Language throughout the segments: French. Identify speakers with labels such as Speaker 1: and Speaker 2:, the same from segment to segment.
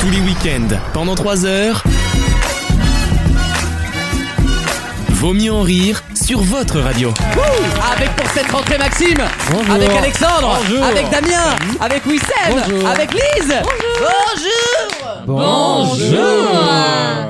Speaker 1: Tous les week-ends, pendant 3 heures. Vaut mieux en rire sur votre radio.
Speaker 2: Avec pour cette rentrée Maxime, avec Alexandre,
Speaker 3: Bonjour.
Speaker 2: avec Damien, avec Wissem,
Speaker 3: Bonjour.
Speaker 2: avec Lise. Oh Bonjour.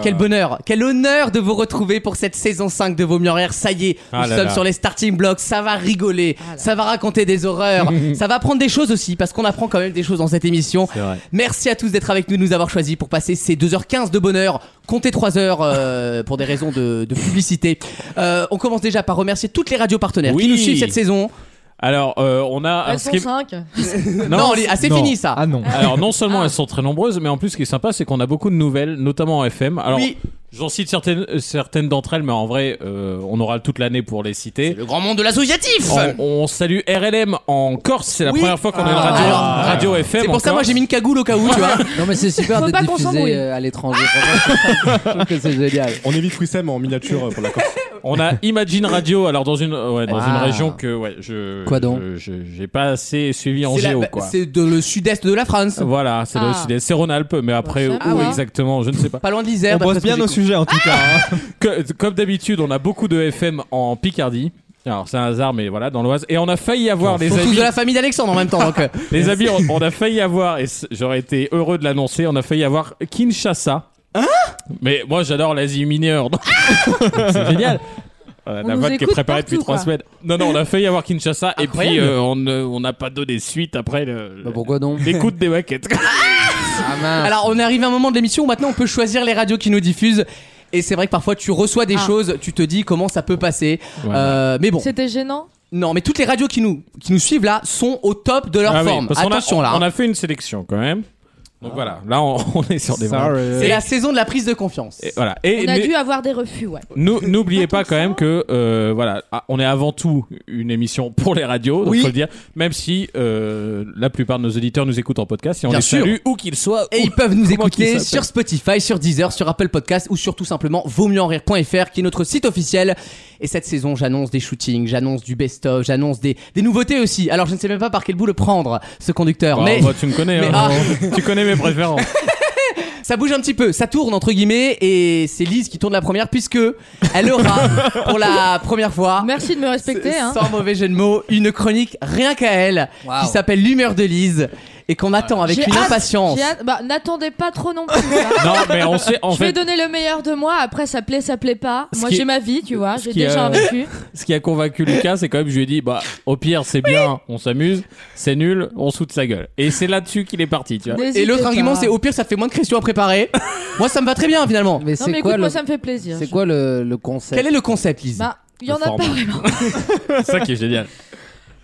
Speaker 2: Quel bonheur, quel honneur de vous retrouver pour cette saison 5 de Vos mieux en rire. Ça y est,
Speaker 3: Ah
Speaker 2: nous
Speaker 3: là
Speaker 2: sommes
Speaker 3: là.
Speaker 2: sur les starting blocks, ça va rigoler, ça va raconter des horreurs, ça va apprendre des choses aussi parce qu'on apprend quand même des choses dans cette émission.
Speaker 3: vrai.
Speaker 2: Merci à tous d'être avec nous, de nous avoir choisis pour passer ces 2h15 de bonheur. Comptez 3 heures euh, pour des raisons de, de publicité. Euh, on commence déjà par remercier toutes les radios partenaires qui
Speaker 3: Oui.
Speaker 2: nous suivent cette saison.
Speaker 3: Alors, euh, on a.
Speaker 4: Elles
Speaker 3: ce
Speaker 4: sont
Speaker 3: qui est-
Speaker 4: cinq.
Speaker 2: Non, les- ah, c'est
Speaker 5: Non.
Speaker 2: fini ça.
Speaker 5: Ah non.
Speaker 3: Alors, non seulement elles sont très nombreuses, mais en plus, ce qui est sympa, c'est qu'on a beaucoup de nouvelles, notamment en FM. Alors,
Speaker 2: Oui.
Speaker 3: j'en cite certaines, euh, certaines d'entre elles, mais en vrai, euh, on aura toute l'année pour les citer.
Speaker 2: Le grand monde de l'associatif.
Speaker 3: On, on salue RLM en Corse, c'est la
Speaker 2: Oui. Ah.
Speaker 3: première fois qu'on a une radio, radio FM.
Speaker 2: C'est
Speaker 3: en
Speaker 2: pour ça moi
Speaker 3: Corse.
Speaker 2: j'ai mis une cagoule au cas où, tu vois.
Speaker 6: Non Oh, mais c'est super
Speaker 4: Faut
Speaker 6: de
Speaker 4: pas qu'on s'embrouille.
Speaker 6: diffuser euh, à l'étranger. Franchement, je trouve que c'est génial.
Speaker 5: On évite Wissem en miniature euh, pour la Corse.
Speaker 3: On a Imagine Radio, alors dans une, ouais, dans
Speaker 6: Ah.
Speaker 3: une région que ouais, je.
Speaker 6: Quoi donc
Speaker 3: je- je- J'ai pas assez suivi en
Speaker 2: C'est la-
Speaker 3: géo,
Speaker 2: bah,
Speaker 3: quoi.
Speaker 2: C'est de le sud-est de la France. ah
Speaker 3: Voilà, c'est
Speaker 4: Ah.
Speaker 3: le sud-est. C'est Rhône-Alpes, mais après,
Speaker 4: Bah, ça
Speaker 3: où
Speaker 4: va.
Speaker 3: exactement, je ne sais pas.
Speaker 2: Pas loin de l'Isère.
Speaker 5: On
Speaker 2: d'après
Speaker 5: bosse
Speaker 2: ce que
Speaker 5: bien nos
Speaker 2: j'écoute. Ah
Speaker 5: sujets en tout cas. hein.
Speaker 3: Que- comme d'habitude, on a beaucoup de FM en Picardie. Alors c'est un hasard, mais voilà, dans l'Oise. Et on a failli avoir
Speaker 2: Ils
Speaker 3: les
Speaker 2: sont tous
Speaker 3: amis.
Speaker 2: de la famille d'Alexandre en même temps. Donc, euh,
Speaker 3: Les amis, on, on a failli avoir. Et c- j'aurais été heureux de l'annoncer. On a failli avoir Kinshasa. Hein Mais moi, j'adore l'Asie mineure. donc- c'est génial. Voilà,
Speaker 4: On
Speaker 3: la
Speaker 4: nous
Speaker 3: vanne qui est
Speaker 4: écoute
Speaker 3: préparée depuis
Speaker 4: partout,
Speaker 3: trois
Speaker 4: quoi.
Speaker 3: semaines. Non, non, on a failli avoir Kinshasa et puis
Speaker 2: Incroyable.
Speaker 3: euh, on ne- on n'a pas donné suite après le-
Speaker 6: Bah, pourquoi donc
Speaker 3: l'écoute des maquettes.
Speaker 6: Ah mince.
Speaker 2: Alors, on est arrivé à un moment de l'émission où maintenant on peut choisir les radios qui nous diffusent. Et c'est vrai que parfois tu reçois des
Speaker 4: Ah.
Speaker 2: choses, tu te dis comment ça peut passer. Euh, mais bon,
Speaker 4: C'était gênant.
Speaker 2: non, mais toutes les radios qui nous, qui nous suivent là sont au top de leur
Speaker 3: Ah oui,
Speaker 2: forme.
Speaker 3: parce qu'on a-
Speaker 2: Attention
Speaker 3: on-
Speaker 2: là. hein. Ah.
Speaker 3: On a fait une sélection quand même. Donc voilà, là on, on est sur des vrais-
Speaker 2: C'est la saison de la prise de confiance.
Speaker 3: Et voilà. Ah Et
Speaker 4: On a
Speaker 3: mais-
Speaker 4: dû avoir des refus, ouais.
Speaker 3: Nous- N'oubliez pas quand même que euh, voilà, ah, on est avant tout une émission pour les radios, donc
Speaker 2: Oui.
Speaker 3: faut le dire. Même si euh, la plupart de nos auditeurs nous écoutent en podcast, et on
Speaker 2: Bien
Speaker 3: les
Speaker 2: sûr.
Speaker 3: salue où qu'ils soient.
Speaker 2: Et
Speaker 3: où-
Speaker 2: ils peuvent nous
Speaker 3: Comment
Speaker 2: écouter
Speaker 3: qu'il s'appelle
Speaker 2: sur Spotify, sur Deezer, sur Apple Podcast ou sur tout simplement vaumieurenrire.fr qui est notre site officiel. Et cette saison, j'annonce des shootings, j'annonce du best-of, j'annonce des, des nouveautés aussi. Alors je ne sais même pas par quel bout le prendre, ce conducteur.
Speaker 3: Oh,
Speaker 2: mais
Speaker 3: bah, tu me connais,
Speaker 2: mais-
Speaker 3: hein.
Speaker 2: ah.
Speaker 3: tu connais mes préférences.
Speaker 2: ça bouge un petit peu, ça tourne entre guillemets. Et c'est Lise qui tourne la première puisque elle aura pour la première fois.
Speaker 4: Merci de me respecter. Hein.
Speaker 2: Sans mauvais jeu de mots, une chronique rien qu'à elle
Speaker 6: Wow.
Speaker 2: qui s'appelle L'humeur de Lise et qu'on attend avec
Speaker 4: J'ai
Speaker 2: une
Speaker 4: hâte,
Speaker 2: impatience.
Speaker 4: j'ai hâte- bah, N'attendez pas trop non plus. hein.
Speaker 3: non, mais on sait en
Speaker 4: je vais
Speaker 3: fait
Speaker 4: donner le meilleur de moi. Après, ça plaît, ça plaît pas.
Speaker 3: Ce
Speaker 4: moi,
Speaker 3: qui-
Speaker 4: j'ai ma vie, tu vois.
Speaker 3: ce
Speaker 4: J'ai
Speaker 3: qui,
Speaker 4: déjà
Speaker 3: euh,
Speaker 4: vécu.
Speaker 3: ce qui a convaincu Lucas, c'est quand même je lui ai dit bah au pire c'est bien, on s'amuse, c'est nul, on se fout de sa gueule. Et c'est là-dessus qu'il est parti, tu vois.
Speaker 2: Et l'autre argument, c'est au pire, ça te fait moins de questions à préparer. Moi, ça me va très bien finalement.
Speaker 6: Mais
Speaker 4: Non,
Speaker 6: c'est
Speaker 4: mais
Speaker 6: quoi
Speaker 4: écoute,
Speaker 6: le
Speaker 4: moi, ça me fait plaisir.
Speaker 6: c'est quoi le, le
Speaker 2: Quel
Speaker 6: concept
Speaker 2: est le concept, Lise
Speaker 4: Bah, il y
Speaker 3: Le
Speaker 4: en a pas
Speaker 3: format.
Speaker 4: vraiment.
Speaker 3: C'est ça qui est génial.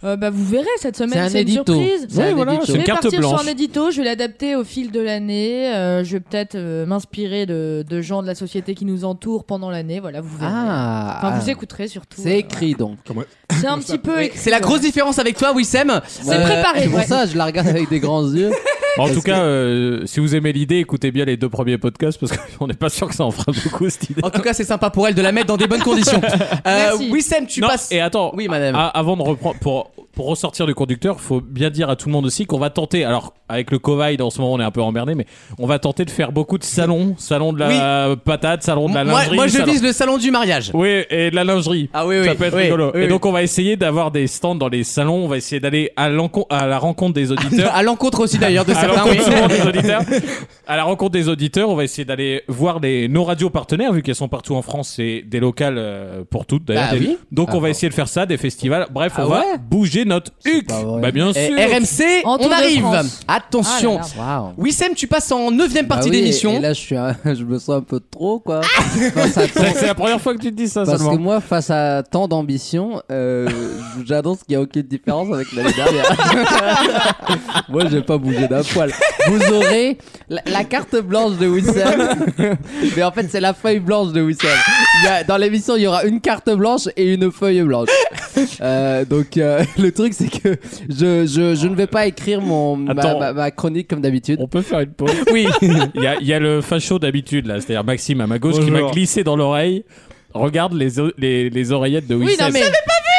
Speaker 4: Euh, bah, vous verrez, cette
Speaker 6: C'est
Speaker 4: semaine,
Speaker 6: un
Speaker 4: c'est une
Speaker 6: édito.
Speaker 4: surprise.
Speaker 6: C'est un édito.
Speaker 3: c'est
Speaker 4: Je
Speaker 3: une
Speaker 4: vais
Speaker 3: carte
Speaker 4: partir
Speaker 3: blanche.
Speaker 4: sur un édito, je vais l'adapter au fil de l'année. euh, je vais peut-être euh, m'inspirer de, de gens de la société qui nous entourent pendant l'année. Voilà, vous verrez.
Speaker 6: Ah.
Speaker 4: enfin, vous écouterez surtout.
Speaker 6: C'est
Speaker 4: euh,
Speaker 6: écrit donc. Bah
Speaker 4: voilà. C'est un petit peu écrit.
Speaker 2: C'est la grosse différence avec toi, Wissem.
Speaker 4: euh, C'est préparé,
Speaker 6: C'est pour
Speaker 4: ouais.
Speaker 6: ça je la regarde avec des grands yeux.
Speaker 3: en tout
Speaker 6: Parce
Speaker 3: cas, euh, si vous aimez l'idée, écoutez bien les deux premiers podcasts parce qu'on n'est pas sûr que ça en fera beaucoup cette idée.
Speaker 2: En tout cas, c'est sympa pour elle de la mettre dans des bonnes conditions. Euh,
Speaker 4: Merci.
Speaker 2: Wissem, tu
Speaker 3: Non,
Speaker 2: passes.
Speaker 3: Et attends,
Speaker 2: Oui, madame.
Speaker 3: Ah, avant de reprendre, pour, pour ressortir du conducteur, faut bien dire à tout le monde aussi qu'on va tenter, alors avec le Covid en ce moment on est un peu emmerdé, mais on va tenter de faire beaucoup de salons, salon de la patate, salon de la
Speaker 2: moi,
Speaker 3: lingerie.
Speaker 2: moi, je
Speaker 3: salon-
Speaker 2: vise le salon du mariage.
Speaker 3: Oui, et de la lingerie.
Speaker 2: Ah oui, oui.
Speaker 3: Ça peut être
Speaker 2: oui,
Speaker 3: rigolo.
Speaker 2: oui,
Speaker 3: et
Speaker 2: oui.
Speaker 3: donc on va essayer d'avoir des stands dans les salons, on va essayer d'aller à, l'encon- à la rencontre des auditeurs.
Speaker 2: à l'encontre aussi d'ailleurs de
Speaker 3: à la
Speaker 2: certains.
Speaker 3: rencontre
Speaker 2: oui.
Speaker 3: souvent des auditeurs. À la rencontre des auditeurs, on va essayer d'aller voir les, nos radios partenaires, vu qu'elles sont partout en France et des locales euh, pour toutes d'ailleurs.
Speaker 2: Bah
Speaker 3: Des-
Speaker 2: oui.
Speaker 3: Donc on
Speaker 6: Ah bon.
Speaker 3: va essayer de faire ça, des festivals. Bref, on
Speaker 2: Ah ouais
Speaker 3: va bouger notre huc.
Speaker 6: pas vrai.
Speaker 3: Bah bien
Speaker 2: Et
Speaker 3: sûr.
Speaker 2: RMC,
Speaker 4: En Tour
Speaker 2: on
Speaker 4: de
Speaker 2: arrive.
Speaker 4: France.
Speaker 2: Attention.
Speaker 4: Ah là là.
Speaker 6: Waouh.
Speaker 2: Wissem, tu passes en 9
Speaker 6: Bah
Speaker 2: partie
Speaker 6: oui,
Speaker 2: d'émission.
Speaker 6: Et là je suis un- je me sens un peu trop quoi.
Speaker 4: Ah
Speaker 6: Face à tant-
Speaker 3: C'est c'est la première fois que tu te dis ça
Speaker 6: Parce que
Speaker 3: seulement.
Speaker 6: moi, face à tant d'ambition, euh, j'annonce qu'il n'y a aucune différence avec l'année dernière. moi, j'ai pas bougé d'un poil. Vous aurez la, la carte blanche de Wissem. Mais en fait, c'est la feuille blanche de Wissem. Il y a- Dans l'émission, il y aura une carte blanche et une feuille blanche. Euh, donc, euh, le truc, c'est que je, je, je ne vais pas écrire mon, ma,
Speaker 3: Attends.
Speaker 6: ma- ma chronique comme d'habitude.
Speaker 3: On peut faire une pause.
Speaker 2: Oui.
Speaker 3: Il y a, il y a le facho d'habitude là, c'est-à-dire Maxime à ma gauche qui m'a
Speaker 5: Bonjour.
Speaker 3: glissé dans l'oreille. Regarde les, o- les, les oreillettes de
Speaker 4: Oui,
Speaker 3: Wissem.
Speaker 4: non, mais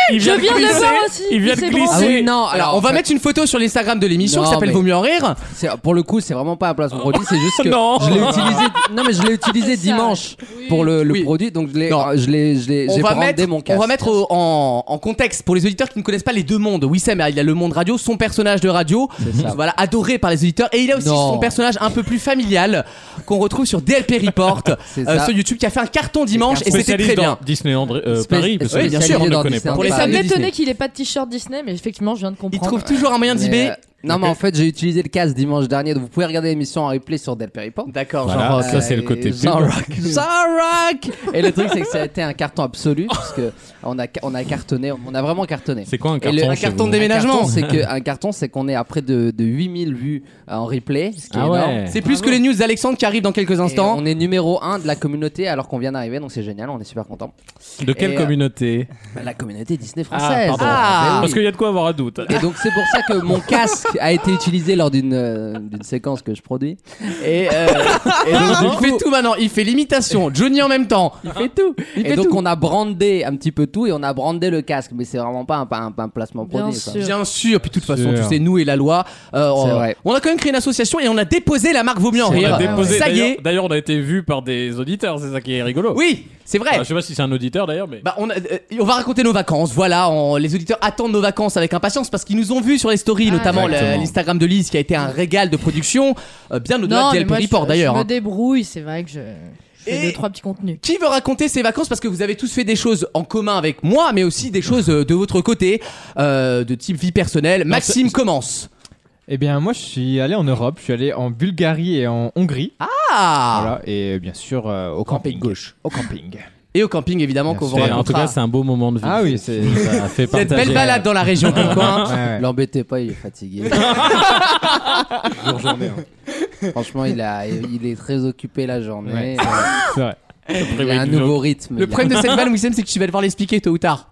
Speaker 3: il
Speaker 4: Je
Speaker 3: vient de
Speaker 4: viens de le
Speaker 3: glisser.
Speaker 4: voir aussi.
Speaker 3: il vient de
Speaker 4: s'est
Speaker 3: glisser.
Speaker 4: branlé.
Speaker 7: Ah oui,
Speaker 2: C'est-
Speaker 7: non,
Speaker 2: Alors,
Speaker 7: alors
Speaker 2: on va
Speaker 7: en fait-
Speaker 2: mettre une photo sur l'Instagram de l'émission qui
Speaker 7: Non,
Speaker 2: s'appelle
Speaker 7: mais-
Speaker 2: Vaut mieux en rire.
Speaker 7: C'est- Pour le coup, c'est vraiment pas à place mon produit, c'est juste que
Speaker 3: Non.
Speaker 7: je l'ai utilisé. Non, mais je l'ai utilisé
Speaker 4: Ça.
Speaker 7: dimanche
Speaker 4: Oui.
Speaker 7: pour le, le
Speaker 2: Oui.
Speaker 7: produit, donc je l'ai,
Speaker 2: Non.
Speaker 7: euh, je l'ai, je l'ai,
Speaker 2: On
Speaker 7: j'ai
Speaker 2: va,
Speaker 7: brandé
Speaker 2: mettre,
Speaker 7: mon
Speaker 2: on
Speaker 7: casque.
Speaker 2: va mettre au- en, en contexte pour les auditeurs qui ne connaissent pas les deux mondes. Wissem, il y a le monde radio, son personnage de radio,
Speaker 7: ça.
Speaker 2: voilà, adoré par les auditeurs, et il y a aussi
Speaker 7: Non.
Speaker 2: son personnage un peu plus familial qu'on retrouve sur DLP Report
Speaker 7: C'est
Speaker 2: euh,
Speaker 7: ça.
Speaker 2: sur YouTube qui a fait un carton dimanche et c'était
Speaker 3: Spécialiste
Speaker 2: très bien.
Speaker 3: dans Disney André- euh,
Speaker 7: Spé-
Speaker 3: Paris, parce que
Speaker 2: oui, bien
Speaker 3: tout le
Speaker 2: sûr.
Speaker 3: monde ne
Speaker 7: Dans
Speaker 3: connaît
Speaker 7: Disney
Speaker 3: pas.
Speaker 7: André-
Speaker 2: Pour les
Speaker 7: Bah,
Speaker 4: Ça
Speaker 2: samedis,
Speaker 4: m'étonnait
Speaker 7: Disney.
Speaker 4: qu'il ait pas de t-shirt Disney, mais effectivement, je viens de
Speaker 2: Il
Speaker 4: comprendre.
Speaker 2: trouve toujours un moyen
Speaker 7: Mais,
Speaker 2: d'y
Speaker 7: euh, Non, mais en fait, j'ai utilisé le casque dimanche dernier, donc vous pouvez regarder l'émission en replay sur Del Periport.
Speaker 2: D'accord,
Speaker 3: Voilà,
Speaker 2: Jean-Roch.
Speaker 3: ça c'est le
Speaker 7: Euh,
Speaker 3: côté pub.
Speaker 7: Jean Rock. Jean Rock Et le truc, c'est que ça a été un carton
Speaker 2: Oh.
Speaker 7: absolu, parce que on a, ca- on a cartonné, on a vraiment cartonné.
Speaker 3: C'est quoi un carton
Speaker 7: le- un
Speaker 3: chez
Speaker 2: carton
Speaker 3: vous
Speaker 2: des-
Speaker 7: Un
Speaker 2: Déménagement.
Speaker 7: carton, c'est que, un carton, c'est qu'on est à près de, de 8000 vues euh, en replay, ce qui est
Speaker 3: Ah ouais.
Speaker 7: énorme.
Speaker 2: C'est plus que les news d'Alexandre qui arrivent dans quelques
Speaker 7: Et
Speaker 2: instants.
Speaker 7: on est numéro 1 de la communauté alors qu'on vient d'arriver, donc c'est génial, on est super content.
Speaker 3: De quelle
Speaker 7: Et, euh,
Speaker 3: communauté
Speaker 7: La communauté Disney
Speaker 3: Ah,
Speaker 7: française.
Speaker 3: pardon.
Speaker 2: Ah,
Speaker 7: mais oui.
Speaker 3: Parce qu'il y a de quoi avoir un doute.
Speaker 7: Et donc c'est pour ça que mon casque a été utilisé lors d'une euh, d'une séquence que je produis. Et, euh, et donc, du
Speaker 2: Il
Speaker 7: coup,
Speaker 2: fait tout maintenant, il fait l'imitation, Johnny en même temps.
Speaker 7: il fait tout. et donc on a brandé un petit peu tout et on a brandé le casque, mais c'est vraiment pas un, pas un, pas un placement
Speaker 4: Bien
Speaker 7: produit.
Speaker 4: sûr.
Speaker 7: quoi.
Speaker 2: Bien sûr, puis de toute façon,
Speaker 3: Sûr.
Speaker 2: tu sais, nous et la loi, euh,
Speaker 7: C'est
Speaker 2: on-
Speaker 7: vrai.
Speaker 2: on a quand même créé une association et on a déposé la marque Vaut mieux en
Speaker 3: On
Speaker 2: rire.
Speaker 3: a déposé.
Speaker 2: Ça y
Speaker 3: d'ailleurs-
Speaker 2: est,
Speaker 3: D'ailleurs, on a été vu par des auditeurs, c'est ça qui est rigolo.
Speaker 2: oui, c'est vrai.
Speaker 3: Enfin, je sais pas si c'est un auditeur d'ailleurs, mais.
Speaker 2: Bah, on, a- euh, on va raconter nos vacances, voilà, on- les auditeurs attendent nos vacances avec impatience parce qu'ils nous ont vus sur les stories,
Speaker 4: Ah,
Speaker 2: notamment le-
Speaker 3: exactement.
Speaker 2: l'Instagram de Lise qui a été un régal de production, euh, bien au-delà
Speaker 4: Non,
Speaker 2: de
Speaker 4: mais
Speaker 2: DLP
Speaker 4: moi, je-
Speaker 2: Report d'ailleurs.
Speaker 4: Je
Speaker 2: hein.
Speaker 4: me débrouille, c'est vrai que je je fais
Speaker 2: Et-
Speaker 4: deux, trois petits contenus.
Speaker 2: Qui veut raconter ses vacances parce que vous avez tous fait des choses en commun avec moi, mais aussi des choses euh, de votre côté, euh, de type vie personnelle. Maxime commence.
Speaker 8: Eh bien, moi, je suis allé en Europe, je suis allé en Bulgarie et en Hongrie.
Speaker 2: Ah
Speaker 8: Voilà, et bien sûr euh, au
Speaker 2: Camping
Speaker 8: camping.
Speaker 2: gauche.
Speaker 8: Au camping.
Speaker 2: Et au camping évidemment qu'on vous
Speaker 8: C'était-
Speaker 3: C'est- en tout
Speaker 2: racontera.
Speaker 3: cas, c'est un beau moment de vie.
Speaker 8: Ah oui, c'est. ouais,
Speaker 3: Ça fait
Speaker 2: Cette
Speaker 3: partager,
Speaker 2: belle balade dans la région comme quoi. hein.
Speaker 8: ouais.
Speaker 7: L'embêtez pas, il est fatigué.
Speaker 5: Dure journée. hein.
Speaker 7: Franchement, il, a, il est très occupé la journée.
Speaker 8: Ouais. C'est vrai.
Speaker 3: euh,
Speaker 7: Il a un
Speaker 3: private
Speaker 7: nouveau rythme.
Speaker 2: Le
Speaker 7: Il a-
Speaker 2: problème de cette balle, Wissem, c'est que tu vas devoir l'expliquer tôt ou tard.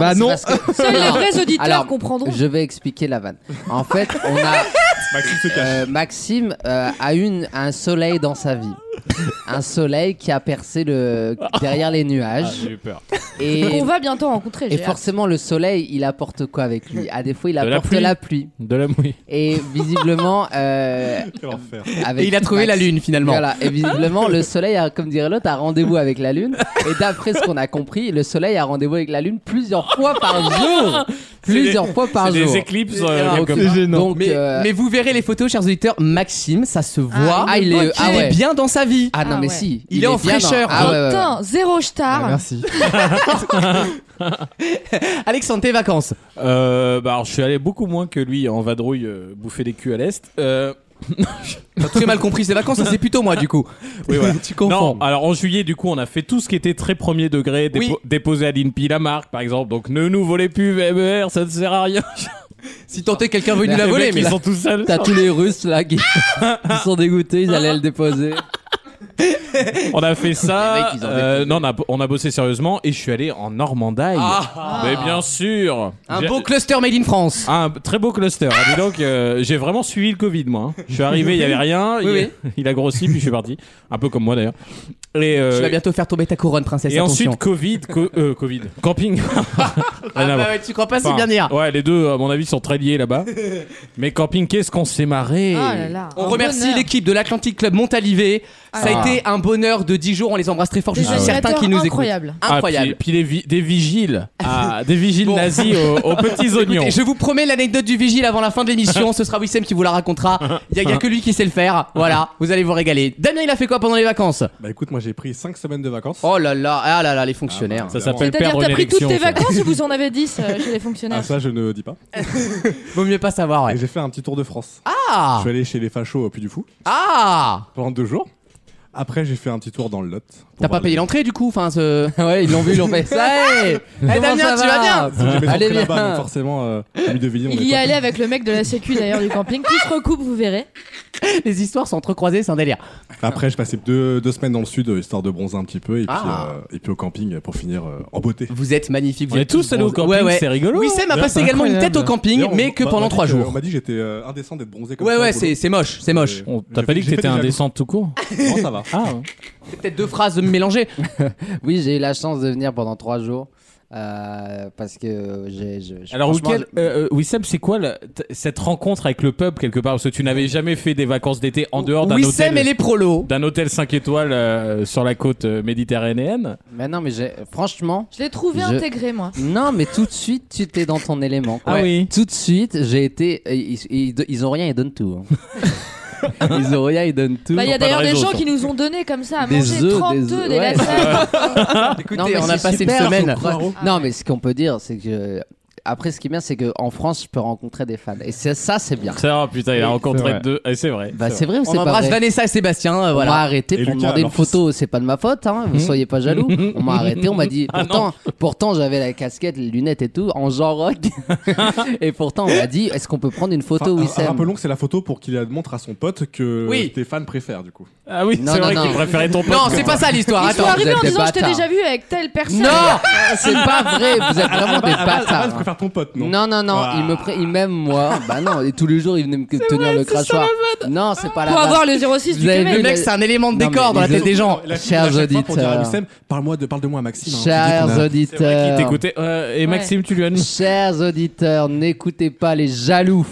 Speaker 8: Bah
Speaker 7: mais c'est
Speaker 8: non.
Speaker 7: parce que-
Speaker 4: Seuls les vrais auditeurs
Speaker 7: Alors,
Speaker 4: comprendront.
Speaker 7: Je vais expliquer la vanne. En fait, on a
Speaker 5: Maxime se cache.
Speaker 7: euh, Maxime euh, a une un soleil dans sa vie, un soleil qui a percé le derrière les
Speaker 3: joke. Ah,
Speaker 7: nuages
Speaker 3: j'ai eu peur.
Speaker 7: et
Speaker 4: On va bientôt rencontrer.
Speaker 7: et
Speaker 4: j'ai hâte.
Speaker 7: forcément le soleil il apporte quoi avec lui À des fois il
Speaker 3: la
Speaker 7: apporte
Speaker 3: pluie.
Speaker 7: la pluie
Speaker 3: De la mouille.
Speaker 7: et visiblement euh,
Speaker 5: Quel enfer.
Speaker 7: avec
Speaker 2: Et il a trouvé la
Speaker 7: Max-
Speaker 2: lune finalement.
Speaker 7: Voilà, et visiblement, le soleil, a, comme dirait l'autre, a rendez-vous avec la lune. Et d'après ce qu'on a compris, le soleil a rendez-vous avec la lune plusieurs fois par jour. Plusieurs fois par
Speaker 3: C'est
Speaker 7: jour.
Speaker 3: des éclipses. euh,
Speaker 2: Alors,
Speaker 3: quelque
Speaker 7: Donc,
Speaker 8: C'est gênant.
Speaker 7: donc,
Speaker 2: Mais,
Speaker 7: euh,
Speaker 2: mais vous verez les photos, chers auditeurs. Maxime, ça se voit.
Speaker 7: Ah, il
Speaker 2: qu'il
Speaker 7: est- ah ouais.
Speaker 2: bien dans sa vie.
Speaker 7: ah non,
Speaker 4: Ah
Speaker 7: mais
Speaker 4: ouais.
Speaker 7: si.
Speaker 2: Il est hein. en
Speaker 7: bien dans-
Speaker 2: fraîcheur.
Speaker 7: Ah ouais, ouais, ouais.
Speaker 4: Putain, zéro
Speaker 8: Ah,
Speaker 4: star.
Speaker 8: merci.
Speaker 2: Alexandre, tes vacances.
Speaker 3: Euh, bah alors, je suis allé beaucoup moins que lui en vadrouille euh, bouffer des culs à l'est. Euh,
Speaker 2: T'as très mal compris ses vacances, c'est plutôt moi du coup.
Speaker 3: Oui, voilà.
Speaker 2: tu
Speaker 3: non,
Speaker 2: confonds.
Speaker 3: alors en juillet, du coup, on a fait tout ce qui était très premier degré, dépo-
Speaker 2: Oui.
Speaker 3: déposer à l'INPI la marque, par exemple. Donc, ne nous volez plus, VMR, ça ne sert à rien.
Speaker 2: Si tenté quelqu'un veut nous
Speaker 7: Mais
Speaker 2: la
Speaker 3: Les
Speaker 2: voler,
Speaker 3: mecs,
Speaker 2: mais
Speaker 3: ils sont tout seuls.
Speaker 7: T'as tous les Russes là qui qui sont dégoûtés, ils allaient le déposer.
Speaker 3: On a fait
Speaker 7: Les
Speaker 3: ça.
Speaker 7: mecs, ils ont
Speaker 3: euh, non, on a, on a bossé sérieusement et je suis allé en Normandie.
Speaker 2: Ah.
Speaker 3: Mais bien sûr.
Speaker 2: un
Speaker 3: J'ai-
Speaker 2: beau cluster made in France.
Speaker 3: Un très beau cluster. Ah, dis donc, euh, j'ai vraiment suivi le Covid, moi. hein. Je suis arrivé, il n'y avait rien.
Speaker 2: Oui,
Speaker 3: il, il a grossi, puis je suis parti. Un peu comme moi, d'ailleurs. Et, euh,
Speaker 2: Tu vas bientôt faire tomber ta couronne, princesse.
Speaker 3: et
Speaker 2: attention.
Speaker 3: ensuite, Covid. co- euh, Covid. Camping. Rien
Speaker 2: Ah,
Speaker 3: à
Speaker 2: bah
Speaker 3: voir.
Speaker 2: ouais, tu crois pas, c'est
Speaker 3: Enfin,
Speaker 2: bien hier.
Speaker 3: Ouais, les deux, à mon avis, sont très liés là-bas. Mais camping, qu'est-ce qu'on s'est marré
Speaker 4: Oh là là,
Speaker 2: On
Speaker 4: un
Speaker 2: remercie
Speaker 4: bonheur.
Speaker 2: l'équipe de l'Atlantic Club Montalivet. Ça a
Speaker 3: Ah.
Speaker 2: été un bonheur de 10 jours. On les embrasse très fort. Je
Speaker 4: Des
Speaker 2: suis
Speaker 3: ouais.
Speaker 2: certain qu'ils nous écoutent.
Speaker 4: incroyable.
Speaker 3: Ah, puis
Speaker 2: Incroyable.
Speaker 3: puis les vi- des vigiles. Ah, des vigiles
Speaker 2: Bon.
Speaker 3: nazis aux, aux petits oignons.
Speaker 2: Et je vous promets l'anecdote du vigile avant la fin de l'émission. Ce sera Wissem qui vous la racontera. Il n'y a, que lui qui sait le faire. Voilà, vous allez vous régaler. Damien, il a fait quoi pendant les vacances
Speaker 5: Bah écoute, moi j'ai pris 5 semaines de vacances. bah,
Speaker 2: Oh là là, ah là là, les fonctionnaires.
Speaker 3: Ça s'appelle
Speaker 4: C'est-à-dire,
Speaker 3: perdre
Speaker 4: t'as pris toutes
Speaker 3: l'élection.
Speaker 4: tes
Speaker 3: ça.
Speaker 4: vacances ou vous en avez 10 euh, chez les
Speaker 5: Ah,
Speaker 4: fonctionnaires
Speaker 5: ça je ne dis pas.
Speaker 2: Vaut mieux pas savoir, ouais.
Speaker 5: Et j'ai fait un petit tour de France. Je
Speaker 2: Ah
Speaker 5: suis allé chez les fachos au Puy du Fou
Speaker 2: Ah
Speaker 5: pendant deux jours. Après, j'ai fait un petit tour dans le Lot. pour
Speaker 2: T'as pas
Speaker 5: voir
Speaker 2: payé
Speaker 5: les-
Speaker 2: l'entrée du coup enfin, ce... Eh,
Speaker 7: Ouais, ils l'ont vu, ils l'ont fait. Ça y est
Speaker 4: Eh,
Speaker 7: Comment
Speaker 2: Damien,
Speaker 7: ça
Speaker 2: tu
Speaker 7: va
Speaker 2: vas bien
Speaker 5: Parce que j'ai mes
Speaker 7: Allez,
Speaker 5: entrées là-bas,
Speaker 7: viens.
Speaker 5: donc forcément, euh, Camille Deville, on
Speaker 4: Il
Speaker 5: est
Speaker 4: y
Speaker 5: pas-
Speaker 4: est allé avec le mec de la sécu d'ailleurs du camping. Qui se recoupe, vous verrez.
Speaker 2: Les histoires sont entrecroisées, c'est un délire.
Speaker 5: Après, je passais deux, deux semaines dans le sud, euh, histoire de bronzer un petit peu, et,
Speaker 2: Ah.
Speaker 5: puis, euh, et puis au camping euh, pour finir euh, en beauté.
Speaker 2: Vous êtes magnifiques.
Speaker 3: On
Speaker 2: vous
Speaker 3: est
Speaker 2: êtes
Speaker 3: tous allés au
Speaker 2: bronzés.
Speaker 3: camping,
Speaker 2: Ouais, ouais.
Speaker 3: c'est rigolo.
Speaker 2: Wissem a
Speaker 8: Ouais,
Speaker 2: passé
Speaker 8: c'est
Speaker 2: également une
Speaker 8: incroyable.
Speaker 2: tête au camping,
Speaker 5: D'ailleurs, on-
Speaker 2: mais que
Speaker 5: bah, on
Speaker 2: pendant
Speaker 5: m'a dit
Speaker 2: trois
Speaker 5: que- On
Speaker 2: jours.
Speaker 5: m'a dit que j'étais euh, indécent d'être bronzé comme
Speaker 2: Ouais,
Speaker 5: ça.
Speaker 2: ouais,
Speaker 5: au boulot.
Speaker 2: c'est c'est moche, c'est moche.
Speaker 5: Euh,
Speaker 3: On
Speaker 5: j'ai
Speaker 3: t'a pas
Speaker 5: fait-
Speaker 3: dit que
Speaker 5: j'ai fait
Speaker 3: t'étais
Speaker 5: des jaloux.
Speaker 3: indécente tout court
Speaker 5: Non, ça va.
Speaker 3: Ah,
Speaker 7: hein.
Speaker 2: Peut-être deux phrases mélangées.
Speaker 7: Oui, j'ai eu la chance de venir pendant trois jours.
Speaker 9: euh, parce que j'ai. je- je-
Speaker 3: Alors,
Speaker 9: franchement,
Speaker 3: Wickel- euh, euh, Wissem, c'est quoi la- t- cette rencontre avec le peuple quelque part Parce que tu n'avais jamais fait des vacances d'été en dehors d'un
Speaker 2: Wissem
Speaker 3: hôtel,
Speaker 2: et les prolos.
Speaker 3: d'un hôtel 5 étoiles euh, sur la côte euh, méditerranéenne.
Speaker 7: Mais non, mais j'ai- franchement,
Speaker 4: Je l'ai trouvé
Speaker 7: Je-
Speaker 4: intégré, moi.
Speaker 7: non, mais tout de suite, tu t'es dans ton élément. quoi.
Speaker 3: Ah oui.
Speaker 7: Tout de suite, j'ai été. Ils, ils- ils ont rien, ils donnent tout. hein. ils ont rien, ils donnent tout.
Speaker 4: Bah, il y a
Speaker 3: pas de
Speaker 4: d'ailleurs des
Speaker 3: réseau,
Speaker 4: gens
Speaker 3: ça.
Speaker 4: qui nous ont donné comme ça à
Speaker 7: Des
Speaker 4: manger
Speaker 7: œufs, des
Speaker 4: 32
Speaker 7: œufs,
Speaker 4: des
Speaker 7: ouais.
Speaker 4: lasagnes.
Speaker 2: Écoutez,
Speaker 7: Non, mais
Speaker 2: on hein. a
Speaker 7: c'est
Speaker 2: passé
Speaker 7: super,
Speaker 2: une semaine.
Speaker 7: faut croire. Non, mais ce qu'on peut dire, c'est que. Après, ce qui est bien, c'est qu'en France, je peux rencontrer des fans. Et c'est- ça, c'est bien.
Speaker 3: Ça, oh, putain, il a
Speaker 10: Oui, c'est
Speaker 3: rencontré
Speaker 10: vrai.
Speaker 3: deux. Et c'est vrai.
Speaker 7: Bah, c'est vrai ou
Speaker 2: On
Speaker 7: c'est pas
Speaker 2: embrasse
Speaker 7: vrai
Speaker 2: Vanessa et
Speaker 5: Ah,
Speaker 2: Sébastien. euh,
Speaker 7: On m'a
Speaker 2: Voilà.
Speaker 7: arrêté
Speaker 5: Et
Speaker 7: pour
Speaker 5: Lucas,
Speaker 7: demander une
Speaker 5: leur fils.
Speaker 7: photo, c'est pas de ma faute, hein, vous soyez pas jaloux. On m'a arrêté, on m'a dit.
Speaker 5: Ah,
Speaker 7: Pourtant, pourtant j'avais la casquette, les lunettes et tout, en genre rock. et pourtant,
Speaker 5: Eh
Speaker 7: on m'a dit est-ce qu'on peut prendre une photo,
Speaker 5: Enfin,
Speaker 7: Wissem
Speaker 5: Rappelons que c'est la photo pour qu'il la montre à son pote que
Speaker 2: Oui.
Speaker 5: tes fans préfèrent du coup.
Speaker 3: Ah oui,
Speaker 7: Non,
Speaker 3: c'est
Speaker 7: non,
Speaker 3: vrai
Speaker 7: non.
Speaker 3: qu'il préférait ton pote.
Speaker 2: Non, c'est pas ça l'histoire.
Speaker 4: Ils sont
Speaker 2: Attends.
Speaker 7: arri- vous
Speaker 4: arrivés
Speaker 7: êtes
Speaker 4: en
Speaker 7: des
Speaker 4: disant Je t'ai
Speaker 7: bâtards.
Speaker 4: déjà vu avec telle personne.
Speaker 7: Non Ah, C'est pas vrai, vous êtes
Speaker 5: Ah, bah, à
Speaker 7: vraiment des
Speaker 5: la base,
Speaker 7: bâtards.
Speaker 5: tu préfères ton pote, non
Speaker 7: Non, non, non,
Speaker 5: Ah.
Speaker 7: il me pré- il m'aime moi. Bah non, et tous les jours il venait me tenir le crachoir. Non, c'est pas la
Speaker 4: Pour
Speaker 7: base.
Speaker 4: avoir le 06 du
Speaker 7: Vous avez
Speaker 4: Québec.
Speaker 2: Le
Speaker 7: vu
Speaker 2: mec, c'est un élément de
Speaker 7: Non,
Speaker 2: décor
Speaker 7: mais
Speaker 2: dans la
Speaker 7: les
Speaker 2: tête des gens.
Speaker 5: La fille,
Speaker 7: Chers
Speaker 5: à chaque fois, pour dire à
Speaker 7: auditeurs.
Speaker 5: Wissem, parle-moi de, parle de moi à Maxime. hein.
Speaker 7: Chers
Speaker 5: Tu dis qu'on a-
Speaker 3: C'est vrai qu'il
Speaker 7: auditeurs.
Speaker 3: t'écoutait. Euh, et
Speaker 4: Ouais.
Speaker 3: Maxime, tu lui as mis.
Speaker 7: Chers auditeurs, n'écoutez pas les jaloux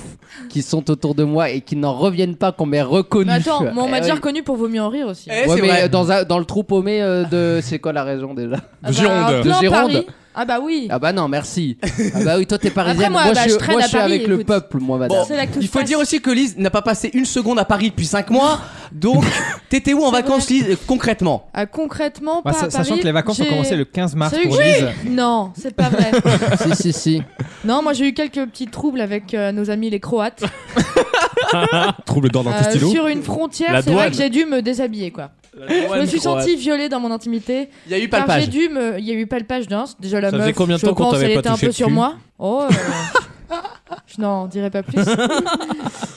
Speaker 7: qui sont autour de moi et qui n'en reviennent pas qu'on m'ait reconnu.
Speaker 4: Mais attends, moi on m'a
Speaker 7: Eh
Speaker 4: déjà
Speaker 7: oui.
Speaker 4: reconnu pour Vaut mieux en rire aussi.
Speaker 2: Eh,
Speaker 7: Ouais,
Speaker 2: c'est
Speaker 7: mais
Speaker 2: vrai.
Speaker 7: euh, dans, un- dans le trou paumé euh, de. C'est quoi la région déjà
Speaker 4: Ah bah,
Speaker 5: Gironde.
Speaker 4: en plein
Speaker 7: De Gironde.
Speaker 4: Paris. Ah bah oui.
Speaker 7: Ah bah non, merci. Ah bah oui, toi t'es parisienne.
Speaker 4: moi, bah,
Speaker 7: je,
Speaker 4: je
Speaker 7: suis-
Speaker 4: traîne
Speaker 7: moi,
Speaker 4: à
Speaker 7: je suis
Speaker 4: Paris,
Speaker 7: avec le
Speaker 4: écoute.
Speaker 7: peuple, moi, madame.
Speaker 4: C'est là que tout
Speaker 2: Il
Speaker 4: se
Speaker 2: faut
Speaker 4: passe.
Speaker 2: dire aussi que Lise n'a pas passé une seconde à Paris depuis 5 mois. Donc, t'étais où en
Speaker 4: C'est
Speaker 2: vacances, Lise, euh, concrètement
Speaker 4: Ah, concrètement,
Speaker 10: Bah,
Speaker 4: pas
Speaker 10: sa-
Speaker 4: à
Speaker 10: sachant
Speaker 4: Paris,
Speaker 10: que les vacances ont
Speaker 4: j'ai-
Speaker 10: commencé le 15 mars
Speaker 4: Salut,
Speaker 10: pour
Speaker 4: oui.
Speaker 10: Lise.
Speaker 4: Non, c'est pas vrai.
Speaker 7: si, si, si.
Speaker 4: non, moi j'ai eu quelques petits troubles avec euh, nos amis les Croates.
Speaker 5: Trouble d'ordre
Speaker 4: Euh,
Speaker 5: intestinaux.
Speaker 4: sur une
Speaker 3: La
Speaker 4: frontière, c'est vrai
Speaker 3: douane.
Speaker 4: que j'ai dû me déshabiller quoi. Je me suis sentie violée dans mon intimité.
Speaker 2: Il y a eu
Speaker 4: Car j'ai
Speaker 2: palpage.
Speaker 4: dû me. Il y a eu palpage d'un. Déjà la
Speaker 3: Ça
Speaker 4: meuf.
Speaker 3: faisait combien de
Speaker 4: je
Speaker 3: temps qu'on
Speaker 4: pense,
Speaker 3: t'avait
Speaker 4: elle
Speaker 3: pas
Speaker 4: était un peu
Speaker 3: touché le
Speaker 4: sur
Speaker 3: cul
Speaker 4: moi. Oh. euh, je n'en dirai pas plus.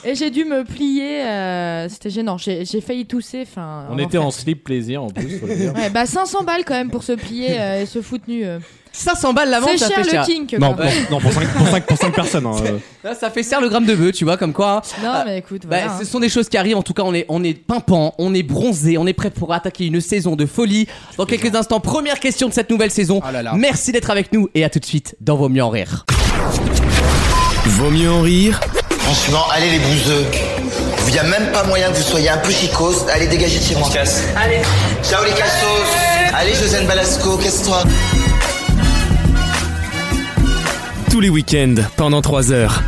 Speaker 4: Et j'ai dû me plier. euh, C'était gênant. J'ai j'ai failli tousser. Enfin.
Speaker 3: On était en slip plaisir en plus. faut le dire.
Speaker 4: Ouais, bah 500 balles quand même pour se plier euh, et se foutre nu. euh.
Speaker 2: 500 balles la
Speaker 4: C'est
Speaker 2: vente, ça
Speaker 4: cher
Speaker 2: fait
Speaker 4: le
Speaker 2: cher.
Speaker 4: kink.
Speaker 5: Non,
Speaker 4: quoi.
Speaker 5: pour, non, pour, 5, pour, cinq- pour cinq personnes. hein, euh.
Speaker 2: Là, ça fait cher le gramme de bœuf, tu vois, comme quoi. hein.
Speaker 4: Non, mais écoute,
Speaker 2: Bah,
Speaker 4: voilà. hein.
Speaker 2: ce sont des choses qui arrivent. En tout cas, on est, on est pimpant, on est bronzé, on est prêt pour attaquer une saison de folie. Dans quelques instants, première question de cette nouvelle saison.
Speaker 5: Ah
Speaker 2: Merci d'être avec nous et à tout de suite dans Vos Mieux en Rire.
Speaker 1: Vaut mieux en rire
Speaker 8: Franchement, allez les bouseux. Il n'y a même pas moyen que vous soyez un peu chicos. Allez, dégagez de chez moi. Allez. Ciao les cassos. Allez, Josiane Balasco, casse-toi.
Speaker 1: tous les week-ends pendant 3 heures.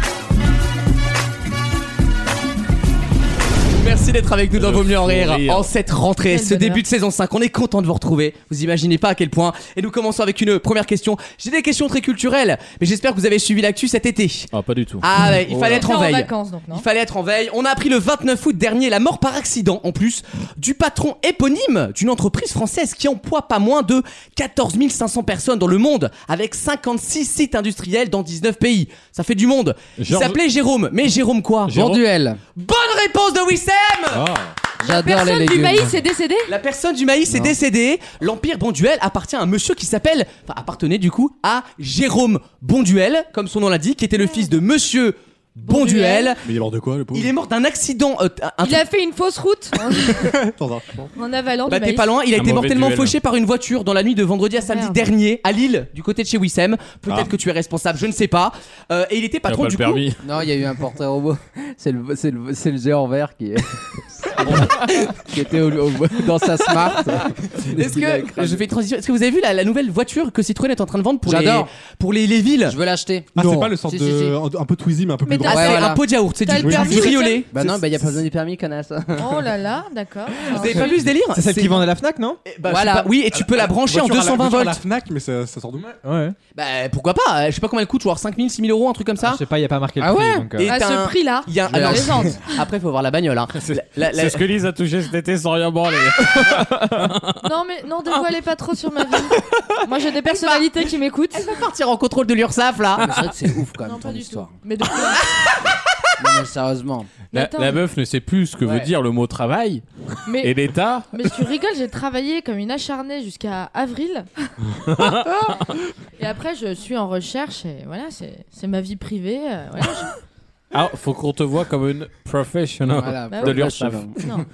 Speaker 2: Merci d'être avec nous dans
Speaker 3: Le
Speaker 2: Vaut mieux en
Speaker 3: fou
Speaker 2: rire.
Speaker 3: rire.
Speaker 2: En cette rentrée,
Speaker 4: Quel
Speaker 2: ce
Speaker 4: bonheur.
Speaker 2: début de saison 5, on est content de vous retrouver. Vous imaginez pas à quel point. Et nous commençons avec une première question. J'ai des questions très culturelles, mais j'espère que vous avez suivi l'actu cet été.
Speaker 3: Ah, pas du tout.
Speaker 2: Ah ouais, il fallait être
Speaker 4: Oh T'es
Speaker 2: en
Speaker 4: en
Speaker 2: veille.
Speaker 4: vacances donc,
Speaker 2: Il
Speaker 4: non
Speaker 2: fallait être en veille. On a appris le 29 août dernier la mort par accident, en plus, du patron éponyme d'une entreprise française qui emploie pas moins de 14 500 personnes dans le monde, avec 56 sites industriels dans 19 pays. Ça fait du monde. Il
Speaker 3: Georges-
Speaker 2: s'appelait Jérôme. Mais Jérôme quoi
Speaker 3: Jérôme-
Speaker 7: Bon duel.
Speaker 2: Bonne réponse de Wissem
Speaker 7: J'adore les
Speaker 4: Personne
Speaker 7: légumes.
Speaker 4: du maïs est décédé
Speaker 2: Ah. La personne du maïs est
Speaker 7: Non.
Speaker 2: décédée. L'empire Bonduel appartient à un monsieur qui s'appelle, enfin appartenait du coup à Jérôme Bonduel, comme son nom l'indique, qui était le fils de Monsieur Bonduel.
Speaker 5: Mais il est mort de quoi le pauvre
Speaker 2: Il est mort d'un accident. euh, t- un
Speaker 4: Il a fait une fausse route
Speaker 5: Sans argent.
Speaker 4: en avalant
Speaker 2: Bah
Speaker 4: du
Speaker 2: t'es
Speaker 4: maïs. Ah,
Speaker 2: pas loin, il a
Speaker 3: Un
Speaker 2: été
Speaker 3: mauvais
Speaker 2: mortellement
Speaker 3: duel.
Speaker 2: fauché par une voiture dans la nuit de vendredi à samedi
Speaker 4: Merde.
Speaker 2: dernier à Lille, du côté de chez Wissem. Peut-être
Speaker 5: Ah.
Speaker 2: que tu es responsable, je ne sais pas. Euh, et il
Speaker 3: Il
Speaker 2: était
Speaker 3: a
Speaker 2: patron
Speaker 3: pas
Speaker 2: du
Speaker 3: le
Speaker 2: coup.
Speaker 3: permis.
Speaker 7: Non, Oh, il y a eu un porteur robot. C'est le, c'est le, c'est le géant vert qui, qui était au- au- dans sa smart.
Speaker 2: Est-ce que je fais une transition Est-ce que vous avez vu la, la nouvelle voiture que Citroën est en train de vendre pour les
Speaker 7: J'adore.
Speaker 2: pour les, les villes
Speaker 7: Je veux l'acheter.
Speaker 5: Ah,
Speaker 2: Non.
Speaker 5: c'est pas le sort
Speaker 7: Si,
Speaker 5: de.
Speaker 7: si, si.
Speaker 5: un- Un peu Twizy, mais un peu
Speaker 4: Mais t'as-
Speaker 5: plus
Speaker 2: Ah,
Speaker 5: grand.
Speaker 7: Ouais,
Speaker 2: c'est
Speaker 7: voilà.
Speaker 2: un pot de yaourt, c'est
Speaker 4: T'as
Speaker 2: du,
Speaker 4: le permis,
Speaker 2: du riolet.
Speaker 7: Bah
Speaker 6: Ah,
Speaker 7: non, bah il y a pas besoin du permis, connasse.
Speaker 4: Oh là là, d'accord.
Speaker 2: Vous avez pas vu ce délire
Speaker 10: C'est celle qui vend à la Fnac, non
Speaker 2: Eh
Speaker 6: bah,
Speaker 2: ben,
Speaker 7: Voilà.
Speaker 2: je sais pas. Oui,
Speaker 6: Ah,
Speaker 2: et tu peux la brancher en
Speaker 5: Voiture à la-
Speaker 2: 220
Speaker 5: voiture à la
Speaker 2: volts.
Speaker 5: Fnac, mais ça, ça sort d'où
Speaker 10: Ouais.
Speaker 2: Bah pourquoi pas euh, Je sais pas combien elle coûte, genre 5000, 6000 euros, un truc comme
Speaker 10: Je
Speaker 2: ça.
Speaker 10: sais pas, il y a pas marqué le
Speaker 7: Ah
Speaker 10: prix,
Speaker 7: ouais
Speaker 10: donc, euh,
Speaker 2: Et
Speaker 4: À
Speaker 2: t'as un-
Speaker 4: ce prix-là,
Speaker 2: Il y a un.
Speaker 7: Je vais
Speaker 2: ah non,
Speaker 7: la
Speaker 4: plaisante.
Speaker 2: Après, faut voir la bagnole. hein. La- la-
Speaker 3: C'est ce que Lise a touché cet été sans rien branler.
Speaker 4: Non mais non, dévoilez pas trop sur ma vie. Moi j'ai des personnalités qui m'écoutent.
Speaker 2: partir en contrôle de l'URSSAF là.
Speaker 7: C'est vrai que c'est ouf quand même
Speaker 4: Non,
Speaker 7: ton
Speaker 4: pas du
Speaker 7: histoire.
Speaker 4: tout. Mais de-
Speaker 7: Non, mais sérieusement.
Speaker 4: Mais
Speaker 3: La,
Speaker 4: attends,
Speaker 3: la meuf ne sait plus ce que
Speaker 2: Ouais.
Speaker 3: veut dire le mot travail et
Speaker 4: mais,
Speaker 3: l'État.
Speaker 4: mais tu rigoles, j'ai travaillé comme une acharnée jusqu'à avril. et après je suis en recherche et voilà, c'est c'est ma vie privée. euh, voilà, je-
Speaker 3: Ah, faut qu'on te voit comme une professional.
Speaker 7: Voilà,
Speaker 4: Bah
Speaker 3: de
Speaker 4: oui.
Speaker 3: l'URSSAF.
Speaker 7: professionnel.
Speaker 4: Non.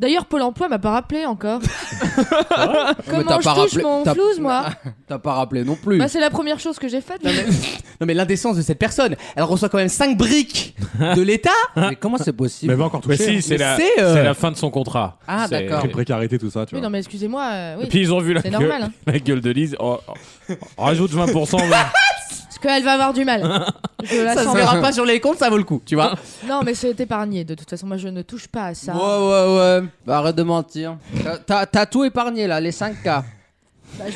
Speaker 4: D'ailleurs, Pôle emploi m'a pas rappelé encore. Comment
Speaker 6: t'as
Speaker 4: je
Speaker 6: pas
Speaker 4: touche
Speaker 6: rappelé-
Speaker 4: mon
Speaker 6: t'as-
Speaker 4: flouze, moi
Speaker 6: T'as pas rappelé non plus.
Speaker 4: Bah, c'est la première chose que j'ai faite.
Speaker 2: Non, mais l'indécence de cette personne, elle reçoit quand même 5 briques de l'État.
Speaker 6: Mais comment c'est possible
Speaker 5: Mais va encore
Speaker 3: Mais
Speaker 5: toucher. hein.
Speaker 3: si, c'est
Speaker 2: Mais
Speaker 3: la,
Speaker 2: c'est, euh,
Speaker 3: c'est la fin de son contrat.
Speaker 6: Ah,
Speaker 3: C'est-
Speaker 6: d'accord.
Speaker 5: Pré- précarité, tout ça, tu
Speaker 4: Oui,
Speaker 5: vois.
Speaker 4: non, mais excusez-moi. euh, oui.
Speaker 3: Et puis ils ont vu la
Speaker 4: C'est
Speaker 3: gueule,
Speaker 4: normal, hein.
Speaker 3: la gueule de Lise. Oh, oh, oh, rajoute 20%. là.
Speaker 4: Parce qu'elle va avoir du mal. Je la
Speaker 2: Ça
Speaker 4: sens.
Speaker 2: se verra pas sur les comptes, ça vaut le coup, tu vois.
Speaker 4: Non, mais c'est épargné. De toute façon, moi, je ne touche pas à ça.
Speaker 6: Ouais, ouais, ouais. Bah, arrête de mentir. T'as- T'as t'as tout épargné là, les 5K.
Speaker 4: Bah,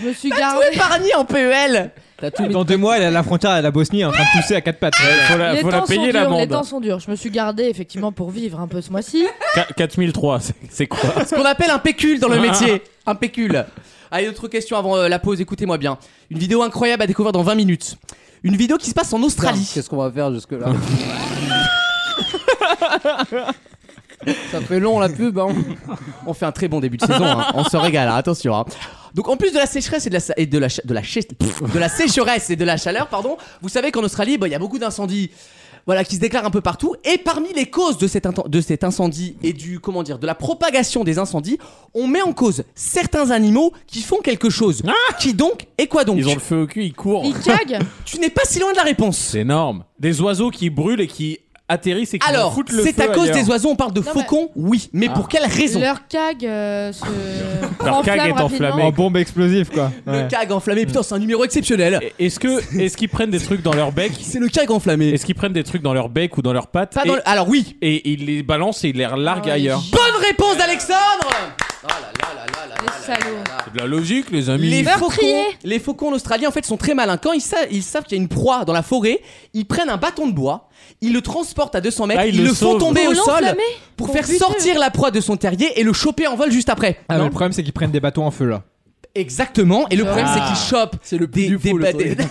Speaker 4: je me suis gardée.
Speaker 2: Épargné en
Speaker 6: E
Speaker 2: PEL.
Speaker 6: T'as tout mis
Speaker 8: Dans deux mois, elle est à la frontière à la Bosnie en train de pousser à quatre pattes.
Speaker 3: faut la,
Speaker 4: Les
Speaker 3: faut
Speaker 4: temps
Speaker 3: la
Speaker 4: sont
Speaker 3: payer
Speaker 4: durs, les
Speaker 3: l'amende.
Speaker 4: temps sont durs. Je me suis gardée effectivement pour vivre un peu ce mois-ci.
Speaker 3: Qua- 4003, c'est- c'est quoi
Speaker 2: Ce qu'on appelle un pécule dans le métier. Un pécule. Allez, autre question avant euh, la pause, écoutez-moi bien. Une vidéo incroyable à découvrir dans 20 minutes. Une vidéo qui se passe en Australie.
Speaker 6: Qu'est-ce qu'on va faire jusque-là Ça fait long la pub, hein.
Speaker 2: On fait un très bon début de saison, hein. on se régale, hein, attention. hein. Donc en plus de la sécheresse et de la, sa- et de la, cha- de la, chais- pff, de la sécheresse et de la chaleur, pardon, vous savez qu'en Australie, bah, il y a beaucoup d'incendies. Voilà, qui se déclarent un peu partout. Et parmi les causes de cet, inten- de cet incendie et du comment dire de la propagation des incendies, on met en cause certains animaux qui font quelque chose. qui donc et quoi donc
Speaker 3: Ils ont le feu au cul, ils courent.
Speaker 4: Il cague.
Speaker 2: Tu n'es pas si loin de la réponse.
Speaker 3: C'est énorme. Des oiseaux qui brûlent et qui atterrissent et qui
Speaker 2: Alors,
Speaker 3: foutent le feu. Ah.
Speaker 2: c'est à cause des oiseaux. On parle de
Speaker 4: Non, mais-
Speaker 2: faucons, oui, mais pour quelle raison
Speaker 4: Leur cag euh, se.
Speaker 3: Leur cag
Speaker 4: enflamme
Speaker 3: est enflammé.
Speaker 8: En
Speaker 4: rapidement.
Speaker 8: bombe explosive, quoi.
Speaker 2: Le
Speaker 8: Ouais.
Speaker 2: cag enflammé, putain, c'est un numéro exceptionnel.
Speaker 3: oiseaux. Est-ce que, est-ce qu'ils prennent des trucs dans leur bec
Speaker 2: C'est le cag enflammé.
Speaker 3: Est-ce qu'ils prennent des trucs dans leur bec ou dans leurs pattes
Speaker 2: Pas
Speaker 3: et,
Speaker 2: dans le- Alors oui,
Speaker 3: et ils les balancent et ils les larguent
Speaker 2: Oh,
Speaker 4: Ah oui.
Speaker 3: ailleurs
Speaker 2: Bonne réponse d'Alexandre
Speaker 6: Oh
Speaker 4: Les salauds.
Speaker 3: C'est de la logique, les amis.
Speaker 2: les faucons,
Speaker 4: Meurtrier.
Speaker 2: les faucons en Australie en fait sont très malins. Quand ils, sa- ils savent qu'il y a une proie dans la forêt, ils prennent un bâton de bois, ils le transportent à 200 mètres,
Speaker 3: Ah, ils
Speaker 2: ils,
Speaker 3: le
Speaker 2: le font
Speaker 3: sauvent.
Speaker 2: tomber
Speaker 4: Pour
Speaker 2: au sol
Speaker 4: l'enflammer
Speaker 2: pour,
Speaker 4: Pour
Speaker 2: faire
Speaker 4: buter.
Speaker 2: sortir la proie de son terrier et le choper en vol juste après.
Speaker 8: Ah, mais
Speaker 2: Non
Speaker 8: le problème, c'est qu'ils prennent des bateaux en feu là.
Speaker 2: Exactement. Et le
Speaker 4: Ah.
Speaker 2: problème c'est qu'ils chopent
Speaker 6: C'est le plus
Speaker 2: des,
Speaker 6: du faux,
Speaker 2: des-
Speaker 6: le
Speaker 2: des-
Speaker 6: truc.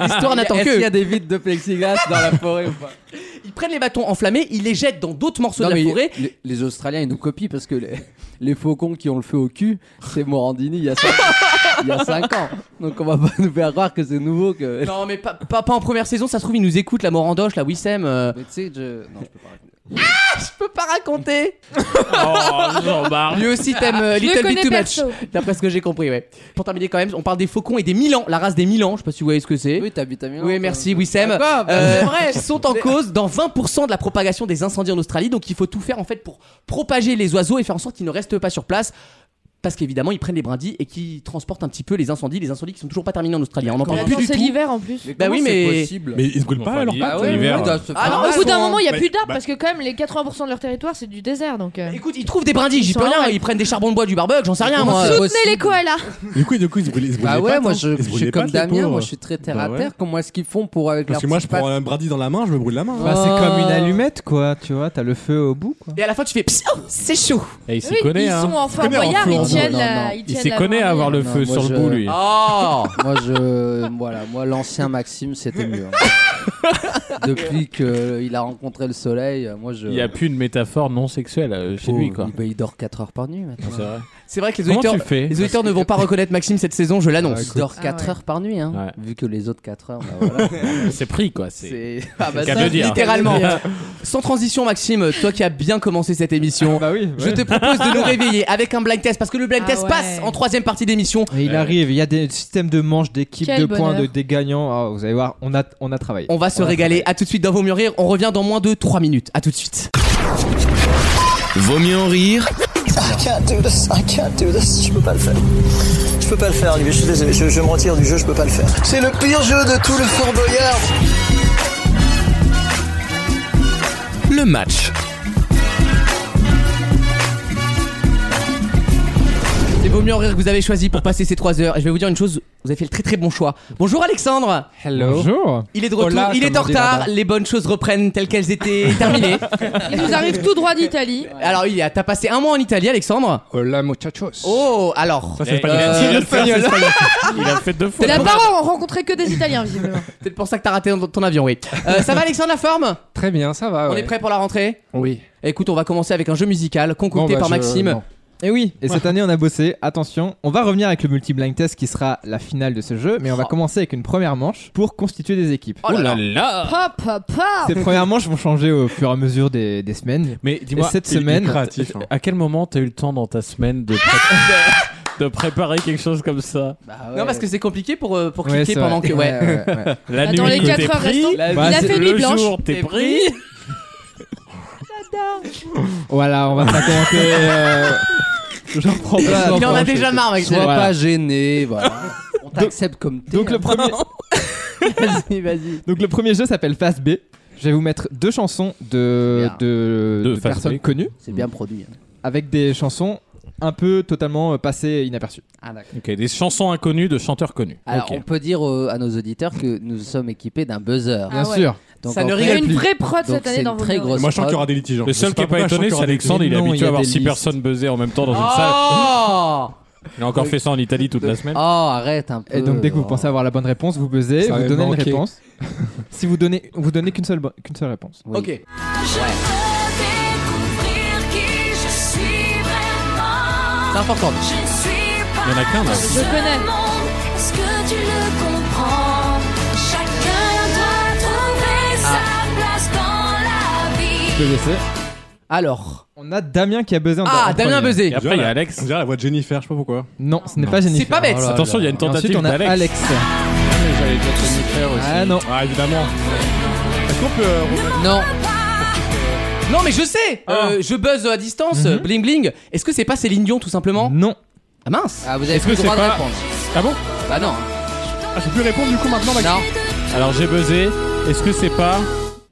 Speaker 2: L'histoire n'attend
Speaker 6: Est-ce qu'il y
Speaker 2: que.
Speaker 6: a des vides de plexiglas dans la forêt ou pas
Speaker 2: Ils prennent les bâtons enflammés, ils les jettent dans d'autres morceaux
Speaker 6: Non,
Speaker 2: de la
Speaker 6: mais
Speaker 2: forêt.
Speaker 6: les, les Australiens ils nous copient parce que les, les faucons qui ont le feu au cul, c'est Morandini il y a 5 il y a cinq ans. Donc on va pas nous faire croire que c'est nouveau que.
Speaker 2: Non mais pas, pas- pas en première saison, ça se trouve ils nous écoutent la Morandoche, la Wissem. euh,
Speaker 6: Mais tu sais, je. Non, je peux pas raconter.
Speaker 2: Ah, Je peux pas
Speaker 3: Oh,
Speaker 2: raconter.
Speaker 3: Jean-Marc.
Speaker 2: Lui aussi t'aimes euh,
Speaker 4: Je le
Speaker 2: Little Bit
Speaker 4: connais
Speaker 2: Too Much.
Speaker 4: perso.
Speaker 2: D'après ce que j'ai compris, ouais. Pour terminer quand même, on parle des faucons et des milans, la race des milans, je sais pas si vous voyez ce que c'est.
Speaker 6: Oui, t'habites à Milan.
Speaker 2: Oui,
Speaker 6: toi.
Speaker 2: merci Wissem.
Speaker 6: D'accord, bah,
Speaker 2: Euh,
Speaker 6: c'est vrai.
Speaker 2: qui sont en cause dans 20% de la propagation des incendies en Australie, donc il faut tout faire en fait pour propager les oiseaux et faire en sorte qu'ils ne restent pas sur place. Parce qu'évidemment, ils prennent les brindilles et qui transportent un petit peu les incendies, les incendies qui sont toujours pas terminés en Australie. On en parle
Speaker 4: Attends,
Speaker 2: plus du
Speaker 4: C'est
Speaker 2: tout.
Speaker 4: l'hiver en plus.
Speaker 6: Mais
Speaker 2: Bah
Speaker 6: comment
Speaker 2: oui,
Speaker 6: c'est
Speaker 2: mais-
Speaker 6: possible
Speaker 5: Mais ils se brûlent
Speaker 3: Bon,
Speaker 5: pas
Speaker 3: enfin,
Speaker 6: Ah
Speaker 5: alors pas
Speaker 3: l'hiver, c'est
Speaker 6: ouais,
Speaker 3: l'hiver.
Speaker 6: ouais, ils doivent se
Speaker 2: Ah
Speaker 6: faire
Speaker 2: non,
Speaker 6: mal,
Speaker 4: Au bout d'un
Speaker 6: quoi.
Speaker 4: moment, il n'y a
Speaker 5: Bah,
Speaker 4: plus d'arbres
Speaker 5: bah-
Speaker 4: parce que, quand même, les 80% de leur territoire, c'est du désert donc. euh,
Speaker 2: Écoute, ils trouvent des brindilles, j'y
Speaker 4: Ils
Speaker 2: peux
Speaker 4: sont
Speaker 2: rien,
Speaker 4: en règle.
Speaker 2: ils prennent des charbons de bois du barbecue, j'en sais rien
Speaker 6: Mais
Speaker 2: moi.
Speaker 6: comment
Speaker 4: Soutenez les koalas
Speaker 5: Du coup, du coup, ils se brûlent. ils se brûlent
Speaker 2: Ah
Speaker 6: Bah
Speaker 5: les
Speaker 6: ouais,
Speaker 5: pattes,
Speaker 6: moi
Speaker 5: hein.
Speaker 6: je,
Speaker 5: Ils se
Speaker 6: je
Speaker 5: brûlent
Speaker 6: suis
Speaker 5: les
Speaker 6: comme
Speaker 5: pattes, les
Speaker 6: Damien,
Speaker 5: pauvres.
Speaker 6: moi je suis très terre
Speaker 5: Bah
Speaker 6: à
Speaker 5: ouais.
Speaker 6: terre. Comment est-ce qu'ils font pour avec
Speaker 5: Parce
Speaker 6: leurs
Speaker 5: que moi, je
Speaker 6: petites
Speaker 5: prends un brindille dans la main, je me brûle la main.
Speaker 8: Bah, c'est
Speaker 6: Oh.
Speaker 8: comme une allumette, quoi. Tu vois, t'as le feu au bout, quoi.
Speaker 2: Et à la fin, tu fais Psst, oh, c'est chaud.
Speaker 3: Et il s'y
Speaker 4: Oui,
Speaker 3: connaît,
Speaker 4: ils
Speaker 3: hein.
Speaker 4: sont en
Speaker 5: connaît en
Speaker 4: Fort-Boyard,
Speaker 5: Flandre.
Speaker 4: ils tiennent
Speaker 6: Non, non, non.
Speaker 4: la. ils
Speaker 3: Il
Speaker 4: tiennent
Speaker 3: s'y
Speaker 4: la
Speaker 3: connaît à avoir le
Speaker 6: Non,
Speaker 3: feu
Speaker 6: moi,
Speaker 3: sur le
Speaker 6: je-
Speaker 3: bout, lui.
Speaker 2: Oh
Speaker 6: pattes Moi je voilà, moi l'ancien Maxime c'était mieux. hein. Depuis que il a rencontré le soleil, moi je
Speaker 3: Il n'y a plus de métaphore non sexuelle euh, chez
Speaker 6: Oh,
Speaker 3: lui, quoi.
Speaker 6: il- bah, il dort 4 heures par nuit maintenant.
Speaker 3: C'est vrai.
Speaker 2: C'est vrai que les
Speaker 3: Comment
Speaker 2: auditeurs,
Speaker 3: tu fais
Speaker 2: les auditeurs ne vont pas reconnaître Maxime cette saison, je l'annonce.
Speaker 6: Il dort 4
Speaker 4: Ah ouais.
Speaker 6: heures par nuit hein,
Speaker 3: Ouais.
Speaker 6: vu que les autres 4 heures bah, voilà.
Speaker 3: C'est pris, quoi. C'est
Speaker 2: Ah bah
Speaker 3: le cas
Speaker 2: ça,
Speaker 3: de le dire.
Speaker 2: littéralement. Sans transition, Maxime, toi qui as bien commencé cette émission,
Speaker 8: Bah oui.
Speaker 2: je te propose de nous réveiller avec un blind test parce que le blind
Speaker 4: Ah
Speaker 2: test
Speaker 4: ouais.
Speaker 2: passe en troisième partie d'émission. Euh,
Speaker 8: Et il arrive, il y a des systèmes de manches, d'équipes,
Speaker 4: Quel
Speaker 8: de points,
Speaker 4: bonheur.
Speaker 8: de, des gagnants. Ah, vous allez voir, on a, on a travaillé.
Speaker 2: On va se
Speaker 8: On a
Speaker 2: régaler. À tout de suite dans Vos Mieux Rires. On revient dans moins de 3 minutes. À tout de suite.
Speaker 1: Vaut mieux en rire
Speaker 11: I can't do this, I can't do this, je peux pas le faire. Je peux pas le faire, lui, je suis désolé, je, je me retire du jeu, je peux pas le faire.
Speaker 12: C'est le pire jeu de tout le Fort Boyard.
Speaker 1: le match.
Speaker 2: C'est Vaut mieux en rire que vous avez choisi pour passer ces 3 heures. Et je vais vous dire une chose, vous avez fait le très très bon choix. Bonjour Alexandre
Speaker 8: Hello. Bonjour.
Speaker 2: Il est de retour,
Speaker 8: Hola,
Speaker 2: il est
Speaker 8: comme
Speaker 2: en
Speaker 8: on dit
Speaker 2: retard,
Speaker 8: là-bas.
Speaker 2: les bonnes choses reprennent telles qu'elles étaient terminées.
Speaker 4: Il nous arrive tout droit d'Italie.
Speaker 2: Alors oui, t'as passé un mois en Italie Alexandre
Speaker 7: Hola muchachos.
Speaker 2: Oh, alors
Speaker 3: Eh, c'est
Speaker 2: Euh,
Speaker 3: Il a fait- il a fait deux fois.
Speaker 4: Là-bas, on rencontrait que des Italiens, visiblement.
Speaker 2: Peut-être pour ça que t'as raté ton, ton avion, oui. Euh, ça va Alexandre, la forme
Speaker 7: Très bien, ça va.
Speaker 2: On est prêt pour la rentrée
Speaker 7: Oui.
Speaker 2: Écoute, on va commencer avec un jeu musical concocté par Maxime.
Speaker 8: Et Eh oui. bah, Et cette année, on a bossé. Attention, on va revenir avec le multi-blind test qui sera la finale de ce jeu, mais
Speaker 2: Oh.
Speaker 8: on va commencer avec une première manche pour constituer des équipes.
Speaker 3: Oh là là
Speaker 4: Hop, hop,
Speaker 8: Ces
Speaker 4: hop
Speaker 8: premières manches vont changer au fur et à mesure des, des semaines.
Speaker 3: Mais dis-moi,
Speaker 8: Et cette
Speaker 3: il est
Speaker 8: semaine-
Speaker 3: créatif, hein. à quel moment t'as eu le temps dans ta semaine de, pré- de préparer quelque chose comme ça
Speaker 6: Ah
Speaker 2: Non, parce que c'est compliqué pour, euh, pour
Speaker 8: Ouais,
Speaker 2: cliquer
Speaker 8: c'est
Speaker 2: pendant
Speaker 8: vrai.
Speaker 2: que. Ouais.
Speaker 8: Ouais, ouais, ouais.
Speaker 3: La
Speaker 4: Bah,
Speaker 3: nuit,
Speaker 4: dans les
Speaker 3: que
Speaker 4: quatre
Speaker 3: t'es
Speaker 4: heures
Speaker 3: pris,
Speaker 4: restants,
Speaker 3: bah,
Speaker 4: il a
Speaker 3: c'est-
Speaker 4: fait nuit
Speaker 3: le
Speaker 4: blanche.
Speaker 3: jour, t'es
Speaker 2: T'es
Speaker 3: pris.
Speaker 8: Voilà, on va pas commenter. euh, J'en prends pas.
Speaker 2: Il en a
Speaker 8: Franchement,
Speaker 2: déjà
Speaker 8: je-
Speaker 2: marre, mec.
Speaker 8: Sois
Speaker 2: Voilà.
Speaker 8: pas
Speaker 6: gêné, voilà.
Speaker 2: On t'accepte comme t'es. hein.
Speaker 8: Donc le premier.
Speaker 2: Vas-y, vas-y.
Speaker 8: Donc le premier jeu s'appelle Face B. Je vais vous mettre deux chansons de,
Speaker 6: Bien.
Speaker 8: de,
Speaker 3: De
Speaker 8: de
Speaker 3: Face
Speaker 8: personnes
Speaker 3: B.
Speaker 8: connues
Speaker 6: C'est bien produit. hein.
Speaker 8: avec des chansons un peu totalement euh, passées et inaperçues.
Speaker 6: Ah, d'accord.
Speaker 3: Ok, des chansons inconnues de chanteurs connus.
Speaker 6: Alors,
Speaker 3: Ok.
Speaker 6: on peut dire euh, à nos auditeurs que nous sommes équipés d'un buzzer.
Speaker 4: Ah
Speaker 8: Bien
Speaker 4: ouais.
Speaker 8: sûr.
Speaker 6: Donc,
Speaker 2: Ça
Speaker 6: en
Speaker 2: ne
Speaker 6: fait,
Speaker 4: Il y a une
Speaker 8: plus.
Speaker 4: vraie
Speaker 6: Donc,
Speaker 4: prod cette année
Speaker 6: c'est
Speaker 4: dans
Speaker 6: une très
Speaker 4: vos
Speaker 6: grosse-
Speaker 5: Moi, je sens qu'il y aura des litiges. hein.
Speaker 3: Le
Speaker 5: Je
Speaker 3: seul
Speaker 5: sais
Speaker 3: qui est pas
Speaker 5: pourquoi, je sens qu'il
Speaker 3: étonné,
Speaker 5: y
Speaker 3: c'est
Speaker 5: aura des
Speaker 3: Alexandre.
Speaker 8: des-
Speaker 3: Il est
Speaker 8: Non, il y
Speaker 3: habitué
Speaker 8: a
Speaker 3: à avoir
Speaker 8: des
Speaker 3: 6
Speaker 8: listes.
Speaker 3: personnes buzzer en même temps dans une salle.
Speaker 2: Oh
Speaker 3: Il a encore fait ça en Italie toute la semaine.
Speaker 6: Oh,
Speaker 2: Ah,
Speaker 6: arrête un peu.
Speaker 8: Ah, Et donc dès que vous pensez avoir la bonne réponse, vous buzzez,
Speaker 5: Ça
Speaker 8: vous
Speaker 5: avait
Speaker 8: donnez une
Speaker 5: manqué.
Speaker 8: réponse. si vous donnez, vous donnez qu'une seule, bo- qu'une seule réponse.
Speaker 6: Oui.
Speaker 2: Ok. C'est important.
Speaker 3: Il y en a qu'un là.
Speaker 4: Je connais.
Speaker 2: Ah.
Speaker 8: Je le laisse.
Speaker 2: Alors.
Speaker 8: On a Damien qui a buzzé en
Speaker 2: Ah,
Speaker 8: en
Speaker 2: Damien
Speaker 8: premier.
Speaker 2: Buzzé.
Speaker 3: Et après, il y a Alex.
Speaker 5: On dirait la voix de Jennifer, je sais pas pourquoi.
Speaker 8: Non, ce n'est
Speaker 3: Non.
Speaker 8: pas Jennifer.
Speaker 2: C'est pas bête.
Speaker 8: Oh là là.
Speaker 3: Attention, il y a une
Speaker 8: Et Ensuite,
Speaker 3: tentative
Speaker 8: on a
Speaker 3: d'Alex.
Speaker 8: Alex. Ah non.
Speaker 5: Ah, évidemment. Est-ce qu'on peut. euh, on-
Speaker 2: Non. Non, mais je sais.
Speaker 6: Ah.
Speaker 2: Euh, je buzz à distance.
Speaker 8: Mhm.
Speaker 2: Bling bling. Est-ce que c'est pas Céline Dion tout simplement
Speaker 8: Non.
Speaker 2: Ah mince.
Speaker 6: Ah, vous avez
Speaker 3: Est-ce
Speaker 6: plus
Speaker 3: que
Speaker 6: le droit
Speaker 3: c'est
Speaker 6: de
Speaker 3: pas-
Speaker 6: répondre.
Speaker 3: Ah bon
Speaker 6: Bah non.
Speaker 5: Ah, je peux répondre du coup maintenant, Maxime
Speaker 6: Non.
Speaker 3: Alors j'ai buzzé. Est-ce que c'est pas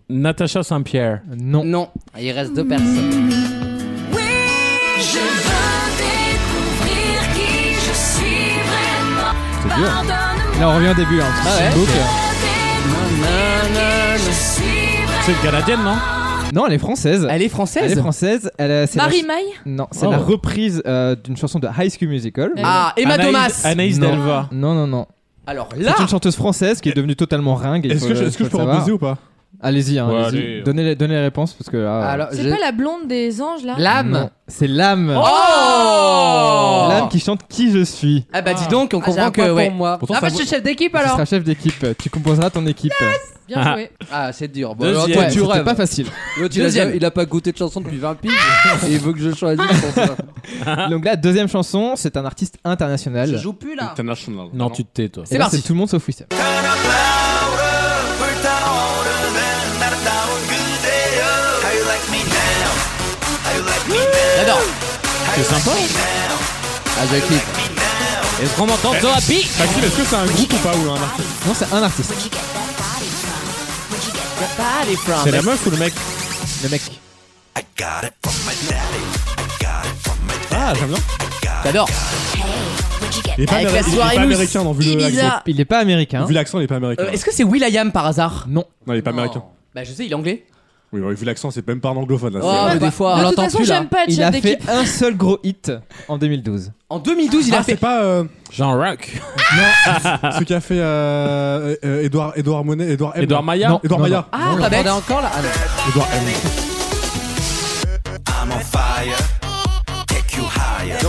Speaker 3: Natacha Saint-Pierre
Speaker 8: Non.
Speaker 2: Non.
Speaker 6: Ah, Il reste deux personnes.
Speaker 8: C'est dur. Là, on revient au début. Hein, parce que
Speaker 2: Ah ouais.
Speaker 8: Facebook,
Speaker 3: C'est une Canadienne, non
Speaker 8: euh, Non, elle est française.
Speaker 2: Elle est française.
Speaker 8: Elle est française. Elle a- c'est la
Speaker 4: Marie
Speaker 8: ch-
Speaker 4: Maille
Speaker 8: Non, c'est
Speaker 3: Oh.
Speaker 8: la reprise euh, d'une chanson de High School Musical.
Speaker 2: Ah, Emma
Speaker 3: Anaïs-
Speaker 2: Thomas.
Speaker 3: Anaïs
Speaker 8: Non.
Speaker 3: Delva.
Speaker 8: Non, non, non.
Speaker 2: Alors là.
Speaker 8: C'est une chanteuse française qui est devenue totalement ringue.
Speaker 5: Est-ce que, je- est-ce que je peux reposer ou pas
Speaker 8: Allez-y, hein,
Speaker 3: Ouais,
Speaker 8: allez-y.
Speaker 3: allez.
Speaker 8: Donnez, les, donnez les réponses parce que là. euh,
Speaker 6: Alors,
Speaker 4: Ah, C'est
Speaker 6: je-
Speaker 4: pas la blonde des anges là
Speaker 8: non.
Speaker 6: L'âme.
Speaker 8: C'est l'âme.
Speaker 2: Oh
Speaker 8: L'âme qui chante Qui je suis.
Speaker 2: Ah bah dis donc, on
Speaker 6: Ah, j'ai
Speaker 2: comprend
Speaker 6: un point
Speaker 2: que
Speaker 6: pour
Speaker 2: ouais.
Speaker 6: moi.
Speaker 5: Pourtant,
Speaker 6: ah,
Speaker 5: ça
Speaker 6: bah, je suis chef d'équipe alors.
Speaker 8: Tu seras chef d'équipe. Tu composeras ton équipe.
Speaker 4: Bien joué.
Speaker 6: Ah, c'est dur. Bon,
Speaker 3: Deuxième.
Speaker 6: alors,
Speaker 8: Ouais,
Speaker 6: toi, tu
Speaker 8: c'était
Speaker 6: rêves.
Speaker 8: pas facile.
Speaker 6: L'autre, il, a,
Speaker 2: Deuxième.
Speaker 6: il a pas goûté de chanson depuis 20 piges et il veut que je choisisse pour ça.
Speaker 8: Donc la deuxième chanson, c'est un artiste international.
Speaker 2: Je joue plus là.
Speaker 5: International.
Speaker 3: Non, tu te tais, toi.
Speaker 8: Et
Speaker 2: C'est
Speaker 8: là,
Speaker 2: parti.
Speaker 8: C'est tout le monde sauf Wissem.
Speaker 2: J'adore.
Speaker 3: C'est sympa.
Speaker 6: Ah, je kiffe.
Speaker 3: Est-ce qu'on m'entend Happy
Speaker 5: Maxime, est-ce que c'est un groupe ou pas ou un artiste
Speaker 8: Non, c'est un artiste.
Speaker 3: C'est la meuf ou le mec
Speaker 8: Le mec.
Speaker 5: Ah, j'aime bien.
Speaker 2: J'adore.
Speaker 5: Il est pas,
Speaker 2: Avec
Speaker 5: américain-
Speaker 2: la
Speaker 5: il est
Speaker 2: soirée
Speaker 5: pas
Speaker 2: mousse.
Speaker 5: américain, non, vu le- l'accent.
Speaker 4: Ibiza.
Speaker 8: Il est pas américain.
Speaker 5: Vu l'accent, il est pas américain.
Speaker 2: Euh, Est-ce que c'est Will.i.am par hasard
Speaker 8: Non.
Speaker 5: Non, il est pas américain.
Speaker 2: Bah je sais, il est anglais.
Speaker 5: Oui, ouais, vu l'accent, c'est même pas un anglophone là. c'est-
Speaker 2: Oh, mais des fois,
Speaker 5: hein.
Speaker 4: de
Speaker 2: on
Speaker 4: toute
Speaker 2: l'entend
Speaker 4: façon,
Speaker 2: plus là.
Speaker 4: j'aime pas être
Speaker 8: Il
Speaker 4: chef
Speaker 8: a fait
Speaker 4: d'équipe.
Speaker 8: un seul gros hit en 2012.
Speaker 2: En 2012, il
Speaker 5: Ah,
Speaker 2: a
Speaker 5: c'est
Speaker 2: fait.
Speaker 5: pas euh,
Speaker 3: Jean Rock.
Speaker 5: ce qu'a fait euh, euh, Edouard, Edouard Monet, Edouard M.
Speaker 3: Edouard Maillard
Speaker 8: Non.
Speaker 5: Edouard Maillard.
Speaker 2: Ah, pas bête. encore là.
Speaker 5: Edouard M.
Speaker 6: Ah,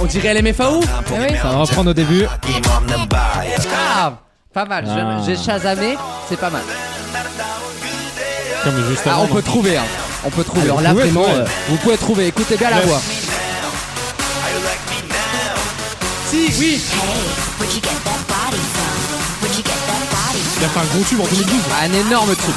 Speaker 2: On dirait LMFAO.
Speaker 8: Ah Ça va reprendre au début.
Speaker 6: Ah, pas mal. je-
Speaker 3: Ah.
Speaker 6: J'ai chasamé, c'est pas mal.
Speaker 3: Comme juste
Speaker 6: Ah,
Speaker 3: avant.
Speaker 6: on peut trouver, hein. On peut trouver.
Speaker 2: Alors là,
Speaker 6: Vous pouvez
Speaker 2: vraiment,
Speaker 6: trouver.
Speaker 2: euh,
Speaker 6: vous pouvez trouver. Écoutez bien la voix.
Speaker 2: Si, oui.
Speaker 5: Il a fait un gros tube en 2012.
Speaker 6: Un énorme truc.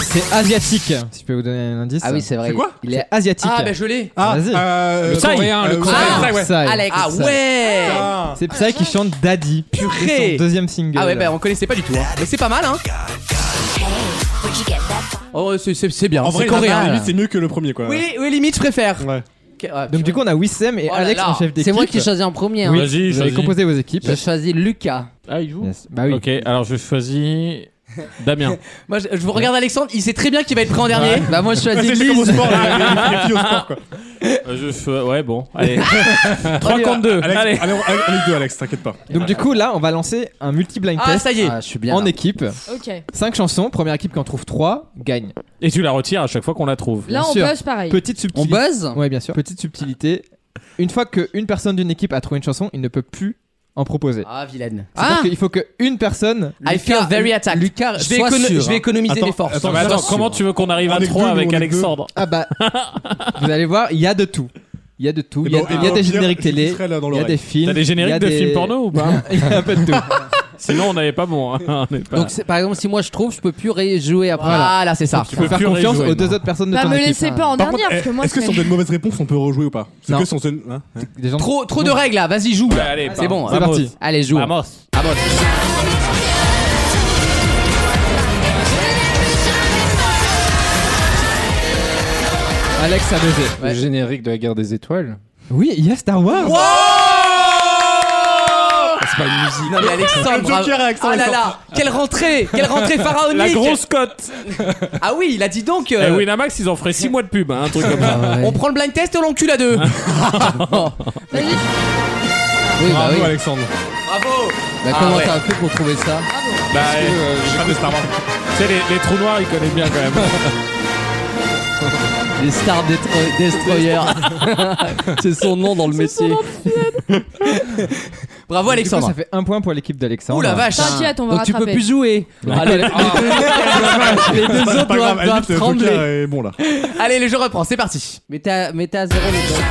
Speaker 8: C'est asiatique. Si je peux vous donner un indice.
Speaker 6: Ah oui, c'est vrai.
Speaker 5: C'est quoi
Speaker 6: il est. ben,
Speaker 8: asiatique.
Speaker 2: Ah bah je l'ai.
Speaker 5: Ah,
Speaker 8: Vas-y. Ah,
Speaker 5: euh,
Speaker 3: Le Psy, hein, le
Speaker 5: euh,
Speaker 3: coréen.
Speaker 5: Psy, ouais.
Speaker 8: Psy.
Speaker 6: Alex.
Speaker 2: Ah ouais.
Speaker 5: Ah.
Speaker 8: C'est Psy qui chante Daddy.
Speaker 2: Purée.
Speaker 8: C'est son deuxième single.
Speaker 2: Ah ouais,
Speaker 6: ben,
Speaker 2: bah on connaissait pas du tout. hein. Mais c'est pas mal, hein. Oh, c'est- c'est c'est bien.
Speaker 5: En
Speaker 2: C'est
Speaker 5: vrai,
Speaker 2: coréen.
Speaker 5: à la limite, c'est mieux que le premier quoi.
Speaker 2: Oui, oui, limite, je préfère.
Speaker 5: Ouais.
Speaker 2: Ok, ouais,
Speaker 8: Donc du coup, on a Wissem et
Speaker 2: Oh là
Speaker 8: Alex
Speaker 2: là.
Speaker 8: en chef d'équipe.
Speaker 6: C'est moi qui choisis en premier. hein.
Speaker 8: Oui,
Speaker 3: Vas-y,
Speaker 8: vous avez
Speaker 3: choisis.
Speaker 8: composé vos équipes.
Speaker 6: Je choisis Lucas.
Speaker 3: Ah, il joue
Speaker 8: Yes. Bah oui.
Speaker 3: Ok, alors je choisis Damien.
Speaker 2: Moi, je, je vous regarde Alexandre, il sait très bien qu'il va être pris en dernier.
Speaker 6: Bah moi je
Speaker 5: Ouais,
Speaker 6: choisis
Speaker 5: Ah, c'est- c'est comme au sport, là, les, les filles au sport quoi.
Speaker 3: Euh, je fais- Ouais, bon. Allez. 3 contre 2.
Speaker 5: Alex,
Speaker 3: Allez.
Speaker 5: allez, on- allez, allez, deux, Alex, t'inquiète pas.
Speaker 8: Donc du coup, là, on va lancer un multi-blind
Speaker 2: Ah,
Speaker 8: test
Speaker 2: ça y est.
Speaker 6: Ah, je suis bien.
Speaker 8: en
Speaker 6: là.
Speaker 8: équipe.
Speaker 4: Ok.
Speaker 8: 5 chansons, première équipe qui en trouve 3 gagne.
Speaker 3: Et tu la retires à chaque fois qu'on la trouve.
Speaker 4: Là, on
Speaker 8: sûr.
Speaker 4: buzz pareil.
Speaker 8: Petite
Speaker 6: On
Speaker 8: subtilité.
Speaker 6: buzz
Speaker 8: ouais, bien sûr. Petite subtilité. une fois qu'une personne d'une équipe a trouvé une chanson, il ne peut plus en proposer.
Speaker 2: Ah, vilaine.
Speaker 8: C'est-à-dire
Speaker 2: Ah.
Speaker 8: qu'il faut qu'une personne.
Speaker 2: I feel very attacked.
Speaker 8: Lucas,
Speaker 2: Je vais écono- je vais économiser
Speaker 8: Attends,
Speaker 2: les forces.
Speaker 8: attends,
Speaker 3: mais attends, comment tu veux qu'on arrive à
Speaker 8: On est deux,
Speaker 3: 3
Speaker 8: nous, on
Speaker 3: avec
Speaker 8: est
Speaker 3: Alexandre
Speaker 8: Ah bah, vous allez voir, il y a de tout. Il y a de tout. Il y a,
Speaker 3: Et ben,
Speaker 8: il y a
Speaker 3: au
Speaker 8: des
Speaker 3: pire,
Speaker 8: génériques
Speaker 3: je
Speaker 8: télé,
Speaker 3: serai là dans
Speaker 8: il y a
Speaker 3: l'oreille.
Speaker 8: des films.
Speaker 3: T'as des
Speaker 8: il y a
Speaker 3: génériques de
Speaker 8: des-
Speaker 3: films porno ou pas
Speaker 8: Il y a un peu de tout.
Speaker 3: Sinon, on n'avait pas bon. hein. On n'est pas-
Speaker 6: Donc, c'est- par exemple, si moi je trouve, je peux plus réjouer après.
Speaker 2: Voilà. Voilà, c'est ça.
Speaker 6: Donc,
Speaker 2: Tu
Speaker 6: il faut
Speaker 2: peux
Speaker 6: faire
Speaker 2: plus
Speaker 6: confiance
Speaker 2: réjouer,
Speaker 6: aux deux
Speaker 2: non.
Speaker 6: autres personnes de
Speaker 4: Bah,
Speaker 6: ton
Speaker 4: me
Speaker 6: équipe.
Speaker 4: laissez pas en
Speaker 5: Par
Speaker 4: dernière,
Speaker 5: contre, eh,
Speaker 4: parce que moi
Speaker 5: est-ce que si on donne une mauvaise réponse, on peut rejouer ou pas Parce que si on se. hein, hein.
Speaker 2: Trop, trop de règles là, vas-y joue. là.
Speaker 3: allez,
Speaker 2: c'est bon,
Speaker 3: c'est
Speaker 2: vamos.
Speaker 3: parti.
Speaker 2: Allez joue.
Speaker 3: Vamos.
Speaker 2: Vamos.
Speaker 8: Alex a baisé.
Speaker 13: Le générique de la guerre des étoiles.
Speaker 8: Oui, il y a Star Wars.
Speaker 13: Ah, C'est pas une musique.
Speaker 2: Non mais Alexandre,
Speaker 13: Le Joker
Speaker 2: bravo.
Speaker 13: avec son
Speaker 2: ah là
Speaker 13: Alexandre.
Speaker 2: là, quelle rentrée, quelle rentrée pharaonique.
Speaker 3: La grosse cote.
Speaker 2: Ah oui, il a dit donc. euh,
Speaker 5: Eh
Speaker 3: Et Eh, Winamax, ils en feraient 6 mois de pub, hein, un truc comme ça.
Speaker 8: Ah
Speaker 2: On prend le blind test et on l'encule à deux.
Speaker 5: Ah.
Speaker 6: Oui, bah oui.
Speaker 5: Alexandre.
Speaker 2: Bravo.
Speaker 6: Bah,
Speaker 3: Ah
Speaker 6: comment
Speaker 3: ouais.
Speaker 6: t'as fait pour trouver ça
Speaker 3: Bah, euh, j'écoute- Tu sais, les, les trous noirs, ils connaissent bien quand même.
Speaker 6: Les Star Detro- Destroyer. c'est son nom dans le métier.
Speaker 2: Bravo
Speaker 6: Alexandre.
Speaker 8: ça fait un point pour l'équipe d'Alexandre.
Speaker 6: Ouh la vache.
Speaker 4: T'inquiète, on va
Speaker 6: Donc, tu peux
Speaker 4: rattraper.
Speaker 6: plus jouer. Allez, les-
Speaker 8: Ah.
Speaker 6: les deux
Speaker 5: C'est
Speaker 6: autres
Speaker 5: pas grave,
Speaker 6: doivent,
Speaker 5: à la
Speaker 6: doivent
Speaker 5: limite, le Joker
Speaker 6: trembler.
Speaker 5: est bon là.
Speaker 2: Allez, les- je reprends, c'est parti.
Speaker 6: Mais t'as mais t'as à zéro les deux.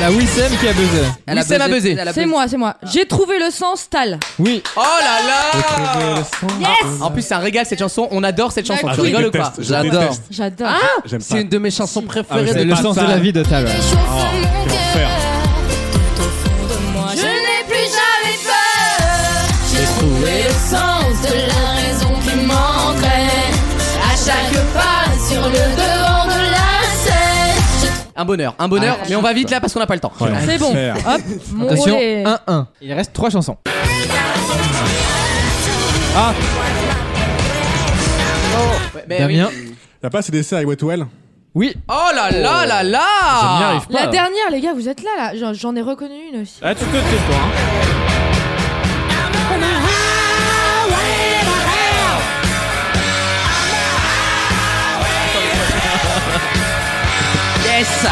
Speaker 8: La Wissem qui a buzzé.
Speaker 6: Elle
Speaker 2: Wissem a buzzé. Ah.
Speaker 6: elle a
Speaker 4: C'est moi, c'est moi. J'ai trouvé le sens, Tal.
Speaker 8: Oui.
Speaker 2: Oh là là
Speaker 4: Yes
Speaker 2: En plus, c'est un régal cette chanson. On adore cette chanson.
Speaker 4: Ah,
Speaker 2: tu
Speaker 4: je
Speaker 2: rigoles ou pas Ah.
Speaker 5: déteste, je
Speaker 6: J'adore.
Speaker 5: déteste.
Speaker 4: J'adore.
Speaker 5: J'aime pas.
Speaker 6: C'est une de mes chansons
Speaker 5: Ah, mais
Speaker 6: préférées.
Speaker 5: c'est
Speaker 6: de
Speaker 8: Le
Speaker 5: Pas
Speaker 8: sens de
Speaker 5: ça.
Speaker 8: la vie de Tal. ouais.
Speaker 5: Oh, quel enfer.
Speaker 14: Je n'ai plus jamais peur. J'ai trouvé le sens de la raison qui m'entraîne. À chaque pas sur le devant de la scène.
Speaker 2: Un bonheur, un bonheur. mais on va vite là parce qu'on n'a pas le temps.
Speaker 4: Ah, C'est bon. Hop, mon
Speaker 8: Attention,
Speaker 4: rôle est-
Speaker 8: 1-1. Il reste 3 chansons.
Speaker 2: Ouais, Oh, mais
Speaker 8: Damien.
Speaker 2: oui.
Speaker 5: Y'a pas CDC avec Wet Well
Speaker 8: Oui.
Speaker 2: Oh là là là
Speaker 3: Ça n'y
Speaker 2: là
Speaker 3: arrive pas.
Speaker 4: La dernière, les gars, vous êtes là, là. J'en- J'en ai reconnu une aussi.
Speaker 3: Ah, tu te tais, toi. hein.
Speaker 2: Yes
Speaker 14: Ah, Ah,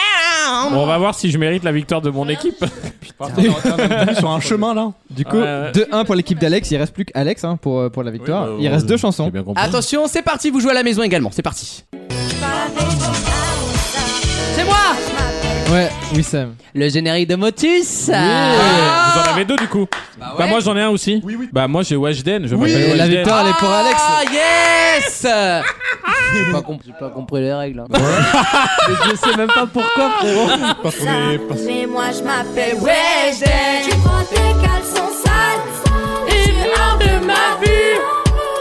Speaker 14: Ah,
Speaker 3: Bon, on va voir si je mérite la victoire de mon équipe.
Speaker 5: Sur un chemin là
Speaker 8: Du coup,
Speaker 3: Ouais, ouais.
Speaker 8: 2-1 pour l'équipe d'Alex. Il reste plus qu'Alex hein, pour, euh, pour la victoire.
Speaker 3: bah,
Speaker 8: il
Speaker 3: euh,
Speaker 8: reste deux chansons.
Speaker 3: bien compris.
Speaker 2: Attention, c'est parti, vous jouez à la maison également, c'est parti. C'est moi
Speaker 8: Ouais, oui, Sam.
Speaker 6: Le générique de Motus.
Speaker 2: Ah
Speaker 3: Vous en avez deux du coup Bah,
Speaker 2: ouais.
Speaker 3: moi j'en ai un aussi. Bah moi j'ai Weshden, je m'appelle
Speaker 8: la
Speaker 3: Weshden.
Speaker 8: victoire, elle est pour Alex.
Speaker 2: Ah yes
Speaker 6: J'ai pas, comp- j'ai pas compris les règles. hein. Mais je sais même pas pourquoi, frérot.
Speaker 5: Parce qu'on est. parce-
Speaker 14: Mais moi je m'appelle Weshden Tu prends tes caleçons sales Et hors de ma vue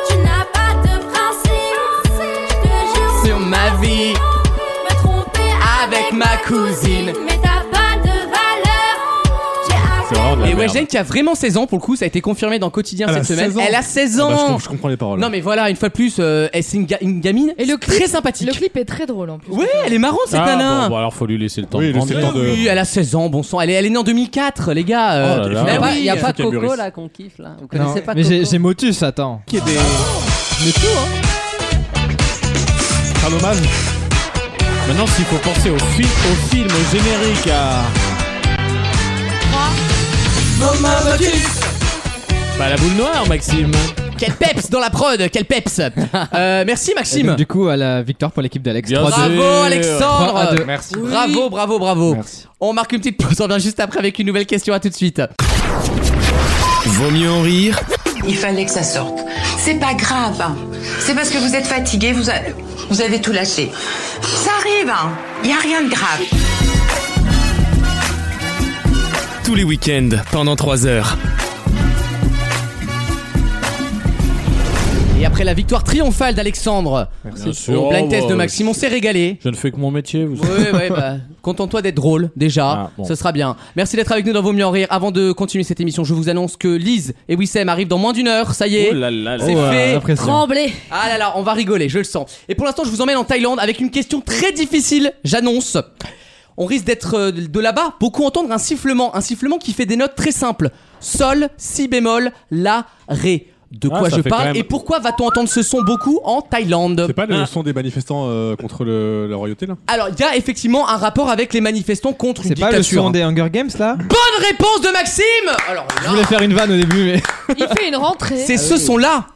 Speaker 14: Tu n'as pas de principe Je te jure
Speaker 2: Sur ma vie,
Speaker 14: me tromper
Speaker 2: avec ma cousine.
Speaker 14: Mais t'as pas de valeur J'ai
Speaker 3: C'est vraiment de la
Speaker 2: Et
Speaker 3: merde.
Speaker 2: Weshden qui a vraiment 16 ans pour le coup, ça a été confirmé dans Quotidien
Speaker 5: Elle a
Speaker 2: cette semaine.
Speaker 5: 16 ans.
Speaker 2: Elle a 16
Speaker 5: Ah bah, je
Speaker 2: ans
Speaker 5: com- je comprends les paroles.
Speaker 2: Non mais voilà, une fois de plus, euh, elle- c'est une, ga- une gamine
Speaker 4: Et le
Speaker 2: très
Speaker 4: clip,
Speaker 2: sympathique.
Speaker 4: le clip est très drôle en plus.
Speaker 2: Ouais, elle est marrante cette
Speaker 3: Ah,
Speaker 2: nana
Speaker 3: bon, bon, alors faut lui laisser le temps
Speaker 5: Oui,
Speaker 3: de prendre.
Speaker 5: laissez le temps de-
Speaker 2: Oui, elle a 16 ans, bon sang. Elle est, elle est née en 2004, les gars. euh.
Speaker 3: Oh là là.
Speaker 6: Il
Speaker 2: Mais
Speaker 6: y a
Speaker 2: oui,
Speaker 6: pas, y a
Speaker 5: je
Speaker 6: pas
Speaker 5: trouve qu'il y a
Speaker 6: Coco
Speaker 5: Boris.
Speaker 6: là Ah, qu'on kiffe là. Vous
Speaker 8: Non,
Speaker 6: connaissez pas
Speaker 8: mais j'ai
Speaker 6: Coco
Speaker 8: j'ai Motus, attends.
Speaker 5: Qui est des.
Speaker 8: Mais tout, hein.
Speaker 5: C'est un hommage
Speaker 3: Maintenant s'il faut penser au, fil- au film, au générique, à... Bah la boule noire Maxime.
Speaker 2: Quel peps dans la prod, quel peps. Euh, merci
Speaker 8: Et
Speaker 2: Maxime.
Speaker 8: donc, du coup, à la victoire pour l'équipe d'Alex.
Speaker 3: Bien
Speaker 8: 3-2.
Speaker 2: Bravo
Speaker 3: Deux.
Speaker 8: Trois à
Speaker 2: Alexandre.
Speaker 8: deux.
Speaker 13: Merci.
Speaker 2: Bravo, bravo, bravo.
Speaker 13: Merci.
Speaker 2: On marque une petite pause, on revient juste après avec une nouvelle question. À tout de suite.
Speaker 1: Vaut mieux en rire
Speaker 15: Il fallait que ça sorte. C'est pas grave. hein. C'est parce que vous êtes fatigué, vous, a- vous avez tout lâché. Ça arrive, hein. Il n'y a rien de grave.
Speaker 1: tous les week-ends pendant 3 heures.
Speaker 2: Et après la victoire triomphale d'Alexandre
Speaker 3: Bien sûr.
Speaker 2: au blind
Speaker 3: Oh,
Speaker 2: test de
Speaker 3: bah,
Speaker 2: Maxime, on s'est régalé.
Speaker 3: Je ne fais que mon métier, vous savez.
Speaker 2: Ouais, ouais, bah, contente-toi d'être drôle, déjà.
Speaker 3: Ah, bon.
Speaker 2: Ce sera bien. Merci d'être avec nous dans Vos Mieux en Rire. Avant de continuer cette émission, je vous annonce que Lise et Wissem arrivent dans moins d'une heure. Ça y est.
Speaker 3: Oh là là là.
Speaker 2: C'est
Speaker 8: Oh, euh,
Speaker 2: fait.
Speaker 8: la pression.
Speaker 4: Tremblé.
Speaker 2: Ah là là, on va rigoler, je le sens. Et pour l'instant, je vous emmène en Thaïlande avec une question très difficile, j'annonce. on risque d'être euh, de là-bas beaucoup entendre un sifflement, un sifflement qui fait des notes très simples sol, si bémol, la, ré. De
Speaker 5: Ah,
Speaker 2: quoi
Speaker 5: ça
Speaker 2: je
Speaker 5: fait
Speaker 2: parle
Speaker 5: quand même-
Speaker 2: et pourquoi va-t-on entendre ce son beaucoup en Thaïlande
Speaker 5: C'est pas le
Speaker 2: Ah.
Speaker 5: son des manifestants euh, contre le- la royauté là
Speaker 2: Alors, il y a effectivement un rapport avec les manifestants contre une
Speaker 8: C'est pas
Speaker 2: dictature.
Speaker 8: le son
Speaker 2: hein.
Speaker 8: des Hunger Games là
Speaker 2: Bonne réponse de Maxime Alors,
Speaker 8: Je voulais faire une vanne au début, mais.
Speaker 4: Il fait une rentrée.
Speaker 2: c'est ce son-là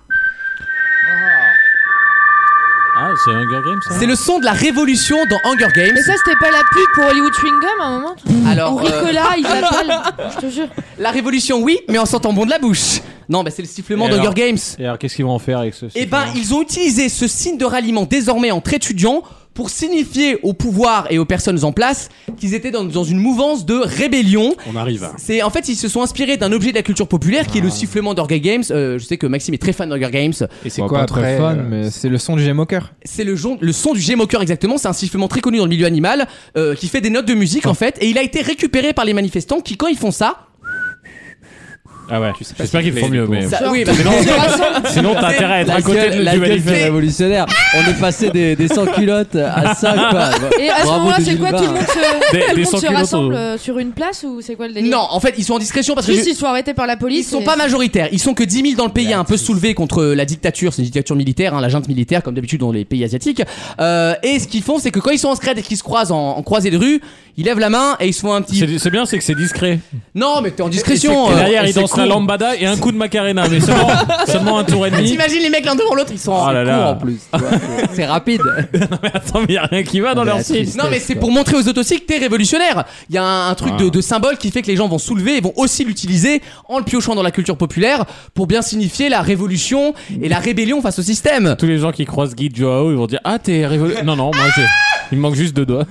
Speaker 3: Ah, c'est Hunger Games ça
Speaker 2: C'est le son de la révolution dans Hunger Games.
Speaker 4: Mais ça, c'était pas la pub pour Hollywood Chewing Gum à un moment
Speaker 2: Alors,
Speaker 4: Ou
Speaker 2: euh,
Speaker 4: Ricola, il l'appelle. Je te jure.
Speaker 2: La révolution, oui, mais en s'entend bon de la bouche. Non, mais c'est le sifflement
Speaker 3: Et alors-
Speaker 2: d'Hunger Games.
Speaker 3: Et alors, qu'est-ce qu'ils vont en faire avec ce.
Speaker 2: Eh ben, ils ont utilisé ce signe de ralliement désormais entre étudiants pour signifier au pouvoir et aux personnes en place qu'ils étaient dans, dans une mouvance de rébellion.
Speaker 5: On arrive.
Speaker 2: C'est en fait ils se sont inspirés d'un objet de la culture populaire qui est le sifflement d'Hunger Games. Euh, je sais que Maxime est très fan d'Hunger Games.
Speaker 8: Ah. Et c'est quoi après euh, fun,
Speaker 2: euh,
Speaker 8: mais c'est le son du GMO cœur.
Speaker 2: C'est le, jon- le son du gémoqueur exactement, c'est un sifflement très connu dans le milieu animal euh, qui fait des notes de musique en fait et il a été récupéré par les manifestants qui quand ils font ça
Speaker 3: Ah ouais, j'espère qu'ils font mieux, mais.
Speaker 2: Ça- oui, bah-
Speaker 3: Sinon- Sinon, t'as intérêt à être
Speaker 7: La
Speaker 3: à côté
Speaker 7: gueule-
Speaker 3: de-
Speaker 7: la
Speaker 3: du
Speaker 7: gueule
Speaker 3: manifeste.
Speaker 7: fait révolutionnaire. On est passé des, des sans culottes à ça quoi.
Speaker 4: Et à ce
Speaker 7: Bravo
Speaker 4: moment-là, c'est quoi
Speaker 7: 2020.
Speaker 4: Tout le monde se,
Speaker 7: Des-
Speaker 4: tout le
Speaker 7: des
Speaker 4: monde se
Speaker 7: sans-culottes
Speaker 4: rassemble
Speaker 7: au-
Speaker 4: euh, sur une place ou c'est quoi le délire
Speaker 2: non, en fait, ils sont en discrétion parce que
Speaker 4: Juste,
Speaker 2: je-
Speaker 4: ils sont arrêtés par la
Speaker 2: Ils
Speaker 4: police.
Speaker 2: sont
Speaker 4: et-
Speaker 2: pas majoritaires, ils sont que 10 000 dans le pays à un peu soulevé contre la dictature, c'est une dictature militaire, hein, la junte militaire comme d'habitude dans les pays asiatiques. Euh, et ce qu'ils font, c'est que quand ils sont en scred et qu'ils se croisent en, en croisée de rue, ils lèvent la main et ils se font un petit.
Speaker 3: C'est c'est bien, c'est que c'est discret.
Speaker 2: Non, mais t'es en
Speaker 3: Et
Speaker 2: discrétion. euh,
Speaker 3: derrière,
Speaker 2: et
Speaker 3: ils
Speaker 2: c'est
Speaker 3: dansent la
Speaker 2: cool.
Speaker 3: lambada et un coup de macarena, mais seulement, seulement un tour et demi.
Speaker 2: T'imagines les mecs l'un devant l'autre, ils sont
Speaker 3: Oh là là.
Speaker 2: en plus. C'est rapide.
Speaker 3: Attends, mais y a rien qui va dans leur site.
Speaker 2: Non, mais c'est pour montrer aux autocycles que t'es révolutionnaire. Il y a un, un truc
Speaker 3: Ah.
Speaker 2: de, de symbole qui fait que les gens vont soulever et vont aussi l'utiliser en le piochant dans la culture populaire pour bien signifier la révolution et la rébellion face au système.
Speaker 3: Tous les gens qui croisent Guy Joao, ils vont dire Ah, t'es révolu. Non, non, moi, j'ai- il me manque juste deux doigts.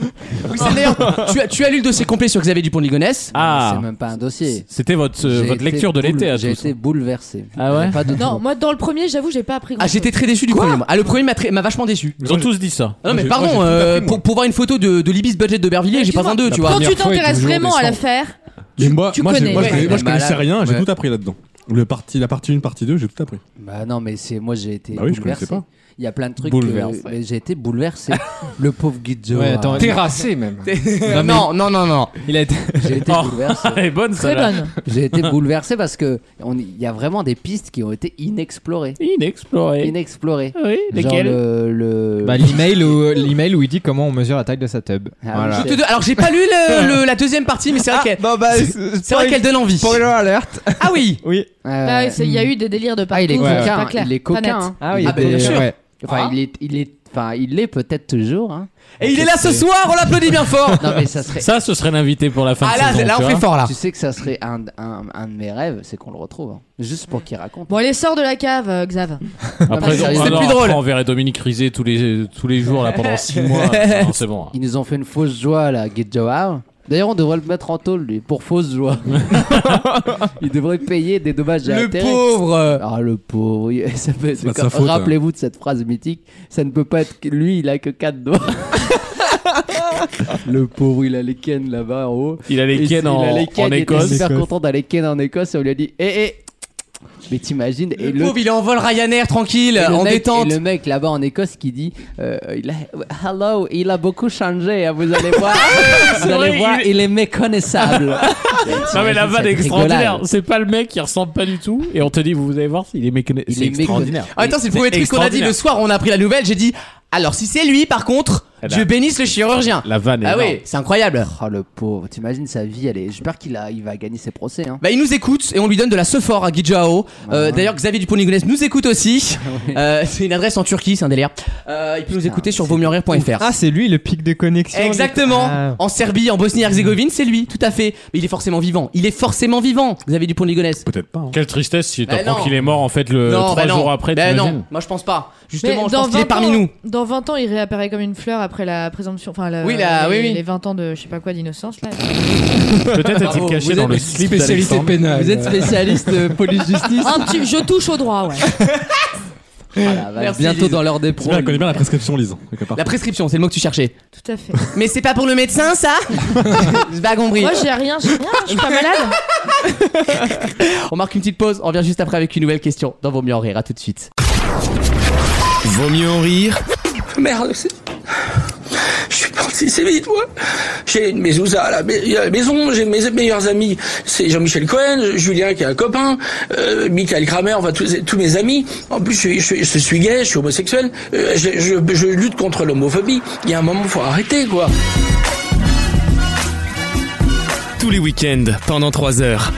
Speaker 2: Oui, c'est d'ailleurs, tu, as- tu as lu le dossier complet sur Xavier Dupont de Ligonnès.
Speaker 3: Ah.
Speaker 2: même pas un dossier.
Speaker 3: C'était votre, euh,
Speaker 2: J'ai
Speaker 3: votre
Speaker 2: été
Speaker 3: lecture de
Speaker 2: boule-
Speaker 3: l'été à
Speaker 2: j'ai
Speaker 3: tous.
Speaker 2: été
Speaker 7: bouleversé.
Speaker 3: Ah ouais
Speaker 4: Non, moi, dans le premier, j'avoue, j'ai pas appris
Speaker 2: Ah,
Speaker 4: grand-chose.
Speaker 2: j'étais très déçu du premier. moi. Ah, le premier m'a très- m'a vachement déçu.
Speaker 3: Ils ont tous dit ça.
Speaker 2: Non, mais
Speaker 3: Moi, j'ai-
Speaker 2: pardon,
Speaker 3: moi, j'ai tout
Speaker 2: euh,
Speaker 3: appris, moi.
Speaker 2: pour, pour voir une photo de, de l'Ibis Budget de Bervilliers, j'ai pas besoin d'eux, tu vois.
Speaker 4: Quand tu t'intéresses vraiment à l'affaire,
Speaker 5: Mais moi,
Speaker 4: tu
Speaker 5: moi, j'ai-
Speaker 4: connais.
Speaker 5: moi, je-
Speaker 4: Ouais.
Speaker 5: moi, je
Speaker 4: Bah,
Speaker 5: connaissais
Speaker 4: là-
Speaker 5: rien, j'ai
Speaker 4: ouais.
Speaker 5: tout appris là-dedans. Le parti, la partie 1, partie 2, j'ai tout appris.
Speaker 7: Bah non, mais c'est moi j'ai été
Speaker 5: Bah oui, je
Speaker 7: bouleversé.
Speaker 5: connaissais pas.
Speaker 7: Il y a plein de trucs.
Speaker 5: Bouleversé.
Speaker 7: que- mais j'ai été bouleversé. le pauvre Guy Joe. hein.
Speaker 8: Ouais, attends,
Speaker 5: Terrassé,
Speaker 7: même.
Speaker 2: Non, non, non, non, non.
Speaker 8: Il a été.
Speaker 7: J'ai été
Speaker 3: Oh,
Speaker 7: bouleversé.
Speaker 3: elle est bonne, Très celle-là. bonne.
Speaker 7: J'ai été bouleversé parce que on- il y a vraiment des pistes qui ont été inexplorées.
Speaker 3: Inexplorées.
Speaker 7: Inexplorées.
Speaker 3: Oui,
Speaker 7: Genre
Speaker 8: lesquelles
Speaker 7: le, le-
Speaker 8: Bah, l'email où, l'email où il dit comment on mesure la taille de sa tub.
Speaker 2: Je te- Alors j'ai pas lu le- le- la deuxième partie, Ah, mais c'est
Speaker 7: Ah,
Speaker 2: vrai
Speaker 7: bah,
Speaker 2: qu'elle c'est- c'est vrai qu'elle donne envie.
Speaker 8: Spoiler alerte.
Speaker 2: Ah oui.
Speaker 8: Oui.
Speaker 7: Euh,
Speaker 4: Bah ouais, c'est- il y a eu des délires de partout.
Speaker 7: Ah, il est
Speaker 4: c'est
Speaker 7: coquin.
Speaker 4: pas clair,
Speaker 7: Il est
Speaker 4: pas
Speaker 7: coquin.
Speaker 4: net.
Speaker 7: hein.
Speaker 8: Ah oui,
Speaker 7: Il
Speaker 8: il
Speaker 7: est-
Speaker 8: est- bien sûr.
Speaker 7: ouais. Enfin,
Speaker 2: bah, Ah.
Speaker 7: il est, il est, enfin, il l'est peut-être toujours. hein.
Speaker 2: Et il est
Speaker 7: Parce
Speaker 2: là
Speaker 7: que
Speaker 2: ce
Speaker 7: c'est-
Speaker 2: soir, on l'applaudit bien fort.
Speaker 7: Non mais ça serait.
Speaker 3: Ça, ce serait l'invité pour la fin
Speaker 2: Ah,
Speaker 3: de
Speaker 2: là,
Speaker 3: saison.
Speaker 2: là, on
Speaker 3: tu
Speaker 2: fait
Speaker 3: vois.
Speaker 2: fort, là.
Speaker 7: Tu sais que ça serait un, un, un de mes rêves, c'est qu'on le retrouve. hein. Juste pour qu'il raconte.
Speaker 4: Bon, allez, sors de la cave, euh, Xav.
Speaker 3: Après, on-
Speaker 7: C'est plus
Speaker 3: ah non, après,
Speaker 7: drôle.
Speaker 3: on verrait Dominique Rizet tous les, tous les jours là, pendant 6 mois. Non, c'est bon. hein.
Speaker 7: Ils nous ont fait une fausse joie là, Guy Joao. D'ailleurs, on devrait le mettre en tôle lui pour fausse joie. il devrait payer des dommages et
Speaker 2: Le
Speaker 7: intérêts.
Speaker 2: pauvre. euh.
Speaker 7: Ah le pauvre. oui, ça peut-
Speaker 3: Bah,
Speaker 2: pas de sa faute, hein.
Speaker 7: Rappelez-vous de cette phrase mythique. Ça ne peut pas être que lui. Il a que quatre doigts. le pauvre, il a les ken là-bas en haut.
Speaker 3: Il a les
Speaker 7: Et
Speaker 3: Ken
Speaker 7: il
Speaker 3: en,
Speaker 7: a les Ken,
Speaker 3: en
Speaker 7: il était
Speaker 3: Écosse.
Speaker 7: super content d'aller Ken en Écosse et on lui a dit hé hé mais t'imagines et
Speaker 2: Le pauvre, il est en vol Ryanair tranquille,
Speaker 7: et le
Speaker 2: en
Speaker 7: mec-
Speaker 2: détente.
Speaker 7: et le mec là-bas en Écosse qui dit euh, il a, Hello, il a beaucoup changé, hein, vous allez voir. vous
Speaker 3: C'est vrai,
Speaker 7: allez voir,
Speaker 3: il
Speaker 7: il...
Speaker 3: est-
Speaker 7: est méconnaissable.
Speaker 3: Non mais la vanne est
Speaker 7: Cette
Speaker 3: extraordinaire.
Speaker 7: rigolade.
Speaker 3: C'est pas le mec qui ressemble pas du tout et on te dit vous allez voir il est mécanique.
Speaker 7: Il
Speaker 3: C'est
Speaker 7: est
Speaker 3: extraordinaire.
Speaker 2: Ah, attends, c'est le premier truc qu'on a dit le
Speaker 3: extraordinaire.
Speaker 2: soir, on a appris la nouvelle, j'ai dit alors si c'est lui par contre,
Speaker 7: Eh ben,
Speaker 2: Dieu bénisse le chirurgien.
Speaker 3: La vanne est
Speaker 2: Ah
Speaker 3: énorme.
Speaker 2: oui, c'est incroyable.
Speaker 7: Oh le pauvre, t'imagines sa vie, elle est... j'espère qu'il a... il va gagner ses procès. Hein.
Speaker 2: Bah, il nous écoute et on lui donne de la sephore à Guijao.
Speaker 7: Ah
Speaker 2: Euh, D'ailleurs, Xavier Dupont-Ligonnès nous écoute aussi. Euh, c'est une adresse en Turquie, c'est un délire. Euh, il peut nous écouter sur vaumieuxenrire.fr.
Speaker 8: Ah, c'est lui le pic de connexion.
Speaker 2: Exactement.
Speaker 8: Ah.
Speaker 2: En Serbie, en Bosnie-Herzégovine, c'est lui, tout à fait. Mais il est forcément vivant. Il est forcément vivant, Xavier Dupont-Ligonnès.
Speaker 5: Peut-être pas.
Speaker 3: Quelle tristesse si
Speaker 2: Bah
Speaker 3: t'apprends
Speaker 2: non.
Speaker 3: qu'il est mort en fait le
Speaker 2: non,
Speaker 3: 3
Speaker 2: bah non.
Speaker 3: Euh, jours après.
Speaker 2: Bah
Speaker 3: t'imagines
Speaker 2: non, moi je pense pas.
Speaker 4: Mais
Speaker 2: Justement, je
Speaker 4: dans
Speaker 2: pense qu'il est
Speaker 4: 20
Speaker 2: parmi
Speaker 4: ans-
Speaker 2: nous.
Speaker 4: Dans 20 ans, il réapparaît comme une fleur après la présomption. Enfin, la-
Speaker 2: Oui, la-
Speaker 4: les,
Speaker 2: oui, oui.
Speaker 4: les 20 ans de je sais pas quoi d'innocence. là.
Speaker 3: Peut-être
Speaker 2: Bravo,
Speaker 3: est-il caché
Speaker 2: vous
Speaker 3: dans
Speaker 2: êtes
Speaker 3: le
Speaker 2: une
Speaker 3: slip
Speaker 2: spécialité
Speaker 3: d'Alexandre.
Speaker 2: pénale.
Speaker 7: Vous êtes spécialiste de police justice
Speaker 4: Un petit- je touche au droit, ouais.
Speaker 2: Ah,
Speaker 7: Voilà,
Speaker 2: bah,
Speaker 7: va- Bientôt dans l'heure des
Speaker 5: C'est
Speaker 7: pros.
Speaker 5: bien, elle connaît bien la prescription, Lise.
Speaker 2: La prescription, c'est le mot que tu cherchais.
Speaker 4: Tout à fait.
Speaker 2: Mais c'est pas pour le médecin, ça J'ai pas compris.
Speaker 4: Moi, j'ai rien, j'ai rien, je suis pas malade.
Speaker 2: On marque une petite pause, on revient juste après avec une nouvelle question dans Vaut mieux en rire. À tout de suite.
Speaker 16: Vaut mieux en rire
Speaker 1: Merde, c'est. Je suis pas
Speaker 17: c'est c'est vite, moi. J'ai mes ouzas à la mai- à la maison, j'ai mes meilleurs amis, c'est Jean-Michel Cohen, Julien qui est un copain, euh, Michael Kramer, enfin tous, tous mes amis. En plus, je, suis- je suis- je suis gay, je suis homosexuel, euh, je, je- je lutte contre l'homophobie. Il y a un moment, faut arrêter, quoi.
Speaker 1: Tous les week-ends pendant 3 heures.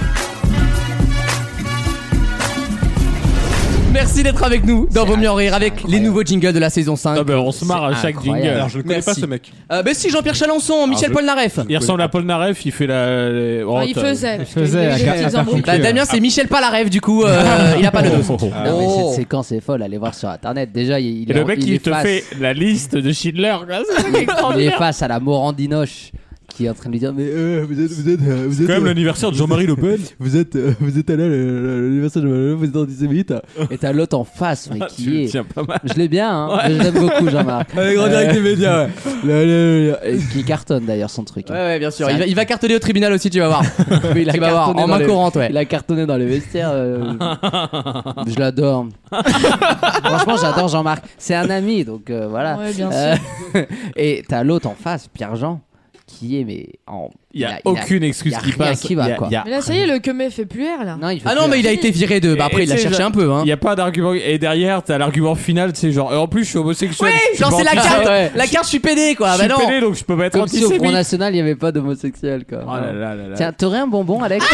Speaker 2: Merci d'être avec nous dans Vaut mieux en rire avec les nouveaux jingles de la saison 5. on se
Speaker 3: marre à Ah, chaque jingle. Alors, je le connais pas, ce mec.
Speaker 2: Euh, ben si, Jean-Pierre
Speaker 7: Ah,
Speaker 2: Chalençon, Michel
Speaker 3: je-
Speaker 2: Polnareff.
Speaker 3: Il ressemble à Paul Naref, il fait la. oh,
Speaker 2: il
Speaker 3: t'as-
Speaker 2: faisait, parce qu'il faisait, il y a eu des petites embrouilles. Bah, Damien, c'est Michel Polnareff, du
Speaker 7: Ah,
Speaker 2: coup,
Speaker 3: Ah.
Speaker 2: euh, il a pas le dos.
Speaker 7: Non, mais
Speaker 2: Oh.
Speaker 7: cette séquence est folle, allez voir sur internet. Déjà, il, il
Speaker 3: Et
Speaker 7: est-
Speaker 3: le mec,
Speaker 7: il
Speaker 3: il,
Speaker 7: est
Speaker 3: te
Speaker 7: face-
Speaker 3: fait Oh, la liste de Schindler. quoi. C'est
Speaker 7: Il est
Speaker 3: extraordinaire.
Speaker 7: face à la Morandinoche qui est en train de lui dire Mais euh, vous êtes. Vous êtes, euh, vous êtes
Speaker 3: quand même l'anniversaire de Jean-Marie Le Pen.
Speaker 7: Vous êtes, euh, vous êtes allé à l'anniversaire de Jean-Marie Le Pen, vous êtes antisémite. Ah, Et t'as l'autre en face, mais qui
Speaker 3: Ah, Tu le
Speaker 7: est.
Speaker 3: tiens pas mal.
Speaker 7: Je l'ai bien, hein.
Speaker 3: Ouais.
Speaker 7: je l'aime beaucoup, Jean-Marc.
Speaker 3: Elle est grandie avec les médias, ouais.
Speaker 7: Le- le- le- euh, Qui cartonne d'ailleurs son truc.
Speaker 2: Ouais, ouais, bien sûr. Il va, il va cartonner au tribunal aussi, tu vas voir.
Speaker 7: Oui, il a
Speaker 2: tu vas voir,
Speaker 7: cartonné
Speaker 2: en
Speaker 7: dans
Speaker 2: main
Speaker 7: les-
Speaker 2: courante, ouais.
Speaker 7: Il a cartonné dans les vestiaires. euh, je l'adore. Franchement, j'adore Jean-Marc. C'est un ami, donc euh, voilà.
Speaker 4: Ouais, bien
Speaker 7: Euh, et t'as l'autre en face, Pierre-Jean, qui est mais en.
Speaker 3: Il y a aucune excuse
Speaker 7: il y a
Speaker 3: qui
Speaker 7: rien
Speaker 3: passe.
Speaker 7: Qui va,
Speaker 3: Il y a-
Speaker 7: quoi.
Speaker 3: il y a
Speaker 4: Mais là, ça y est, le que me fait plus air, là.
Speaker 2: Ah non, mais il a été viré de. Bah après, il a cherché un peu.
Speaker 3: Il n'y a pas d'argument. Et derrière, t'as l'argument final, c'est genre, et en plus, je suis homosexuel. je
Speaker 2: Oui,
Speaker 3: suis
Speaker 2: genre,
Speaker 3: pas
Speaker 2: c'est la
Speaker 3: antisémite.
Speaker 2: carte.
Speaker 3: Ouais.
Speaker 2: La carte, je suis pédé, quoi.
Speaker 3: Je
Speaker 2: Bah
Speaker 3: suis
Speaker 2: non.
Speaker 3: pédé, donc je peux pas être
Speaker 7: Comme si au Front
Speaker 3: antisémite.
Speaker 7: National, il n'y avait pas d'homosexuel, quoi.
Speaker 3: Oh là là là là.
Speaker 7: Tiens, t'aurais un bonbon, Alex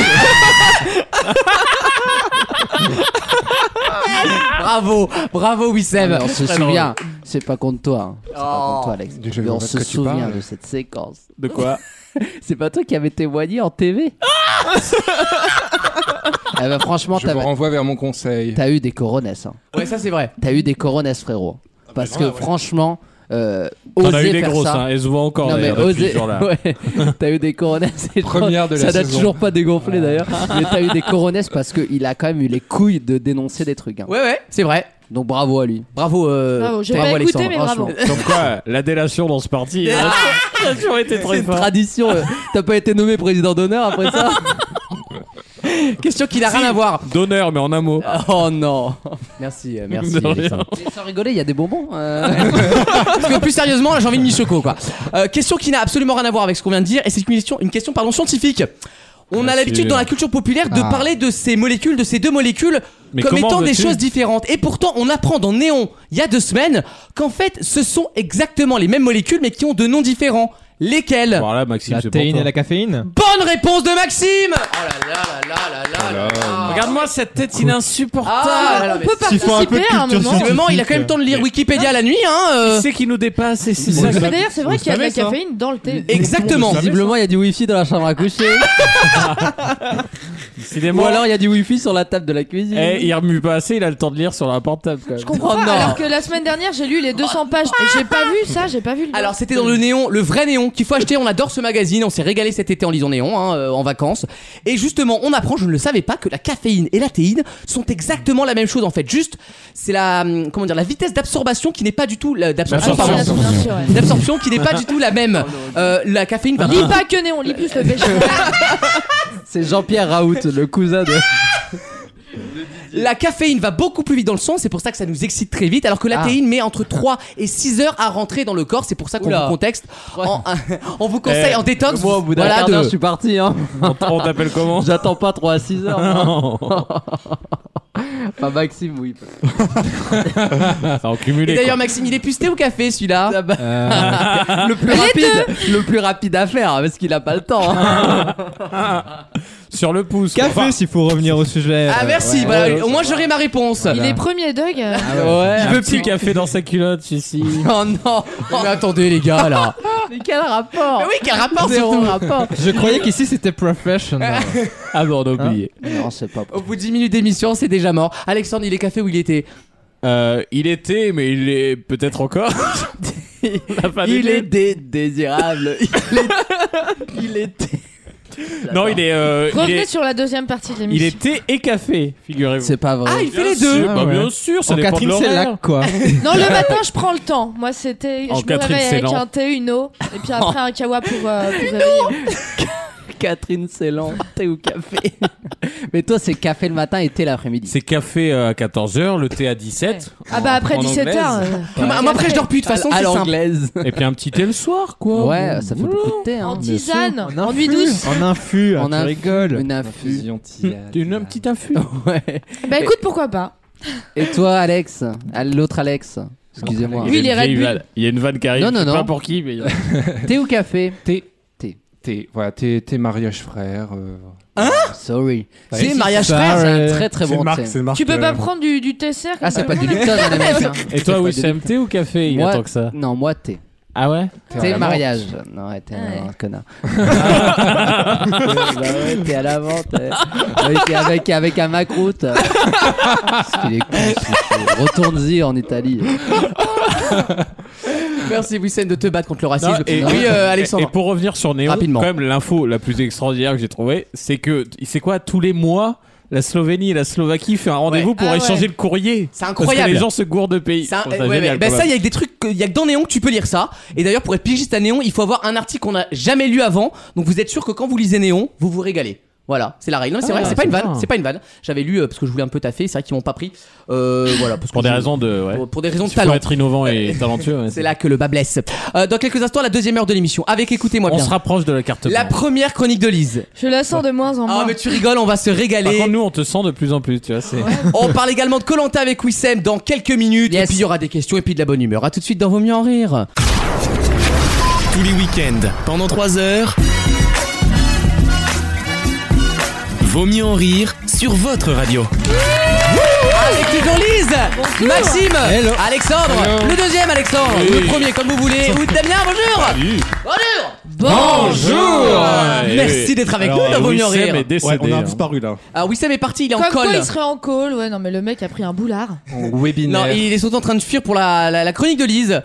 Speaker 2: Bravo, bravo Wissem.
Speaker 7: On se
Speaker 2: Très
Speaker 7: souvient,
Speaker 2: drôle.
Speaker 7: c'est pas contre toi, hein. c'est pas contre toi, Alex.
Speaker 2: Déjà,
Speaker 7: Mais
Speaker 2: je
Speaker 7: on
Speaker 2: vois
Speaker 7: se
Speaker 2: de quoi tu
Speaker 7: souvient
Speaker 2: parles.
Speaker 7: de cette séquence.
Speaker 3: De quoi
Speaker 7: C'est pas toi qui avais témoigné en TV Eh ben, franchement,
Speaker 13: Je
Speaker 7: t'avais-
Speaker 13: vous renvoie vers mon conseil.
Speaker 7: t'as eu des coronets, hein.
Speaker 2: Ouais, ça c'est vrai.
Speaker 7: T'as eu des coronets, frérot. Parce que
Speaker 13: Ah, ouais.
Speaker 7: franchement, euh,
Speaker 3: T'en
Speaker 7: oser
Speaker 3: as eu des
Speaker 7: faire
Speaker 3: grosses,
Speaker 7: ça.
Speaker 3: hein, et souvent encore,
Speaker 7: Non, mais
Speaker 3: d'ailleurs, depuis
Speaker 7: oser-
Speaker 3: ce jour-là.
Speaker 7: Ouais, t'as eu des coronets. c'est-
Speaker 13: Première de la
Speaker 7: Ça date
Speaker 13: saison.
Speaker 7: toujours pas dégonflé d'ailleurs. Mais t'as eu des coronets parce qu'il a quand même eu les couilles de dénoncer des trucs. hein.
Speaker 2: Ouais, ouais, c'est vrai.
Speaker 7: Donc bravo à lui.
Speaker 2: Bravo, euh,
Speaker 4: Bravo, j'ai pas écouté, mais bravo.
Speaker 3: Comme quoi, la délation dans ce parti. hein, ça a toujours été très
Speaker 7: C'est une
Speaker 3: fort.
Speaker 7: tradition. euh. T'as pas été nommé président d'honneur après ça
Speaker 2: Question qui n'a rien à voir.
Speaker 3: D'honneur, mais en un mot.
Speaker 2: Oh non. Merci, euh, merci.
Speaker 3: De rien.
Speaker 2: Alexandre.
Speaker 7: Mais Sans rigoler, il y a des bonbons. euh.
Speaker 2: Parce que plus sérieusement, là j'ai envie de Michoko quoi. Euh, question qui n'a absolument rien à voir avec ce qu'on vient de dire et c'est une question, une question pardon, scientifique. On a
Speaker 3: Merci.
Speaker 2: l'habitude dans la culture populaire de
Speaker 3: Ah.
Speaker 2: parler de ces molécules, de ces deux molécules,
Speaker 3: Mais
Speaker 2: comme
Speaker 3: comment
Speaker 2: étant des
Speaker 3: veux-tu
Speaker 2: choses différentes. Et pourtant, on apprend dans Néon, il y a deux semaines, qu'en fait, ce sont exactement les mêmes molécules, mais qui ont de noms différents. Lesquelles
Speaker 3: Voilà, Maxime,
Speaker 8: La
Speaker 3: c'est pour
Speaker 8: théine
Speaker 3: toi.
Speaker 8: et la caféine
Speaker 2: Bonne réponse de Maxime Oh là là là là là là là
Speaker 3: Regarde-moi cette tête insupportable.
Speaker 2: Ah, là, là, mais-
Speaker 4: S'il faut un peu de participer à un culture moment. scientifique.
Speaker 2: Vraiment, il a quand même le temps de lire Wikipédia la nuit. Hein,
Speaker 3: Qui c'est qui nous dépasse et c'est
Speaker 4: Mais
Speaker 3: ça.
Speaker 4: D'ailleurs, c'est vrai qu'il y a de la
Speaker 3: savez, ça
Speaker 4: caféine dans le thé.
Speaker 2: Exactement.
Speaker 7: Visiblement, il y a du wifi dans la chambre à coucher.
Speaker 3: Décidément.
Speaker 7: Ou alors, il y a du wifi sur la table de la cuisine.
Speaker 3: Eh, il remue pas assez, il a le temps de lire sur un portable quand même.
Speaker 4: Je comprends
Speaker 7: Oh
Speaker 4: pas,
Speaker 7: non.
Speaker 4: alors que la semaine dernière, j'ai lu les 200 pages. Et j'ai pas vu ça, j'ai pas vu le.
Speaker 2: Alors c'était dans le néon, le vrai néon qu'il faut acheter. On adore ce magazine, on s'est régalé cet été en lisant néon, hein, euh, en vacances. Et justement, on apprend, je ne le savais pas, que la caféine et la théine sont exactement la même chose en fait. Juste, c'est la hum, comment dire, la vitesse d'absorption qui n'est pas du tout la- d'absorption,
Speaker 4: L'absorption.
Speaker 2: pardon.
Speaker 4: L'absorption, ouais.
Speaker 2: d'absorption qui n'est pas du tout la même. Euh, la caféine va
Speaker 4: Lis pas que néon, lis plus le pêcheur.
Speaker 7: C'est Jean-Pierre Raoult, le cousin de.
Speaker 2: La caféine va beaucoup plus vite dans le sang, c'est pour ça que ça nous excite très vite, alors que la
Speaker 7: Ah.
Speaker 2: théine met entre 3 et 6 heures à rentrer dans le corps, c'est pour ça qu'on
Speaker 7: Oula.
Speaker 2: vous contexte. en- on vous conseille
Speaker 7: Eh,
Speaker 2: en détox.
Speaker 7: Moi, au bout d'un
Speaker 2: voilà,
Speaker 7: quart
Speaker 2: de-
Speaker 7: d'heure, je suis parti. Hein.
Speaker 3: On t- on t'appelle comment
Speaker 7: J'attends pas 3 à 6 heures. hein.
Speaker 3: Non.
Speaker 7: Enfin, Maxime, oui.
Speaker 3: Ça en cumulé.
Speaker 2: Et
Speaker 3: quoi.
Speaker 2: d'ailleurs, Maxime, il est pusté au café celui-là.
Speaker 7: le, plus rapide, le plus rapide à faire, parce qu'il a pas le temps. hein.
Speaker 3: Sur le pouce.
Speaker 8: Café,
Speaker 3: Enfin,
Speaker 8: s'il faut revenir au sujet.
Speaker 2: Ah,
Speaker 8: euh,
Speaker 2: merci,
Speaker 8: ouais.
Speaker 2: voilà,
Speaker 8: Ouais,
Speaker 2: au moins j'aurai ma réponse.
Speaker 4: Il est premier, Doug. euh.
Speaker 8: Ah ouais.
Speaker 3: un petit café dans sa culotte ici.
Speaker 2: Oh non Mais attendez, les gars, là
Speaker 7: Mais quel rapport
Speaker 2: Mais oui, quel rapport
Speaker 7: Zéro
Speaker 2: surtout
Speaker 7: rapport.
Speaker 8: Je croyais qu'ici c'était professional.
Speaker 3: Ah bon, on a oublié.
Speaker 7: Non, c'est pas.
Speaker 2: Au bout de 10 minutes d'émission, c'est déjà mort. Alexandre, il est café où il était
Speaker 3: Euh, il était, mais il est peut-être encore. La famille
Speaker 7: Il est
Speaker 3: de-
Speaker 7: dé- désirable. Il est. Il est...
Speaker 3: Non, il est. euh, il,
Speaker 4: Revenez
Speaker 3: est-
Speaker 4: sur la deuxième partie de
Speaker 3: il
Speaker 4: l'émission.
Speaker 3: était et café, figurez-vous.
Speaker 7: C'est pas vrai.
Speaker 2: Ah, il fait
Speaker 3: Bien
Speaker 2: les deux
Speaker 3: sûr, bah,
Speaker 8: Ah ouais.
Speaker 3: Bien sûr, ça
Speaker 8: En
Speaker 3: dépend
Speaker 8: Catherine,
Speaker 3: de
Speaker 8: c'est
Speaker 3: l'horaire.
Speaker 8: là quoi.
Speaker 4: Non, le matin, je prends le temps. Moi, c'était.
Speaker 3: En
Speaker 4: Je me
Speaker 3: Catherine,
Speaker 4: réveille
Speaker 3: c'est
Speaker 4: avec
Speaker 3: lent.
Speaker 4: un thé, une eau, et puis après un kawa pour, euh, pour réveiller.
Speaker 7: Catherine Célan, thé ou café Mais toi, c'est café le matin et thé l'après-midi.
Speaker 3: C'est café euh, à 14h, le thé à 17.
Speaker 4: Ah bah après 17 heures, euh,
Speaker 2: Ouais. Ah, Moi, moi, après, je dors plus, de toute façon,
Speaker 7: À
Speaker 2: c'est simple.
Speaker 7: l'anglaise.
Speaker 3: Et puis un petit thé le soir, quoi.
Speaker 7: Ouais, ça fait beaucoup de thé. Hein.
Speaker 4: En tisane, en nuit douce.
Speaker 8: En infus,
Speaker 7: On a
Speaker 8: rigoles.
Speaker 7: une infusion.
Speaker 3: Une, un petit infu.
Speaker 7: Ouais.
Speaker 4: Bah écoute, pourquoi pas
Speaker 7: Et toi, Alex Ah, L'autre Alex Excusez-moi. Ah,
Speaker 4: Lui, il est
Speaker 3: Il y a une
Speaker 4: Red Bull.
Speaker 3: vanne- il y a une vanne qui arrive.
Speaker 7: Non, non,
Speaker 3: je sais
Speaker 7: non.
Speaker 3: Pas pour qui, mais.
Speaker 7: Thé ou café
Speaker 13: Thé.
Speaker 7: Thé.
Speaker 13: Thé. Voilà, thé, thé mariage frère. euh,
Speaker 7: Sorry.
Speaker 13: Ouais,
Speaker 7: C'est
Speaker 13: Bah, si,
Speaker 7: mariage
Speaker 13: ça,
Speaker 7: frère, c'est un
Speaker 13: ouais.
Speaker 7: très très
Speaker 13: C'est
Speaker 7: bon
Speaker 13: Marc,
Speaker 7: thé.
Speaker 13: c'est Marc,
Speaker 4: Tu peux
Speaker 13: euh,
Speaker 4: pas prendre du, du tesser
Speaker 7: Ah, c'est pas du
Speaker 4: tout
Speaker 7: Lipton, on est bien.
Speaker 3: Et toi, oui, c'est thé ou café, il
Speaker 7: Moi-
Speaker 3: attend que ça
Speaker 7: Non, moi, thé.
Speaker 3: Ah ouais
Speaker 7: Thé
Speaker 13: à
Speaker 7: mariage. Non, ouais, t'es un connard. bah ouais, t'es à la vente. euh. Ouais, t'es avec, avec un macroute. Parce qu'il est con, ce type. Retourne-y en Italie.
Speaker 2: Merci, Wissem, de te battre contre le racisme.
Speaker 3: Non, et-
Speaker 2: oui, euh,
Speaker 3: et-
Speaker 2: Alexandre.
Speaker 3: Et pour revenir sur Néo,
Speaker 2: Rapidement.
Speaker 3: quand même, l'info la plus extraordinaire que j'ai trouvée, c'est que, c'est quoi, tous les mois, la Slovénie et la Slovaquie font un rendez-vous pour
Speaker 2: Ah ouais.
Speaker 3: échanger le courrier.
Speaker 2: C'est incroyable.
Speaker 3: Parce que les gens se gourrent de pays.
Speaker 2: C'est un-
Speaker 3: Je trouve
Speaker 2: ouais, ouais.
Speaker 3: génial,
Speaker 2: Ben
Speaker 3: quand
Speaker 2: ça,
Speaker 3: même.
Speaker 2: il y a que des trucs, que- il y a que dans Néon que tu peux lire ça. Et d'ailleurs, pour être pigiste à Néon, il faut avoir un article qu'on n'a jamais lu avant. Donc vous êtes sûr que quand vous lisez Néon, vous vous régalez. Voilà, c'est la règle. Non, c'est
Speaker 3: Ah,
Speaker 2: vrai, c'est pas
Speaker 3: c'est
Speaker 2: une vanne.
Speaker 3: bien.
Speaker 2: C'est pas une vanne. J'avais lu euh, parce que je voulais un peu taffer. C'est vrai qu'ils m'ont pas pris. Euh, voilà, parce que
Speaker 3: Pour des
Speaker 2: je-
Speaker 3: raisons de. ouais.
Speaker 2: pour, pour des raisons de
Speaker 3: Il faut
Speaker 2: talent.
Speaker 3: être innovant et talentueux. ouais,
Speaker 2: C'est là que le bas blesse. Euh, dans quelques instants, la deuxième heure de l'émission. Avec, écoutez-moi
Speaker 3: On
Speaker 2: bien.
Speaker 3: se rapproche de la carte
Speaker 2: La
Speaker 3: blanche.
Speaker 2: première chronique de Lise.
Speaker 4: Je la sens de moins en
Speaker 2: Ah
Speaker 4: moins.
Speaker 2: mais tu rigoles, on va se
Speaker 3: Par
Speaker 2: régaler.
Speaker 3: contre, nous, on te sent de plus en plus, tu vois. c'est-
Speaker 2: On parle également de Colanta avec Wissem dans quelques minutes. Et puis il y aura des questions et puis de la bonne humeur. À tout de suite dans Vaut mieux en rire.
Speaker 1: Tous les week-ends, pendant 3 heures. Vaut mieux en rire sur votre radio.
Speaker 2: Avec toujours Lise, Maxime, Alexandre, le deuxième Alexandre,
Speaker 1: Oui.
Speaker 2: le premier comme vous voulez, ou Damien, bonjour Bonjour
Speaker 7: Ah,
Speaker 2: Ah,
Speaker 3: Ouais,
Speaker 2: Merci
Speaker 3: oui.
Speaker 2: d'être avec
Speaker 3: Alors,
Speaker 2: nous dans Vaut mieux en
Speaker 3: Wissem
Speaker 2: rire
Speaker 3: est décédé,
Speaker 5: Ouais, on a
Speaker 3: hein.
Speaker 5: disparu là.
Speaker 2: Ah Wissem est parti, il est en
Speaker 4: Comme quoi,
Speaker 2: col
Speaker 4: il serait en call. Ouais, non, mais le mec a pris un boulard.
Speaker 2: Non,
Speaker 5: Webinaire.
Speaker 2: il est surtout en train de fuir pour la, la- la chronique de Lise,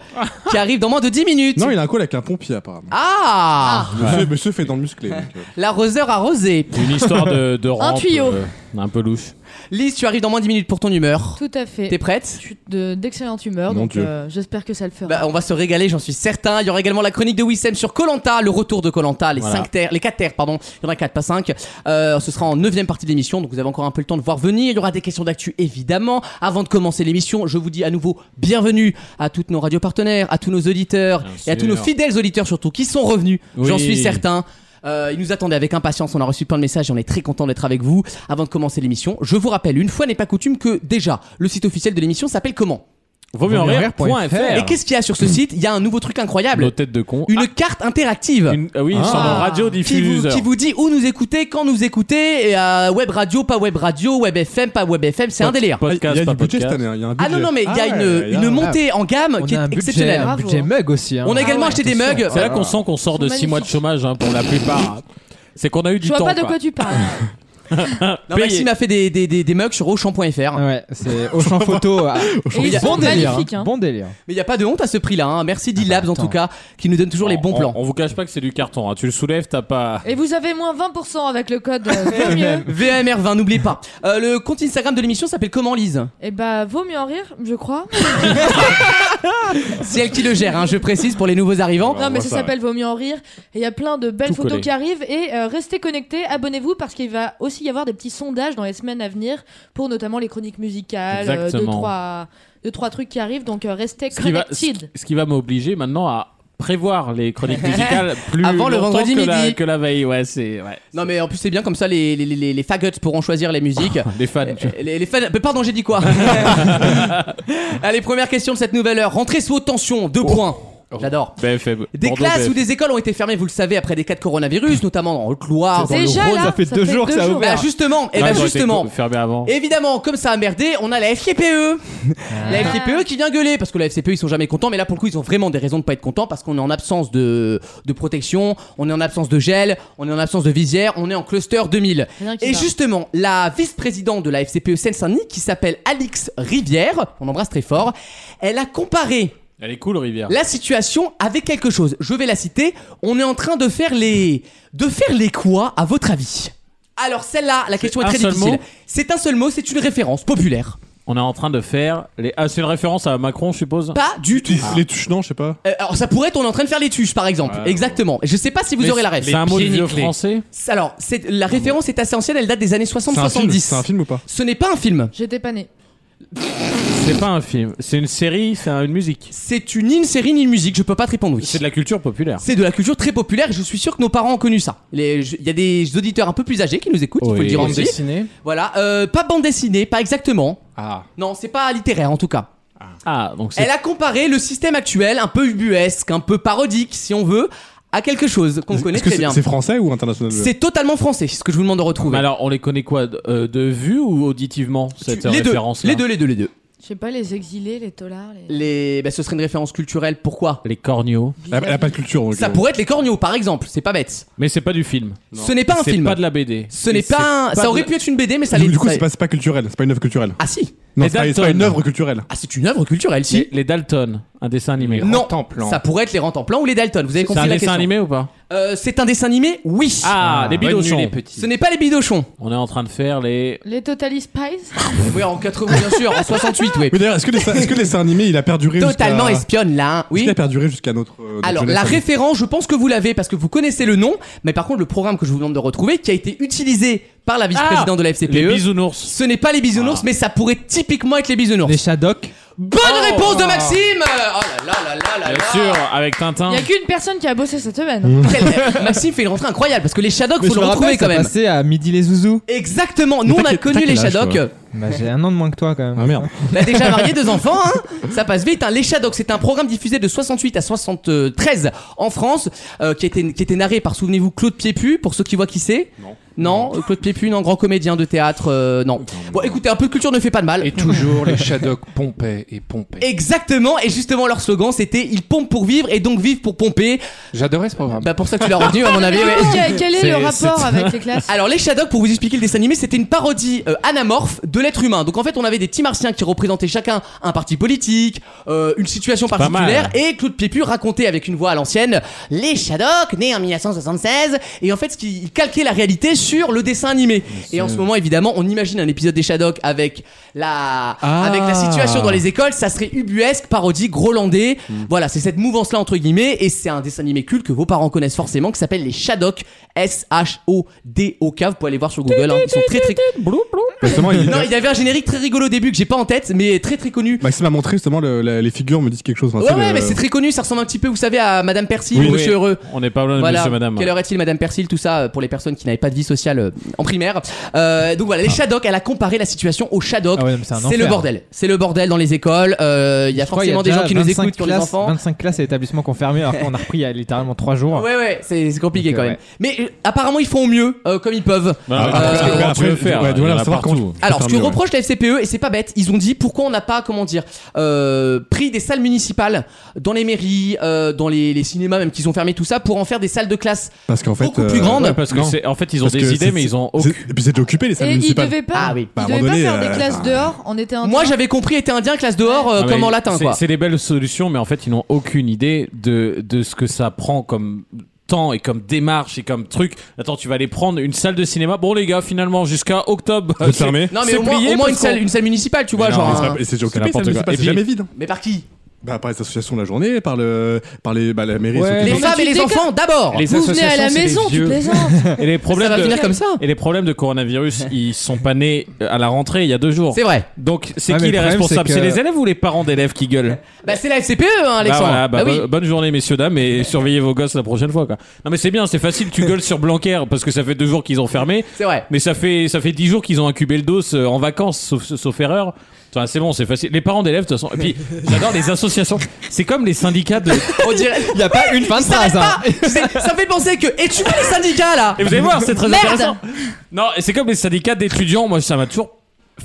Speaker 2: qui arrive dans moins de 10 minutes
Speaker 5: Non, il a un call avec un pompier apparemment.
Speaker 2: Ah,
Speaker 5: Monsieur, monsieur fait dans le musclé. donc, euh.
Speaker 2: L'arroseur arrosé
Speaker 3: Une histoire de, de rampe,
Speaker 4: tuyau.
Speaker 3: euh, un peu louche.
Speaker 2: Lise, tu arrives dans moins de 10 minutes pour ton humeur.
Speaker 4: Tout à fait.
Speaker 2: T'es prête
Speaker 4: Je suis de- d'excellente humeur,
Speaker 2: Mon
Speaker 4: donc
Speaker 2: Dieu.
Speaker 4: euh, j'espère que ça le fera.
Speaker 2: Bah, on va se régaler, j'en suis certain. Il y aura également la chronique de Wissem sur Colanta, le retour de Colanta, les
Speaker 3: Voilà.
Speaker 2: cinq terres, les 4 terres, pardon. Il y en a 4, pas 5. ce sera en 9 partie de l'émission, donc vous avez encore un peu le temps de voir venir. Il y aura des questions d'actu, évidemment. Avant de commencer l'émission, je vous dis à nouveau bienvenue à toutes nos radios partenaires, à tous nos auditeurs et à tous
Speaker 3: sûr.
Speaker 2: nos fidèles auditeurs surtout qui sont revenus,
Speaker 3: Oui.
Speaker 2: j'en suis certain. Euh, ils nous attendaient avec impatience, on a reçu plein de messages et on est très content d'être avec vous. Avant de commencer l'émission, je vous rappelle, une fois n'est pas coutume que déjà, le site officiel de l'émission s'appelle comment
Speaker 3: Vaut mieux en rire.fr.
Speaker 2: et qu'est-ce qu'il y a sur ce site Il y a un nouveau truc incroyable.
Speaker 3: Hmm. Nos têtes de con. Ah.
Speaker 2: Une carte interactive.
Speaker 3: Une- ah oui, sur nos
Speaker 2: Qui vous,
Speaker 3: radiodiffuseurs.
Speaker 2: qui vous dit où nous écouter, quand nous écouter, et à web radio, pas web radio, web FM, pas web FM, c'est un
Speaker 3: Pod-
Speaker 2: délire.
Speaker 5: Il y a
Speaker 3: Podcast,
Speaker 5: du
Speaker 3: pas
Speaker 5: budget cette
Speaker 3: podcast.
Speaker 5: année, hein, il y a un budget.
Speaker 2: Ah non, non, mais il y a
Speaker 5: Ah
Speaker 2: une,
Speaker 5: ouais, il y a
Speaker 2: une
Speaker 5: un-
Speaker 2: montée en gamme
Speaker 8: On
Speaker 2: qui est
Speaker 8: a un budget,
Speaker 2: exceptionnelle.
Speaker 8: un budget mug aussi. hein.
Speaker 2: On a également
Speaker 4: ouais,
Speaker 2: acheté des
Speaker 8: attention.
Speaker 2: mugs.
Speaker 3: C'est là qu'on sent qu'on sort de
Speaker 4: Ils sont
Speaker 3: 6 mois de chômage hein, pour la plupart. C'est qu'on a eu du
Speaker 4: Je vois
Speaker 3: temps.
Speaker 4: pas de quoi tu parles.
Speaker 2: Non, Maxime a fait des, des, des, des mugs sur auchan.fr.
Speaker 8: Ouais, c'est Auchan Photo. ah,
Speaker 4: Et ils
Speaker 8: bon
Speaker 4: sont
Speaker 8: délire.
Speaker 4: magnifiques. hein.
Speaker 8: Bon délire.
Speaker 2: Mais il n'y a pas de honte à ce prix-là. hein. Merci D-Labs en tout cas, qui nous donne toujours les bons
Speaker 3: On-
Speaker 2: plans.
Speaker 3: On, vous cache pas que c'est du carton. hein. Tu le soulèves, t'as pas.
Speaker 4: Et vous avez moins 20% avec le code euh, vaut mieux.
Speaker 2: VMR20, n'oubliez pas. Euh, le compte Instagram de l'émission s'appelle comment, Lise
Speaker 4: Et bah, vaut mieux en rire, je crois.
Speaker 2: C'est elle qui le gère, hein, je précise pour les nouveaux arrivants.
Speaker 4: Non, mais
Speaker 3: voit
Speaker 4: ça
Speaker 3: ça,
Speaker 4: s'appelle Vaut mieux en rire. Et il y a plein de belles
Speaker 3: Tout
Speaker 4: photos
Speaker 3: collé.
Speaker 4: qui arrivent. Et euh, restez connectés, abonnez-vous parce qu'il va aussi y avoir des petits sondages dans les semaines à venir pour notamment les chroniques musicales, euh, deux,
Speaker 3: Exactement.
Speaker 4: trois, deux, trois trucs qui arrivent. Donc euh, restez
Speaker 3: Ce qui va, ce,
Speaker 4: connected.
Speaker 3: ce qui va m'obliger maintenant à prévoir les chroniques musicales plus
Speaker 2: Avant le
Speaker 3: longtemps
Speaker 2: vendredi
Speaker 3: que La,
Speaker 2: midi.
Speaker 3: que la veille. Ouais, c'est. Ouais.
Speaker 2: Non mais en plus c'est bien comme ça les, les, les, les faggots pourront choisir les musiques.
Speaker 8: Ah,
Speaker 3: Les fans. tu-
Speaker 2: Les, les fans... Mais Pardon j'ai dit quoi Allez première question de cette nouvelle heure. Rentrée sous haute tension, deux
Speaker 8: Oh.
Speaker 2: points. J'adore.
Speaker 3: BFM.
Speaker 2: Des
Speaker 3: Bordeaux
Speaker 2: classes
Speaker 3: BFM.
Speaker 2: ou des écoles ont été fermées, vous le savez, après des cas de coronavirus, notamment en Haute-Loire. dans le
Speaker 4: Déjà
Speaker 2: Rhône.
Speaker 4: là,
Speaker 8: ça fait deux jours que ça a ouvert.
Speaker 2: Bah justement, et
Speaker 3: Ouais,
Speaker 2: bah
Speaker 3: ils ont été
Speaker 2: justement.
Speaker 3: Fermés avant.
Speaker 2: Évidemment, comme ça a merdé, on a la FCPE. E
Speaker 4: Ah.
Speaker 2: La FCPE E qui vient gueuler parce que la FCPE ils sont jamais contents, mais là pour le coup ils ont vraiment des raisons de pas être contents parce qu'on est en absence de, de protection, on est en absence de gel, on est en absence de visière, on est en cluster 2000.
Speaker 4: Rien qui
Speaker 2: Et
Speaker 4: va.
Speaker 2: justement, la vice-présidente de la FCPE E Seine-Saint-Denis qui s'appelle Alix Rivière, on embrasse très fort, elle a comparé
Speaker 3: Elle est cool, Rivière.
Speaker 2: la situation avec quelque chose. Je vais la citer. On est en train de faire les. De faire les quoi, à votre avis Alors, celle-là, la question est,
Speaker 3: un
Speaker 2: très
Speaker 3: seul
Speaker 2: difficile.
Speaker 3: mot
Speaker 2: C'est un seul mot, c'est une référence populaire.
Speaker 3: on est en train de faire les. Ah, c'est une référence à Macron, je suppose
Speaker 2: Pas du tout.
Speaker 3: Les tuches, non, je sais pas.
Speaker 2: Euh, alors ça pourrait être on est en train de faire les tuches par exemple.
Speaker 3: Ouais.
Speaker 2: Exactement. Je sais pas si vous
Speaker 3: Mais
Speaker 2: aurez la
Speaker 3: c'est-
Speaker 2: ref.
Speaker 3: c'est un mot de vieux français Ah
Speaker 2: C'est- Alors c'est la référence est assez ancienne, elle date des années 60
Speaker 3: C'est un film hein.
Speaker 2: 70.
Speaker 3: C'est un film
Speaker 2: ou pas Ce n'est pas un film.
Speaker 4: J'étais pas né.
Speaker 3: C'est pas un film, c'est une série, c'est un- une musique.
Speaker 2: C'est une, ni une série ni une musique, je peux pas te répondre oui.
Speaker 3: C'est de la culture populaire.
Speaker 2: C'est de la culture très populaire et je suis sûr que nos parents ont connu ça. Les- je- Il y a des auditeurs un peu plus âgés qui nous écoutent, il faut
Speaker 3: Oui.
Speaker 2: le dire
Speaker 3: Bande
Speaker 2: aussi.
Speaker 3: dessinée
Speaker 2: Voilà, euh, pas bande dessinée, pas exactement. Non, c'est pas littéraire en tout cas.
Speaker 3: Ah, donc c'est.
Speaker 2: Elle a comparé le système actuel, un peu ubuesque, un peu parodique si on veut, à quelque chose qu'on connaît
Speaker 5: Est-ce que
Speaker 2: très
Speaker 5: c'est
Speaker 2: bien.
Speaker 5: c'est français ou international
Speaker 2: C'est totalement français, c'est ce que je vous demande de retrouver.
Speaker 3: Alors, on les connaît quoi de, euh, de vue ou auditivement cette
Speaker 2: les deux,
Speaker 3: référence
Speaker 2: les deux, les deux, les deux.
Speaker 4: Je sais pas, les exilés, les tolards, les.
Speaker 2: Les, bah, ce serait une référence culturelle, pourquoi
Speaker 3: Les corneaux.
Speaker 5: Elle a pas de culture. euh.
Speaker 2: Ça pourrait être les corneaux par exemple, c'est pas bête.
Speaker 3: Mais c'est pas du film.
Speaker 2: Ce n'est pas un
Speaker 3: C'est
Speaker 2: film.
Speaker 3: pas de la BD.
Speaker 2: Ce n'est pas, un- ça aurait pu être une BD mais ça
Speaker 5: Du,
Speaker 2: l'est
Speaker 5: du coup,
Speaker 2: ça-
Speaker 5: c'est pas, c'est pas culturel, c'est pas une œuvre culturelle.
Speaker 2: Ah si
Speaker 5: Non,
Speaker 3: Les
Speaker 5: c'est pas- c'est
Speaker 3: Dalton.
Speaker 5: pas une œuvre culturelle.
Speaker 2: Ah, c'est une œuvre culturelle, si.
Speaker 3: Les, les Dalton, un dessin animé.
Speaker 2: Non, ça pourrait être les rentes en plan ou les Dalton. Vous avez
Speaker 3: C'est
Speaker 2: compris
Speaker 3: un
Speaker 2: la
Speaker 3: dessin
Speaker 2: question.
Speaker 3: animé ou pas
Speaker 2: Euh, C'est un dessin animé, oui.
Speaker 3: Ah, les bidochons.
Speaker 2: Ce n'est pas les bidochons.
Speaker 3: On est en train de faire les.
Speaker 4: Les Totally Spies
Speaker 2: Oui, en 80, bien sûr, en 68, oui.
Speaker 5: Mais d'ailleurs, est-ce que, les- est-ce que le dessin animé, il a perduré
Speaker 2: Totalement
Speaker 5: jusqu'à-
Speaker 2: espionne là. hein.
Speaker 5: Est-ce
Speaker 2: Oui.
Speaker 5: qu'il a perduré jusqu'à notre. euh, notre
Speaker 2: Alors,
Speaker 5: jeunesse,
Speaker 2: la
Speaker 5: à nous
Speaker 2: référence, je pense que vous l'avez parce que vous connaissez le nom, mais par contre, le programme que je vous demande de retrouver, qui a été utilisé par la
Speaker 8: Ah
Speaker 2: vice-présidente de la FCPE.
Speaker 3: les bisounours.
Speaker 2: E, Ce n'est pas les bisounours, mais ça pourrait typiquement être les bisounours. Les
Speaker 8: Shadok.
Speaker 2: Bonne
Speaker 3: Oh.
Speaker 2: réponse de Maxime Oh là là là là là
Speaker 3: Bien
Speaker 2: là.
Speaker 3: sûr, avec Tintin.
Speaker 4: Il y a qu'une personne qui a bossé cette
Speaker 2: Mm.
Speaker 4: semaine.
Speaker 2: Quel- Maxime fait une rentrée incroyable parce que les Shadocks,
Speaker 8: Mais
Speaker 2: vous
Speaker 8: je
Speaker 2: le
Speaker 8: me rappelle,
Speaker 2: retrouvez quand
Speaker 8: ça
Speaker 2: même.
Speaker 8: passait à midi les zouzous.
Speaker 2: Exactement, nous on a connu les Shadocks.
Speaker 8: Bah, j'ai un an de moins que toi quand même. Ah
Speaker 5: merde.
Speaker 2: Bah déjà marié, deux enfants, hein. ça passe vite. Hein. Les Shadocks, c'est un programme diffusé de 68 à 73 en France, euh, qui, était, qui était narré par, souvenez-vous, Claude Piépu, pour ceux qui voient qui c'est. Non. Non, euh, Claude Piépu, non, grand comédien de théâtre, euh, non. Bon, écoutez, un peu de culture ne fait pas de mal. Et
Speaker 13: Toujours les Shadok pompaient et pompaient.
Speaker 2: Exactement, et justement leur slogan c'était Ils pompent pour vivre et donc vivent pour pomper.
Speaker 13: J'adorais ce programme.
Speaker 2: Bah pour ça que tu l'as retenu à mon avis. ouais.
Speaker 4: Quel- quel est le C'est- rapport c'est- avec les classes
Speaker 2: Alors les Shadocks, pour vous expliquer le dessin animé, c'était une parodie euh, anamorphe de l'être humain. Donc en fait on avait des petits martiens qui représentaient chacun un parti politique, euh, une situation
Speaker 3: pas
Speaker 2: particulière, et Claude Piépu racontait avec une voix à l'ancienne les Shadocks nés en 1976, et en fait ce qui- il calquait la réalité sur le dessin animé. Et en ce moment évidemment on imagine un épisode des Shadocks avec la,
Speaker 6: Ah.
Speaker 2: avec la situation dans les écoles, ça serait ubuesque, parodie, grolandais.
Speaker 5: Mm.
Speaker 2: Voilà, c'est cette mouvance-là entre guillemets, et c'est un dessin animé culte que vos parents connaissent forcément, qui s'appelle les Shadok, S-H-O-D-O-K. Vous pouvez aller voir sur Google, hein, ils sont très très.
Speaker 5: Justement, il-
Speaker 2: Non, il y avait un générique très rigolo au début que j'ai pas en tête, mais très très connu.
Speaker 5: Maxime a montré justement le- la- les figures, me disent quelque chose. enfin,
Speaker 2: Ouais,
Speaker 5: tu sais,
Speaker 2: ouais,
Speaker 5: le-
Speaker 2: mais c'est très connu, ça ressemble un petit peu, vous savez, à Madame Persil ou Monsieur Heureux.
Speaker 3: On n'est
Speaker 8: Ah,
Speaker 3: pas loin de
Speaker 2: Voilà.
Speaker 3: monsieur madame.
Speaker 2: Quelle heure est-il, Madame Persil Tout ça euh, pour les personnes qui n'avaient pas de vie sociale euh, en primaire. Euh, donc voilà, les Shadok, elle a comparé la situation aux Shadok.
Speaker 8: Ah ouais, non, mais c'est un
Speaker 2: c'est le
Speaker 8: enfer.
Speaker 2: bordel. C'est le bordel dans les écoles. Euh, Il y a
Speaker 8: Je crois qu'il y
Speaker 2: forcément
Speaker 8: a
Speaker 2: des
Speaker 8: déjà
Speaker 2: gens qui nous
Speaker 8: 25
Speaker 2: écoutent, qui ont des
Speaker 8: classes-
Speaker 2: enfants.
Speaker 8: 25 classes et établissements confirmés, alors qu'on a repris il y a littéralement 3 jours.
Speaker 2: Ouais, ouais, c'est c'est compliqué
Speaker 8: Ok,
Speaker 2: quand même.
Speaker 8: ouais.
Speaker 2: Mais euh, apparemment, ils font au mieux, euh, comme ils peuvent.
Speaker 3: Bah,
Speaker 2: Euh,
Speaker 3: parce que comment tu veux faire
Speaker 5: ouais,
Speaker 3: Il y
Speaker 5: voilà,
Speaker 3: en a
Speaker 5: savoir
Speaker 3: partout.
Speaker 5: comment tu-
Speaker 2: alors, ce que
Speaker 5: mieux, ouais.
Speaker 2: reproche la FCPE, E, et c'est pas bête, ils ont dit pourquoi on n'a pas, comment dire, euh, pris des salles municipales dans les mairies, euh, dans les, les cinémas même qu'ils ont fermé tout ça pour en faire des salles de classe.
Speaker 5: Parce qu'en fait. euh,
Speaker 2: plus grande.
Speaker 3: Ouais, parce que
Speaker 5: non.
Speaker 3: c'est- en fait, ils ont
Speaker 5: Parce
Speaker 3: des
Speaker 5: que
Speaker 3: idées,
Speaker 5: c'est-
Speaker 3: mais ils ont
Speaker 5: c'est- Et puis c'était occupé les salles
Speaker 4: Et ils
Speaker 5: municipales.
Speaker 4: devaient pas,
Speaker 2: Ah oui.
Speaker 5: Bah, à un
Speaker 4: ils devaient
Speaker 5: moment
Speaker 4: pas
Speaker 5: donné,
Speaker 4: faire des
Speaker 5: euh,
Speaker 4: classes dehors, on était en
Speaker 2: Moi, j'avais compris, était indien, classe dehors, euh,
Speaker 3: Ah,
Speaker 2: comme
Speaker 3: mais
Speaker 2: en latin,
Speaker 3: c'est-
Speaker 2: quoi.
Speaker 3: C'est des belles solutions, mais en fait, ils n'ont aucune idée de, de ce que ça prend comme temps et comme démarche et comme truc. Attends, tu vas aller prendre une salle de cinéma. Bon, les gars, finalement, jusqu'à octobre.
Speaker 5: Vous
Speaker 3: euh,
Speaker 5: fermez
Speaker 2: Non, mais
Speaker 3: c'est
Speaker 2: au moins,
Speaker 3: plié
Speaker 2: au moins une,
Speaker 3: parce qu'on-
Speaker 2: salle, une salle municipale, tu vois,
Speaker 5: Mais
Speaker 2: genre. hein.
Speaker 5: non, mais c'est pas- et c'est
Speaker 2: un-
Speaker 3: C'est
Speaker 5: occupé,
Speaker 3: n'importe
Speaker 5: c'est
Speaker 3: quoi. Et
Speaker 5: c'est
Speaker 3: puis-
Speaker 5: jamais vide. hein.
Speaker 2: Mais par qui
Speaker 5: Bah, par les associations de la journée, par, le, par les, bah, la mairie.
Speaker 2: Ouais.
Speaker 5: surtout.
Speaker 2: Les femmes et les enfants, d'abord
Speaker 3: Les
Speaker 4: Vous venez à la
Speaker 3: associations, c'est
Speaker 4: maison,
Speaker 3: les
Speaker 4: tu
Speaker 3: vieux.
Speaker 4: plaisantes.
Speaker 3: Et les problèmes
Speaker 2: va
Speaker 3: de...
Speaker 2: finir comme ça.
Speaker 3: Et les problèmes de coronavirus, ils sont pas nés à la rentrée il y a deux jours.
Speaker 2: C'est vrai.
Speaker 3: Donc, c'est
Speaker 8: Ouais,
Speaker 3: qui
Speaker 8: Ah, mais le
Speaker 3: les
Speaker 8: problème,
Speaker 3: responsables
Speaker 8: c'est
Speaker 3: C'est
Speaker 8: que-
Speaker 3: les élèves ou les parents d'élèves qui gueulent
Speaker 2: Bah, c'est la FCPE, hein,
Speaker 3: Bah
Speaker 2: Alexandre.
Speaker 3: voilà, bah,
Speaker 2: Bah oui.
Speaker 3: bo- Bonne journée, messieurs, dames, et surveillez vos gosses la prochaine fois. Quoi. Non, mais c'est bien, c'est facile, tu gueules sur Blanquer parce que ça fait deux jours qu'ils ont fermé.
Speaker 2: C'est vrai.
Speaker 3: Mais ça fait, ça fait dix jours qu'ils ont incubé le dos euh, en vacances, sauf, sauf erreur. Enfin, c'est bon, c'est facile. Les parents d'élèves, de toute façon. Et puis, j'adore les associations. C'est comme les syndicats de.
Speaker 2: On dirait.
Speaker 8: Il n'y a pas une fin de
Speaker 2: Ça
Speaker 8: phrase. hein.
Speaker 2: arrête pas C'est- Ça me fait penser que. Et tu vois les syndicats là
Speaker 3: Et vous allez voir, c'est très
Speaker 2: Merde
Speaker 3: intéressant. Non, et c'est comme les syndicats d'étudiants. Moi, ça m'a toujours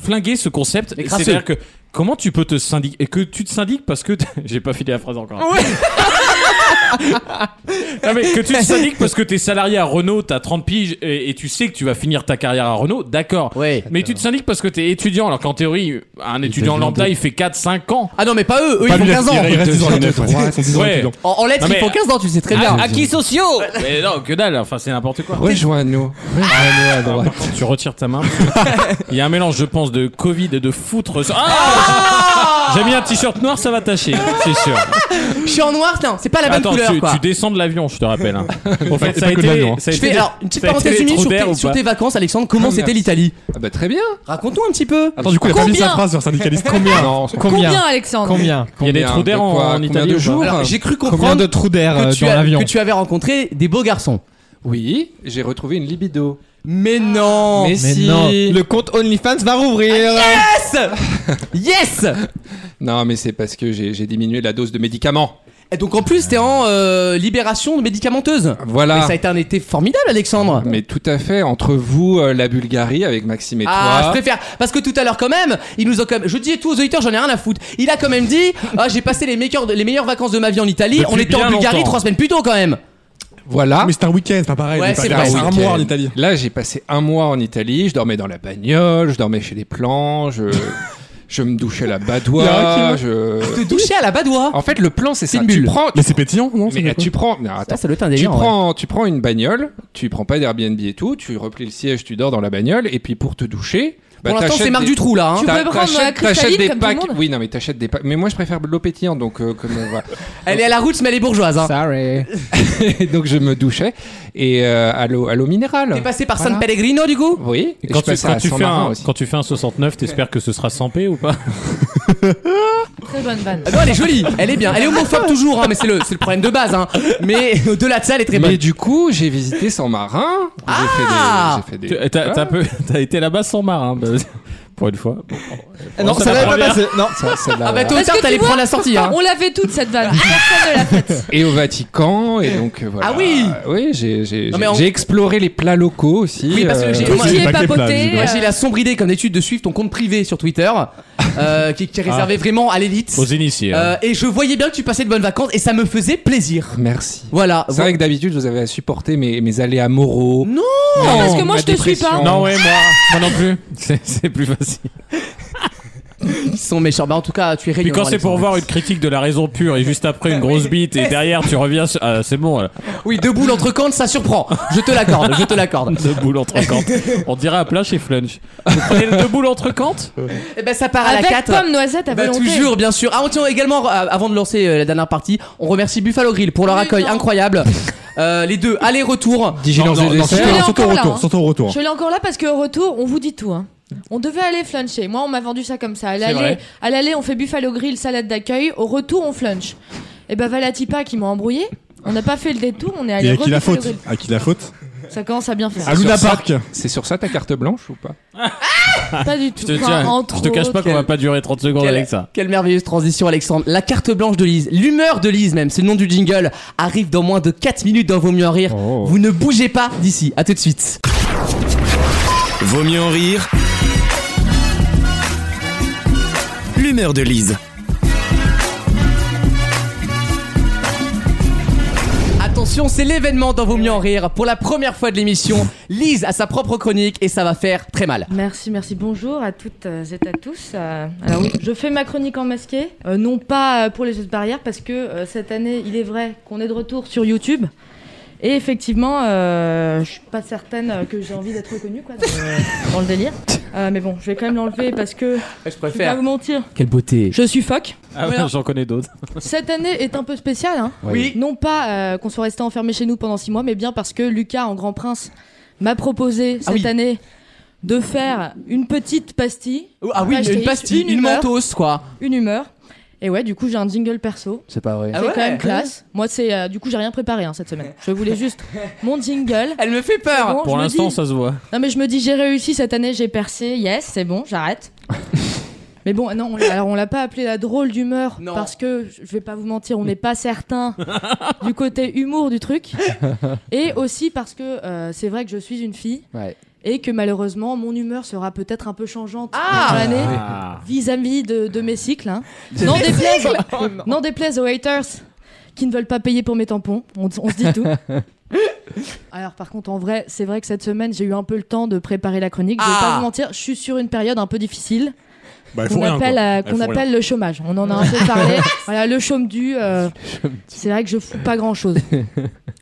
Speaker 3: flingué ce concept.
Speaker 2: Mais crasseux.
Speaker 3: C'est-à-dire que comment tu peux te syndiquer et que tu te syndiques parce que t- j'ai pas fini la phrase encore. Non, mais que tu te syndiques parce que t'es salarié à Renault, t'as 30 piges et, et tu sais que tu vas finir ta carrière à Renault, d'accord. mais tu te syndiques parce que t'es étudiant, alors qu'en théorie, un étudiant
Speaker 2: deviennent
Speaker 3: lambda,
Speaker 2: deux.
Speaker 3: il fait 4-5 ans.
Speaker 2: Ah non, mais pas eux, eux ils font 15 ans. En, en lettres,
Speaker 3: Non,
Speaker 2: ils
Speaker 3: mais-
Speaker 2: font 15 ans, tu le sais très bien.
Speaker 3: À, acquis sociaux Mais non, que dalle, enfin c'est n'importe quoi. Ah,
Speaker 13: Rejoins-nous. Rejoins-nous à droite.
Speaker 3: Tu retires ta main. Il y a un mélange, je pense, de Covid et de foutre. Ah J'ai mis un t-shirt noir, ça va tâcher, c'est sûr.
Speaker 2: Je suis en noir, non, c'est pas la bonne
Speaker 3: Attends,
Speaker 2: couleur
Speaker 3: tu,
Speaker 2: quoi.
Speaker 3: tu descends de l'avion, je te rappelle. hein. Au fait,
Speaker 13: Et pas
Speaker 3: ça a
Speaker 13: que de
Speaker 3: été.
Speaker 13: l'avion, hein.
Speaker 3: ça a
Speaker 2: Je
Speaker 3: été-
Speaker 2: fais alors une petite
Speaker 3: ça a été
Speaker 2: parenthèse
Speaker 3: les
Speaker 2: unie
Speaker 3: trous
Speaker 2: sur,
Speaker 3: d'air
Speaker 2: tes-
Speaker 3: ou
Speaker 2: sur
Speaker 3: pas
Speaker 2: tes vacances, Alexandre. Comment
Speaker 3: Ah,
Speaker 2: c'était
Speaker 3: merci.
Speaker 2: l'Italie
Speaker 13: Ah bah très bien.
Speaker 2: Raconte-nous un petit peu.
Speaker 13: Attends, du coup, il a pas mis sa phrase sur syndicaliste. Combien
Speaker 4: Combien, Alexandre
Speaker 3: Il y a des trous d'air en- en Italie ou
Speaker 13: de
Speaker 3: pas
Speaker 13: jours
Speaker 2: Alors, j'ai cru comprendre
Speaker 8: Combien de trous d'air
Speaker 2: que
Speaker 8: euh,
Speaker 2: tu
Speaker 8: dans
Speaker 2: as-
Speaker 8: l'avion
Speaker 2: Que tu avais rencontré des beaux garçons.
Speaker 13: Oui, j'ai retrouvé une libido.
Speaker 2: Oh, Mais non Ah,
Speaker 13: Mais si.
Speaker 8: non. Le compte OnlyFans va rouvrir.
Speaker 2: Yes Yes
Speaker 13: Non, mais c'est parce que j'ai j'ai diminué la dose de médicaments.
Speaker 2: Et donc en plus, t'es en euh, libération médicamenteuse.
Speaker 13: Voilà.
Speaker 2: Mais ça a été un été formidable, Alexandre.
Speaker 13: Mais tout à fait, entre vous, euh, la Bulgarie, avec Maxime et
Speaker 2: Ah, je
Speaker 13: toi.
Speaker 2: préfère. Parce que tout à l'heure, quand même, il nous a quand même. Je dis tout aux auditeurs, j'en ai rien à foutre. Il a quand même dit Ah, j'ai passé les meilleures, les meilleures vacances de ma vie en Italie.
Speaker 13: Depuis
Speaker 2: On était en
Speaker 13: bien
Speaker 2: Bulgarie
Speaker 13: longtemps.
Speaker 2: trois semaines plus tôt, quand même.
Speaker 13: Voilà.
Speaker 5: Mais c'est un week-end, c'est pas pareil.
Speaker 2: Ouais,
Speaker 5: mais
Speaker 2: c'est
Speaker 5: pas-
Speaker 2: vrai,
Speaker 5: c'est
Speaker 2: c'est
Speaker 5: un
Speaker 13: week-end.
Speaker 5: mois en Italie.
Speaker 13: Là, j'ai passé un mois en Italie. Je dormais dans la bagnole, je dormais chez les plans, je, je me douchais la
Speaker 5: Il y a un
Speaker 13: badoie.
Speaker 5: qui
Speaker 13: Je...
Speaker 2: Te doucher à la badoie.
Speaker 13: En fait, le plan, c'est ça.
Speaker 2: une
Speaker 13: Tu
Speaker 2: bulle.
Speaker 13: prends,
Speaker 5: Mais c'est pétillant, non
Speaker 13: mais tu prends, non, attends.
Speaker 2: Ça, ça doit être un
Speaker 13: tu
Speaker 2: délire. en vrai.
Speaker 13: prends, tu prends une bagnole, tu prends pas d'Airbnb et tout, tu replies le siège, tu dors dans la bagnole, et puis pour te doucher. bah,
Speaker 2: Pour l'instant,
Speaker 13: t'achètes
Speaker 2: c'est Marc
Speaker 13: des-
Speaker 2: Dutroux, là, hein. Tu
Speaker 13: T'a-
Speaker 2: peux prendre,
Speaker 13: t'achètes-
Speaker 2: euh, cristalline,
Speaker 13: t'achètes des
Speaker 2: comme tout le
Speaker 13: packs.
Speaker 2: monde.
Speaker 13: Oui, non, mais t'achètes des packs. Mais moi, je préfère de l'eau pétillante, donc euh, comme on va.
Speaker 2: Elle est à la route, mais elle est bourgeoise. Hein.
Speaker 8: Sorry.
Speaker 13: Et donc je me douchais et euh, à l'eau à l'eau minérale.
Speaker 2: T'es passé par San Pellegrino, du coup
Speaker 13: Oui.
Speaker 3: Et
Speaker 13: Et
Speaker 3: quand,
Speaker 13: je
Speaker 3: tu,
Speaker 13: passais
Speaker 3: quand
Speaker 13: à
Speaker 3: tu fais
Speaker 13: Saint-Marin
Speaker 3: un,
Speaker 13: aussi.
Speaker 3: quand tu fais un 69, t'espères que ce sera 100p ou pas
Speaker 4: Très bonne vanne.
Speaker 2: Ah non, elle est jolie, elle est bien. Elle est homophobe toujours, hein, mais c'est le, c'est le problème de base. Hein. Mais au-delà de ça, elle est très bonne.
Speaker 13: Mais du coup, j'ai visité Saint-Marin. J'ai
Speaker 2: Ah
Speaker 13: fait des- j'ai fait
Speaker 3: T'as
Speaker 13: des.
Speaker 3: t'as un peu- t'as été là-bas sans marin, bah, pour une fois.
Speaker 2: Euh,
Speaker 8: Eh Non,
Speaker 3: Oh, ça
Speaker 8: ça
Speaker 3: va
Speaker 8: l'avait
Speaker 3: pas
Speaker 8: pas
Speaker 3: bien.
Speaker 8: passé. Non.
Speaker 13: Ça- celle-là,
Speaker 2: Ah bah,
Speaker 13: ouais.
Speaker 2: tôt ou tard,
Speaker 4: Parce que
Speaker 2: t'allais
Speaker 4: tu
Speaker 2: prendre
Speaker 4: vois,
Speaker 2: la sortie. Hein.
Speaker 4: On l'avait toute cette vanne. Personne ne l'a faite.
Speaker 13: Et au Vatican et donc euh, voilà.
Speaker 2: Ah oui
Speaker 13: Oui, j'ai j'ai-
Speaker 2: Non, mais
Speaker 13: j'ai-
Speaker 2: on-
Speaker 13: j'ai exploré les plats locaux aussi.
Speaker 2: Oui, parce que
Speaker 13: euh,
Speaker 2: j'ai-
Speaker 4: Tout
Speaker 2: moi,
Speaker 4: ce qui
Speaker 2: j'ai-
Speaker 4: est papoté.
Speaker 2: moi, j'ai
Speaker 4: euh,
Speaker 2: la sombre idée, comme d'habitude, de suivre ton compte privé sur Twitter, euh, qui, qui est réservé vraiment à l'élite.
Speaker 3: Ah. Aux initiés. hein.
Speaker 2: Euh, et je voyais bien que tu passais de bonnes vacances et ça me faisait plaisir.
Speaker 13: Merci.
Speaker 2: Voilà.
Speaker 13: C'est vrai que d'habitude, vous avez à supporter mes, mes aléas moraux.
Speaker 2: Non,
Speaker 4: parce que moi,
Speaker 13: ma
Speaker 4: je te suis
Speaker 13: dépression.
Speaker 4: pas.
Speaker 3: Non, ouais, moi, moi non plus. C'est- C'est plus facile.
Speaker 2: Ils sont méchants. Bah, en tout cas, tu es
Speaker 3: Puis
Speaker 2: rayonnant.
Speaker 3: quand c'est pour
Speaker 2: Alexandre.
Speaker 3: voir une critique de la raison pure et juste après une grosse bite et derrière tu reviens sur- ah, c'est bon là.
Speaker 2: Oui, deux boules entre cantes, ça surprend. Je te l'accorde, je te l'accorde.
Speaker 3: deux boules entre cantes on dirait à plat chez Flunch vous prenez le deux boules entre cantes
Speaker 2: Et ben, ça part à la
Speaker 4: Avec
Speaker 2: 4.
Speaker 4: pomme noisette à
Speaker 2: Bah,
Speaker 4: volonté.
Speaker 2: toujours, bien sûr. Ah, on tient également, euh, avant de lancer euh, la dernière partie, on remercie Buffalo Grill pour leur
Speaker 4: Oui,
Speaker 2: accueil
Speaker 4: non.
Speaker 2: incroyable. Euh, les deux, aller-retour.
Speaker 13: Digilance
Speaker 5: Non,
Speaker 13: des
Speaker 5: non, non,
Speaker 13: desserts.
Speaker 5: surtout-
Speaker 4: Je l'ai
Speaker 5: surtout au
Speaker 4: encore là,
Speaker 5: retour,
Speaker 4: hein.
Speaker 5: surtout au retour.
Speaker 4: Je l'ai encore là parce qu'au retour, on vous dit tout. hein. On devait aller fluncher. Moi, on m'a vendu ça comme ça. À l'aller,
Speaker 3: vrai.
Speaker 4: à l'aller, on fait buffalo grill, salade d'accueil. Au retour, on flunch. Et bah, Valatipa qui m'a embrouillé. On n'a pas fait le détour, on est allé
Speaker 5: Et à
Speaker 4: re-
Speaker 5: qui la
Speaker 4: Buffalo
Speaker 5: faute
Speaker 4: Grill.
Speaker 5: À qui la faute
Speaker 4: Ça commence à bien faire.
Speaker 5: À Luna
Speaker 13: sur ça.
Speaker 5: Park.
Speaker 13: C'est sur ça ta carte blanche ou pas
Speaker 4: Ah Pas du tout.
Speaker 3: je te,
Speaker 4: Enfin,
Speaker 3: tiens,
Speaker 4: entre
Speaker 3: je te cache pas
Speaker 4: autres.
Speaker 3: qu'on va pas durer 30 secondes
Speaker 2: Quelle-
Speaker 3: avec ça
Speaker 2: Quelle merveilleuse transition, Alexandre. La carte blanche de Lise, l'humeur de Lise même, c'est le nom du jingle, arrive dans moins de 4 minutes dans Vaut mieux en rire. Vous ne bougez pas d'ici. À tout de suite.
Speaker 1: Vaut mieux en rire. L'humeur de Lise.
Speaker 2: Attention, c'est l'événement dans Vaut mieux en rire. Pour la première fois de l'émission, Lise a sa propre chronique et ça va faire très mal.
Speaker 4: Merci, merci. Bonjour à toutes et à tous. Euh, alors oui, je fais ma chronique en masqué, euh, non pas euh, pour les jeux de barrière, parce que euh, cette année, il est vrai qu'on est de retour sur YouTube. Et effectivement, euh, je suis pas certaine euh, que j'ai envie d'être reconnue quoi, dans, le, dans le délire. Euh, mais bon, je vais quand même l'enlever parce que je vais
Speaker 2: Je
Speaker 4: pas
Speaker 2: préfère.
Speaker 4: vous mentir,
Speaker 2: Quelle beauté.
Speaker 4: je suis fuck.
Speaker 3: ah ouais, j'en connais d'autres
Speaker 4: Cette année est un peu spéciale. Hein.
Speaker 2: Oui.
Speaker 4: Non pas euh, qu'on soit resté enfermé chez nous pendant six mois, mais bien parce que Lucas en Grand Prince m'a proposé cette
Speaker 2: Ah oui.
Speaker 4: année de faire une petite pastille.
Speaker 2: Ah oui,
Speaker 4: Acheter
Speaker 2: une pastille, une,
Speaker 4: humeur,
Speaker 2: mentos quoi.
Speaker 4: Une humeur. Et ouais, du coup, j'ai un jingle perso.
Speaker 7: C'est pas vrai.
Speaker 2: Ah
Speaker 4: c'est
Speaker 2: ouais.
Speaker 4: quand même classe. Moi, c'est euh, du coup, j'ai rien préparé hein, cette semaine. Je voulais juste mon jingle.
Speaker 2: Elle me fait
Speaker 4: C'est
Speaker 2: peur.
Speaker 4: bon,
Speaker 3: pour
Speaker 4: je me
Speaker 3: l'instant
Speaker 4: dis-
Speaker 3: ça se voit
Speaker 4: Non, mais je me dis, j'ai réussi cette année, j'ai percé. Yes, c'est bon, j'arrête. mais bon, non, on l'a- alors on l'a pas appelé la drôle d'humeur
Speaker 2: Non.
Speaker 4: parce que je vais pas vous mentir, on n'est pas certain du côté humour du truc. Et aussi parce que euh, c'est vrai que je suis une fille
Speaker 7: Ouais.
Speaker 4: et que malheureusement, mon humeur sera peut-être un peu changeante
Speaker 2: Ah
Speaker 4: dans l'année
Speaker 3: Ah.
Speaker 4: vis-à-vis de, de mes cycles. hein. N'en déplaise, n'en déplaise aux haters
Speaker 18: qui ne veulent pas payer pour mes tampons. On, on se dit tout. Alors par contre, en vrai, c'est vrai que cette semaine, j'ai eu un peu le temps de préparer la chronique. Je vais pas vous mentir, je suis sur une période un peu difficile.
Speaker 14: Bah, elles
Speaker 18: qu'on
Speaker 14: font rien,
Speaker 18: appelle,
Speaker 14: quoi.
Speaker 18: euh,
Speaker 14: Elles
Speaker 18: qu'on
Speaker 14: font
Speaker 18: appelle
Speaker 14: rien.
Speaker 18: le chômage. On en a un peu parlé. voilà, le chôme du. euh, c'est vrai que je fous pas grand chose.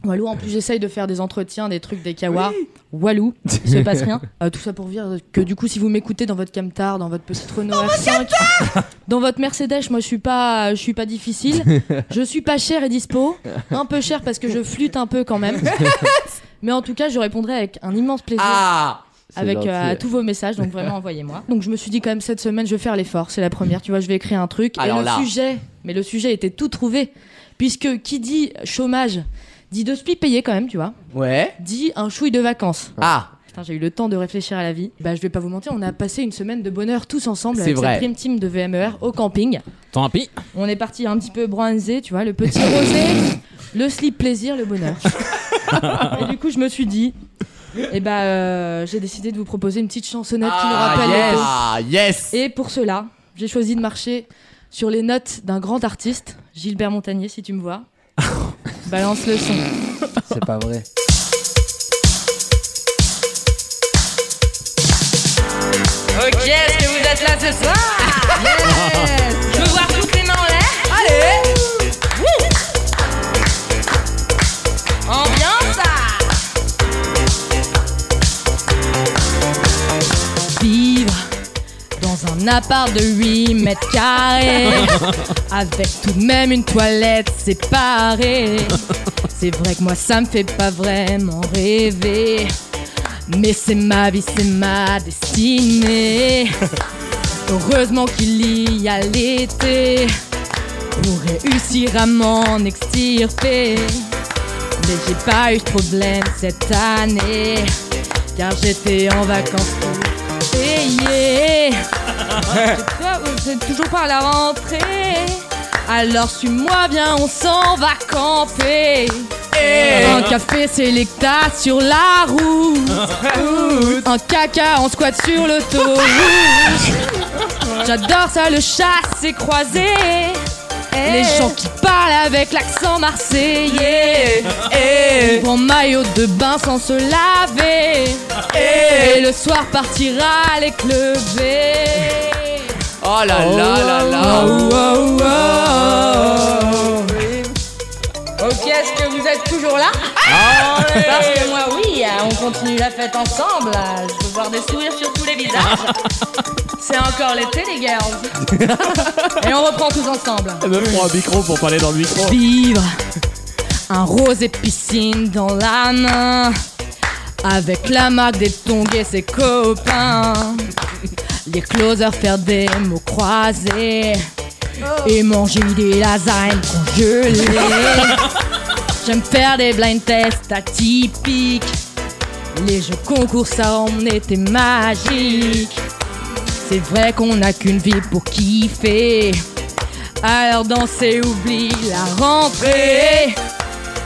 Speaker 18: Walou, en plus, j'essaye de faire des entretiens, des trucs, des kawas. Walou, il se passe rien. Euh, tout ça pour dire que du coup, si vous m'écoutez dans votre Camtar, dans votre petite Renault R5, dans votre Mercedes, moi, je suis pas, je suis pas difficile. Je suis pas cher et dispo. Un peu cher parce que je flûte un peu quand même. Mais en tout cas, je répondrai avec un immense plaisir.
Speaker 2: Ah,
Speaker 14: C'est
Speaker 18: Avec
Speaker 14: gentil.
Speaker 18: euh, à tous vos messages, donc vraiment envoyez-moi. Donc je me suis dit quand même cette semaine, je vais faire l'effort. C'est la première, tu vois, je vais écrire un truc.
Speaker 14: Alors
Speaker 18: et le
Speaker 14: là.
Speaker 18: sujet, mais le sujet était tout trouvé, puisque qui dit chômage dit de spi payé quand même, tu vois.
Speaker 2: Ouais.
Speaker 18: Dit un chouille de vacances.
Speaker 2: Ah.
Speaker 18: Putain, j'ai eu le temps de réfléchir à la vie. Bah je vais pas vous mentir, on a passé une semaine de bonheur tous ensemble
Speaker 3: C'est
Speaker 18: avec
Speaker 3: vrai.
Speaker 18: cette prime team de VMER au camping.
Speaker 3: Tant pis.
Speaker 18: On est parti un petit peu bronzé, tu vois, le petit rosé, le slip plaisir, le bonheur. Et du coup, je me suis dit, eh ben, euh, j'ai décidé de vous proposer une petite chansonnette qui nous rappelle
Speaker 2: yes.
Speaker 18: l'été.
Speaker 2: Ah, yes.
Speaker 18: Et pour cela, j'ai choisi de marcher sur les notes d'un grand artiste, Gilbert Montagnier, si tu me vois. Balance le son.
Speaker 7: C'est pas vrai.
Speaker 14: Ok, est-ce que vous êtes là ce soir
Speaker 18: Ah.
Speaker 14: Yes Je veux voir toutes les hein? mains en l'air. Allez Ambiance
Speaker 18: Vivre dans un appart de 8 mètres carrés, avec tout de même une toilette séparée. C'est vrai que moi ça me fait pas vraiment rêver, mais c'est ma vie, c'est ma destinée. Heureusement qu'il y a l'été pour réussir à m'en extirper. Mais j'ai pas eu de problème cette année, car j'étais en vacances tout payé. J'ai toujours pas la rentrée, alors suis-moi bien, on s'en va camper. Un café sélecta sur la route, un caca en squat sur l'autoroute. J'adore ça, le chasse et croisé. Les gens qui parlent avec l'accent marseillais. Et en maillot de bain sans se laver. Et le soir partira les clubés.
Speaker 2: Oh là là là là.
Speaker 14: Ok, est-ce que vous êtes toujours là
Speaker 2: Ah
Speaker 14: Parce que moi, oui, on continue la fête ensemble. Je veux voir des sourires sur tous les visages.
Speaker 18: C'est encore l'été, les gars. Et on reprend tous ensemble.
Speaker 3: Elle me prend un micro pour parler dans le micro.
Speaker 18: Vivre un rose et piscine dans la main. Avec la marque des tongs et ses copains. Les closers faire des mots croisés. Et manger des lasagnes congelées. J'aime faire des blind tests atypiques. Les jeux concours, ça en était magique. C'est vrai qu'on n'a qu'une vie pour kiffer. Alors danser, oublie la rentrée.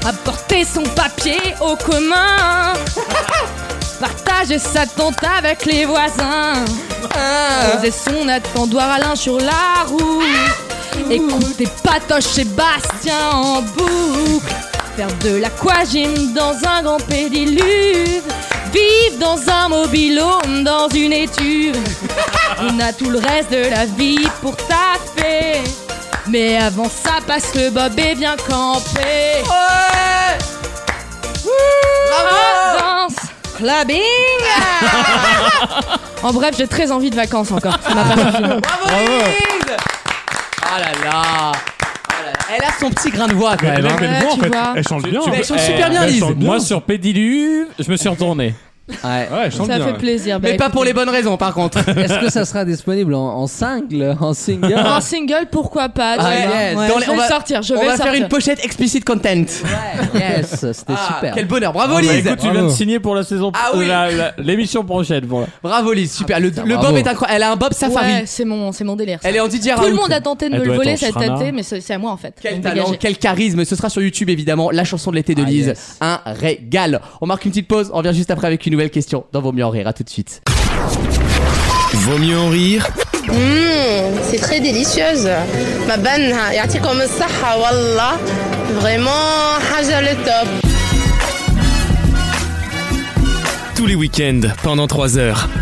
Speaker 18: Apporter son papier au commun. Partager sa tente avec les voisins. Poser son attendoir à l'un sur la roue. Écouter Patoche et Bastien en boucle. Faire de l'aquagym dans un grand pédiluve. Vivre dans un mobilhome, dans une étude. On a tout le reste de la vie pour taffer. Mais avant ça, passe le bob et viens camper. Bravo Danse Clubbing En bref, j'ai très envie de vacances encore. Ça m'a pas suffi.
Speaker 2: Ah là là. Ah là là. Elle a son petit grain de voix quand
Speaker 3: Mais elle
Speaker 2: même.
Speaker 3: a
Speaker 2: hein.
Speaker 3: une belle voix, en fait. Elle chante
Speaker 2: Tu-
Speaker 3: bien.
Speaker 2: tu-
Speaker 3: Eh,
Speaker 2: Elle chante super bien,
Speaker 3: elle
Speaker 2: Lise.
Speaker 3: chante bien. Moi, sur Pédilu, je me suis retourné.
Speaker 7: Ouais,
Speaker 3: elle chante
Speaker 18: Ça
Speaker 3: bien.
Speaker 18: fait plaisir. Bah,
Speaker 2: Mais pas
Speaker 18: écoutez.
Speaker 2: pour les bonnes raisons, par contre.
Speaker 7: Est-ce que ça sera disponible en, en single, en single
Speaker 18: Un single, pourquoi pas tu
Speaker 2: Ah,
Speaker 18: vois.
Speaker 2: yes.
Speaker 18: Ouais,
Speaker 2: Dans les-
Speaker 18: Je vais
Speaker 2: on va-
Speaker 18: le sortir, je
Speaker 2: on
Speaker 18: vais
Speaker 2: va
Speaker 18: le
Speaker 2: faire
Speaker 18: sortir.
Speaker 2: une pochette explicit content.
Speaker 7: Yes, c'était
Speaker 2: Ah,
Speaker 7: super.
Speaker 2: Quel bonheur, bravo
Speaker 3: Ah bah,
Speaker 2: Lise.
Speaker 3: écoute, tu viens de signer pour la saison euh,
Speaker 2: Ah oui.
Speaker 3: la- la- l'émission prochaine. Bon, là.
Speaker 2: Bravo Lise, super. le le
Speaker 3: bravo.
Speaker 2: bob est incroyable. Elle a un bob safari.
Speaker 18: Ouais, c'est mon, c'est mon délire. ça.
Speaker 2: Elle est en Didier
Speaker 18: Tout le
Speaker 2: Raoult.
Speaker 18: monde a tenté de
Speaker 2: Elle
Speaker 18: me le
Speaker 2: doit être en
Speaker 18: voler cette
Speaker 2: Shrana.
Speaker 18: année, mais c'est c'est à moi en fait.
Speaker 2: Quel
Speaker 18: Donc,
Speaker 2: talent,
Speaker 18: dégagez.
Speaker 2: quel charisme. Ce sera sur YouTube évidemment. La chanson de l'été
Speaker 7: Ah,
Speaker 2: de Lise. Un régal. On marque une petite pause. On revient juste après avec une nouvelle question. Dans Vaut mieux en rire. À tout de suite.
Speaker 19: Vaut mieux en rire
Speaker 18: Mmh,
Speaker 20: c'est très délicieuse. Ma banne, يعطيكم الصحة والله.
Speaker 18: Ah, Vraiment, Haja le top.
Speaker 1: Tous les week-ends, pendant 3 heures.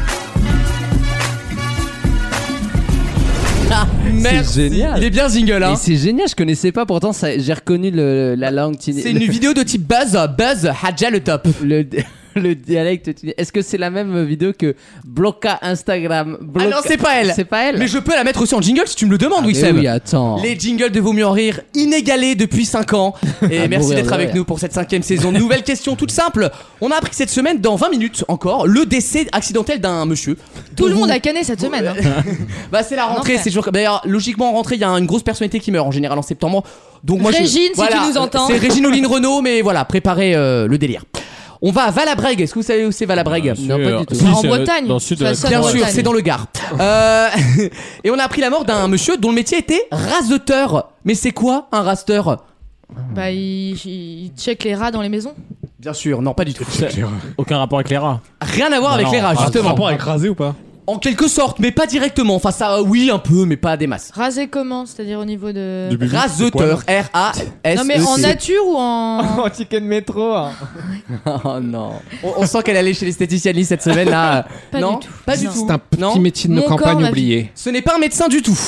Speaker 2: Merci. Il est bien zingle, hein.
Speaker 7: Et c'est génial, je connaissais pas, pourtant ça- j'ai reconnu le- la langue tunisienne.
Speaker 2: C'est une vidéo de type Buzz, Buzz, Hadja le top.
Speaker 7: Le, le dialecte tunisien. Est-ce que c'est la même vidéo que Bloca Instagram
Speaker 2: Ah
Speaker 7: Bloca-
Speaker 2: non, c'est pas elle.
Speaker 7: C'est pas elle Ah,
Speaker 2: Mais je peux la mettre aussi en jingle si tu me le demandes,
Speaker 7: mais
Speaker 2: Wissem.
Speaker 7: oui, attends.
Speaker 2: Les jingles de Vaut mieux en rire, inégalés depuis 5 ans. Et
Speaker 7: À
Speaker 2: merci
Speaker 7: mourir
Speaker 2: d'être
Speaker 7: de
Speaker 2: avec
Speaker 7: rire.
Speaker 2: nous pour cette cinquième saison. Nouvelle question toute simple. On a appris cette semaine, dans 20 minutes encore, le décès accidentel d'un monsieur.
Speaker 4: Tout le monde a canné cette semaine. hein.
Speaker 2: Bah, c'est la rentrée,
Speaker 4: Enfer.
Speaker 2: c'est toujours. D'ailleurs, logiquement, en rentrée, il y a une grosse personnalité qui meurt en général en septembre. Donc moi, je-
Speaker 4: Régine, si
Speaker 2: voilà,
Speaker 4: tu nous entends.
Speaker 2: C'est Régine Oline Renault, mais voilà, préparez euh, le délire. On va à Valabreg. Est-ce que vous savez où c'est Valabreg
Speaker 3: Non, pas du tout. Si,
Speaker 2: Ah,
Speaker 3: c'est, euh, dans le sud de la
Speaker 2: Bien
Speaker 3: Bretagne.
Speaker 2: sûr, c'est dans le Gard. Euh, et on a appris la mort d'un monsieur dont le métier était raseteur. Mais c'est quoi un raseteur
Speaker 4: Bah, il, il check les rats dans les maisons.
Speaker 2: Bien sûr, non, pas du tout.
Speaker 3: Aucun rapport avec les rats.
Speaker 2: Rien à voir avec les rats, justement.
Speaker 5: rasé ou pas
Speaker 2: En quelque sorte, mais pas directement. Enfin, ça, oui, un peu, mais pas des masses.
Speaker 4: Raser comment C'est-à-dire au niveau de.
Speaker 2: Raseteur, R-A-S.
Speaker 4: Non, mais en nature ou en.
Speaker 8: En ticket de métro. hein.
Speaker 2: Oh non. On, on sent qu'elle allait chez l'esthéticienne Lise cette semaine là.
Speaker 4: Pas
Speaker 2: non,
Speaker 4: du tout.
Speaker 2: pas du
Speaker 4: Non.
Speaker 2: tout.
Speaker 13: C'est un petit
Speaker 2: Non.
Speaker 13: métier de nos Mon corps, campagnes ma vie. oubliées.
Speaker 2: Ce n'est pas un médecin du tout.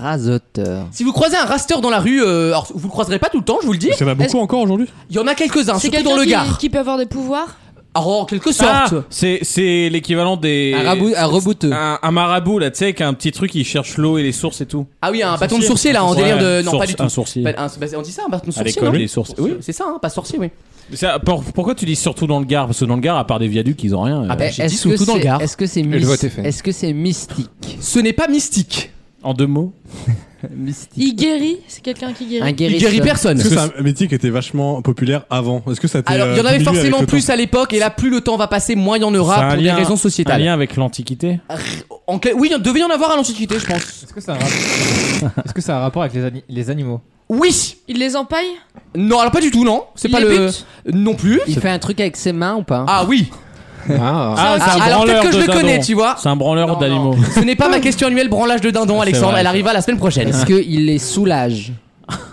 Speaker 7: Rasoteur.
Speaker 2: Si vous croisez un raster dans la rue, euh, alors vous le croiserez pas tout le temps, je vous le dis.
Speaker 5: Il y en a beaucoup encore aujourd'hui
Speaker 2: Il y en a quelques-uns,
Speaker 4: C'est
Speaker 2: surtout
Speaker 4: quelqu'un
Speaker 2: dans le
Speaker 4: qui-
Speaker 2: Gard.
Speaker 4: Qui peut avoir des pouvoirs
Speaker 2: Alors, en quelque
Speaker 3: Ah,
Speaker 2: sorte.
Speaker 3: c'est, c'est l'équivalent des.
Speaker 2: Un rabou- un rebouteux.
Speaker 3: Un, un marabout, là, tu sais, qui a un petit truc, il cherche l'eau et les sources et tout.
Speaker 2: Ah oui, un, bâton de
Speaker 3: sourcier.
Speaker 2: sourcier là, en
Speaker 3: Ouais,
Speaker 2: délire de. Non,
Speaker 3: source-
Speaker 2: pas du tout.
Speaker 3: un sourcier.
Speaker 2: Pas- un- bah, on dit ça, un bâton de
Speaker 3: À
Speaker 2: sourcier.
Speaker 3: l'école,
Speaker 2: non
Speaker 3: les sources. Oui.
Speaker 2: C'est ça, hein, pas sorcier, oui.
Speaker 3: Ça, pour- pourquoi tu dis surtout dans le Gard Parce que dans le Gard, à part des viaducs, ils ont rien.
Speaker 2: Ah
Speaker 3: euh,
Speaker 2: bah,
Speaker 3: j'ai dit
Speaker 7: ben, Est-ce que
Speaker 3: surtout dans le Gard.
Speaker 7: c'est est-ce que c'est
Speaker 3: le vote est
Speaker 7: mystique
Speaker 3: fait.
Speaker 7: Est-ce que c'est mystique
Speaker 2: Ce n'est pas mystique.
Speaker 3: En deux mots
Speaker 7: Mystique.
Speaker 4: Il guérit C'est quelqu'un qui guérit
Speaker 5: Il Est-ce que c'est un métier qui était vachement populaire avant Est-ce que ça a été,
Speaker 2: Alors, il y en
Speaker 5: euh,
Speaker 2: avait
Speaker 5: diminué avec
Speaker 2: forcément
Speaker 5: le
Speaker 2: plus
Speaker 5: temps
Speaker 2: à l'époque, et là, plus le temps va passer, moins il y en aura
Speaker 3: C'est un
Speaker 2: pour
Speaker 3: lien-
Speaker 2: des raisons sociétales.
Speaker 3: Un lien avec l'Antiquité
Speaker 2: En quel- Oui, il devait y en avoir à l'Antiquité, je pense.
Speaker 8: Est-ce que ça a un rapport, Est-ce que ça a un rapport avec les, ani- les animaux
Speaker 2: Oui
Speaker 4: Il les empaille
Speaker 2: Non, alors pas du tout, non. C'est
Speaker 4: Il
Speaker 2: pas
Speaker 4: les
Speaker 2: le.
Speaker 4: bute
Speaker 2: Non plus.
Speaker 7: Il fait un truc avec ses mains ou pas
Speaker 2: Ah oui
Speaker 13: Ah,
Speaker 2: Ah, c'est un alors peut-être que je
Speaker 3: de
Speaker 2: le connais,
Speaker 3: dindons.
Speaker 2: tu vois.
Speaker 3: C'est un branleur d'animaux.
Speaker 2: Ce n'est pas ma question annuelle branlage de dindon, Alexandre.
Speaker 3: vrai,
Speaker 2: Elle
Speaker 3: c'est
Speaker 2: arrivera la semaine prochaine.
Speaker 7: Est-ce qu'il les soulage